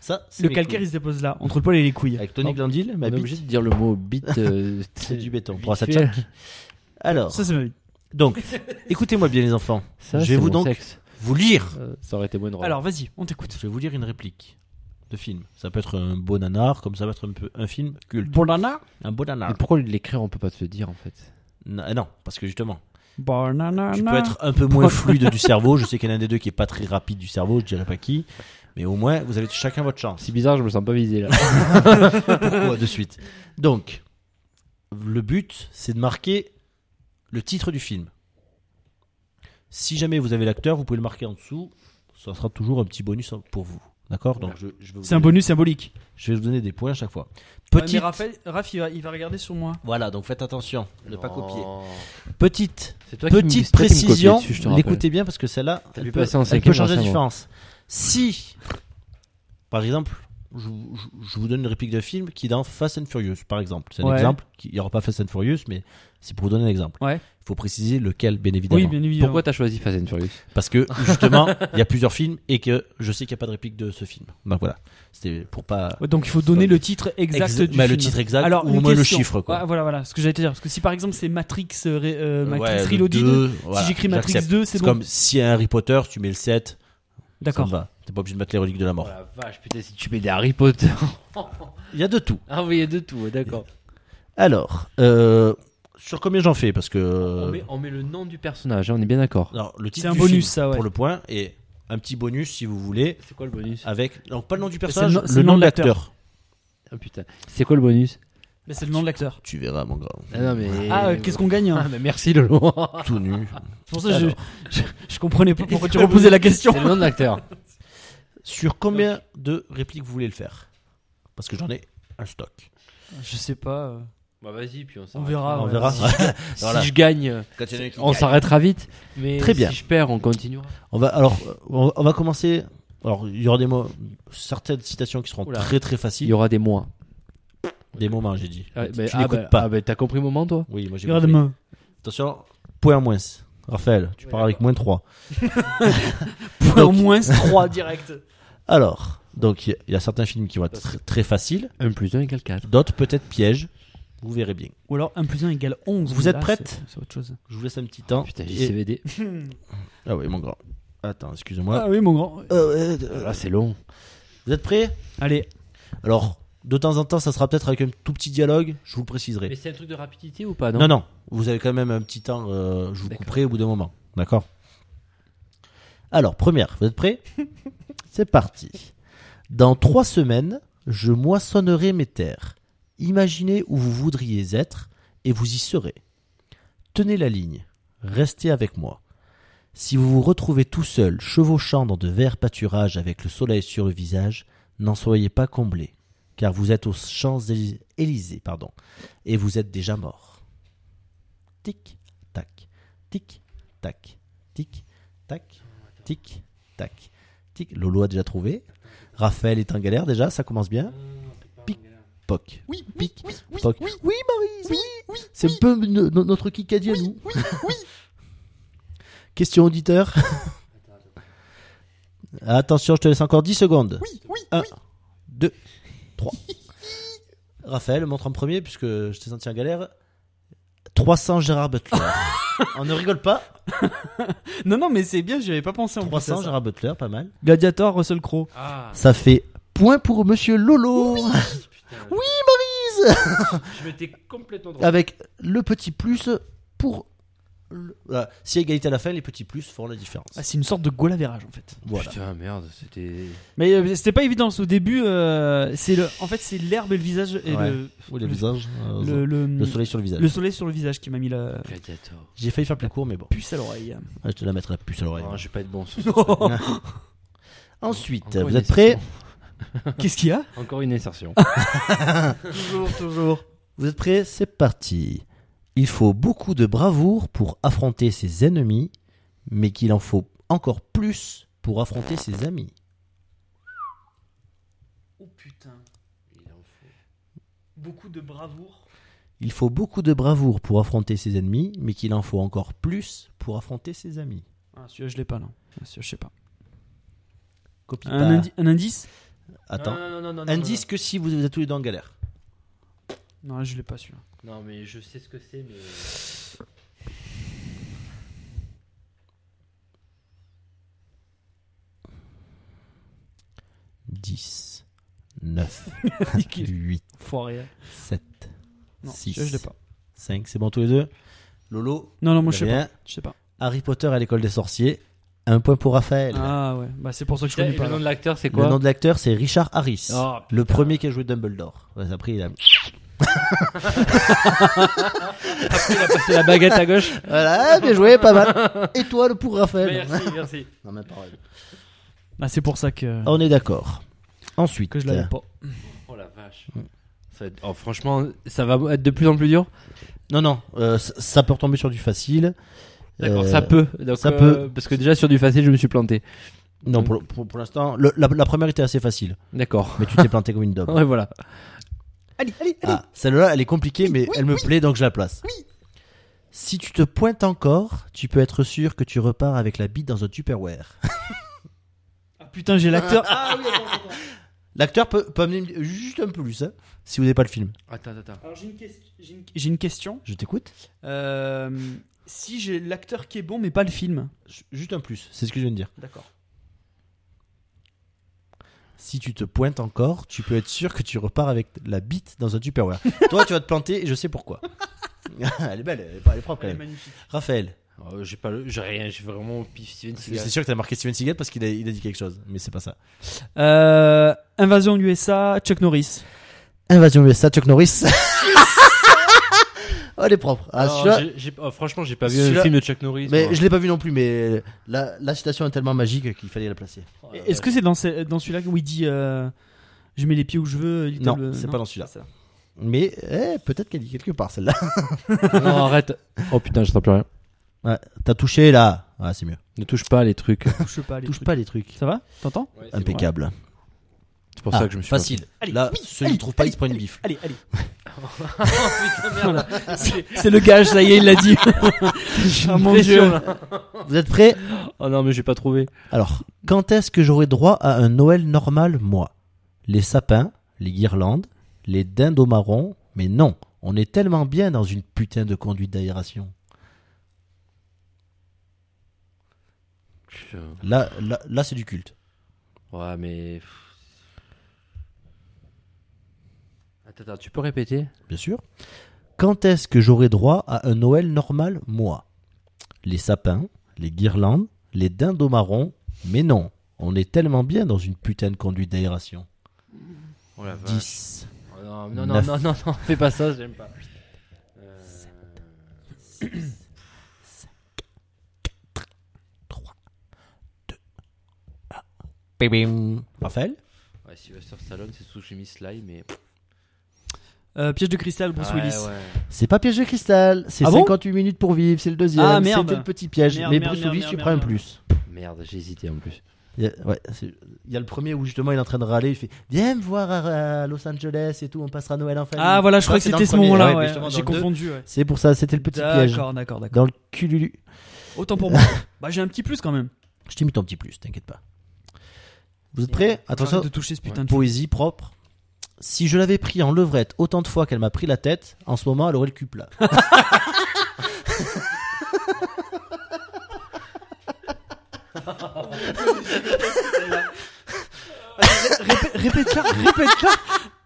Speaker 2: Ça, c'est
Speaker 1: Le
Speaker 2: mes
Speaker 1: calcaire,
Speaker 2: couilles.
Speaker 1: il se dépose là, entre le poil et les couilles.
Speaker 2: Avec Tony
Speaker 3: Oh,
Speaker 2: Glandil,
Speaker 3: On
Speaker 2: ma
Speaker 3: est obligé
Speaker 2: bite,
Speaker 3: de dire le mot bite. euh,
Speaker 2: c'est du béton.
Speaker 3: vite
Speaker 2: Bon, ça
Speaker 3: fait.
Speaker 2: tchac. Alors,
Speaker 1: Ça, c'est ma bite.
Speaker 2: donc, écoutez-moi bien, les enfants.
Speaker 3: Ça,
Speaker 2: Je
Speaker 3: c'est
Speaker 2: vais vous
Speaker 3: mon
Speaker 2: donc-
Speaker 3: sexe.
Speaker 2: Vous lire
Speaker 3: Euh, ça aurait été moins drôle.
Speaker 1: Alors, vas-y, on t'écoute.
Speaker 2: Je vais vous lire une réplique de film. Ça peut être un bon nanar, comme ça peut être un, peu, un film culte.
Speaker 1: Banana
Speaker 2: Un bon nanar.
Speaker 3: Mais pourquoi l'écrire On peut pas se le dire en fait.
Speaker 2: Non, eh non, parce que justement,
Speaker 1: Banana.
Speaker 2: tu peux être un peu moins fluide du cerveau. Je sais qu'il y en a un des deux qui est pas très rapide du cerveau, je dirais pas qui. Mais au moins, vous avez chacun votre chance.
Speaker 3: C'est bizarre, je me sens pas visé là.
Speaker 2: Pourquoi de suite Donc, le but, c'est de marquer le titre du film. Si jamais vous avez l'acteur, vous pouvez le marquer en dessous. Ça sera toujours un petit bonus pour vous. D'accord Donc, je, je vais vous
Speaker 1: C'est un
Speaker 2: donner-
Speaker 1: bonus symbolique.
Speaker 2: Je vais vous donner des points à chaque fois.
Speaker 1: Ouais,
Speaker 2: Petit.
Speaker 1: mais Raphaël- Raph, il va, il va regarder sur moi.
Speaker 2: Voilà, donc faites attention, ne pas copier. Petite,
Speaker 3: Oh. C'est toi qui me-
Speaker 2: petite
Speaker 3: c'est toi qui me copiais
Speaker 2: précision,
Speaker 3: dessus, je te rappelle.
Speaker 2: l'écoutez bien parce que celle-là,
Speaker 3: dû
Speaker 2: elle peut,
Speaker 3: passer en
Speaker 2: elle peut
Speaker 3: cinquième
Speaker 2: changer la
Speaker 3: récemment.
Speaker 2: différence. Si, par exemple, je, vous- je- je vous donne une réplique de film qui est dans Fast and Furious, par exemple. C'est un
Speaker 1: Ouais.
Speaker 2: exemple, qui- il n'y aura pas Fast and Furious, mais c'est pour vous donner un exemple.
Speaker 1: Ouais.
Speaker 2: Il faut préciser lequel, bien évidemment.
Speaker 1: Oui, bien évidemment.
Speaker 3: Pourquoi t'as choisi Fast and Furious
Speaker 2: Parce que, justement, il y a plusieurs films et que je sais qu'il n'y a pas de réplique de ce film. Donc voilà, c'était pour pas...
Speaker 1: Ouais, donc il faut donner
Speaker 2: Ex-
Speaker 1: le titre exact
Speaker 2: Ex-
Speaker 1: du
Speaker 2: bah,
Speaker 1: film.
Speaker 2: le titre exact
Speaker 1: Alors,
Speaker 2: ou au
Speaker 1: une
Speaker 2: moins le
Speaker 1: question.
Speaker 2: chiffre. Quoi.
Speaker 1: Ouais, voilà, voilà, ce que j'allais te dire. Parce que si par exemple c'est Matrix, euh, ré- euh, Matrix
Speaker 2: Ouais, le
Speaker 1: Reloaded,
Speaker 2: deux, voilà,
Speaker 1: si j'écris Matrix
Speaker 2: j'accepte.
Speaker 1: 2, c'est
Speaker 2: C'est
Speaker 1: bon.
Speaker 2: comme si un Harry Potter, tu mets le 7, ça me
Speaker 1: D'accord.
Speaker 2: va. T'es pas obligé de mettre les reliques de Oh la mort.
Speaker 3: la vache, putain, si tu mets des Harry Potter.
Speaker 2: Il y a de tout.
Speaker 3: Ah oui, il y a de tout, ouais, d'accord.
Speaker 2: Alors, euh, sur combien j'en fais Parce que.
Speaker 3: On, met, on met le nom du personnage, hein, on est bien d'accord.
Speaker 2: Alors, le titre
Speaker 1: C'est un
Speaker 2: du
Speaker 1: bonus,
Speaker 2: film,
Speaker 1: ça, ouais.
Speaker 2: Pour le point, et un petit bonus si vous voulez,
Speaker 3: C'est quoi le bonus ah,
Speaker 2: avec. Donc, pas le nom du
Speaker 1: le
Speaker 2: personnage,
Speaker 1: nom-
Speaker 2: le, nom de l'acteur.
Speaker 3: putain, c'est quoi le bonus
Speaker 1: Mais c'est le nom de l'acteur.
Speaker 2: Tu verras, mon grand.
Speaker 3: Ah non, mais.
Speaker 1: Ah, euh, qu'est-ce qu'on gagne hein
Speaker 3: Ah, mais merci Lolo.
Speaker 2: Tout nu.
Speaker 1: C'est pour ça que je, je, je comprenais pas pourquoi tu reposais la question.
Speaker 3: C'est le nom de l'acteur.
Speaker 2: Sur combien de répliques vous voulez le faire Parce que j'en ai un stock.
Speaker 1: Je sais pas. euh,
Speaker 3: Bah vas-y, puis
Speaker 1: On verra.
Speaker 2: on
Speaker 1: ouais.
Speaker 2: verra.
Speaker 1: Si-
Speaker 2: Voilà.
Speaker 3: Si je gagne,
Speaker 2: Quand il y en a qui
Speaker 3: on
Speaker 2: gagne.
Speaker 3: s'arrêtera vite. Mais
Speaker 2: Très bien.
Speaker 3: si je perds, on continuera.
Speaker 2: On va alors, euh, on on va commencer. Alors, il y aura des mots, certaines citations qui seront
Speaker 3: Oula.
Speaker 2: très très
Speaker 3: Il
Speaker 2: faciles.
Speaker 3: y aura des mois.
Speaker 2: Des moments, j'ai dit.
Speaker 3: Ah,
Speaker 2: tu
Speaker 3: bah,
Speaker 2: n'écoutes
Speaker 3: ah, bah,
Speaker 2: pas.
Speaker 3: ah, bah, t'as compris le moment, toi
Speaker 2: Oui, moi j'ai
Speaker 1: Regarde
Speaker 2: compris.
Speaker 1: moi.
Speaker 2: Attention, point en moins. Raphaël, tu
Speaker 3: Ouais,
Speaker 2: pars avec moins 3.
Speaker 1: Point au moins 3 direct.
Speaker 2: Alors, donc il y a- il y, a certains films qui vont être tr- très faciles,
Speaker 3: 1 plus 1 égale 4.
Speaker 2: d'autres peut-être pièges. Vous verrez bien.
Speaker 1: Ou alors 1 plus 1 égale 11.
Speaker 2: Vous
Speaker 1: mais
Speaker 2: êtes
Speaker 1: là,
Speaker 2: prête
Speaker 1: c'est- C'est autre chose.
Speaker 2: Je vous laisse un petit temps.
Speaker 3: Putain,
Speaker 2: Et-
Speaker 3: JCVD.
Speaker 2: Ah oui, mon grand. Attends, excusez-moi.
Speaker 1: Ah oui, mon grand.
Speaker 2: Euh, euh, euh,
Speaker 3: Ah, Là, c'est long.
Speaker 2: vous êtes prêts
Speaker 1: Allez,
Speaker 2: Alors, de temps en temps, ça sera peut-être avec un tout petit dialogue, je vous le préciserai.
Speaker 3: Mais c'est un truc de rapidité ou pas
Speaker 2: Non, non, vous avez quand même un petit temps, euh, je vous
Speaker 3: D'accord.
Speaker 2: couperai au bout d'un moment. D'accord Alors, première, vous êtes prêts C'est parti. Dans trois semaines, je moissonnerai mes terres. Imaginez où vous voudriez être et vous y serez. Tenez la ligne, restez avec moi. Si vous vous retrouvez tout seul, chevauchant dans de verts pâturages avec le soleil sur le visage, n'en soyez pas comblé, car vous êtes aux Champs-Élysées, pardon, et vous êtes déjà mort. Tic, tac, tic, tac, tic, tac, tic, tac, tic. Lolo a déjà trouvé. Raphaël est en galère déjà, ça commence bien. Pic, poc. Oui, pic, poc. Oui, Maryse, oui, C'est un peu no- no- notre Kikadi à nous. Oui, oui. Question auditeur. Attention, je te laisse encore 10 secondes. Oui, oui, 1, 2, 3. Raphaël montre en premier puisque je t'ai senti en galère. 300 Gérard Butler. On ne rigole pas.
Speaker 1: non, non, mais c'est bien, j'y avais pas pensé en plus.
Speaker 2: 300
Speaker 1: à ça.
Speaker 2: Gérard Butler, pas mal.
Speaker 1: Gladiator, Russell Crowe.
Speaker 3: Ah,
Speaker 2: Ça fait point pour Monsieur Lolo
Speaker 3: putain.
Speaker 2: Oui,
Speaker 3: Je m'étais complètement
Speaker 2: avec le petit plus pour. le- Voilà. Si égalité à la fin, les petits plus font la différence.
Speaker 1: Ah, c'est une sorte de Golavérage en fait.
Speaker 2: Voilà.
Speaker 3: Putain, merde, c'était.
Speaker 1: Mais euh, c'était pas évident au début. euh, c'est le, en fait, c'est l'herbe et le visage et
Speaker 2: Ouais.
Speaker 1: le,
Speaker 2: Oui,
Speaker 1: le-
Speaker 2: le visage. euh,
Speaker 1: le, le-
Speaker 2: le soleil sur le visage.
Speaker 1: le soleil sur le visage qui m'a mis la
Speaker 3: Gladiator.
Speaker 2: J'ai failli faire plus court, mais bon.
Speaker 1: puce à l'oreille.
Speaker 2: Ah, je te la mettrai la puce à l'oreille.
Speaker 3: Ah, je vais pas être bon sur
Speaker 2: Ensuite,
Speaker 3: Encore
Speaker 2: vous
Speaker 3: une
Speaker 2: êtes prêts
Speaker 3: insertion.
Speaker 1: Qu'est-ce qu'il y a
Speaker 3: Encore une insertion.
Speaker 1: Toujours, toujours.
Speaker 2: Vous êtes prêts C'est parti. Il faut beaucoup de bravoure pour affronter ses ennemis, mais qu'il en faut encore plus pour affronter ses amis.
Speaker 1: Oh putain. Beaucoup de bravoure.
Speaker 2: Il faut beaucoup de bravoure pour affronter ses ennemis, mais qu'il en faut encore plus pour affronter ses amis.
Speaker 1: Ah, celui-là, je l'ai pas, non. Ah, celui-là, je sais pas. Bah,
Speaker 2: Copie
Speaker 1: Un,
Speaker 2: pas.
Speaker 1: indi- un indice
Speaker 2: Attends.
Speaker 1: Non, Ah non, non, non, non,
Speaker 2: Indice que si vous êtes tous les deux en galère.
Speaker 1: Non, je l'ai pas celui-là.
Speaker 3: Non, mais je sais ce que c'est, mais.
Speaker 2: Dix, neuf,
Speaker 1: Nickel.
Speaker 2: huit,
Speaker 1: Foiré.
Speaker 2: 7,
Speaker 1: Non,
Speaker 2: 6,
Speaker 1: celui-là, je l'ai pas.
Speaker 2: 5, c'est bon tous les deux Lolo
Speaker 1: Non, non, moi, je sais
Speaker 2: Damien,
Speaker 1: pas. Je sais pas.
Speaker 2: Harry Potter à l'école des sorciers, un point pour Raphaël.
Speaker 1: Ah ouais, bah c'est pour ça que je connais pas.
Speaker 3: Le nom de
Speaker 1: alors.
Speaker 3: l'acteur, c'est
Speaker 2: Eh, le
Speaker 3: quoi
Speaker 2: nom de l'acteur c'est Richard Harris,
Speaker 1: Ah.
Speaker 3: Oh,
Speaker 2: le premier qui a joué Dumbledore. Ouais, après il a...
Speaker 3: Il a passé la baguette à gauche.
Speaker 2: Voilà, Ah, bien joué, pas mal. Étoile pour Raphaël.
Speaker 3: Merci, merci.
Speaker 2: Non, même pas vrai.
Speaker 1: Ah, c'est pour ça que,
Speaker 2: On est d'accord. Ensuite,
Speaker 1: que je l'avais pas.
Speaker 3: Oh la vache.
Speaker 2: Mm.
Speaker 3: Ça va être- oh, franchement, ça va être de plus en plus dur.
Speaker 2: non, non, euh, ça ça peut retomber sur du facile.
Speaker 3: D'accord,
Speaker 2: Euh,
Speaker 3: ça peut. Donc,
Speaker 2: ça
Speaker 3: euh,
Speaker 2: peut.
Speaker 3: Parce que déjà, sur du facile, je me suis planté.
Speaker 1: Mmh.
Speaker 2: Non, pour, pour, pour l'instant, le- la, la première était assez facile,
Speaker 3: D'accord.
Speaker 2: mais tu t'es planté comme une daube.
Speaker 3: Ouais, voilà.
Speaker 2: Ah, celle-là, elle est compliquée, mais elle me plaît, donc je la place. Si tu te pointes encore, tu peux être sûr que tu repars avec la bite dans un Tupperware.
Speaker 1: Ah putain, j'ai l'acteur. Ah,
Speaker 2: L'acteur peut, peut amener une- juste un peu plus, hein, si vous n'avez pas le film.
Speaker 3: Attends, attends.
Speaker 1: Alors j'ai une, ques- j'ai une- Ah j'ai une question.
Speaker 2: Je t'écoute.
Speaker 1: Euh, si j'ai l'acteur qui est bon mais pas le film.
Speaker 2: Ju- Juste un plus, c'est ce que je viens de dire.
Speaker 1: D'accord.
Speaker 2: Si tu te pointes encore, tu peux être sûr que tu repars avec la bite dans un Tupperware. Toi, tu vas te planter, et je sais pourquoi. elle est belle, elle est, pas- elle est propre quand même.
Speaker 1: magnifique.
Speaker 2: Raphaël,
Speaker 3: Oh, j'ai pas le- j'ai rien, j'ai vraiment au pif Steven Seagal.
Speaker 2: c'est sûr que t'as marqué Steven Seagal parce qu'il a, il a dit quelque chose, mais c'est pas ça.
Speaker 1: Euh, invasion USA, Chuck Norris.
Speaker 2: Invasion USA, Chuck Norris. oh, elle est propre. Ah,
Speaker 3: Non,
Speaker 2: celui-là-
Speaker 3: j'ai- j'ai- oh, franchement, j'ai pas vu
Speaker 2: Celui-là-
Speaker 3: le film de Chuck Norris.
Speaker 2: mais
Speaker 3: moi.
Speaker 2: je l'ai pas vu non plus, mais la, la citation est tellement magique qu'il fallait la placer.
Speaker 3: Oh la
Speaker 1: Est-ce que c'est dans, ce- dans celui-là où il dit euh, je mets les pieds où je veux little-
Speaker 2: Non, c'est pas dans celui-là.
Speaker 1: c'est ça.
Speaker 2: Mais eh, peut-être qu'elle dit quelque part celle-là.
Speaker 3: vache. Non, arrête. Oh putain, je sens plus rien.
Speaker 2: Ouais, T'as touché là. Ah, c'est mieux.
Speaker 3: Ne touche pas les trucs.
Speaker 1: Touche pas les
Speaker 2: Touche
Speaker 1: trucs.
Speaker 2: pas les trucs.
Speaker 1: Ça va T'entends
Speaker 2: Impeccable.
Speaker 3: C'est pour
Speaker 2: Ah,
Speaker 3: ça que je me suis
Speaker 2: facile. là, ceux qui trouvent pas, ils se prennent une bifle.
Speaker 1: Allez, allez.
Speaker 3: Merde.
Speaker 1: C'est le gage, ça y est, il l'a dit. ah mon dieu.
Speaker 2: Vous êtes prêts
Speaker 3: Oh non, mais j'ai pas trouvé.
Speaker 2: Alors, quand est-ce que j'aurai droit à un Noël normal, moi Les sapins, les guirlandes, les dindes au marron, mais non, on est tellement bien dans une putain de conduite d'aération.
Speaker 3: Putain.
Speaker 2: Là, là, là c'est du culte.
Speaker 3: Ouais, mais. pff. Attends, attends, tu peux répéter
Speaker 2: Bien sûr. Quand est-ce que j'aurai droit à un Noël normal, moi Les sapins, les guirlandes, les dindes au marron, mais non, on est tellement bien dans une putain de conduite d'aération.
Speaker 3: Oh la vache.
Speaker 2: 10,
Speaker 3: Oh non, non, non,
Speaker 2: Neuf.
Speaker 3: non, non, non, fais pas ça, j'aime pas. Euh,
Speaker 2: 5, Raphaël
Speaker 3: Ouais, Sylvester Stallone, c'est Sushimi Sly, mais.
Speaker 1: Euh, piège de cristal, Bruce
Speaker 3: Ah,
Speaker 1: Willis.
Speaker 3: ouais.
Speaker 2: C'est pas piège de cristal, c'est
Speaker 1: Ah bon
Speaker 2: 58 minutes pour vivre, c'est le deuxième.
Speaker 1: Ah, merde.
Speaker 2: C'était le petit piège.
Speaker 1: Merde,
Speaker 2: mais
Speaker 1: merde,
Speaker 2: Bruce
Speaker 1: merde,
Speaker 2: Willis,
Speaker 1: merde,
Speaker 2: tu prends un
Speaker 1: merde.
Speaker 2: plus.
Speaker 3: Merde, j'ai hésité en plus.
Speaker 2: Il y, a, ouais, c'est- il y a le premier où justement il est en train de râler, il fait Viens me voir à, à Los Angeles et tout, on passera Noël en famille.
Speaker 1: Ah voilà, je
Speaker 2: Ça,
Speaker 1: crois que
Speaker 2: c'est dans
Speaker 1: c'était
Speaker 2: le
Speaker 1: ce
Speaker 2: premier.
Speaker 1: moment-là.
Speaker 2: Ah ouais, mais
Speaker 1: ouais.
Speaker 2: justement, dans
Speaker 1: J'ai
Speaker 2: le deux,
Speaker 1: confondu. ouais.
Speaker 2: C'est pour ça, c'était le petit piège.
Speaker 1: D'accord, d'accord, d'accord.
Speaker 2: Dans le cululu.
Speaker 1: Autant pour moi. bah j'ai un petit plus quand même.
Speaker 2: Je t'ai mis ton petit plus, t'inquiète pas. Vous êtes prêts Attention,
Speaker 1: J'arrête de toucher ce putain de.
Speaker 2: poésie propre. Si je l'avais pris en levrette autant de fois qu'elle m'a pris la tête, en ce moment elle aurait le cul plat.
Speaker 1: Répète-la, répète-la.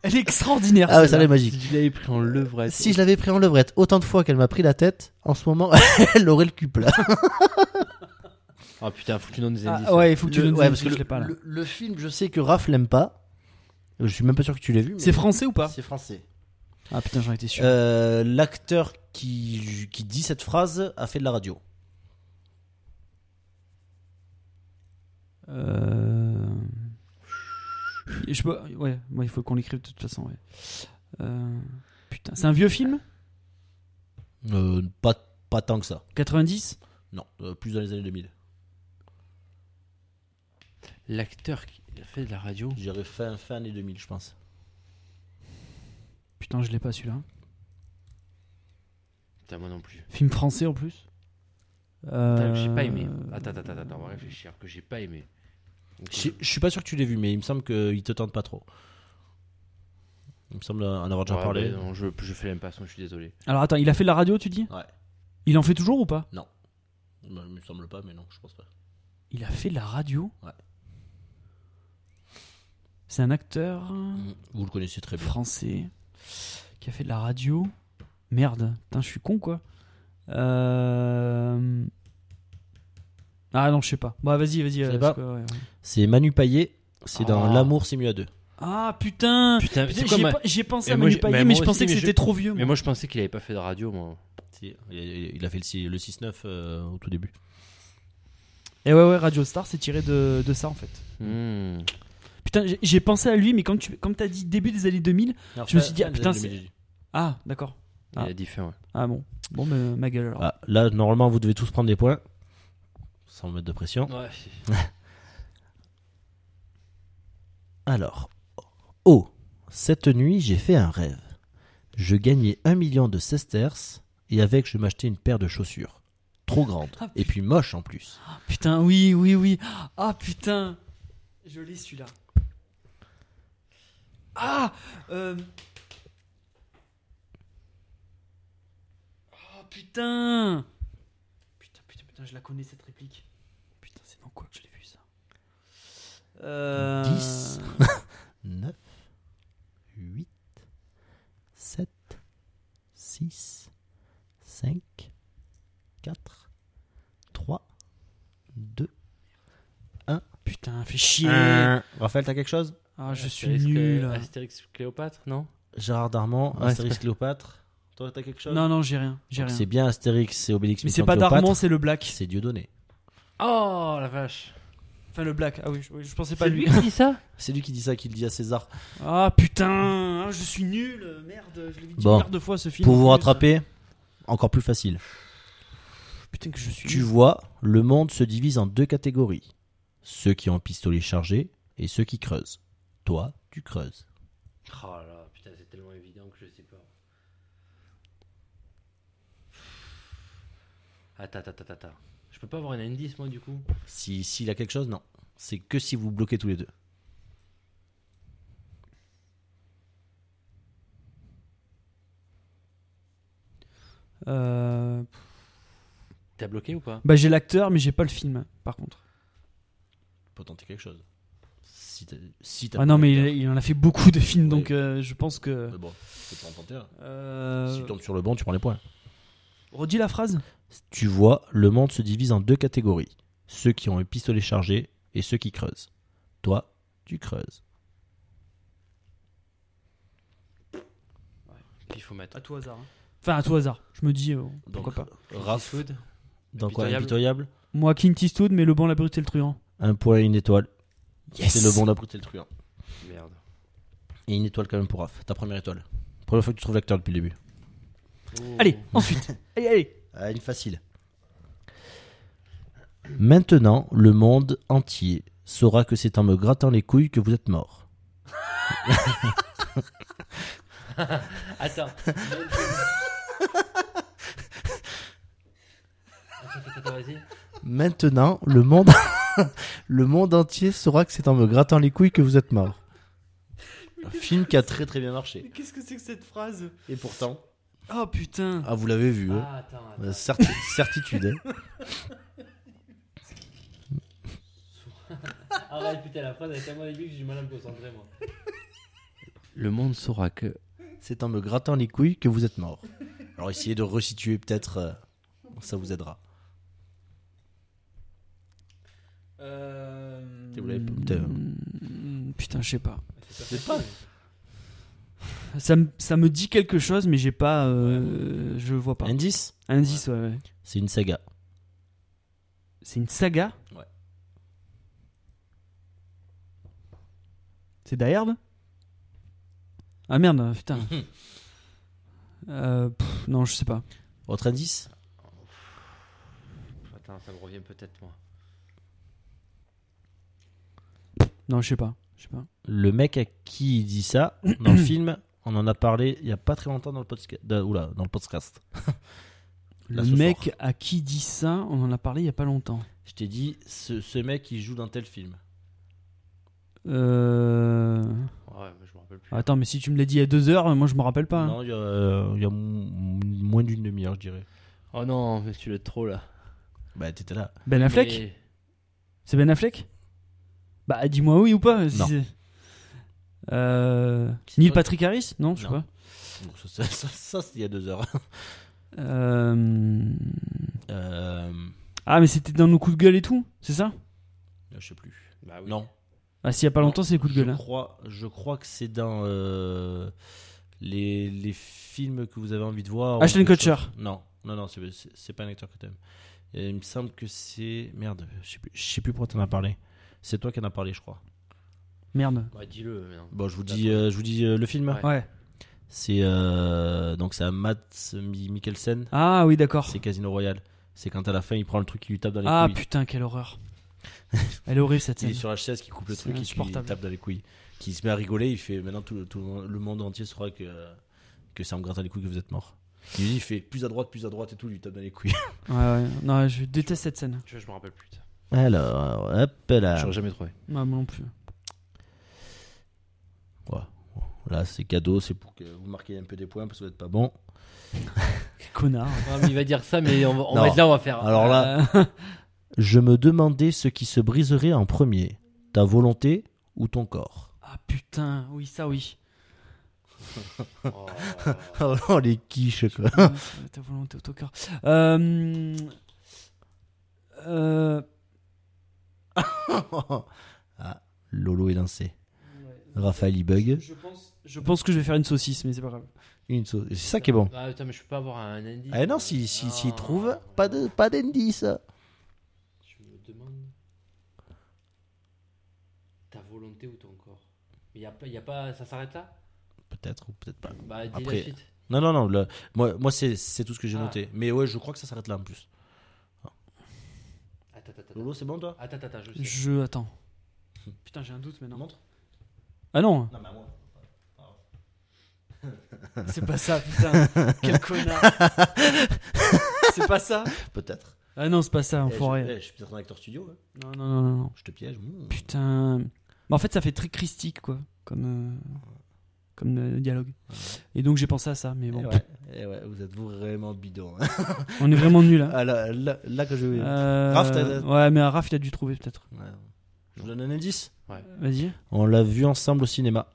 Speaker 1: Elle est extraordinaire.
Speaker 2: Ah ouais, ça
Speaker 1: celle-là.
Speaker 2: l'est magique.
Speaker 3: Je l'avais pris en levrette.
Speaker 2: Si je l'avais pris en levrette autant de fois qu'elle m'a pris la tête, en ce moment, elle aurait le cul plat.
Speaker 3: Oh putain, faut que tu donnes des indices.
Speaker 1: Ah, ouais, il faut que tu
Speaker 2: Le-
Speaker 1: le,
Speaker 2: ouais, parce que
Speaker 1: je
Speaker 2: le,
Speaker 1: l'ai pas là.
Speaker 2: le- le film, je sais que Raph l'aime pas. Je suis même pas sûr que tu l'aies vu. mais-
Speaker 1: C'est français ou pas
Speaker 2: C'est français.
Speaker 1: Ah putain, j'en étais sûr.
Speaker 2: Euh, L'acteur qui, qui dit cette phrase a fait de la radio.
Speaker 1: Euh... Je peux... Ouais, moi il faut qu'on l'écrive de toute façon. Ouais. Euh, Putain, c'est un vieux film
Speaker 12: Euh, pas, pas tant que ça.
Speaker 1: 90
Speaker 12: Non, euh, plus dans les années 2000.
Speaker 3: L'acteur qui a fait de la radio.
Speaker 12: J'irais fin, fin année 2000, je pense.
Speaker 1: Putain, je l'ai pas celui-là.
Speaker 3: Putain, moi non plus.
Speaker 1: Film français en plus
Speaker 3: Putain, J'ai pas
Speaker 1: Euh,
Speaker 3: aimé. Attends, attends, attends, attends, on va réfléchir. Que j'ai pas aimé. Donc,
Speaker 12: Je je suis pas sûr que tu l'aies vu, mais il me semble qu'il te tente pas trop. Il me semble en avoir déjà
Speaker 3: ouais,
Speaker 12: parlé.
Speaker 3: mais non, je, je fais l'impasse, moi, je suis désolé.
Speaker 1: Alors attends, il a fait de la radio, tu dis
Speaker 12: Ouais.
Speaker 1: Il en fait toujours ou pas
Speaker 12: Non. Bah, il me semble pas, mais non, je pense pas.
Speaker 1: Il a fait de la radio
Speaker 12: Ouais.
Speaker 1: C'est un acteur
Speaker 2: Mm.
Speaker 12: Vous le connaissez très bien.
Speaker 1: français qui a fait de la radio. Merde, putain, je suis con quoi. Euh... Ah non, je sais pas. Bah vas-y, vas-y.
Speaker 12: Je sais
Speaker 1: euh,
Speaker 12: pas.
Speaker 1: c'est quoi, ouais, ouais.
Speaker 2: C'est Manu Payet. C'est dans
Speaker 3: Ah.
Speaker 2: L'amour, c'est mieux à deux.
Speaker 1: Ah putain,
Speaker 3: Putain,
Speaker 1: Putain,
Speaker 3: c'est
Speaker 1: J'ai
Speaker 3: comme.
Speaker 1: pas- j'ai pensé
Speaker 3: Et
Speaker 1: à
Speaker 3: moi,
Speaker 1: Manu
Speaker 3: j'ai-
Speaker 1: Payet,
Speaker 3: bah,
Speaker 1: mais,
Speaker 3: moi
Speaker 1: je
Speaker 3: aussi,
Speaker 1: pensais que
Speaker 3: mais
Speaker 1: c'était
Speaker 3: je-
Speaker 1: trop vieux.
Speaker 3: Mais
Speaker 1: moi.
Speaker 3: moi, je pensais qu'il avait pas fait de radio, moi.
Speaker 12: Si, Il il a fait le six- le 6-9 euh, au tout début.
Speaker 1: Et ouais, ouais, Radio Star, c'est tiré de, de ça en fait.
Speaker 3: Hmm.
Speaker 1: Putain, j'ai- j'ai pensé à lui, mais quand tu comme t'as dit début des années 2000,
Speaker 12: Non,
Speaker 1: Je me
Speaker 12: fin-
Speaker 1: suis dit, ah,
Speaker 12: fin des
Speaker 1: putain,
Speaker 12: années
Speaker 1: c'est-
Speaker 12: 2000, j'ai dit.
Speaker 1: ah d'accord.
Speaker 3: Il
Speaker 1: Ah.
Speaker 3: a dit fin, ouais.
Speaker 1: Ah bon, bon, mais ma gueule alors.
Speaker 2: Ah, là, normalement, vous devez tous prendre des points. Sans mettre de pression. Alors, oh, cette nuit j'ai fait un rêve. Je gagnais un million de sesterces et avec je m'achetais une paire de chaussures. Trop grande.
Speaker 1: Ah,
Speaker 2: Et puis moche en plus.
Speaker 1: Putain, oui, oui, oui. Ah putain, je l'ai celui-là. Ah euh... Ah putain Putain, putain, putain, je la connais cette réplique. Putain, c'est dans quoi que je l'ai vu ça euh...
Speaker 2: Dix. 9, 8, 7, 6, 5, 4, 3, 2.
Speaker 1: Putain, fais chier
Speaker 2: Euh. Raphaël, t'as quelque chose
Speaker 1: Ah, je suis
Speaker 3: Astérix,
Speaker 1: nul.
Speaker 3: euh, Astérix Cléopâtre, non
Speaker 2: Gérard Darmon,
Speaker 3: Ouais,
Speaker 2: Astérix Cléopâtre. Toi, t'as quelque chose
Speaker 1: Non, non, j'ai rien. J'ai
Speaker 2: Donc,
Speaker 1: rien.
Speaker 2: C'est bien Astérix et Obélix.
Speaker 1: Mais c'est
Speaker 2: Mission
Speaker 1: pas
Speaker 2: Cléopâtre.
Speaker 1: Darman, c'est le Black.
Speaker 2: C'est Dieudonné.
Speaker 3: Oh la vache
Speaker 1: Enfin, le Black. Ah oui, je, oui, je pensais pas lui.
Speaker 3: qui dit ça
Speaker 2: C'est lui qui dit ça, qui le dit à César.
Speaker 1: Ah putain, ah, je suis nul, merde, je l'ai vu
Speaker 2: Bon.
Speaker 1: une de fois ce film.
Speaker 2: Pour
Speaker 1: en
Speaker 2: vous
Speaker 1: plus.
Speaker 2: rattraper, encore plus facile.
Speaker 1: Putain que je suis.
Speaker 2: Tu
Speaker 1: nul.
Speaker 2: vois, le monde se divise en deux catégories. Ceux qui ont un pistolet chargé et ceux qui creusent. Toi, tu creuses.
Speaker 3: Oh là là, putain, c'est tellement évident que je sais pas. Attends, attends, attends, attends. Je peux pas avoir un indice, moi, du coup
Speaker 2: Si- S'il a quelque chose, non. C'est que si vous bloquez tous les deux.
Speaker 1: Euh,
Speaker 3: T'as bloqué ou pas
Speaker 1: Bah j'ai l'acteur mais j'ai pas le film par contre.
Speaker 12: Tu peux tenter quelque chose. Si t'as. Si t'as
Speaker 1: Ah non
Speaker 12: pas le
Speaker 1: mais il,
Speaker 12: cœur.
Speaker 1: il en a fait beaucoup de films
Speaker 12: Oui.
Speaker 1: donc euh, je pense que.
Speaker 12: Mais bon, tu peux en tenter
Speaker 2: hein.
Speaker 12: un. Si
Speaker 1: Euh...
Speaker 12: tu tombes sur le bon, tu prends les points.
Speaker 1: Redis la phrase.
Speaker 2: Tu vois, le monde se divise en deux catégories. Ceux qui ont un pistolet chargé et ceux qui creusent. Toi, tu creuses.
Speaker 3: Puis il faut mettre.
Speaker 1: tout hasard. Enfin à tout hasard. Je me dis euh, pourquoi
Speaker 12: Donc,
Speaker 1: pas.
Speaker 3: Ah,
Speaker 12: Raph,
Speaker 2: Dans quoi
Speaker 3: Impitoyable.
Speaker 2: Impitoyable
Speaker 1: Moi Clint Eastwood mais le bon la brute et le truand.
Speaker 2: Un point et une étoile.
Speaker 1: Yes.
Speaker 2: C'est le bon d'abruté le truand.
Speaker 3: Merde.
Speaker 2: hein. Et une étoile quand même pour Raph. Ta première étoile. Première fois que tu trouves l'acteur depuis le début.
Speaker 1: Allez ensuite. allez allez.
Speaker 2: Ah, une facile. Maintenant, le monde entier saura que c'est en me grattant les couilles que vous êtes mort.
Speaker 3: Attends. attends, attends, attends, vas-y.
Speaker 2: Maintenant, le monde, le monde entier saura que c'est en me grattant les couilles que vous êtes mort. Un film qui a très très bien marché.
Speaker 1: Qu'est-ce que c'est que cette phrase
Speaker 2: Et pourtant,
Speaker 1: Oh putain.
Speaker 2: ah vous l'avez vu, hein.
Speaker 3: Ah, attends, attends.
Speaker 2: Euh, certi- certitude. hein.
Speaker 3: Arrête, Ah putain, la phrase elle est tellement aiguë que j'ai du mal à me concentrer, moi. Le monde saura que.
Speaker 2: C'est en me grattant les couilles que vous êtes mort. Alors essayez de resituer peut-être, euh, ça vous aidera.
Speaker 1: Euh...
Speaker 2: Vous l'avez pas- peut-être.
Speaker 1: hmm, Putain je sais pas.
Speaker 3: C'est pas.
Speaker 1: Ça, me- ça me dit quelque chose, mais j'ai pas. euh, je vois pas.
Speaker 2: Indice
Speaker 1: Indice, ouais, ouais.
Speaker 2: C'est une saga.
Speaker 1: C'est une saga
Speaker 12: Ouais.
Speaker 1: C'est Die Hard Ah merde, putain. Euh, pff, non, je sais pas.
Speaker 13: Autre indice
Speaker 3: Attends, ça me revient peut-être moi.
Speaker 1: Non, je sais pas. Je sais pas.
Speaker 2: Le mec à qui il dit ça, dans le film, on en a parlé il y a pas très longtemps dans le podcast. dans- oula, dans le podcast. Là,
Speaker 1: Le
Speaker 2: ce
Speaker 1: mec
Speaker 2: soir.
Speaker 1: à qui dit ça, on en a parlé il y a pas longtemps.
Speaker 2: Je t'ai dit, ce, ce mec il joue dans tel film.
Speaker 1: Euh...
Speaker 3: bah, Ah,
Speaker 1: Attends, mais si tu me l'as dit il y a deux heures, moi je me rappelle pas. hein.
Speaker 2: Non, il y a, euh, il y a m- m- moins d'une demi-heure, je dirais.
Speaker 3: Oh non, mais tu l'as trop là.
Speaker 2: Bah, t'étais là.
Speaker 1: Ben Affleck
Speaker 3: Mais-
Speaker 1: C'est Ben Affleck Bah, dis-moi oui ou pas. si
Speaker 2: Non.
Speaker 1: c'est- Euh... Neil Patrick Harris Non, je sais
Speaker 2: Non.
Speaker 1: pas.
Speaker 2: Donc, ça, ça, ça, ça, c'était il y a deux heures.
Speaker 1: Euh...
Speaker 2: Euh,
Speaker 1: Ah, mais c'était dans nos coups de gueule et tout, c'est ça
Speaker 2: je sais plus.
Speaker 3: Bah oui.
Speaker 2: Non.
Speaker 1: Ah, s'il y a pas longtemps, c'est les coups de
Speaker 2: Je
Speaker 1: gueule. hein.
Speaker 2: crois, je crois que c'est dans euh, les, les films que vous avez envie de voir. ou
Speaker 1: Ashton
Speaker 2: quelque chose.
Speaker 1: Kutcher.
Speaker 2: Non, non, non, c'est- c'est c'est pas un acteur que t'aimes. Et il me semble que c'est merde. Je sais plus, je sais plus pourquoi t'en as parlé. C'est toi qui en as parlé, je crois.
Speaker 1: Merde.
Speaker 3: Bah dis-le. merde.
Speaker 2: Bon, je vous dis, euh, je vous dis euh, le film.
Speaker 3: Ouais.
Speaker 1: Ouais.
Speaker 2: C'est euh, donc c'est à Matt Mi- Mikkelsen.
Speaker 1: Ah oui, d'accord.
Speaker 2: C'est Casino Royale. C'est quand à la fin il prend le truc qui lui tape dans les
Speaker 1: Ah
Speaker 2: couilles.
Speaker 1: putain, quelle horreur. Elle est horrible cette
Speaker 2: Il est
Speaker 1: scène.
Speaker 2: sur la chaise qui coupe le
Speaker 1: C'est
Speaker 2: truc et qui lui
Speaker 1: insupportable.
Speaker 2: tape dans les couilles. Qui se met à rigoler, il fait maintenant tout, tout le monde entier saura que, que c'est en me grattant les couilles que vous êtes mort. Il lui dit, il fait plus à droite, plus à droite et tout, il lui tape dans les couilles.
Speaker 1: Ouais, ouais. Non, je déteste cette scène.
Speaker 3: Je, je me rappelle plus. putain.
Speaker 2: Alors, hop là.
Speaker 3: J'aurais jamais trouvé.
Speaker 1: Ah, moi non plus.
Speaker 2: Là, c'est cadeau, c'est pour que vous marquiez un peu des points parce que vous n'êtes pas bon.
Speaker 1: Connard.
Speaker 3: il va dire ça, mais on va, on
Speaker 2: Non.
Speaker 3: va être là, on va faire.
Speaker 2: Alors là,
Speaker 1: Euh,
Speaker 2: je me demandais ce qui se briserait en premier ta volonté ou ton corps
Speaker 1: Ah putain, oui, ça oui.
Speaker 2: Ah.
Speaker 3: Oh.
Speaker 2: Oh non, les quiches quoi.
Speaker 1: Euh, Ta volonté au tocard. Euh... euh,
Speaker 2: ah, Lolo est lancé. Raphaël il bug.
Speaker 1: Je pense, je pense que je vais faire une saucisse, mais c'est pas grave.
Speaker 2: Une sauce. C'est ça qui est bon.
Speaker 3: Ah, attends, mais je peux pas avoir un indice.
Speaker 2: Ah non, s'il si,
Speaker 3: Ah.
Speaker 2: s'il trouve, pas de pas d'indice.
Speaker 3: Je me demande. Ta volonté ou ton corps Il y a, pas- y a pas. Ça s'arrête là
Speaker 2: Peut-être ou peut-être pas.
Speaker 3: Bah, dis
Speaker 2: Après-
Speaker 3: la suite.
Speaker 2: Non, non, non. le- moi, moi c'est c'est tout ce que j'ai
Speaker 3: Ah.
Speaker 2: noté. Mais ouais, je crois que ça s'arrête là en plus.
Speaker 3: Attends, attends, attends.
Speaker 2: Lolo, c'est bon toi
Speaker 3: Attends, attends, je sais.
Speaker 1: Je attends. Putain, j'ai un doute maintenant.
Speaker 2: Montre.
Speaker 1: Ah non,
Speaker 2: Non, mais à moi.
Speaker 1: c'est pas ça, putain. Quel connard. c'est pas ça
Speaker 2: Peut-être.
Speaker 1: Ah non, c'est pas ça,
Speaker 2: Eh, je,
Speaker 1: enfoiré.
Speaker 2: eh, je suis peut-être un acteur studio. hein.
Speaker 1: Non, non, non, non, non.
Speaker 2: Je te piège. mm.
Speaker 1: Putain. Mais en fait, ça fait très christique, quoi, comme, euh, comme euh, dialogue. Et donc, j'ai pensé à ça, mais
Speaker 2: Eh
Speaker 1: bon.
Speaker 2: ouais, eh ouais, vous êtes vraiment bidon. hein.
Speaker 1: On est vraiment nuls, là.
Speaker 2: Ah, là, là, là que je vais.
Speaker 1: Euh,
Speaker 2: Raph, t'as-
Speaker 1: Ouais, mais euh, Raph, il a dû trouver, peut-être.
Speaker 2: Ouais. Je vous donne un indice.
Speaker 1: Vas-y.
Speaker 2: On l'a vu ensemble au cinéma.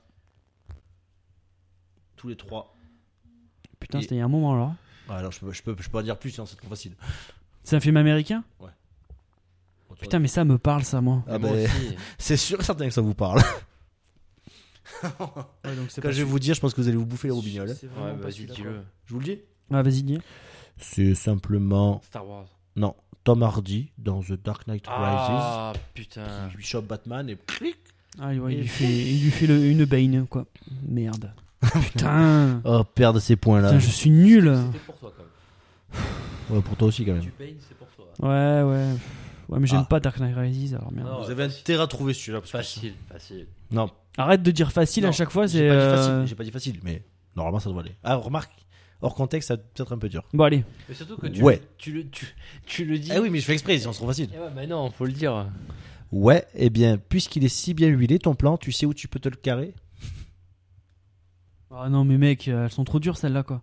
Speaker 2: Tous les trois.
Speaker 1: Putain,
Speaker 2: Et-
Speaker 1: c'était il y a un moment, alors.
Speaker 2: Ah, alors je peux, je peux, je peux pas dire plus, sinon c'est trop facile.
Speaker 1: C'est un film américain Putain, mais ça me parle, ça, moi.
Speaker 2: Ah,
Speaker 3: Moi
Speaker 2: bah,
Speaker 3: aussi.
Speaker 2: c'est sûr et certain que ça vous parle.
Speaker 1: Ouais, donc c'est
Speaker 2: Quand je vais vous dire, je pense que vous allez vous bouffer les roubignoles. hein.
Speaker 3: Ouais, vas-y, dis-le.
Speaker 2: Je vous le dis
Speaker 1: Ah, vas-y, dis.
Speaker 2: C'est simplement.
Speaker 3: Star Wars.
Speaker 2: Non, Tom Hardy dans The Dark Knight Rises.
Speaker 3: Ah, putain.
Speaker 2: qui lui chope Batman et clic
Speaker 1: Ah, ouais, il,
Speaker 2: Et-
Speaker 1: lui fait, il lui fait le- une bane, quoi. Merde. Putain.
Speaker 2: Oh, perdre ces points-là.
Speaker 1: Putain, je suis nul.
Speaker 3: C'était pour toi, quand même.
Speaker 2: Ouais, pour toi aussi, quand même.
Speaker 3: Tu payes, c'est pour toi.
Speaker 1: Ouais, ouais. Ouais, mais j'aime
Speaker 2: Ah.
Speaker 1: pas Dark Knight Rises, alors merde.
Speaker 3: Non,
Speaker 2: Vous avez intérêt à trouver celui-là. parce que-
Speaker 3: Facile, facile.
Speaker 2: Non,
Speaker 1: Arrête de dire facile
Speaker 2: Non,
Speaker 1: à chaque fois,
Speaker 2: j'ai
Speaker 1: c'est.
Speaker 2: pas, dit
Speaker 1: euh,
Speaker 2: facile, j'ai pas dit facile, mais normalement ça doit aller. Ah, remarque, hors contexte, ça peut-être un peu dur.
Speaker 1: Bon, allez.
Speaker 3: Mais surtout que tu,
Speaker 2: Ouais.
Speaker 3: tu, le, tu, tu le dis.
Speaker 2: Eh oui, mais je fais exprès, sinon c'est trop facile.
Speaker 3: Eh ouais, mais non, faut le dire.
Speaker 2: Ouais, eh bien, puisqu'il est si bien huilé, ton plan, tu sais où tu peux te le carrer
Speaker 1: Ah non, mais mec, euh, elles sont trop dures celles-là, quoi.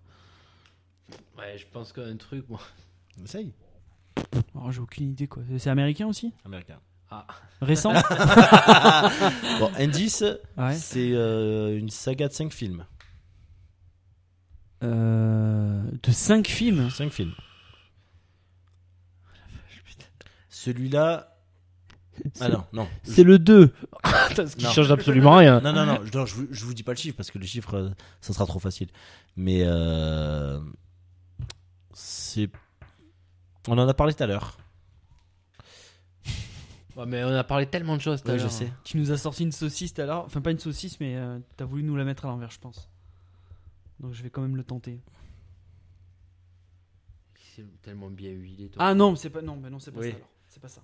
Speaker 3: Ouais, je pense qu'un truc, moi.
Speaker 2: Essaye.
Speaker 1: Alors, Oh, j'ai aucune idée, quoi. C'est américain aussi
Speaker 2: Américain.
Speaker 1: Récent Ah
Speaker 2: Bon, indice,
Speaker 1: Ouais.
Speaker 2: c'est euh, une saga de 5 films.
Speaker 1: Euh, de 5 films
Speaker 2: 5 films. Celui-là. Ah non, non.
Speaker 3: C'est le 2. Ce qui
Speaker 2: Non.
Speaker 3: change absolument rien.
Speaker 2: Non, non, non, je, non, je vous- je vous dis pas le chiffre parce que le chiffre, euh, ça sera trop facile. Mais euh, c'est. On en a parlé tout à l'heure.
Speaker 3: Ouais, mais on a parlé tellement de choses tout à
Speaker 2: Oui, je
Speaker 3: l'heure.
Speaker 2: sais.
Speaker 1: Tu nous as sorti une saucisse tout à l'heure. Enfin, pas une saucisse, mais euh, t'as voulu nous la mettre à l'envers, je pense. Donc, je vais quand même le tenter.
Speaker 3: hein. c'est tellement bien huilé. toi.
Speaker 1: Ah non, mais c'est pas, non, mais non, c'est pas
Speaker 3: Oui.
Speaker 1: ça alors. C'est pas ça.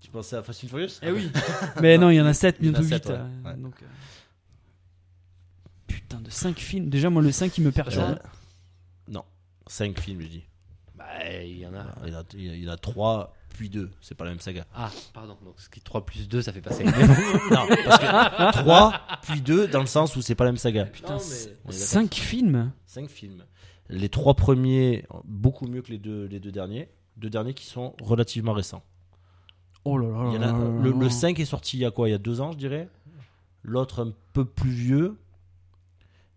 Speaker 2: Tu pensais à Fast and Furious
Speaker 1: Eh oui. mais non, il y en a 7,
Speaker 2: Il y en a
Speaker 1: bientôt 8.
Speaker 2: sept, ouais. Ouais.
Speaker 1: Donc, euh, Putain, de 5 films. Déjà, moi, le 5, il me perturbe.
Speaker 2: Non, 5 films, je dis.
Speaker 3: Bah, il y en a.
Speaker 2: Il y en a, il y en a- il y en a 3, puis 2. C'est pas la même saga.
Speaker 3: Ah, pardon. Donc, ce qui est 3 plus 2, ça fait pas 5.
Speaker 2: non, parce que 3, puis 2, dans le sens où c'est pas la même saga.
Speaker 3: Putain, mais...
Speaker 2: On est d'accord.
Speaker 1: 5 films
Speaker 2: 5 films. Les 3 premiers, beaucoup mieux que les deux, les deux derniers. Deux derniers qui sont relativement récents.
Speaker 1: Oh là là.
Speaker 2: Il y en
Speaker 1: là
Speaker 2: a-
Speaker 1: là là
Speaker 2: le,
Speaker 1: là
Speaker 2: le
Speaker 1: là.
Speaker 2: 5 est sorti il y a quoi Il y a 2 ans, je dirais. L'autre un peu plus vieux.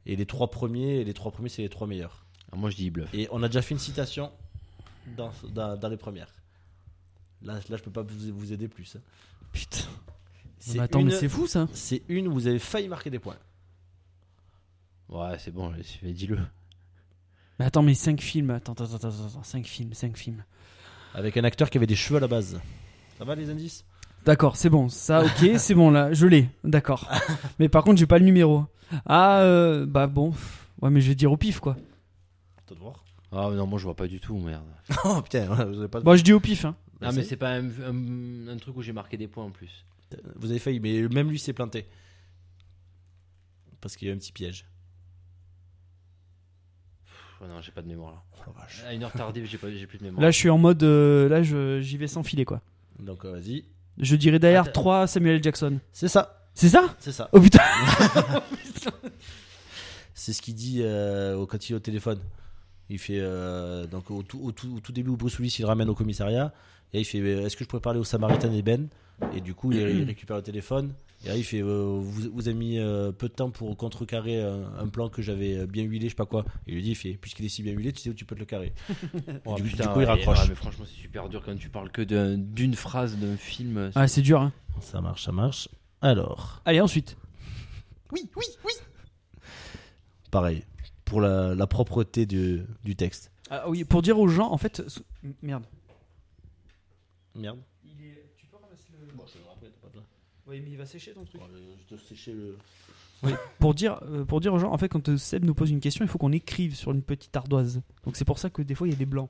Speaker 2: Et les 3 premiers, et les trois premiers c'est les 3 meilleurs.
Speaker 3: Ah, moi, je dis bluff.
Speaker 2: Et on a déjà fait une citation dans, dans, dans les premières. Là, là, je peux pas vous, vous aider plus. hein.
Speaker 1: Putain.
Speaker 2: C'est
Speaker 1: Mais attends, mais
Speaker 2: une-
Speaker 1: c'est fou ça.
Speaker 2: C'est une où vous avez failli marquer des points.
Speaker 3: Ouais, c'est bon, je- je- dis-le.
Speaker 1: Mais attends, mais 5 films. Attends, attends, attends, attends, attends. 5 films, 5 films.
Speaker 2: Avec un acteur qui avait des cheveux à la base. Ça va les indices
Speaker 1: D'accord, c'est bon. Ça, ok, c'est bon là. Je l'ai. D'accord. mais par contre, j'ai pas le numéro. Ah, euh, bah bon. pff, Ouais, mais je vais dire au pif quoi.
Speaker 2: T'as de voir.
Speaker 3: Ah, mais non, moi, je vois pas du tout, merde.
Speaker 2: oh putain, vous avez pas de-
Speaker 1: Bon, je dis au pif. Hein.
Speaker 3: Ah, mais c'est pas un, un- un truc où j'ai marqué des points en plus.
Speaker 2: Vous avez failli, mais même lui s'est planté. Parce qu'il y a eu un petit piège.
Speaker 3: Pff, non, j'ai pas de mémoire là.
Speaker 2: Oh la vache.
Speaker 3: À une heure tardive, j'ai, pas, j'ai plus de mémoire.
Speaker 1: Là, je suis en mode. euh, là, je- j'y vais sans filer quoi.
Speaker 2: Donc euh, vas-y.
Speaker 1: Je dirais d'ailleurs
Speaker 3: Attends.
Speaker 1: 3 Samuel L. Jackson.
Speaker 2: C'est ça,
Speaker 1: C'est ça
Speaker 2: c'est ça.
Speaker 1: Oh putain
Speaker 2: C'est ce qu'il dit euh, au- quand il est au téléphone. Il fait euh, donc au tout, au tout- au tout début où Bruce Willis il le ramène au commissariat et il fait euh, est-ce que je pourrais parler au Samaritain et Ben et du coup il, il récupère le téléphone et là, il fait euh, vous, vous avez mis euh, peu de temps pour contrecarrer un, un plan que j'avais euh, bien huilé je sais pas quoi et il lui dit il fait puisqu'il est si bien huilé tu sais où tu peux te le carrer
Speaker 3: Oh,
Speaker 2: du, du
Speaker 3: putain,
Speaker 2: coup il
Speaker 3: ouais,
Speaker 2: raccroche
Speaker 3: ouais, mais franchement, c'est super dur quand tu parles que d'un- d'une phrase d'un film.
Speaker 1: Ah, c'est dur. Hein.
Speaker 2: ça marche ça marche alors
Speaker 1: Allez, ensuite.
Speaker 2: pareil pour la, la propreté du, du texte
Speaker 1: Ah oui, pour dire aux gens, en fait. sou- Merde.
Speaker 2: merde
Speaker 1: Tu peux ramasser le. Oui, mais il va sécher ton truc.
Speaker 2: je te sécher le
Speaker 1: Pour dire, euh, pour dire aux gens, en fait, quand euh, Seb nous pose une question, il faut qu'on écrive sur une petite ardoise. Donc c'est pour ça que des fois, il y a des blancs.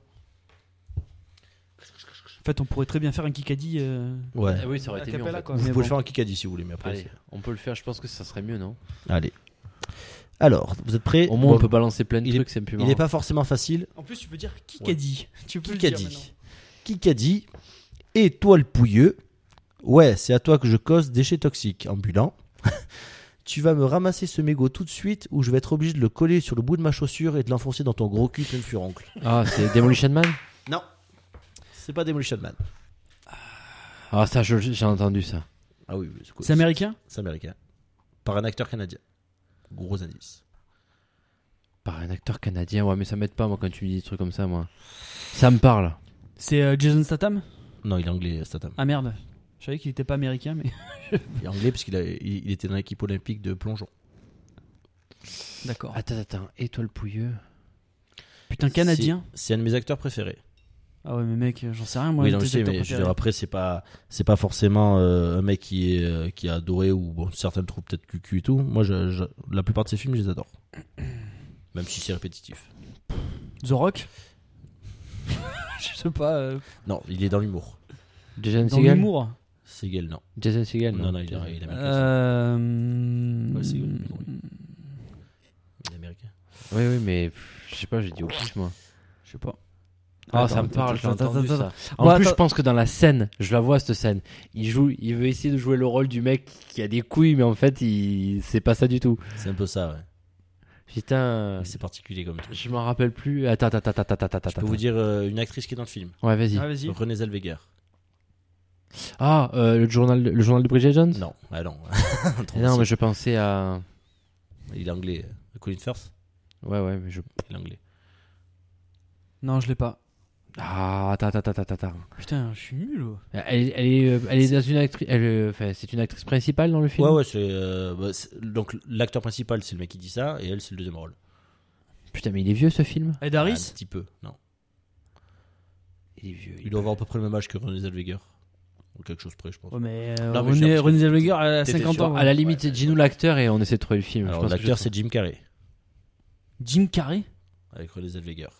Speaker 1: En fait, on pourrait très bien faire un Kikadi. euh,
Speaker 2: ouais
Speaker 3: Ah oui, ça aurait été mieux. en
Speaker 1: acapella,
Speaker 3: fait.
Speaker 1: quoi.
Speaker 2: vous
Speaker 1: Mais
Speaker 2: pouvez
Speaker 1: bon.
Speaker 2: le faire en Kikadi si vous voulez mais après
Speaker 3: Allez, on peut le faire, je pense que ça serait mieux, non
Speaker 2: c'est- allez alors vous êtes prêts
Speaker 3: Au moins,
Speaker 2: Bon,
Speaker 3: on peut balancer plein de
Speaker 2: il est-
Speaker 3: trucs, c'est plus hein.
Speaker 2: il
Speaker 3: marrant.
Speaker 2: n'est pas forcément facile
Speaker 1: En plus, tu peux dire Kikadi. Tu peux le dire
Speaker 2: Kikadi.
Speaker 1: maintenant.
Speaker 2: Kikadi. Et toi le pouilleux. Ouais, c'est à toi que je cause déchets toxiques ambulant. tu vas me ramasser ce mégot tout de suite ou je vais être obligé de le coller sur le bout de ma chaussure et de l'enfoncer dans ton gros cul plein de furoncle.
Speaker 3: Ah, c'est Demolition Man
Speaker 2: Non. C'est pas Demolition Man.
Speaker 3: Ah, ça, je- j'ai entendu ça.
Speaker 2: Ah oui, oui, c'est cool.
Speaker 1: C'est américain
Speaker 2: C'est américain. Par un acteur canadien. Gros indice.
Speaker 3: Par un acteur canadien, ouais, mais ça m'aide pas, moi, quand tu me dis des trucs comme ça, moi. Ça me parle.
Speaker 1: C'est euh, Jason Statham
Speaker 2: Non, il est anglais, Statham.
Speaker 1: Ah merde. Je savais qu'il était pas américain, mais.
Speaker 2: Il est anglais parce qu'il a- il, il était dans l'équipe olympique de plongeon.
Speaker 1: D'accord.
Speaker 3: Oh, Attends, attends, étoile pouilleux.
Speaker 1: Putain, canadien
Speaker 2: C'est c'est un de mes acteurs préférés.
Speaker 1: Ah ouais, mais mec, j'en sais rien, moi.
Speaker 2: oui,
Speaker 1: de
Speaker 2: non, je
Speaker 1: tes
Speaker 2: sais,
Speaker 1: acteurs
Speaker 2: mais je veux
Speaker 1: préférés.
Speaker 2: dire, après, c'est pas, c'est pas forcément euh, un mec qui est, euh, qui est adoré ou bon, certaines trouvent peut-être cucu et tout. Moi, je, je- la plupart de ses films, je les adore. Même si c'est répétitif.
Speaker 1: The Rock Je sais pas. euh,
Speaker 2: Non, il est dans l'humour.
Speaker 3: Jason
Speaker 1: dans
Speaker 3: Segel
Speaker 1: l'humour
Speaker 2: Segel, non.
Speaker 3: Jason Segel
Speaker 2: Non, non, il est, il est américain.
Speaker 1: Euh,
Speaker 2: Ouais, Segel, il est drôle. Il est américain.
Speaker 3: Oui, oui, mais pff, je sais pas, j'ai dit au pif, moi.
Speaker 1: Je sais pas.
Speaker 3: Ah,
Speaker 1: Attends,
Speaker 3: ça me parle, j'ai
Speaker 1: attends, attends,
Speaker 3: entendu
Speaker 1: attends,
Speaker 3: ça. En
Speaker 1: Bon,
Speaker 3: plus,
Speaker 1: attends.
Speaker 3: je pense que dans la scène, je la vois cette scène. Il joue, il veut essayer de jouer le rôle du mec qui a des couilles, mais en fait, il c'est pas ça du tout.
Speaker 2: C'est un peu ça, ouais.
Speaker 3: Putain,
Speaker 2: Mais C'est particulier comme truc.
Speaker 3: je m'en rappelle plus. Attends, attends, attends, attends, attends, attends.
Speaker 2: Je peux vous dire euh, une actrice qui est dans le film.
Speaker 3: Ouais, vas-y.
Speaker 1: Ah, vas-y.
Speaker 2: Renée Zellweger.
Speaker 3: Ah, euh, le journal, le journal de Bridget Jones.
Speaker 2: Non, ah non. Trop
Speaker 3: Eh Non, mais
Speaker 2: facile.
Speaker 3: je pensais à.
Speaker 2: Il est anglais. Colin Firth,
Speaker 3: Ouais, ouais, mais je.
Speaker 2: il est anglais.
Speaker 1: Non, je l'ai pas.
Speaker 3: Ah, attends, attends, attends, attends, attends.
Speaker 1: Putain, je suis nul. ouais.
Speaker 3: Elle, elle est, euh, elle est dans une actrice. elle, euh, enfin, c'est une actrice principale dans le film.
Speaker 2: Ouais, ouais, c'est. euh, bah, c'est- donc, l'acteur principal, c'est le mec qui dit ça, et elle, c'est le deuxième rôle.
Speaker 3: Putain, mais il est vieux ce film.
Speaker 1: Ed
Speaker 2: Un
Speaker 1: Harris
Speaker 2: petit peu, non.
Speaker 3: Il est vieux.
Speaker 2: Il doit avoir à peu près le même âge que René Zellweger. Ou quelque chose près, je pense.
Speaker 1: Ouais, mais, euh,
Speaker 2: Ah, Non, mais
Speaker 1: René,
Speaker 2: j'ai-
Speaker 1: René Zellweger elle a
Speaker 2: T'étais
Speaker 1: 50
Speaker 2: sûr.
Speaker 1: ans. ouais.
Speaker 3: À la limite, dis-nous l'acteur et on essaie de trouver le film. Je
Speaker 2: Alors,
Speaker 3: pense que je
Speaker 2: l'acteur, c'est Jim Carrey,
Speaker 1: Jim Carrey
Speaker 2: avec René Zellweger.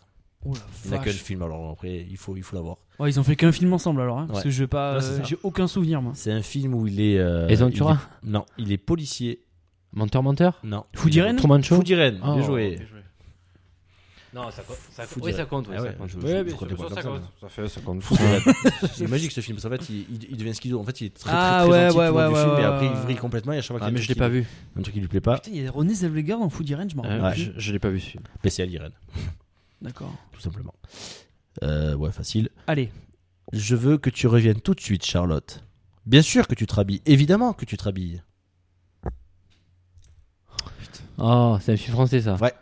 Speaker 1: Oh la
Speaker 2: Il n'a
Speaker 1: vache.
Speaker 2: qu'un film, alors après, il faut, il faut l'avoir.
Speaker 1: Ouais, ils ont fait qu'un film ensemble alors, hein, parce
Speaker 2: Ouais.
Speaker 1: que j'ai pas,
Speaker 2: Ouais, c'est
Speaker 1: euh,
Speaker 2: ça.
Speaker 1: j'ai aucun souvenir moi.
Speaker 2: C'est un film où il est. euh,
Speaker 3: Les Ventura
Speaker 2: il est- Non, il est policier.
Speaker 3: Menteur, menteur
Speaker 2: Non.
Speaker 1: Food Irene
Speaker 3: Truman Show
Speaker 2: Food Irene,
Speaker 3: Oh,
Speaker 2: bien joué.
Speaker 3: Non, ça, co- ça,
Speaker 2: Faut
Speaker 3: oui,
Speaker 2: dire-
Speaker 3: ça compte. Oui,
Speaker 2: Ah ouais,
Speaker 3: ça compte.
Speaker 2: je-
Speaker 3: Oui,
Speaker 2: je-
Speaker 3: bien
Speaker 2: je
Speaker 3: sûr,
Speaker 2: comptais pas
Speaker 3: ça,
Speaker 2: comme ça,
Speaker 3: compte. Ça fait, ça compte.
Speaker 2: Food Irene. C'est magique ce film, parce qu'en fait, il, il- il devient schizo. En fait, il est très très,
Speaker 1: Ah,
Speaker 2: très
Speaker 1: ouais,
Speaker 2: gentil
Speaker 1: ouais,
Speaker 2: tout le long
Speaker 1: ouais,
Speaker 2: du film,
Speaker 1: ouais,
Speaker 2: et après, il
Speaker 1: ouais.
Speaker 2: vrille complètement. Et à chaque fois
Speaker 3: Ah,
Speaker 2: qu'il y a
Speaker 3: mais
Speaker 2: un
Speaker 3: je l'ai
Speaker 2: truc
Speaker 3: pas
Speaker 2: qui-
Speaker 3: vu.
Speaker 2: Un truc qui lui plaît pas,
Speaker 1: Putain, il y a René Zellweger dans Food Irene, je m'en rappelle.
Speaker 3: Euh,
Speaker 2: Ah. Ouais.
Speaker 3: Je, je l'ai pas vu celui-là.
Speaker 2: mais ben, c'est à l'Irene,
Speaker 1: D'accord.
Speaker 2: tout simplement. Euh, ouais, facile.
Speaker 1: Allez,
Speaker 10: Je veux que tu reviennes tout de suite, Charlotte. Bien sûr que tu te rhabilles. Évidemment que tu te rhabilles.
Speaker 3: Oh, c'est un film français ça.
Speaker 10: Ouais.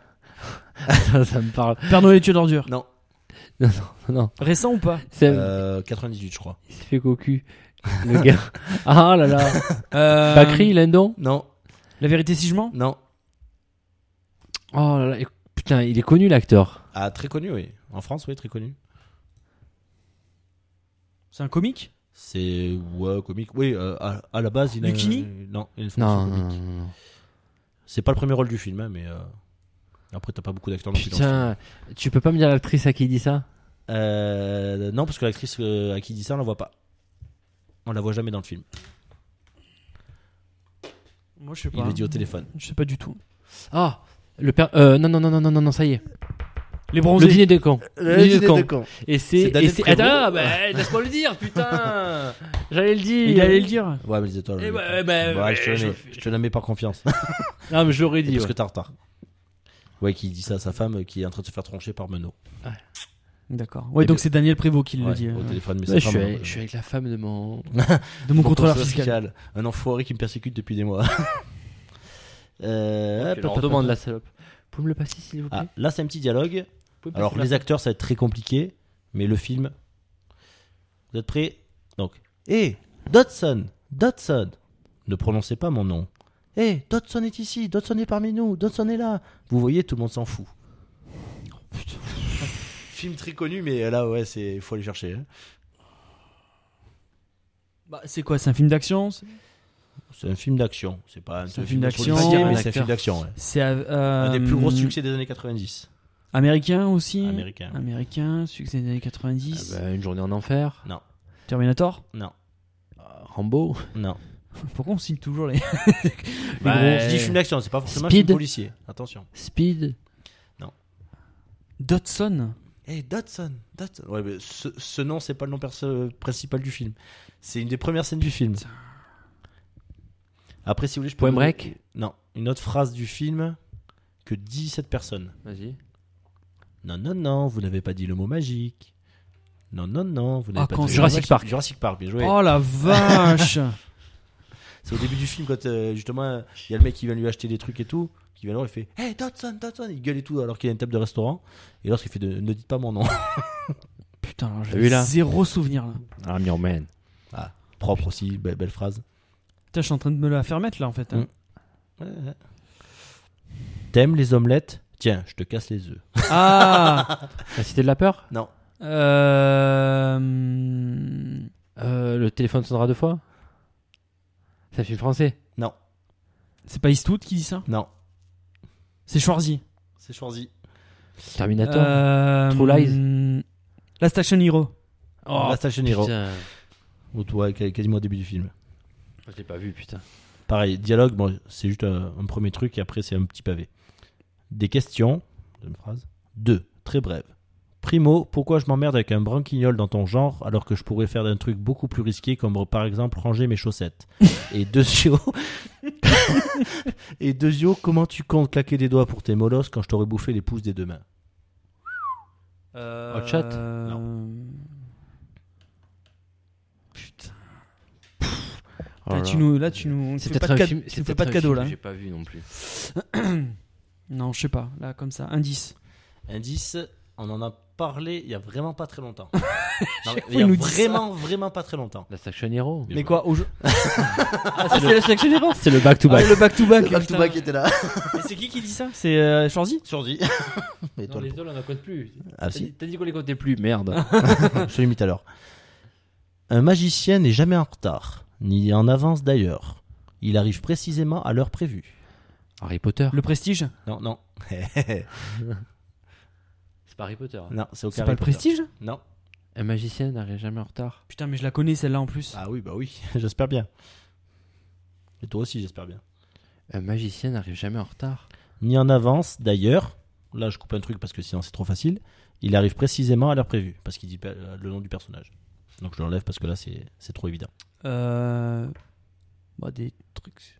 Speaker 3: ça, ça me parle.
Speaker 1: Père Noël et tueurs d'ordures.
Speaker 2: Non.
Speaker 3: Non, non, non.
Speaker 1: Récent ou pas
Speaker 3: C'est
Speaker 2: Euh, 98, je crois.
Speaker 3: il s'est fait cocu. Le gars. Ah là là.
Speaker 1: euh,
Speaker 3: Bakri, Lindon.
Speaker 2: Non,
Speaker 1: La vérité si je mens
Speaker 2: non.
Speaker 3: Oh là là. et- Putain, il est connu l'acteur.
Speaker 2: Ah, très connu, oui. En France, oui, très connu.
Speaker 1: C'est un comique
Speaker 2: C'est. Ouais, comique. Oui, euh, à, à la base, il a. Euh,
Speaker 1: Lucchini
Speaker 2: Non, il a une
Speaker 3: Non,
Speaker 2: formation
Speaker 3: non,
Speaker 2: comique.
Speaker 3: non, non.
Speaker 2: C'est pas le premier rôle du film, hein, mais. euh, Après, t'as pas beaucoup d'acteurs non plus dans le film.
Speaker 3: Putain, tu peux pas me dire l'actrice à qui il dit ça
Speaker 2: Euh, non, parce que l'actrice euh, à qui il dit ça, on la voit pas. On la voit jamais dans le film.
Speaker 1: Moi je sais
Speaker 2: Il le dit au téléphone.
Speaker 1: Je sais pas du tout.
Speaker 3: Ah, le père. Euh, non, non, non, non, non, non, non, ça y est.
Speaker 1: Les
Speaker 3: Le
Speaker 1: bronzés.
Speaker 3: dîner des cons.
Speaker 8: Le dîner des cons.
Speaker 3: Et
Speaker 2: C'est
Speaker 3: c'est.
Speaker 2: Daniel
Speaker 3: et c'est-
Speaker 2: Prévost.
Speaker 3: Attends, bah, laisse-moi le dire, putain. J'allais le dire.
Speaker 1: Il allait le dire.
Speaker 2: Ouais, mais les étoiles.
Speaker 3: Eh
Speaker 2: les
Speaker 3: ouais,
Speaker 2: étoiles.
Speaker 3: ouais, bah,
Speaker 2: Ouais, je, te la
Speaker 3: je-
Speaker 2: mets, je te la mets par confiance.
Speaker 3: Non, mais j'aurais dit.
Speaker 2: parce
Speaker 3: ouais.
Speaker 2: que t'es en retard. Ouais, qui dit ça à sa femme euh, qui est en train de se faire troncher par Menot.
Speaker 1: D'accord. Ouais, donc c'est Daniel Prévost qui le
Speaker 2: Eh Ouais,
Speaker 1: dit.
Speaker 2: Au
Speaker 1: euh,
Speaker 2: téléphone, mais sa
Speaker 3: Ouais, je, suis
Speaker 2: femme,
Speaker 3: avec,
Speaker 2: euh,
Speaker 3: je suis avec la femme de mon.
Speaker 1: de mon contrôleur
Speaker 2: contrôleur
Speaker 1: fiscal.
Speaker 2: Un enfoiré qui me persécute depuis des mois. Euh,
Speaker 3: Je leur demande la salope. Vous pouvez me le passer s'il vous plaît
Speaker 2: Ah, là, c'est un petit dialogue.
Speaker 3: Vous pouvez me
Speaker 2: Alors,
Speaker 3: passer
Speaker 2: les acteurs, ça va être très compliqué, mais le film. Vous êtes prêts Donc. Hé, Dodson Dodson Ne prononcez pas mon nom. Hé, Dodson est ici Dodson est parmi nous Dodson est là Vous voyez, tout le monde s'en fout. Oh, film très connu, mais là, ouais, il faut aller chercher. hein.
Speaker 1: Bah, c'est quoi C'est un film d'action c'est-
Speaker 2: C'est un film d'action. C'est pas un,
Speaker 1: C'est un
Speaker 2: film
Speaker 1: film
Speaker 2: d'action.
Speaker 1: d'action.
Speaker 2: mais
Speaker 1: Un
Speaker 2: C'est un film d'action, ouais.
Speaker 1: C'est euh,
Speaker 2: Un des plus gros
Speaker 1: euh,
Speaker 2: succès des années 90.
Speaker 1: Américain aussi
Speaker 2: Américain.
Speaker 1: Américain, succès des années 90.
Speaker 3: la- Ah bah, Une journée en enfer.
Speaker 2: Non,
Speaker 1: Terminator
Speaker 2: non,
Speaker 3: Euh, Rambo.
Speaker 2: non.
Speaker 1: Pourquoi on signe toujours les.
Speaker 3: Bah,
Speaker 2: On se dit film d'action, c'est pas forcément un
Speaker 3: Speed.
Speaker 2: film policier. Attention.
Speaker 3: Speed.
Speaker 1: Dodson
Speaker 2: Hey, Eh, Dodson, Dodson. Ouais, mais ce, ce nom, c'est pas le nom perso- principal du film. C'est une des premières scènes du film. Après, si vous voulez, je peux.
Speaker 3: Point
Speaker 2: vous-
Speaker 3: Break.
Speaker 2: Non, une autre phrase du film que dit cette personne.
Speaker 3: Vas-y.
Speaker 2: Non, non, non, vous n'avez pas dit le mot magique. Non, non, non, vous n'avez
Speaker 1: Ah,
Speaker 2: pas
Speaker 1: quand
Speaker 2: dit le
Speaker 1: Jurassic
Speaker 2: mot magique.
Speaker 3: Park.
Speaker 2: Jurassic Park, bien joué.
Speaker 1: Oh la vache
Speaker 2: C'est au début du film quand euh, justement euh, il y a le mec qui vient lui acheter des trucs et tout, qui vient là et fait Hey Dodson, Dodson, il gueule et tout alors qu'il a une table de restaurant. Et lorsqu'il fait de- Ne dites pas mon nom.
Speaker 1: Putain, alors
Speaker 3: T'as vu, là
Speaker 1: j'ai zéro souvenir là.
Speaker 3: I'm your man.
Speaker 2: Ah, propre aussi, be- belle, phrase.
Speaker 1: Putain, je suis en train de me la faire mettre là en fait. hein.
Speaker 2: Mm. Ouais, ouais. T'aimes les omelettes Tiens, je te casse les œufs.
Speaker 1: Ah
Speaker 3: La cité de la peur.
Speaker 2: Non.
Speaker 1: euh... hum,
Speaker 3: Euh, le téléphone sonnera deux fois. C'est un film français.
Speaker 2: Non,
Speaker 1: C'est pas Eastwood qui dit ça
Speaker 2: non.
Speaker 1: C'est Schwarzy.
Speaker 2: C'est choisi.
Speaker 3: Terminator.
Speaker 1: Euh...
Speaker 3: True
Speaker 1: Lies La Station Hero.
Speaker 2: Oh, La Station Hero.
Speaker 3: Putain.
Speaker 2: Ou toi, qu- quasiment au début du film.
Speaker 3: Je l'ai pas vu, putain.
Speaker 2: Pareil, dialogue, bon, c'est juste un, un premier truc et après c'est un petit pavé. Des questions, deuxième phrase. Deux, très brève. Primo, pourquoi je m'emmerde avec un branquignol dans ton genre alors que je pourrais faire un truc beaucoup plus risqué comme par exemple ranger mes chaussettes Et deuxio, et deuxio, comment tu comptes claquer des doigts pour tes molosses quand je t'aurais bouffé les pouces des deux mains
Speaker 1: Euh...
Speaker 3: Hot Shot
Speaker 1: Putain.
Speaker 3: Oh
Speaker 1: Là,
Speaker 3: là
Speaker 1: tu
Speaker 3: là.
Speaker 1: nous, là, tu nous, tu
Speaker 3: C'est
Speaker 1: fais
Speaker 3: peut-être
Speaker 1: pas
Speaker 3: un
Speaker 1: de, cade-
Speaker 3: film.
Speaker 1: tu
Speaker 3: c'est
Speaker 1: nous fais
Speaker 3: peut-être
Speaker 1: pas de
Speaker 3: un
Speaker 1: cadeau
Speaker 3: film
Speaker 1: là.
Speaker 3: que J'ai pas vu non plus.
Speaker 1: Non, je sais pas. Là, comme ça, indice.
Speaker 2: Indice, on en a parlé il y a vraiment pas très longtemps. Non, mais
Speaker 1: fois,
Speaker 2: il y a
Speaker 1: il nous dit ça.
Speaker 2: vraiment, vraiment pas très longtemps.
Speaker 3: La Action Hero.
Speaker 1: Mais quoi au jeu- Ah, c'est la section Hero
Speaker 3: C'est le back to
Speaker 1: Ah,
Speaker 3: back.
Speaker 1: le back to back.
Speaker 8: Back to
Speaker 1: putain.
Speaker 8: back était là.
Speaker 1: Mais c'est qui qui dit ça C'est euh, Schwarzy
Speaker 2: Surdi. Mais toi, le-
Speaker 3: deux, on en compte plus.
Speaker 2: Ah, si.
Speaker 3: T'as dit qu'on les comptait plus, merde.
Speaker 2: Je te l'imite alors. Un magicien n'est jamais en retard, ni en avance d'ailleurs. Il arrive précisément à l'heure prévue.
Speaker 3: Harry Potter.
Speaker 1: Le Prestige
Speaker 2: Non, non.
Speaker 3: C'est pas Harry Potter.
Speaker 2: Non, c'est au
Speaker 1: C'est pas le prestige
Speaker 2: Non.
Speaker 3: Un magicien n'arrive jamais en retard.
Speaker 1: Putain, mais je la connais celle-là en plus.
Speaker 2: Ah oui, bah oui, j'espère bien. Et toi aussi, j'espère bien.
Speaker 3: Un magicien n'arrive jamais en retard.
Speaker 2: Ni en avance, d'ailleurs. Là, je coupe un truc parce que sinon c'est trop facile. Il arrive précisément à l'heure prévue parce qu'il dit pas euh, le nom du personnage. Donc je l'enlève parce que là, c'est c'est trop évident.
Speaker 1: Euh... Bah, des trucs.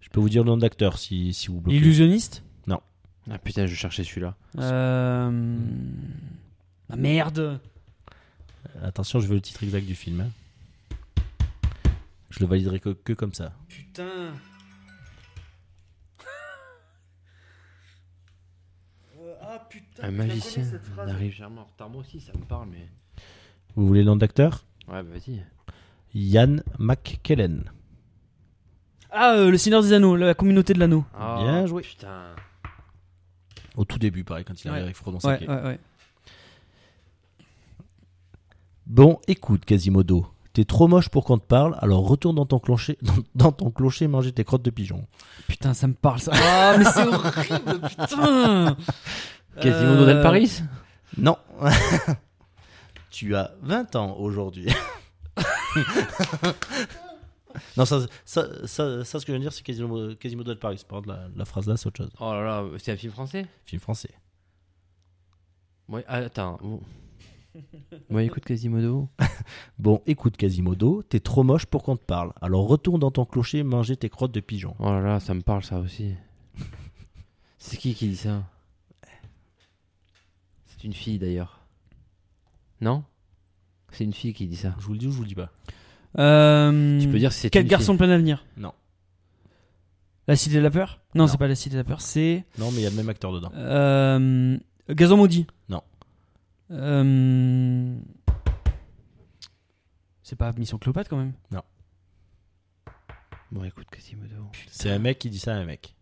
Speaker 2: Je peux vous dire le nom d'acteur si, si vous bloquez.
Speaker 1: Illusionniste
Speaker 3: Ah putain, je cherchais celui-là.
Speaker 1: euh...
Speaker 3: Hmm.
Speaker 1: Ah merde
Speaker 2: Attention, je veux le titre exact du film. hein. Je le validerai que, que comme ça.
Speaker 1: Putain Ah putain
Speaker 3: Un magicien n'arrive jamais en retard. Moi aussi, ça me parle, mais.
Speaker 2: Vous voulez le nom d'acteur
Speaker 3: Ouais, bah vas-y.
Speaker 2: Ian McKellen.
Speaker 1: Ah, euh, le Seigneur des Anneaux, la communauté de l'anneau.
Speaker 2: Bien joué.
Speaker 3: Ah, Putain.
Speaker 2: Au tout début, pareil, quand il arrive
Speaker 1: Ouais.
Speaker 2: avec Frodon
Speaker 1: Ouais,
Speaker 2: Sacquet.
Speaker 1: ouais, ouais.
Speaker 2: Bon, écoute, Quasimodo. T'es trop moche pour qu'on te parle, alors retourne dans ton clocher, dans, dans ton clocher manger tes crottes de pigeon.
Speaker 1: Putain, ça me parle ça. Ah, mais c'est horrible, putain
Speaker 3: Quasimodo
Speaker 1: Euh,
Speaker 3: del Paris
Speaker 2: Non. tu as 20 ans aujourd'hui. non, ça, ça, ça, ça, ce que je veux dire, c'est Quasimodo, Quasimodo de Paris. Par contre, la, la phrase là, c'est autre chose.
Speaker 3: Oh là là, c'est un film français
Speaker 2: Film français.
Speaker 3: Ouais, ah, attends. Bon. ouais, écoute Quasimodo.
Speaker 2: Bon, écoute, Quasimodo, t'es trop moche pour qu'on te parle, alors retourne dans ton clocher manger tes crottes de pigeon.
Speaker 3: Oh là là, ça me parle ça aussi. C'est qui qui dit ça C'est une fille d'ailleurs. Non C'est une fille qui dit ça.
Speaker 2: Je vous le dis ou je vous le dis pas
Speaker 1: Euh,
Speaker 3: Tu peux dire si c'est
Speaker 1: Quel
Speaker 3: une
Speaker 1: garçon plein d'avenir
Speaker 2: Non.
Speaker 1: La Cité de la Peur Non,
Speaker 2: Non.
Speaker 1: c'est pas la Cité de la Peur, c'est.
Speaker 2: Non, mais il y a le même acteur dedans.
Speaker 1: Euh, Gazon Maudit
Speaker 2: Non.
Speaker 1: Euh, C'est pas Mission Cléopâtre quand même
Speaker 3: fille. Bon, écoute Quasimodo.
Speaker 2: C'est un mec qui dit ça à un mec.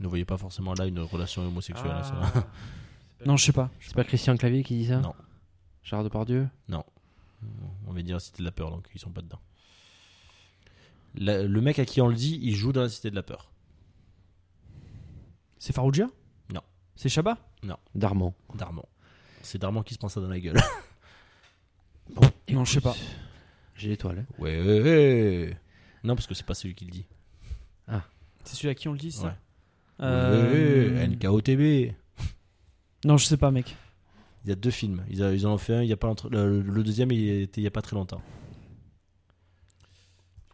Speaker 2: Ne voyez pas forcément là une relation homosexuelle.
Speaker 3: Ah.
Speaker 2: hein, ça.
Speaker 1: Non, je sais pas.
Speaker 3: C'est pas Christian Clavier qui dit ça
Speaker 2: Non.
Speaker 3: Gérard Depardieu
Speaker 2: On va dire Cité de la Peur, donc ils sont pas dedans. La- le mec à qui on le dit, il joue dans la Cité de la Peur.
Speaker 1: C'est Farouja
Speaker 2: Non.
Speaker 1: C'est Chabat
Speaker 3: Darman.
Speaker 2: Darman. C'est Darman qui se prend ça dans la gueule.
Speaker 1: Non, je sais pas.
Speaker 3: J'ai l'étoile. hein.
Speaker 2: Ouais, ouais, ouais. Non, parce que c'est pas celui qui le dit.
Speaker 1: C'est celui à qui on le dit, ça
Speaker 2: Ouais.
Speaker 1: Euh,
Speaker 2: Ouais, NKOTB.
Speaker 1: Non, je sais pas, mec.
Speaker 2: Il y a deux films. Ils, a- ils en ont fait un il y a pas longtemps- le, le deuxième il était il y a pas très longtemps.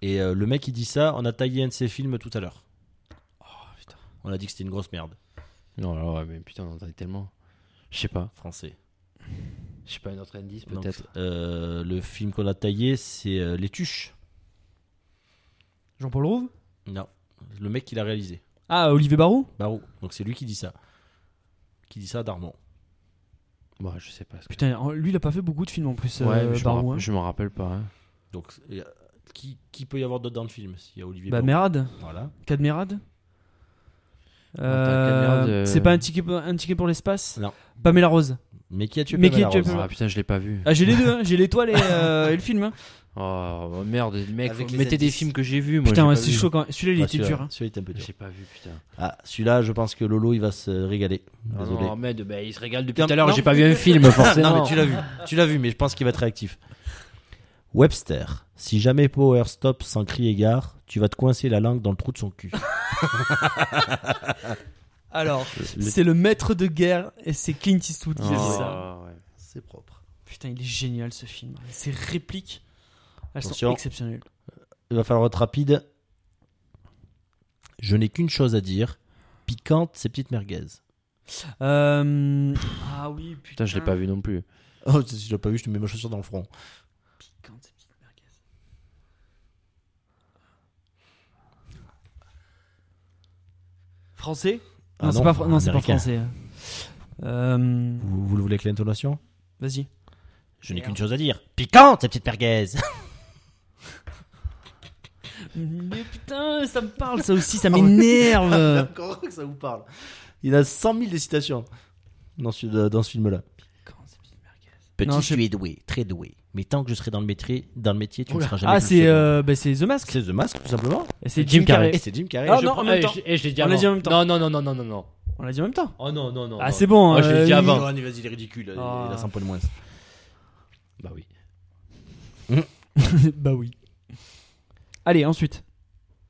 Speaker 2: Et euh, le mec il dit ça, on a taillé un de ses films tout à l'heure. Oh, On a dit que c'était une grosse merde.
Speaker 3: Non, là, ouais, mais putain, on en a tellement. Je sais pas.
Speaker 2: Français.
Speaker 3: Je sais pas, un autre indice
Speaker 2: Donc,
Speaker 3: peut-être.
Speaker 2: euh, le film qu'on a taillé c'est euh, Les Tuches.
Speaker 1: Jean-Paul Rouve
Speaker 2: Non. Le mec qui l'a réalisé.
Speaker 1: Ah, Olivier Barou
Speaker 2: Barou. Donc c'est lui qui dit ça. Qui dit ça à Darman.
Speaker 3: Moi, Bah, je sais pas. ce que-
Speaker 1: Putain, lui, il a pas fait beaucoup de films en plus,
Speaker 3: ouais,
Speaker 1: euh,
Speaker 3: mais je m'en
Speaker 1: Barou.
Speaker 3: rapp-
Speaker 1: hein.
Speaker 3: je m'en rappelle pas. hein.
Speaker 2: Donc euh, qui, qui peut y avoir d'autre dans le film S'il y a Olivier
Speaker 1: Bah,
Speaker 2: Barou.
Speaker 1: Mérade
Speaker 2: Voilà.
Speaker 1: Cadmerade
Speaker 3: Cadmerade, euh,
Speaker 1: C'est pas un ticket, pour- un ticket pour l'espace
Speaker 2: Non.
Speaker 1: Pamela Rose.
Speaker 2: Mais qui a tué
Speaker 1: Mais qui
Speaker 2: Pamela
Speaker 1: a tué
Speaker 2: Rose
Speaker 1: Pamela-
Speaker 3: Ah putain, je l'ai pas vu.
Speaker 1: Ah, j'ai les deux, hein. j'ai l'étoile et, euh, et le film. hein.
Speaker 3: Oh merde, mec,
Speaker 2: Avec
Speaker 3: vous
Speaker 2: les
Speaker 3: mettez des
Speaker 2: indices.
Speaker 3: films que j'ai vus. Moi,
Speaker 1: Putain,
Speaker 3: j'ai
Speaker 1: ouais,
Speaker 3: pas
Speaker 1: c'est
Speaker 3: vu. Bah,
Speaker 1: chaud quand même. Celui-là, il
Speaker 2: Ouais,
Speaker 1: était
Speaker 2: Ah, celui-là-
Speaker 1: dur. hein.
Speaker 2: Celui-là était un peu dur.
Speaker 3: J'ai pas vu, putain.
Speaker 2: Ah, celui-là, je pense que Lolo, il va se régaler.
Speaker 3: Ah
Speaker 2: Désolé.
Speaker 3: non, Ahmed, bah, il se régale depuis
Speaker 2: Non,
Speaker 3: tout à l'heure.
Speaker 2: non.
Speaker 3: J'ai pas vu un film, forcément.
Speaker 2: non, mais tu l'as vu. Tu l'as vu, mais je pense qu'il va être réactif. Webster, si jamais Power stop sans crier gare, tu vas te coincer la langue dans le trou de son cul.
Speaker 1: Alors, c'est le maître de guerre et c'est Clint Eastwood qui a dit ça.
Speaker 3: Oh, ouais.
Speaker 2: C'est propre.
Speaker 1: Putain, il est génial ce film. Ses répliques, elles sont
Speaker 2: Attention.
Speaker 1: exceptionnelles.
Speaker 2: Il va falloir être rapide. Je n'ai qu'une chose à dire. Piquante, ces petites merguez.
Speaker 1: Euh, Ah oui, putain.
Speaker 3: Putain, je l'ai pas vu non plus.
Speaker 2: Oh, si je l'ai pas vu, je te mets ma chaussure dans le front.
Speaker 1: Piquante, ces petites merguez. Français
Speaker 2: Ah
Speaker 1: Non, c'est
Speaker 2: non,
Speaker 1: pas, fr- non, c'est pas
Speaker 2: américain.
Speaker 1: français. hein. Euh,
Speaker 2: Vous, vous le voulez avec l'intonation
Speaker 1: Vas-y.
Speaker 2: Je n'ai qu'une chose à dire. Piquante, ces petites merguez.
Speaker 1: Mais putain, ça me parle, ça aussi, ça m'énerve.
Speaker 2: Encore que ça vous parle. Il y en a 100 000 des citations dans ce, dans ce film-là.
Speaker 1: Piquante, ces petites merguez.
Speaker 2: Petit,
Speaker 1: Non, je-
Speaker 2: tu es doué, très doué. Mais tant que je serai dans le métier, dans le métier tu ne
Speaker 1: Oula.
Speaker 2: seras jamais
Speaker 1: Ah,
Speaker 2: plus
Speaker 1: c'est
Speaker 2: second.
Speaker 1: euh, bah, c'est The Mask.
Speaker 2: C'est The Mask, tout simplement.
Speaker 1: Et c'est Jim Carrey.
Speaker 2: Et c'est Jim Carrey.
Speaker 1: Ah
Speaker 2: Je
Speaker 1: non,
Speaker 2: prends-
Speaker 1: en même
Speaker 2: Eh,
Speaker 1: temps.
Speaker 2: je-
Speaker 3: Et je l'ai dit
Speaker 1: On l'a
Speaker 3: avant.
Speaker 1: dit en même temps.
Speaker 3: Non, non, non, non, non, non, non.
Speaker 1: On l'a dit en même temps.
Speaker 3: Oh non, non, non.
Speaker 1: Ah,
Speaker 3: non.
Speaker 1: c'est bon,
Speaker 3: Oh, je l'ai
Speaker 1: euh,
Speaker 3: dit avant.
Speaker 14: Johan, vas-y, il est ridicule.
Speaker 1: Ah.
Speaker 14: Il a 100 points de moins.
Speaker 3: Bah oui.
Speaker 1: bah oui. Allez, ensuite.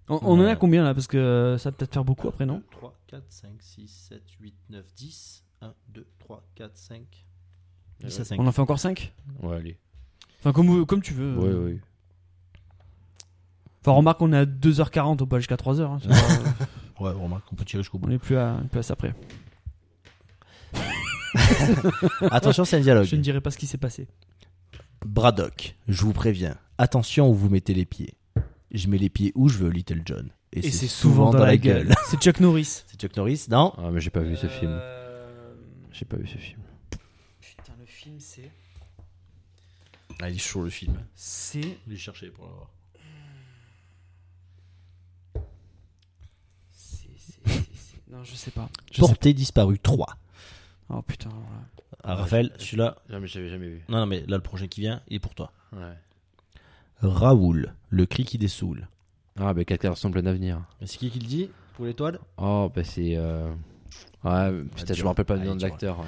Speaker 1: On, on en a combien là Parce que euh, ça va peut-être faire beaucoup après, non
Speaker 14: 3, 4, 5, 6, 7, 8, 9, 10. 1, 2, 3, 4, 5.
Speaker 3: Ouais.
Speaker 14: 10 à 5.
Speaker 1: On en fait encore 5
Speaker 3: Ouais, allez.
Speaker 1: Enfin, comme, vous- comme tu veux.
Speaker 3: Ouais, ouais.
Speaker 1: Enfin, remarque, on est à 2h40, on peut aller jusqu'à 3h. hein, c'est pas-
Speaker 14: Ouais, remarque, on peut tirer jusqu'au
Speaker 1: on
Speaker 14: bout.
Speaker 1: est plus à, plus à ça après.
Speaker 2: Attention, c'est un dialogue.
Speaker 1: Je ne dirai pas ce qui s'est passé.
Speaker 2: Braddock, je vous préviens, attention où vous mettez les pieds. Je mets les pieds où je veux, Little John. Et,
Speaker 1: C'est Chuck Norris. Euh,
Speaker 2: c'est Chuck Norris, non
Speaker 3: Ah, mais j'ai pas vu ce film. J'ai pas vu ce film.
Speaker 1: Putain, le film c'est.
Speaker 2: Ah, Il est chaud le film.
Speaker 1: C'est.
Speaker 14: Je vais chercher pour l'avoir.
Speaker 1: c'est- c'est- c'est- c'est- Non, je sais pas. Je sais-
Speaker 2: Portée disparue 3.
Speaker 1: Oh putain, alors là.
Speaker 2: Ah, Raphaël,
Speaker 3: je-
Speaker 2: celui-là.
Speaker 3: Non, mais j'avais jamais vu.
Speaker 2: Non, non, mais là, le prochain qui vient, il est pour toi.
Speaker 3: Ouais.
Speaker 2: Raoul, le cri qui dessoule.
Speaker 3: Ah, bah, quelqu'un ressemble à l'avenir.
Speaker 14: Mais c'est qui qui le dit pour l'étoile
Speaker 3: Oh, bah, c'est. euh, Ouais, putain, je
Speaker 2: dur.
Speaker 3: me rappelle pas le
Speaker 2: Allez,
Speaker 3: nom de
Speaker 2: dur.
Speaker 3: l'acteur. Ouais.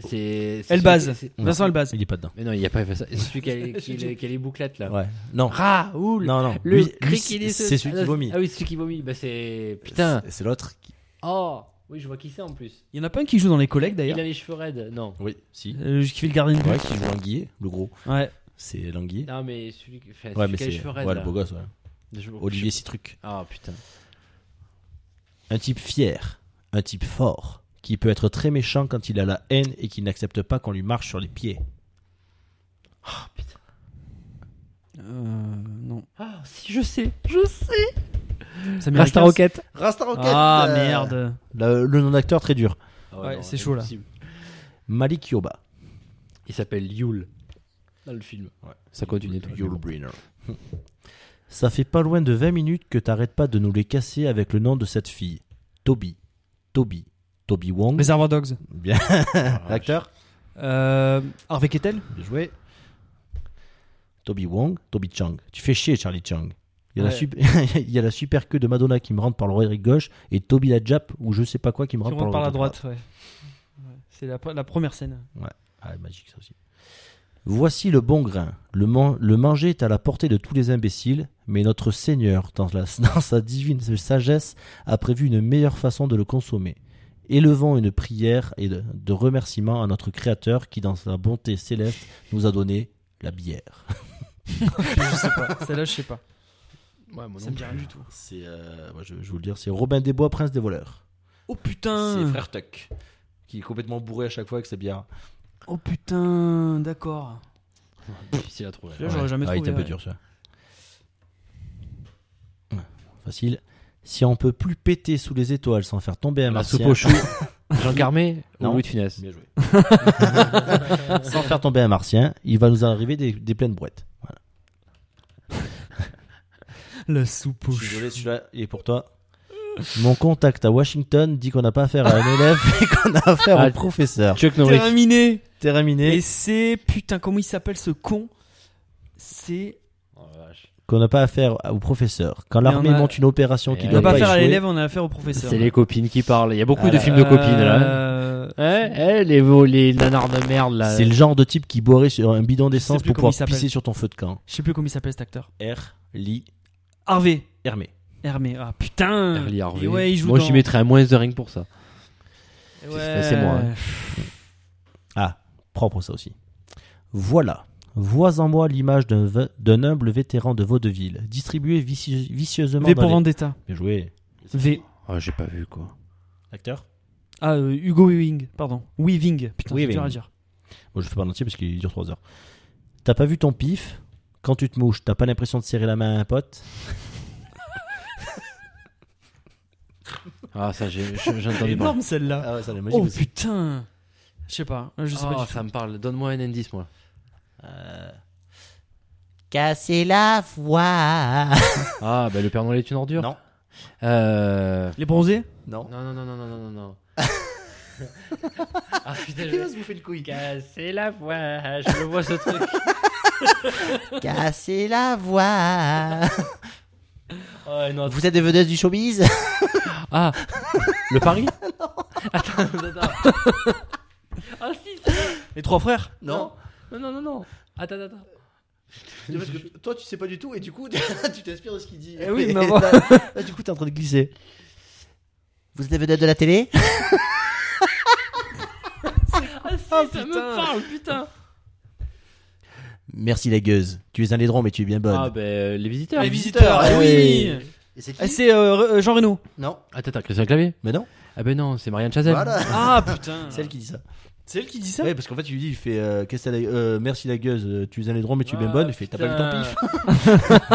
Speaker 3: C'est. c'est-
Speaker 1: Elbaz.
Speaker 3: c'est-
Speaker 1: Vincent Elbaz.
Speaker 2: Il est pas dedans.
Speaker 3: Mais non, il n'y a pas fait ça. C'est celui qui a, les- qui a les- qui a les bouclettes là.
Speaker 2: Ouais. Non.
Speaker 3: Raoul
Speaker 2: Non, non.
Speaker 3: Le
Speaker 2: Lui-
Speaker 3: cri
Speaker 2: lui,
Speaker 3: qui
Speaker 2: c'est-
Speaker 3: descend.
Speaker 2: c'est celui
Speaker 3: Ah,
Speaker 2: qui
Speaker 3: non,
Speaker 2: vomit.
Speaker 3: Ah oui, c'est celui qui vomit. Bah c'est. Putain.
Speaker 2: C'est- C'est l'autre. qui-
Speaker 3: Oh Oui, je vois qui c'est en plus.
Speaker 1: Il y en a pas un qui joue dans les collègues
Speaker 3: Il
Speaker 1: d'ailleurs.
Speaker 3: a les cheveux raides. Non.
Speaker 2: Oui, si.
Speaker 1: Euh, qui fait le gardien de
Speaker 2: Ouais,
Speaker 1: but.
Speaker 2: qui joue Languier, le gros.
Speaker 1: Ouais.
Speaker 2: C'est Languier.
Speaker 3: Ah, Non, mais celui, qui- enfin,
Speaker 2: Ouais,
Speaker 3: celui
Speaker 2: mais
Speaker 3: qui a les
Speaker 2: c'est.
Speaker 3: cheveux raides.
Speaker 2: Ouais, le
Speaker 3: là.
Speaker 2: beau gosse, ouais.
Speaker 3: Je-
Speaker 2: Olivier Citruc.
Speaker 3: Ah putain.
Speaker 2: Un type fier, un type fort, qui peut être très méchant quand il a la haine et qui n'accepte pas qu'on lui marche sur les pieds.
Speaker 3: Ah putain.
Speaker 1: Euh, non.
Speaker 3: Ah si, je sais. Je sais.
Speaker 1: Ça
Speaker 2: Rasta Rocket. Rasta euh,
Speaker 1: Ah merde.
Speaker 2: Le, le nom d'acteur très dur.
Speaker 3: Ah,
Speaker 1: Ouais, c'est chaud, là.
Speaker 2: Malik Yoba.
Speaker 3: Il s'appelle Yul. Dans le film. Ça continue. toi.
Speaker 2: Ça fait pas loin de 20 minutes que t'arrêtes pas de nous les casser avec le nom de cette fille. Toby. Toby. Toby Wong.
Speaker 1: Reservoir Dogs.
Speaker 2: Bien. L'acteur
Speaker 1: Euh, Harvey Kettel.
Speaker 2: Bien joué. Toby Wong, Toby Chang. Tu fais chier, Charlie Chang. Il y, a
Speaker 1: Ouais.
Speaker 2: la sup- il y a la super queue de Madonna qui me rentre par l'oreille gauche et Toby la Jap ou je sais pas quoi qui me
Speaker 1: Qui
Speaker 2: rentre
Speaker 1: rentre
Speaker 2: par,
Speaker 1: par la
Speaker 2: l'oreille
Speaker 1: droite. Ouais. Ouais. C'est la, la première scène.
Speaker 2: Ah, magique ça aussi. Voici le bon grain. Le, man- le manger est à la portée de tous les imbéciles, mais notre Seigneur, dans, la- dans sa divine sagesse, a prévu une meilleure façon de le consommer. Élevons une prière et de, de remerciement à notre Créateur qui, dans sa bonté céleste, nous a donné la bière.
Speaker 1: je sais pas. Celle-là, je sais pas.
Speaker 3: Ouais, moi
Speaker 1: Ça
Speaker 3: non
Speaker 1: me dit
Speaker 3: plus.
Speaker 1: rien du tout.
Speaker 2: C'est, euh, moi, je, je vous le dire, c'est Robin des Bois, prince des voleurs.
Speaker 1: Oh putain.
Speaker 2: frère Tuck, qui est complètement bourré à chaque fois avec sa bière.
Speaker 1: Oh putain. D'accord.
Speaker 3: Difficile à trouver.
Speaker 1: Là, j'aurais jamais
Speaker 2: Ah, il
Speaker 1: trouvé.
Speaker 2: était un peu
Speaker 1: ouais.
Speaker 2: dur, ça. Facile. Si on peut plus péter sous les étoiles sans faire tomber un
Speaker 3: La soupe
Speaker 2: martien,
Speaker 3: au chou. Jean Carmé ou
Speaker 2: Non.
Speaker 3: Louis de Funès
Speaker 14: Bien joué.
Speaker 2: sans faire tomber un martien, il va nous arriver des, des pleines boîtes. Voilà.
Speaker 1: La soupe au
Speaker 2: Je suis
Speaker 1: chou.
Speaker 2: désolé, celui-là, il est pour toi. Mon contact à Washington dit qu'on n'a pas affaire à un élève et qu'on a affaire
Speaker 3: Ah,
Speaker 2: au professeur.
Speaker 3: Chuck Norris.
Speaker 1: Terminé. Et
Speaker 2: Terminé.
Speaker 1: c'est putain comment il s'appelle ce con C'est.
Speaker 3: Oh, la vache.
Speaker 2: Qu'on n'a pas affaire au professeur. Quand
Speaker 1: Mais
Speaker 2: l'armée
Speaker 1: on a-
Speaker 2: monte une opération qui
Speaker 3: Et
Speaker 1: On
Speaker 2: doit
Speaker 1: va pas
Speaker 2: pas
Speaker 1: faire à
Speaker 2: échouer,
Speaker 1: l'élève, on a affaire au professeur.
Speaker 3: C'est Euh, les copines qui parlent. Il y a beaucoup
Speaker 2: Ah
Speaker 3: de
Speaker 2: là.
Speaker 3: films de copines là.
Speaker 1: Euh,
Speaker 3: Hein hein, les, vo- les nanars de merde là.
Speaker 2: C'est le genre de type qui boirait sur un bidon d'essence
Speaker 1: plus
Speaker 2: pour
Speaker 1: comment il
Speaker 2: pouvoir
Speaker 1: s'appelle.
Speaker 2: pisser sur ton feu de camp.
Speaker 1: Je sais plus comment il s'appelle cet acteur.
Speaker 2: R. Lee
Speaker 1: Harvey.
Speaker 2: Hermé.
Speaker 1: Hermé. Ah putain.
Speaker 3: Early
Speaker 1: Et
Speaker 3: Harvey.
Speaker 1: ouais, il joue
Speaker 3: moi
Speaker 1: dans-
Speaker 3: j'y mettrais un moins de ring pour ça.
Speaker 1: Ouais.
Speaker 3: c'est moi, hein.
Speaker 2: Ah, propre ça aussi. Voilà. Vois en moi l'image d'un ve- d'un humble vétéran de vaudeville, distribué vicie- vicieusement
Speaker 1: V
Speaker 2: dans
Speaker 1: pour
Speaker 2: les-
Speaker 1: Vendetta.
Speaker 2: Bien joué.
Speaker 1: V.
Speaker 3: Oh, j'ai pas vu quoi.
Speaker 2: Acteur
Speaker 1: Ah, euh, Hugo Weaving, pardon. Weaving, putain, c'est
Speaker 2: Weaving.
Speaker 1: dur à dire.
Speaker 2: Bon, je fais pas en entier parce qu'il dure 3 heures. T'as pas vu ton pif Quand tu te mouches, t'as pas l'impression de serrer la main à un pote
Speaker 3: Ah ça j'ai j'ai- j'ai entendu parler.
Speaker 1: Énorme celle-là.
Speaker 2: Ah ouais, ça l'a
Speaker 1: oh putain. Je sais pas, je sais
Speaker 3: Ah,
Speaker 1: pas du tout.
Speaker 3: ça me parle. Donne-moi un indice moi.
Speaker 2: Casser la voix
Speaker 3: Ah bah le Père Noël est une ordure.
Speaker 2: Non.
Speaker 3: Euh...
Speaker 1: Les bronzés
Speaker 2: Non.
Speaker 3: Non non non non non non non. Ah putain,
Speaker 10: Il va se bouffer une couille.
Speaker 3: Casser la voix, je le vois ce truc.
Speaker 10: Casser la voix.
Speaker 3: Oh, non,
Speaker 10: Vous êtes des vedettes du showbiz
Speaker 3: Ah, le pari Attends, attends. ah si, c'est vrai.
Speaker 1: Les trois frères
Speaker 10: Non.
Speaker 3: Non, non, non, non. Attends, attends.
Speaker 15: C'est parce que
Speaker 10: Toi, tu sais pas du tout et du coup, tu t'inspires de ce qu'il dit.
Speaker 1: Eh oui,
Speaker 10: Et
Speaker 1: mais moi-
Speaker 10: t'as- là, du coup, t'es en train de glisser. Vous êtes des vedettes de la télé
Speaker 3: Ah si, ça me
Speaker 1: putain.
Speaker 3: parle, putain.
Speaker 2: Merci la gueuse. Tu es un laidron, mais tu es bien bonne.
Speaker 3: Ah ben, les visiteurs.
Speaker 1: Les visiteurs,
Speaker 10: Ah
Speaker 1: eh
Speaker 10: oui.
Speaker 1: oui
Speaker 15: Et c'est
Speaker 10: Ah,
Speaker 1: Eh, C'est euh, Re- euh, Jean Reno.
Speaker 10: Non.
Speaker 3: Attends, attends, Ah, Christian Clavier
Speaker 2: Mais non,
Speaker 3: Ah ben non, c'est Marianne Chazelle.
Speaker 10: Voilà.
Speaker 1: Ah putain
Speaker 10: Celle qui dit ça.
Speaker 1: C'est elle qui dit ça
Speaker 2: ouais, parce qu'en fait, tu lui dis, il fait euh, Qu'est-ce que t'as la- euh, merci la gueuse, euh, tu es un laidron, mais tu es bien
Speaker 3: Ah,
Speaker 2: bonne. Il fait, t'as pas eu le temps,
Speaker 3: putain.
Speaker 2: pif.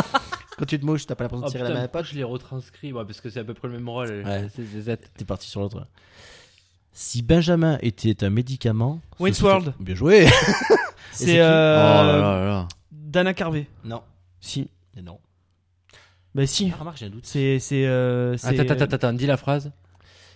Speaker 10: Quand tu te mouches, t'as pas l'impression
Speaker 3: Ah,
Speaker 1: Oh,
Speaker 10: de tirer
Speaker 3: putain,
Speaker 10: la main à
Speaker 3: pourquoi
Speaker 10: pote.
Speaker 3: je l'ai retranscrit, moi, parce que c'est à peu près le même rôle.
Speaker 2: Ouais.
Speaker 3: C'est ZZ.
Speaker 2: T'es parti sur l'autre. Si Benjamin était un médicament. ce
Speaker 1: Wayne's
Speaker 2: serait-
Speaker 1: World.
Speaker 2: Bien joué. c'est qui
Speaker 1: C'est euh,
Speaker 3: Oh là là là.
Speaker 1: Dana Carvey.
Speaker 2: Non.
Speaker 1: Si.
Speaker 2: Et non.
Speaker 1: Bah si.
Speaker 2: Ah, remarque, j'ai un doute.
Speaker 1: C'est. c'est, euh, c'est-
Speaker 3: Attends, attends, attends, dis la phrase.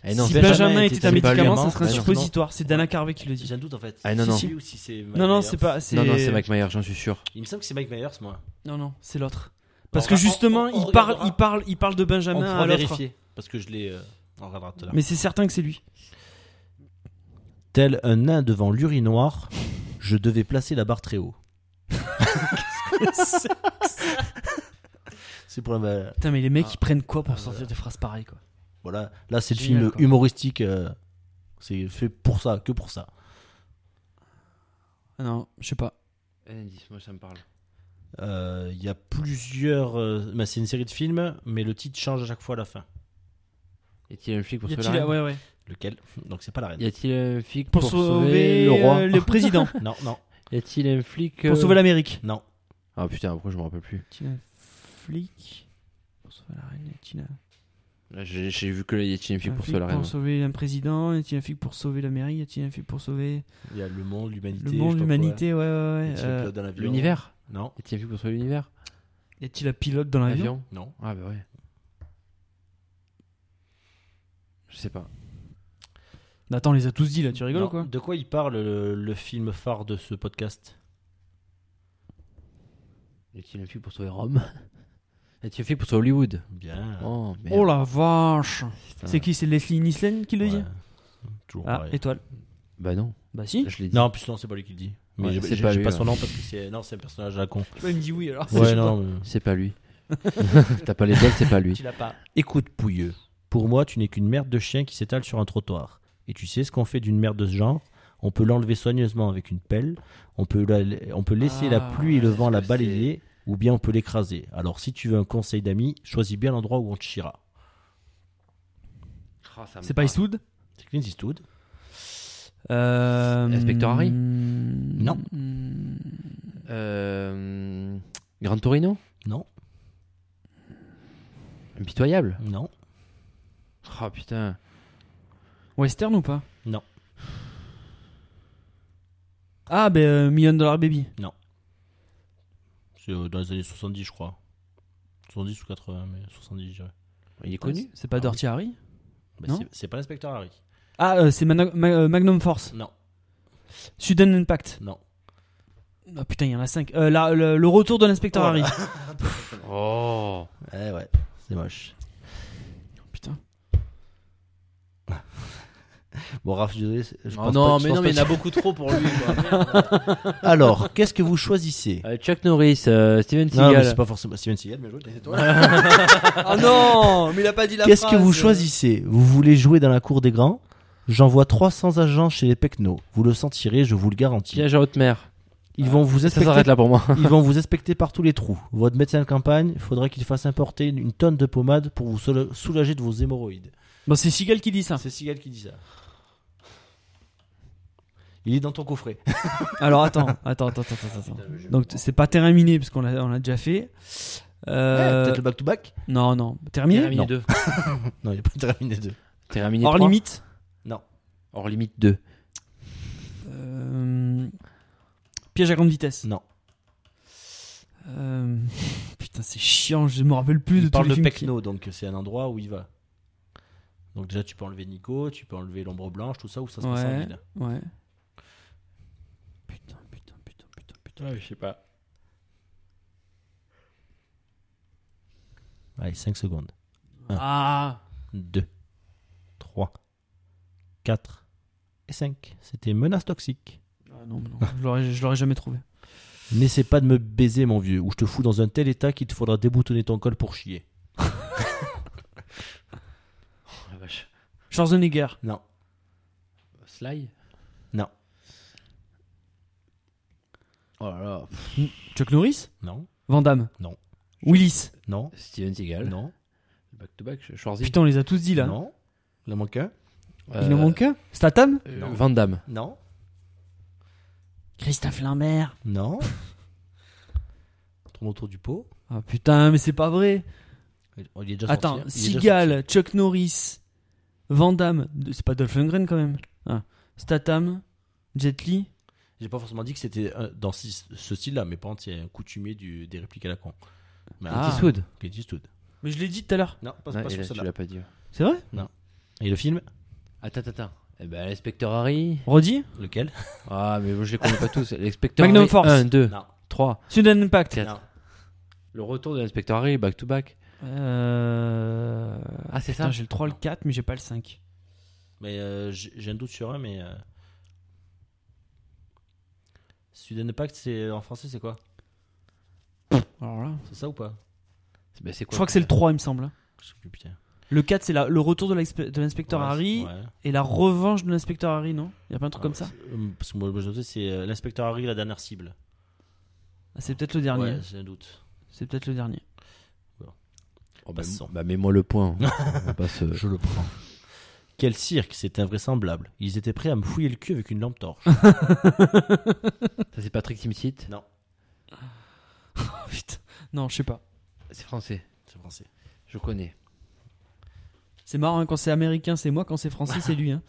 Speaker 3: Eh non,
Speaker 1: si
Speaker 3: c'est-
Speaker 1: Benjamin,
Speaker 2: Benjamin
Speaker 1: était
Speaker 2: était
Speaker 1: un
Speaker 2: pas
Speaker 1: médicament,
Speaker 3: hein.
Speaker 2: vraiment-
Speaker 1: ça serait un
Speaker 2: Bah non,
Speaker 1: suppositoire. C'est Dana Carvey qui le dit.
Speaker 2: J'ai un doute en fait.
Speaker 3: Ah, non,
Speaker 2: Si
Speaker 3: non.
Speaker 2: c'est lui ou si c'est Mike
Speaker 1: Non, non,
Speaker 2: Myers.
Speaker 1: c'est pas.
Speaker 3: non, non, c'est Mike Myers, j'en suis sûr.
Speaker 2: Il me semble que c'est Mike Myers, moi.
Speaker 1: Non, non, c'est l'autre. Parce
Speaker 2: on
Speaker 1: que
Speaker 2: va- on-
Speaker 1: justement,
Speaker 2: on
Speaker 1: il, parle,
Speaker 2: regardera.
Speaker 1: il, parle, il parle de
Speaker 2: On
Speaker 1: Benjamin
Speaker 2: pourra
Speaker 1: à l'autre.
Speaker 2: vérifier. Parce que je l'ai. euh, On regardera tout à l'heure.
Speaker 1: Mais c'est certain que c'est lui.
Speaker 2: Tel un nain devant l'urinoir, je devais placer la barre très haut. C'est pour la.
Speaker 1: Putain, mais les mecs, ils prennent quoi pour
Speaker 2: Ah,
Speaker 1: sortir
Speaker 2: voilà.
Speaker 1: des phrases pareilles, quoi
Speaker 2: Voilà, là c'est le
Speaker 1: Génial,
Speaker 2: film
Speaker 1: quoi.
Speaker 2: humoristique. euh, C'est fait pour ça, que pour ça.
Speaker 1: Ah Non, je sais pas.
Speaker 3: Un indice, moi ça me parle.
Speaker 2: Euh, Il y a plusieurs. euh, bah, c'est une série de films, mais le titre change à chaque fois à la fin.
Speaker 3: Est-il un flic pour
Speaker 1: Y
Speaker 3: sauver
Speaker 1: a-t-il-
Speaker 3: la reine
Speaker 1: ouais, ouais.
Speaker 2: Lequel Donc c'est pas la reine.
Speaker 3: Y a-t-il un flic
Speaker 1: Pour, sauver,
Speaker 3: le roi
Speaker 1: euh, le président.
Speaker 2: Non, non,
Speaker 3: Y a-t-il un flic euh,
Speaker 1: Pour sauver l'Amérique.
Speaker 2: non.
Speaker 3: Ah putain, après je me rappelle plus.
Speaker 1: Y a-t-il un flic Pour sauver la reine, y a-t-il un-
Speaker 3: Là, J'ai j'ai vu que là, y a-t-il un flic
Speaker 1: un
Speaker 3: pour
Speaker 1: flic
Speaker 3: sauver la reine
Speaker 1: Pour sauver un président, y a-t-il un flic pour sauver la mairie, y a-t-il un flic pour sauver
Speaker 2: Il y a le monde, l'humanité.
Speaker 1: le
Speaker 2: je
Speaker 1: monde,
Speaker 2: sais pas quoi.
Speaker 1: l'humanité, ouais, ouais,
Speaker 2: Il
Speaker 1: ouais.
Speaker 2: tire le
Speaker 1: Euh,
Speaker 2: pilote dans l'avion.
Speaker 3: L'univers
Speaker 2: Non,
Speaker 3: Y a-t-il un flic pour sauver l'univers
Speaker 1: y a-t-il un pilote dans l'avion
Speaker 3: L'avion
Speaker 2: non.
Speaker 3: Ah bah ouais. Je sais pas.
Speaker 1: Attends, on les a tous dit là, tu rigoles
Speaker 2: Non.
Speaker 1: ou quoi
Speaker 2: De quoi il parle le, le film phare de ce podcast
Speaker 3: Y a-t-il un flic pour sauver Rome Y a-t-il un flic pour sauver Hollywood
Speaker 2: Bien.
Speaker 3: Oh merde.
Speaker 1: Oh la vache
Speaker 3: putain.
Speaker 1: C'est qui C'est Leslie Nielsen qui le dit
Speaker 2: Ouais. Toujours
Speaker 1: Ah,
Speaker 2: pareil.
Speaker 1: étoile.
Speaker 3: Bah non,
Speaker 1: Bah si.
Speaker 3: je l'ai dit.
Speaker 2: Non, en plus, non, c'est pas lui qui le dit. Mais
Speaker 3: Ouais,
Speaker 2: j'ai-
Speaker 3: c'est
Speaker 2: j'ai
Speaker 3: pas
Speaker 2: pas,
Speaker 3: lui,
Speaker 2: pas
Speaker 3: ouais.
Speaker 2: son nom parce que c'est non, c'est un personnage à la con.
Speaker 1: Il me dit oui alors.
Speaker 2: Ouais, non. mais-
Speaker 3: C'est pas lui. T'as pas les doigts, c'est pas lui.
Speaker 1: l'as pas.
Speaker 2: Écoute, Pouilleux, pour moi, tu n'es qu'une merde de chien qui s'étale sur un trottoir. Et tu sais ce qu'on fait d'une merde de ce genre On peut l'enlever soigneusement avec une pelle, on peut, la- on peut laisser la
Speaker 1: Ah,
Speaker 2: pluie et le vent la
Speaker 3: que
Speaker 2: balayer, ou bien on peut l'écraser. Alors, si tu veux un conseil d'ami, choisis bien l'endroit où on te chira.
Speaker 3: Oh, ça me
Speaker 1: C'est pas
Speaker 3: parle.
Speaker 1: Eastwood
Speaker 2: C'est Clint Eastwood
Speaker 1: euh... mm,
Speaker 3: Inspecteur Harry
Speaker 1: Non.
Speaker 3: Euh, Grand Torino
Speaker 2: Non.
Speaker 3: Impitoyable
Speaker 2: Non.
Speaker 3: Oh putain.
Speaker 1: Western ou pas
Speaker 2: Non.
Speaker 1: Ah, ben euh, Million Dollar Baby.
Speaker 2: C'est euh, dans les années 70, je crois. 70 ou 80, mais 70, je dirais.
Speaker 3: Il est connu
Speaker 1: C'est
Speaker 2: Ah,
Speaker 1: pas Dirty Harry
Speaker 2: Bah,
Speaker 1: Non.
Speaker 2: c'est- c'est pas l'inspecteur Harry.
Speaker 1: Ah, euh, c'est Mana- Ma- euh, Magnum Force.
Speaker 2: Non,
Speaker 1: Sudden Impact.
Speaker 2: non.
Speaker 1: Ah putain, il y en a 5. le, le retour de l'inspecteur
Speaker 2: Oh là
Speaker 1: Harry.
Speaker 3: Oh
Speaker 2: Eh ouais, c'est moche. Oh,
Speaker 1: Putain.
Speaker 2: Bon, Raph, je suis désolé, je pense
Speaker 3: Oh non,
Speaker 2: pas- je
Speaker 3: mais
Speaker 2: pense
Speaker 3: non, mais
Speaker 2: pas
Speaker 3: il y en a beaucoup trop pour lui. quoi.
Speaker 2: que- Alors, qu'est-ce que vous choisissez
Speaker 3: Euh, Chuck Norris, euh, Steven
Speaker 2: Non, mais
Speaker 3: Seagal.
Speaker 2: c'est pas forcément Steven Seagal, bien joué.
Speaker 1: Ah non Mais il a pas dit la
Speaker 2: Qu'est-ce que vous choisissez Vous voulez jouer dans la cour des grands J'envoie 300 agents chez les Pecnos. Vous le sentirez, je vous le garantis.
Speaker 3: Piège à haute mer.
Speaker 2: Ils vont vous
Speaker 3: Ça
Speaker 2: inspecter,
Speaker 3: s'arrête là pour moi.
Speaker 2: ils vont vous inspecter par tous les trous. Votre médecin de campagne, faudra qu'il fasse importer une, une tonne de pommade pour vous sol- soulager de vos hémorroïdes.
Speaker 1: Bon, c'est Seagal qui dit ça.
Speaker 2: C'est Seagal qui dit ça. Il est dans ton coffret.
Speaker 1: Alors attends, attends, attends, attends, attends, attends. Donc t- c'est pas terminé parce qu'on l'a, on l'a déjà fait. Euh,
Speaker 2: Peut-être le back to back
Speaker 1: Non, non, terminé.
Speaker 3: Terminé
Speaker 2: Non.
Speaker 3: 2.
Speaker 2: Non, il n'est pas terminé deux.
Speaker 3: Terminé
Speaker 1: Hors
Speaker 3: 3.
Speaker 1: limite.
Speaker 3: Hors limite 2.
Speaker 1: Euh, Piège à grande vitesse.
Speaker 2: Non.
Speaker 1: Euh, Putain, c'est chiant. Je me rappelle plus
Speaker 2: il
Speaker 1: de tous
Speaker 2: parle
Speaker 1: les
Speaker 2: de
Speaker 1: films. qui-
Speaker 2: Pecno, donc c'est un endroit où il va.
Speaker 10: Donc déjà, tu peux enlever Nico, tu peux enlever l'ombre blanche, tout ça, ou ça se passe en
Speaker 1: Ouais,
Speaker 10: ville.
Speaker 1: Ouais.
Speaker 10: Putain, putain, putain, putain, putain.
Speaker 3: Ouais, je sais pas.
Speaker 2: Allez, 5 secondes.
Speaker 1: Ah
Speaker 2: 2, 3, 4 et 5. C'était menace toxique.
Speaker 1: Ah non, mais non, je l'aurais- je l'aurais jamais trouvé.
Speaker 2: N'essaie pas de me baiser, mon vieux, ou je te fous dans un tel état qu'il te faudra déboutonner ton col pour chier. Oh,
Speaker 3: Ah, vache.
Speaker 1: Schwarzenegger.
Speaker 2: Non.
Speaker 3: Sly
Speaker 2: Non.
Speaker 3: Oh là là. pff,
Speaker 1: Chuck Norris
Speaker 2: Non.
Speaker 1: Van Damme
Speaker 2: Non.
Speaker 1: Willis
Speaker 2: Non.
Speaker 3: Steven Seagal.
Speaker 2: Non.
Speaker 3: Back to back, Schwarzy.
Speaker 1: Putain, on les a tous dit là.
Speaker 2: Non. Il en manque un.
Speaker 1: Il en manque un Statham
Speaker 3: euh, Van Damme.
Speaker 2: Non.
Speaker 1: Christophe Lambert.
Speaker 2: Non. Tourne autour du pot.
Speaker 1: Ah putain, mais c'est pas vrai.
Speaker 2: Il il est déjà
Speaker 1: Attends,
Speaker 2: sorti, hein. Il est déjà sorti.
Speaker 1: Seagal, Chuck Norris, Van Damme, de- c'est pas Dolph Lundgren quand même. Ah. Statham, Jet Li.
Speaker 2: J'ai pas forcément dit que c'était euh, dans ce ce style-là, mais par contre, il y a un coutumier du- des répliques à la con. Mais
Speaker 1: Ah.
Speaker 2: Clint
Speaker 3: Eastwood.
Speaker 2: Eastwood. Clint Eastwood.
Speaker 1: Mais je l'ai dit tout à l'heure.
Speaker 2: Non, pas,
Speaker 3: Ouais,
Speaker 2: pas
Speaker 3: et
Speaker 2: sur
Speaker 3: là, tu
Speaker 2: celle-là.
Speaker 3: l'as pas dit.
Speaker 1: C'est vrai
Speaker 2: Et le film
Speaker 3: Attends, attends, attends. Eh ben, l'inspecteur Harry.
Speaker 1: Roddy
Speaker 2: Lequel
Speaker 3: Ah, mais moi, je les connais pas tous. L'inspecteur
Speaker 1: Magnum
Speaker 3: Harry.
Speaker 1: Force.
Speaker 3: 1, 2,
Speaker 2: Non.
Speaker 3: 3,
Speaker 1: Sudden Impact.
Speaker 3: 4. Le retour de l'inspecteur Harry, back to back.
Speaker 1: Euh...
Speaker 3: Ah, c'est
Speaker 1: putain,
Speaker 3: ça
Speaker 1: J'ai le 3, le 4, mais j'ai pas le 5.
Speaker 10: Mais euh, j'ai j'ai un doute sur un, mais. Euh... Sudden Pact, c'est en français, c'est quoi
Speaker 1: Alors là,
Speaker 10: C'est ça ou pas
Speaker 3: Ben, c'est quoi
Speaker 1: je crois que c'est le 3, il me semble. hein.
Speaker 10: Je sais plus, putain.
Speaker 1: Le 4, c'est la- le retour de l'expe- de l'inspecteur
Speaker 10: Ouais,
Speaker 1: Harry
Speaker 10: ouais.
Speaker 1: et la revanche de l'inspecteur Harry, non Il y a pas un truc
Speaker 10: Ah,
Speaker 1: comme ça
Speaker 10: c'est- euh, Parce que moi, moi, je sais, c'est euh, l'inspecteur Harry, la dernière cible.
Speaker 1: Ah, C'est peut-être le dernier.
Speaker 10: Ouais, j'ai un doute.
Speaker 1: C'est peut-être le dernier.
Speaker 3: Oh, ben,
Speaker 10: Passons.
Speaker 3: bah, mets-moi le point. On euh, va pas se-
Speaker 2: Je le prends. Quel cirque, c'est invraisemblable. Ils étaient prêts à me fouiller le cul avec une lampe torche.
Speaker 3: Ça, c'est Patrick Timsit.
Speaker 1: Oh, putain. Non, je sais pas.
Speaker 3: C'est français.
Speaker 10: C'est français.
Speaker 3: Je connais.
Speaker 1: C'est marrant hein, quand c'est américain, c'est moi, quand c'est français, c'est lui. hein.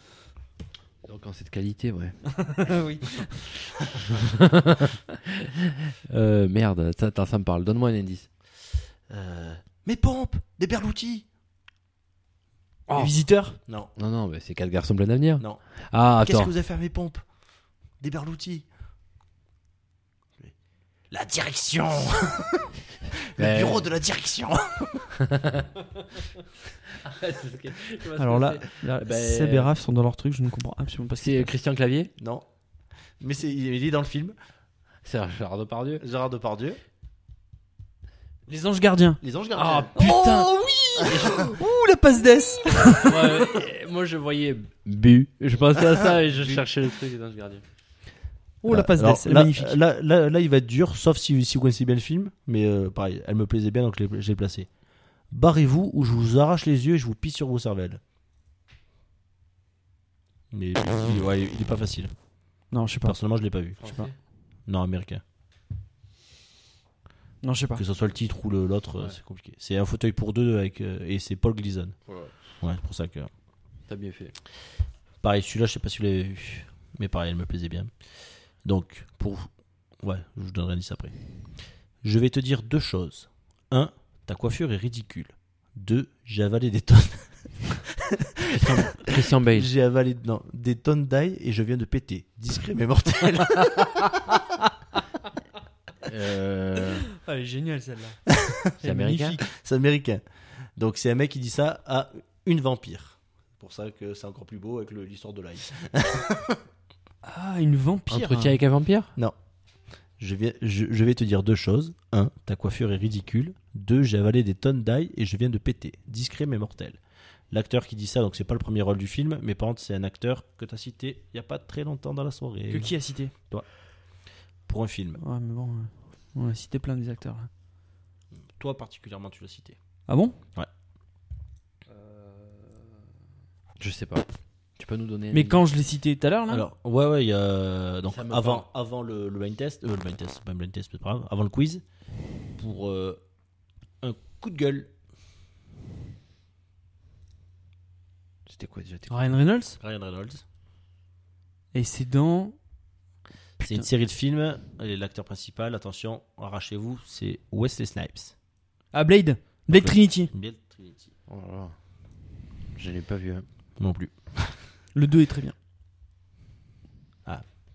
Speaker 3: Donc, en cette qualité, ouais.
Speaker 1: oui.
Speaker 3: Euh, merde, ça, attends, ça me parle. Donne-moi un indice.
Speaker 10: Euh,
Speaker 2: Mes pompes Des berloutis
Speaker 1: Les visiteurs
Speaker 10: non.
Speaker 3: Non, non, mais c'est quatre garçons plein d'avenir.
Speaker 10: Non.
Speaker 3: Ah,
Speaker 2: Qu'est-ce que
Speaker 3: attends.
Speaker 2: vous avez fait à mes pompes Des berloutis
Speaker 10: La direction
Speaker 3: Mais-
Speaker 10: Le bureau de la direction
Speaker 3: Euh,
Speaker 1: Alors là, là,
Speaker 3: Ben-
Speaker 1: Seb et Raph sont dans leur truc, je ne comprends absolument pas ce
Speaker 3: c'est
Speaker 1: qu'ils
Speaker 3: Christian Clavier
Speaker 10: Non. Mais c'est, il est dans le film.
Speaker 3: C'est Gérard Depardieu
Speaker 10: Gérard Depardieu.
Speaker 1: Les anges gardiens.
Speaker 10: Les anges
Speaker 3: Ah
Speaker 10: gardiens.
Speaker 3: putain
Speaker 1: Ouh, la passe d'ess
Speaker 3: Ouais, Moi je voyais Bu, je pensais à ça et je cherchais le truc et non, je gardais.
Speaker 1: Ouh, Oh, la passe
Speaker 2: Alors,
Speaker 1: d'ess, elle est
Speaker 2: là, euh,
Speaker 1: magnifique.
Speaker 2: là, là, là, il va être dur, sauf si, si vous connaissez bien le film. Mais euh, pareil, elle me plaisait bien, donc je l'ai- je l'ai placée. Barrez-vous ou je vous arrache les yeux et je vous pisse sur vos cervelles. Mais il- ouais, il est pas facile.
Speaker 1: Non, je sais pas.
Speaker 2: Personnellement, je l'ai pas vu.
Speaker 1: Je sais pas.
Speaker 2: Non, américain.
Speaker 1: Non, je sais pas.
Speaker 2: Que ce soit le titre ou le- l'autre, euh,
Speaker 3: Ouais.
Speaker 2: c'est compliqué. C'est un fauteuil pour deux avec, euh, et c'est Paul Gleason. Ouais, c'est pour ça que.
Speaker 3: T'as bien fait.
Speaker 2: Pareil, celui-là, je sais pas si vous l'avez vu, mais pareil, elle me plaisait bien. Donc, pour. Ouais, je vous donnerai un 10 après. Je vais te dire deux choses. Un, ta coiffure est ridicule. Deux, j'ai avalé des tonnes.
Speaker 3: Christian Bale.
Speaker 2: J'ai avalé non, des tonnes d'ail et je viens de péter. Discret mais mortel.
Speaker 3: Euh,
Speaker 1: Elle est géniale celle-là.
Speaker 3: C'est américain
Speaker 2: c'est américain. Donc, c'est un mec qui dit ça à une vampire. C'est Pour ça que c'est encore plus beau avec le- l'histoire de l'ail.
Speaker 1: Ah, une vampire.
Speaker 3: Entretien avec un vampire
Speaker 2: Je, viens- je- je vais te dire deux choses. Un, ta coiffure est ridicule. Deux, j'ai avalé des tonnes d'ail et je viens de péter. Discret mais mortel. L'acteur qui dit ça, donc c'est pas le premier rôle du film, mais par contre c'est un acteur que t'as cité il y a pas très longtemps dans la soirée.
Speaker 1: Que qui a cité
Speaker 2: Pour un film.
Speaker 1: Ouais, mais bon, euh, on a cité plein des acteurs. là.
Speaker 10: Toi particulièrement, tu l'as cité.
Speaker 1: Ah bon
Speaker 3: Je sais pas. Tu peux nous donner un
Speaker 1: Mais
Speaker 3: indice
Speaker 1: quand je l'ai cité tout à l'heure, là
Speaker 2: Alors ouais ouais il y a donc
Speaker 3: Ça me
Speaker 2: avant avant le, le blind test, euh, le blind test, pas un blind test, c'est pas grave, avant le quiz pour euh, un coup de gueule.
Speaker 3: C'était quoi déjà t'es-
Speaker 1: Ryan Reynolds
Speaker 10: Ryan Reynolds.
Speaker 1: Et c'est dans.
Speaker 2: C'est une série de films. et L'acteur principal, attention, arrachez-vous, c'est Wesley Snipes.
Speaker 1: Ah, Blade Blade Trinity.
Speaker 10: Bill Trinity.
Speaker 3: Oh là là. Je l'ai pas vu. hein.
Speaker 16: Non plus.
Speaker 1: Le 2 est très bien.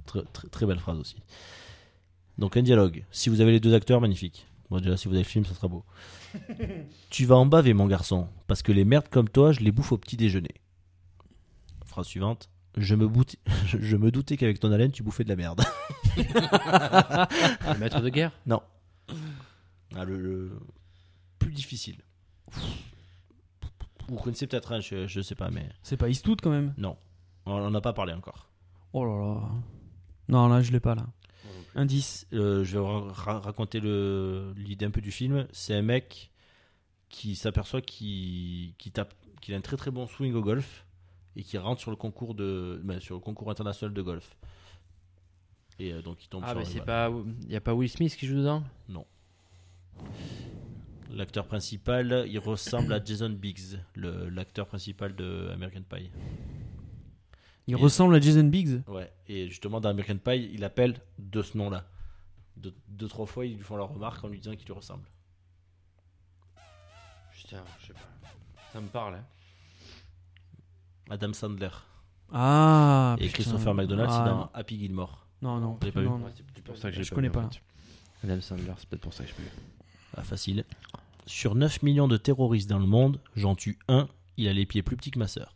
Speaker 2: Très, très- très belle phrase aussi. Donc un dialogue. Si vous avez les deux acteurs, magnifique. Bon déjà, si vous avez le film, ça sera beau.
Speaker 16: Tu vas en baver, mon garçon, parce que les merdes comme toi, je les bouffe au petit déjeuner.
Speaker 2: Phrase suivante.
Speaker 16: Je me, bout- je me doutais qu'avec ton haleine, tu bouffais de la merde.
Speaker 3: Le maître de guerre
Speaker 16: Non. Ah, le, le plus difficile.
Speaker 2: Vous connaissez peut-être un, je, je sais pas, mais
Speaker 1: C'est pas Eastwood quand même
Speaker 2: non. On n'en a pas parlé encore.
Speaker 1: Oh là là. Non, là, je l'ai pas là. Indice.
Speaker 2: Euh, je vais ra- ra- raconter le- l'idée un peu du film. C'est un mec qui s'aperçoit qu'il qu'il tape- qu'il a un très très bon swing au golf et qui rentre sur le concours, de, ben, sur le concours international de golf. Et euh, donc il tombe
Speaker 3: Ah,
Speaker 2: sur
Speaker 3: mais
Speaker 2: le-
Speaker 3: c'est
Speaker 2: voilà.
Speaker 3: pas. Il y a pas Will Smith qui joue dedans
Speaker 2: l'acteur principal. Il ressemble à Jason Biggs, le- l'acteur principal de American Pie.
Speaker 1: Il
Speaker 2: Et-
Speaker 1: ressemble à Jason Biggs.
Speaker 2: Ouais. Et justement, dans American Pie, il appelle de ce nom-là. Deux, deux, trois fois, ils lui font la remarque en lui disant qu'il lui ressemble.
Speaker 3: Putain, je sais pas. Ça me parle. hein.
Speaker 2: Adam Sandler
Speaker 1: Ah.
Speaker 2: et
Speaker 1: putain.
Speaker 2: Christopher McDonald,
Speaker 1: Ah,
Speaker 2: c'est dans Happy Gilmore.
Speaker 1: Non, non.
Speaker 2: Vous l'avez pas vu
Speaker 1: non, non.
Speaker 3: Ouais, c'est peut-être pour ça que je l'ai
Speaker 1: Je connais
Speaker 3: vu,
Speaker 1: pas,
Speaker 3: en
Speaker 1: là.
Speaker 3: fait. Adam Sandler, c'est peut-être pour ça que je l'ai pas vu.
Speaker 2: Ah, facile. Sur 9 millions de terroristes dans le monde, j'en tue un. Il a les pieds plus petits que ma sœur.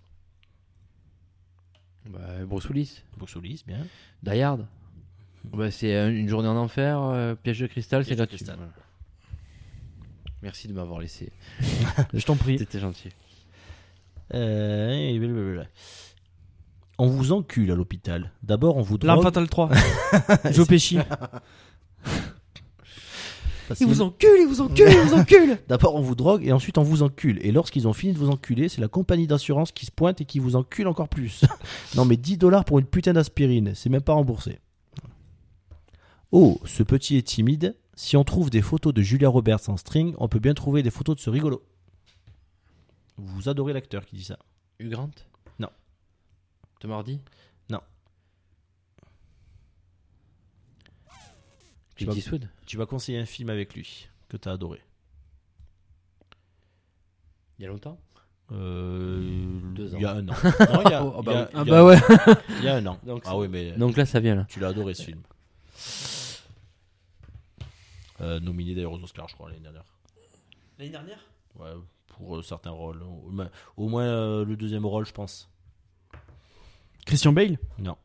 Speaker 3: Bah, Bruce Willis.
Speaker 2: Bruce Willis, bien.
Speaker 3: Die Hard. Bah, c'est euh, une journée en enfer, euh, piège de cristal, c'est
Speaker 2: Piège de
Speaker 3: gratuit.
Speaker 2: cristal.
Speaker 3: Voilà. Merci de m'avoir laissé.
Speaker 1: Je t'en prie.
Speaker 3: T'étais gentil.
Speaker 2: Euh, et blablabla. On vous encule à l'hôpital. D'abord, on vous
Speaker 1: L'Arme
Speaker 2: drogue.
Speaker 1: Fatale 3. Joe Pesci.
Speaker 2: Facile.
Speaker 1: Il vous encule, il vous encule, il vous encule.
Speaker 16: D'abord, on vous drogue et ensuite, on vous encule. Et lorsqu'ils ont fini de vous enculer, c'est la compagnie d'assurance qui se pointe et qui vous encule encore plus. non, mais 10 dollars pour une putain d'aspirine, c'est même pas remboursé. Oh, ce petit est timide. Si on trouve des photos de Julia Roberts en string, on peut bien trouver des photos de ce rigolo.
Speaker 2: Vous adorez l'acteur qui dit ça.
Speaker 3: Hugh Grant
Speaker 2: Non.
Speaker 3: Tom Hardy
Speaker 2: Non.
Speaker 3: Clint
Speaker 2: vas-
Speaker 3: Eastwood
Speaker 2: Tu m'as conseillé un film avec lui que t'as adoré.
Speaker 3: Il y a longtemps
Speaker 2: Euh,
Speaker 3: Deux
Speaker 2: Il y a
Speaker 3: ans.
Speaker 2: un an. Non, il y a,
Speaker 3: Oh,
Speaker 2: il y a-
Speaker 3: bah oui.
Speaker 2: il y a-
Speaker 1: Ah bah ouais.
Speaker 2: Il y a un an.
Speaker 3: Donc,
Speaker 2: ah oui, mais
Speaker 3: Donc là, ça vient là.
Speaker 2: tu l'as adoré ce film. Euh, nominé d'ailleurs aux Oscars, je crois, l'année dernière.
Speaker 1: L'année dernière
Speaker 2: Ouais, pour euh, certains rôles. Au, mais- au moins euh, le deuxième rôle, je pense.
Speaker 1: Christian Bale
Speaker 2: Non.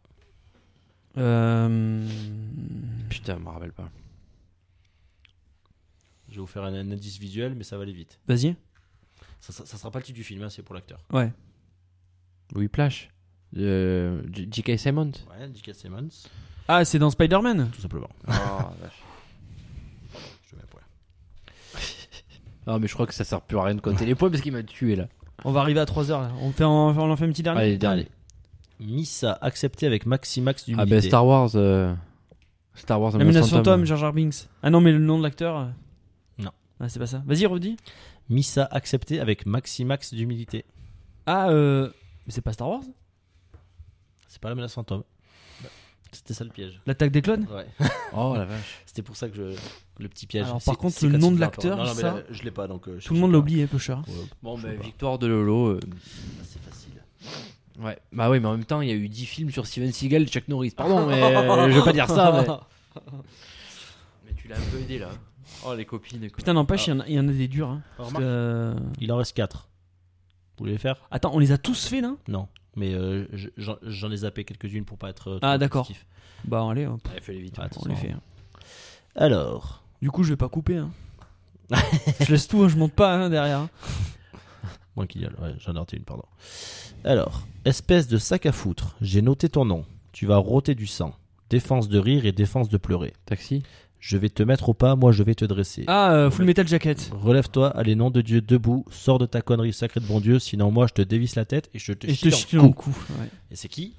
Speaker 1: Euh...
Speaker 3: Putain, je me rappelle pas.
Speaker 2: Je vais vous faire un, un indice visuel, mais ça va aller vite.
Speaker 1: Vas-y.
Speaker 2: Ça, ça, ça sera pas le titre du film, hein, c'est pour l'acteur.
Speaker 1: Ouais.
Speaker 3: Louis Plash euh, J- J.K. Simon
Speaker 2: Ouais, J.K. Simmons,
Speaker 1: Ah, c'est dans Spider-Man
Speaker 2: tout simplement.
Speaker 3: Ah
Speaker 2: Je te mets un point.
Speaker 3: Ah, mais je crois que ça sert plus à rien de compter les points parce qu'il m'a tué là.
Speaker 1: On va arriver à 3h là. On, fait, on, on en fait un petit dernier
Speaker 3: Allez, dernier.
Speaker 2: Missa, accepté avec Maximax du
Speaker 3: Ah ben Star Wars. euh, Star Wars.
Speaker 1: L'Amenace
Speaker 3: Fantôme.
Speaker 1: fantôme, Jar Jar Binks. Ah non, mais le nom de l'acteur euh,
Speaker 2: Non.
Speaker 1: Ah, c'est pas ça. Vas-y, redis.
Speaker 2: Missa, accepté avec Maximax d'humilité.
Speaker 1: Ah, euh... Mais c'est pas Star Wars
Speaker 2: C'est pas la menace fantôme. C'était ça le piège.
Speaker 1: L'attaque des clones
Speaker 2: Ouais.
Speaker 3: Oh la vache.
Speaker 2: C'était pour ça que je. Le petit piège.
Speaker 1: Alors,
Speaker 2: C'est-
Speaker 1: par contre,
Speaker 2: c'est
Speaker 1: le
Speaker 2: quand
Speaker 1: nom
Speaker 2: il
Speaker 1: de
Speaker 2: va
Speaker 1: l'acteur,
Speaker 2: apparaître. Non, non, mais
Speaker 1: ça,
Speaker 2: là, je l'ai pas donc. euh, je-
Speaker 1: Tout le
Speaker 2: je
Speaker 1: monde
Speaker 2: sais
Speaker 1: l'a
Speaker 2: pas.
Speaker 1: oublié, Pusher.
Speaker 2: Ouais,
Speaker 3: Bon
Speaker 2: je
Speaker 3: ben
Speaker 2: sais pas.
Speaker 3: victoire de Lolo. euh,
Speaker 2: c'est facile.
Speaker 3: Ouais. Bah oui mais en même temps il y a eu 10 films sur Steven Seagal et Chuck Norris. Pardon mais euh, je veux pas dire ça. Mais, Mais tu l'as un peu aidé là. Oh les copines. quoi.
Speaker 1: Putain, n'empêche, il y en a- il y, en a des durs. hein. Parce que, euh,
Speaker 2: Il en reste 4. Vous voulez les faire
Speaker 1: Attends, on les a tous fait là
Speaker 2: Non. Mais euh, je- j'en j'en ai zappé quelques-unes pour pas être. euh,
Speaker 1: Ah,
Speaker 2: trop
Speaker 1: d'accord.
Speaker 2: positif.
Speaker 1: Bah, allez, hop,
Speaker 3: Allez, fais-les vite.
Speaker 2: Ouais,
Speaker 1: on les
Speaker 2: attention.
Speaker 1: fait. hein.
Speaker 2: Alors,
Speaker 1: Du coup, je vais pas couper. hein. je laisse tout, hein, je monte pas hein, derrière.
Speaker 2: moi qui ouais, j'en ai raté une, pardon. Alors, espèce de sac à foutre, j'ai noté ton nom. Tu vas rôter du sang. Défense de rire et défense de pleurer.
Speaker 3: Taxi.
Speaker 2: Je vais te mettre au pas, moi je vais te dresser.
Speaker 1: Ah, euh, Full Metal Jacket.
Speaker 2: Relève-toi, allez, nom de Dieu, debout, sors de ta connerie sacrée de bon Dieu, sinon moi je te dévisse la tête et je te
Speaker 1: Et je
Speaker 2: chie
Speaker 1: te
Speaker 2: dans le
Speaker 1: chie dans le
Speaker 2: cou.
Speaker 1: cou. ouais.
Speaker 2: Et c'est qui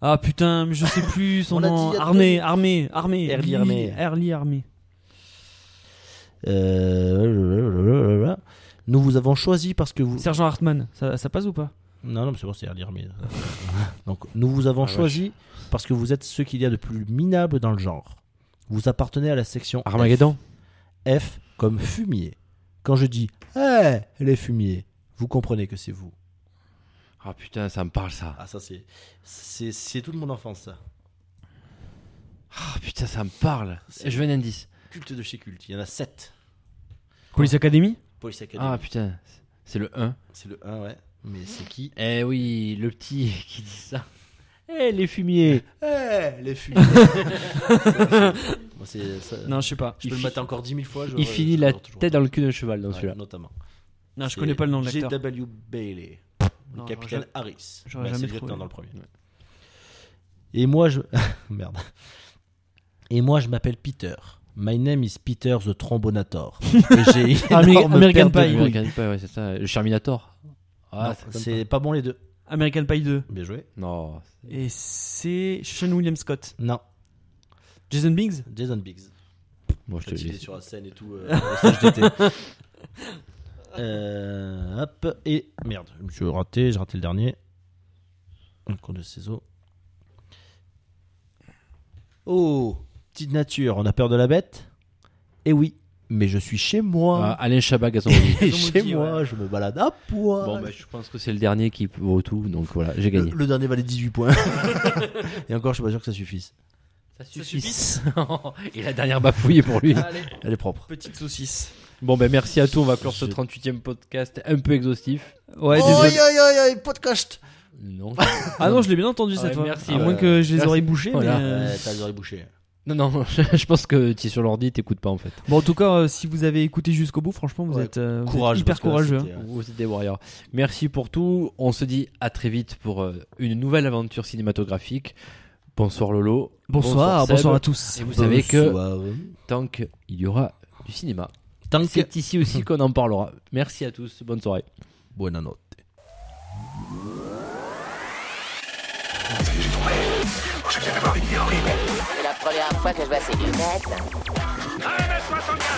Speaker 1: Ah putain, mais je sais plus son
Speaker 2: On l'a dit
Speaker 1: nom.
Speaker 2: il y a
Speaker 1: Armée, armée, armée.
Speaker 2: Early
Speaker 1: Lee-
Speaker 2: Armée.
Speaker 1: Early Armée.
Speaker 2: Euh, Nous vous avons choisi parce que vous.
Speaker 1: Sergent Hartman, ça, ça passe ou pas
Speaker 2: Non, non, mais c'est bon, c'est à lire, mais. euh, Donc, nous vous
Speaker 1: Ah,
Speaker 2: avons
Speaker 3: vache.
Speaker 2: choisi parce que vous êtes ceux qu'il y a de plus minable dans le genre. Vous appartenez à la section
Speaker 3: Armageddon.
Speaker 2: F, F comme fumier. Quand je dis Eh, les fumiers, vous comprenez que c'est vous.
Speaker 3: Ah putain, ça me parle ça.
Speaker 17: Ah, ça, c'est. C'est c'est toute mon enfance, ça.
Speaker 3: Ah putain, ça me parle.
Speaker 17: C'est-
Speaker 3: Je veux un indice.
Speaker 17: Culte de chez culte. Il y en a 7.
Speaker 1: Police Academy
Speaker 17: Police Academy.
Speaker 3: Ah putain, c'est le 1.
Speaker 17: C'est le 1, ouais. Mais c'est qui
Speaker 3: Eh oui, le petit qui dit ça. Eh les fumiers.
Speaker 17: Eh, les fumiers Moi, c'est. ça-
Speaker 1: Non, je sais pas.
Speaker 17: Je peux
Speaker 3: il
Speaker 17: le
Speaker 3: fi-
Speaker 17: mater encore 10 000 fois. je-
Speaker 3: Il
Speaker 17: je-
Speaker 3: finit
Speaker 17: je
Speaker 3: la
Speaker 17: l'adore toujours.
Speaker 3: tête dans le cul d'un cheval dans
Speaker 17: Ouais,
Speaker 3: celui-là.
Speaker 17: Notamment.
Speaker 1: Non, je
Speaker 17: C'est
Speaker 1: connais pas le nom de l'acteur.
Speaker 17: J.W. Bailey. Le
Speaker 1: Non,
Speaker 17: capitaine
Speaker 1: j'aurais-
Speaker 17: Harris.
Speaker 1: j'aurais
Speaker 17: Ouais, c'est
Speaker 1: jamais
Speaker 17: le lieutenant
Speaker 1: trouvé.
Speaker 17: dans le premier.
Speaker 2: Et moi, je. Merde. Et moi, je m'appelle Peter. My name is Peter the Trombonator. Et j'ai une
Speaker 3: Ah,
Speaker 1: Ameri-
Speaker 2: énorme
Speaker 1: American
Speaker 2: perte de
Speaker 1: Pie.
Speaker 2: couilles.
Speaker 3: American Pie, ouais, c'est ça. Le Charminator.
Speaker 2: Ah,
Speaker 3: Ah,
Speaker 2: c'est- c'est pas bon les deux.
Speaker 1: American Pie 2.
Speaker 17: Bien joué.
Speaker 3: non.
Speaker 1: Et c'est Sean William Scott.
Speaker 2: Non,
Speaker 1: Jason Biggs
Speaker 17: Jason Biggs.
Speaker 3: Moi je te
Speaker 17: Quand
Speaker 3: le
Speaker 17: il est
Speaker 3: dis.
Speaker 17: sur la scène et tout. euh, au stage d'été.
Speaker 2: Euh, hop, et merde, je me suis raté, j'ai raté le dernier. Un con de ciseaux. Oh, petite nature, on a peur de la bête Eh oui, mais je suis chez
Speaker 3: Ah,
Speaker 2: moi.
Speaker 3: Alain Chabat, Gaston Rougi.
Speaker 2: Et
Speaker 1: Gaston
Speaker 2: chez
Speaker 1: Maudit,
Speaker 2: moi, je me balade à poil.
Speaker 3: Bon, bah, je pense que c'est le dernier qui vaut tout, donc voilà, j'ai
Speaker 2: le,
Speaker 3: gagné.
Speaker 2: le dernier valait 18 points. et encore, je suis pas sûr que ça suffise.
Speaker 3: Ça
Speaker 1: suffit.
Speaker 3: Et la dernière bafouille est pour lui.
Speaker 2: Elle est propre.
Speaker 1: Petite saucisse.
Speaker 3: Bon, ben merci à tous. On va clore ce 38e podcast un peu exhaustif.
Speaker 1: Ouais,
Speaker 2: Oh,
Speaker 1: désolé.
Speaker 2: aïe, aïe, aïe, aïe, podcast
Speaker 3: Non.
Speaker 1: Ah non, je l'ai bien entendu
Speaker 3: Ah
Speaker 1: cette
Speaker 3: ouais,
Speaker 1: fois.
Speaker 3: merci,
Speaker 1: à
Speaker 3: ouais.
Speaker 1: moins que je les
Speaker 3: Merci.
Speaker 1: aurais bouchés.
Speaker 3: Voilà.
Speaker 1: mais, euh,
Speaker 17: Ouais, T'as les oreilles bouchées.
Speaker 3: non, non, je pense que tu es sur l'ordi, t'écoutes pas en fait.
Speaker 1: Bon, en tout cas, euh, si vous avez écouté jusqu'au bout, franchement, vous
Speaker 17: Ouais,
Speaker 1: êtes, euh, vous êtes
Speaker 17: Courage. parce
Speaker 1: hyper
Speaker 17: que là,
Speaker 1: courageux.
Speaker 17: c'était, euh,
Speaker 3: Vous êtes des warriors. Merci pour tout. On se dit à très vite pour euh, une nouvelle aventure cinématographique. Bonsoir Lolo.
Speaker 1: Bonsoir, bonsoir,
Speaker 3: Seb.
Speaker 1: à tous.
Speaker 3: Et vous savez que
Speaker 2: Bonsoir.
Speaker 3: tant qu'il y aura du cinéma,
Speaker 2: Tant que.
Speaker 3: c'est ici aussi qu'on en parlera. Merci à tous. Bonne soirée.
Speaker 2: Buona notte.
Speaker 5: C'est la première fois que je vois ces lunettes.
Speaker 18: 1m75,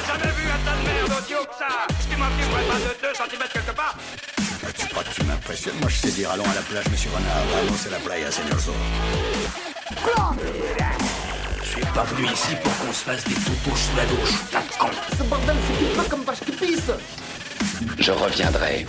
Speaker 18: jamais vu un tas de merde aussi haut que ça Excuse-moi, tu me pas de 2 cm quelque part
Speaker 19: Mais tu crois que tu m'impressionnes Moi, je sais dire allons à la plage, monsieur Renard. Allons, c'est la playa, señor Zorro.
Speaker 20: Je suis pas venu ici pour qu'on se fasse des toutous sous la douche, tas de cons.
Speaker 19: Je reviendrai.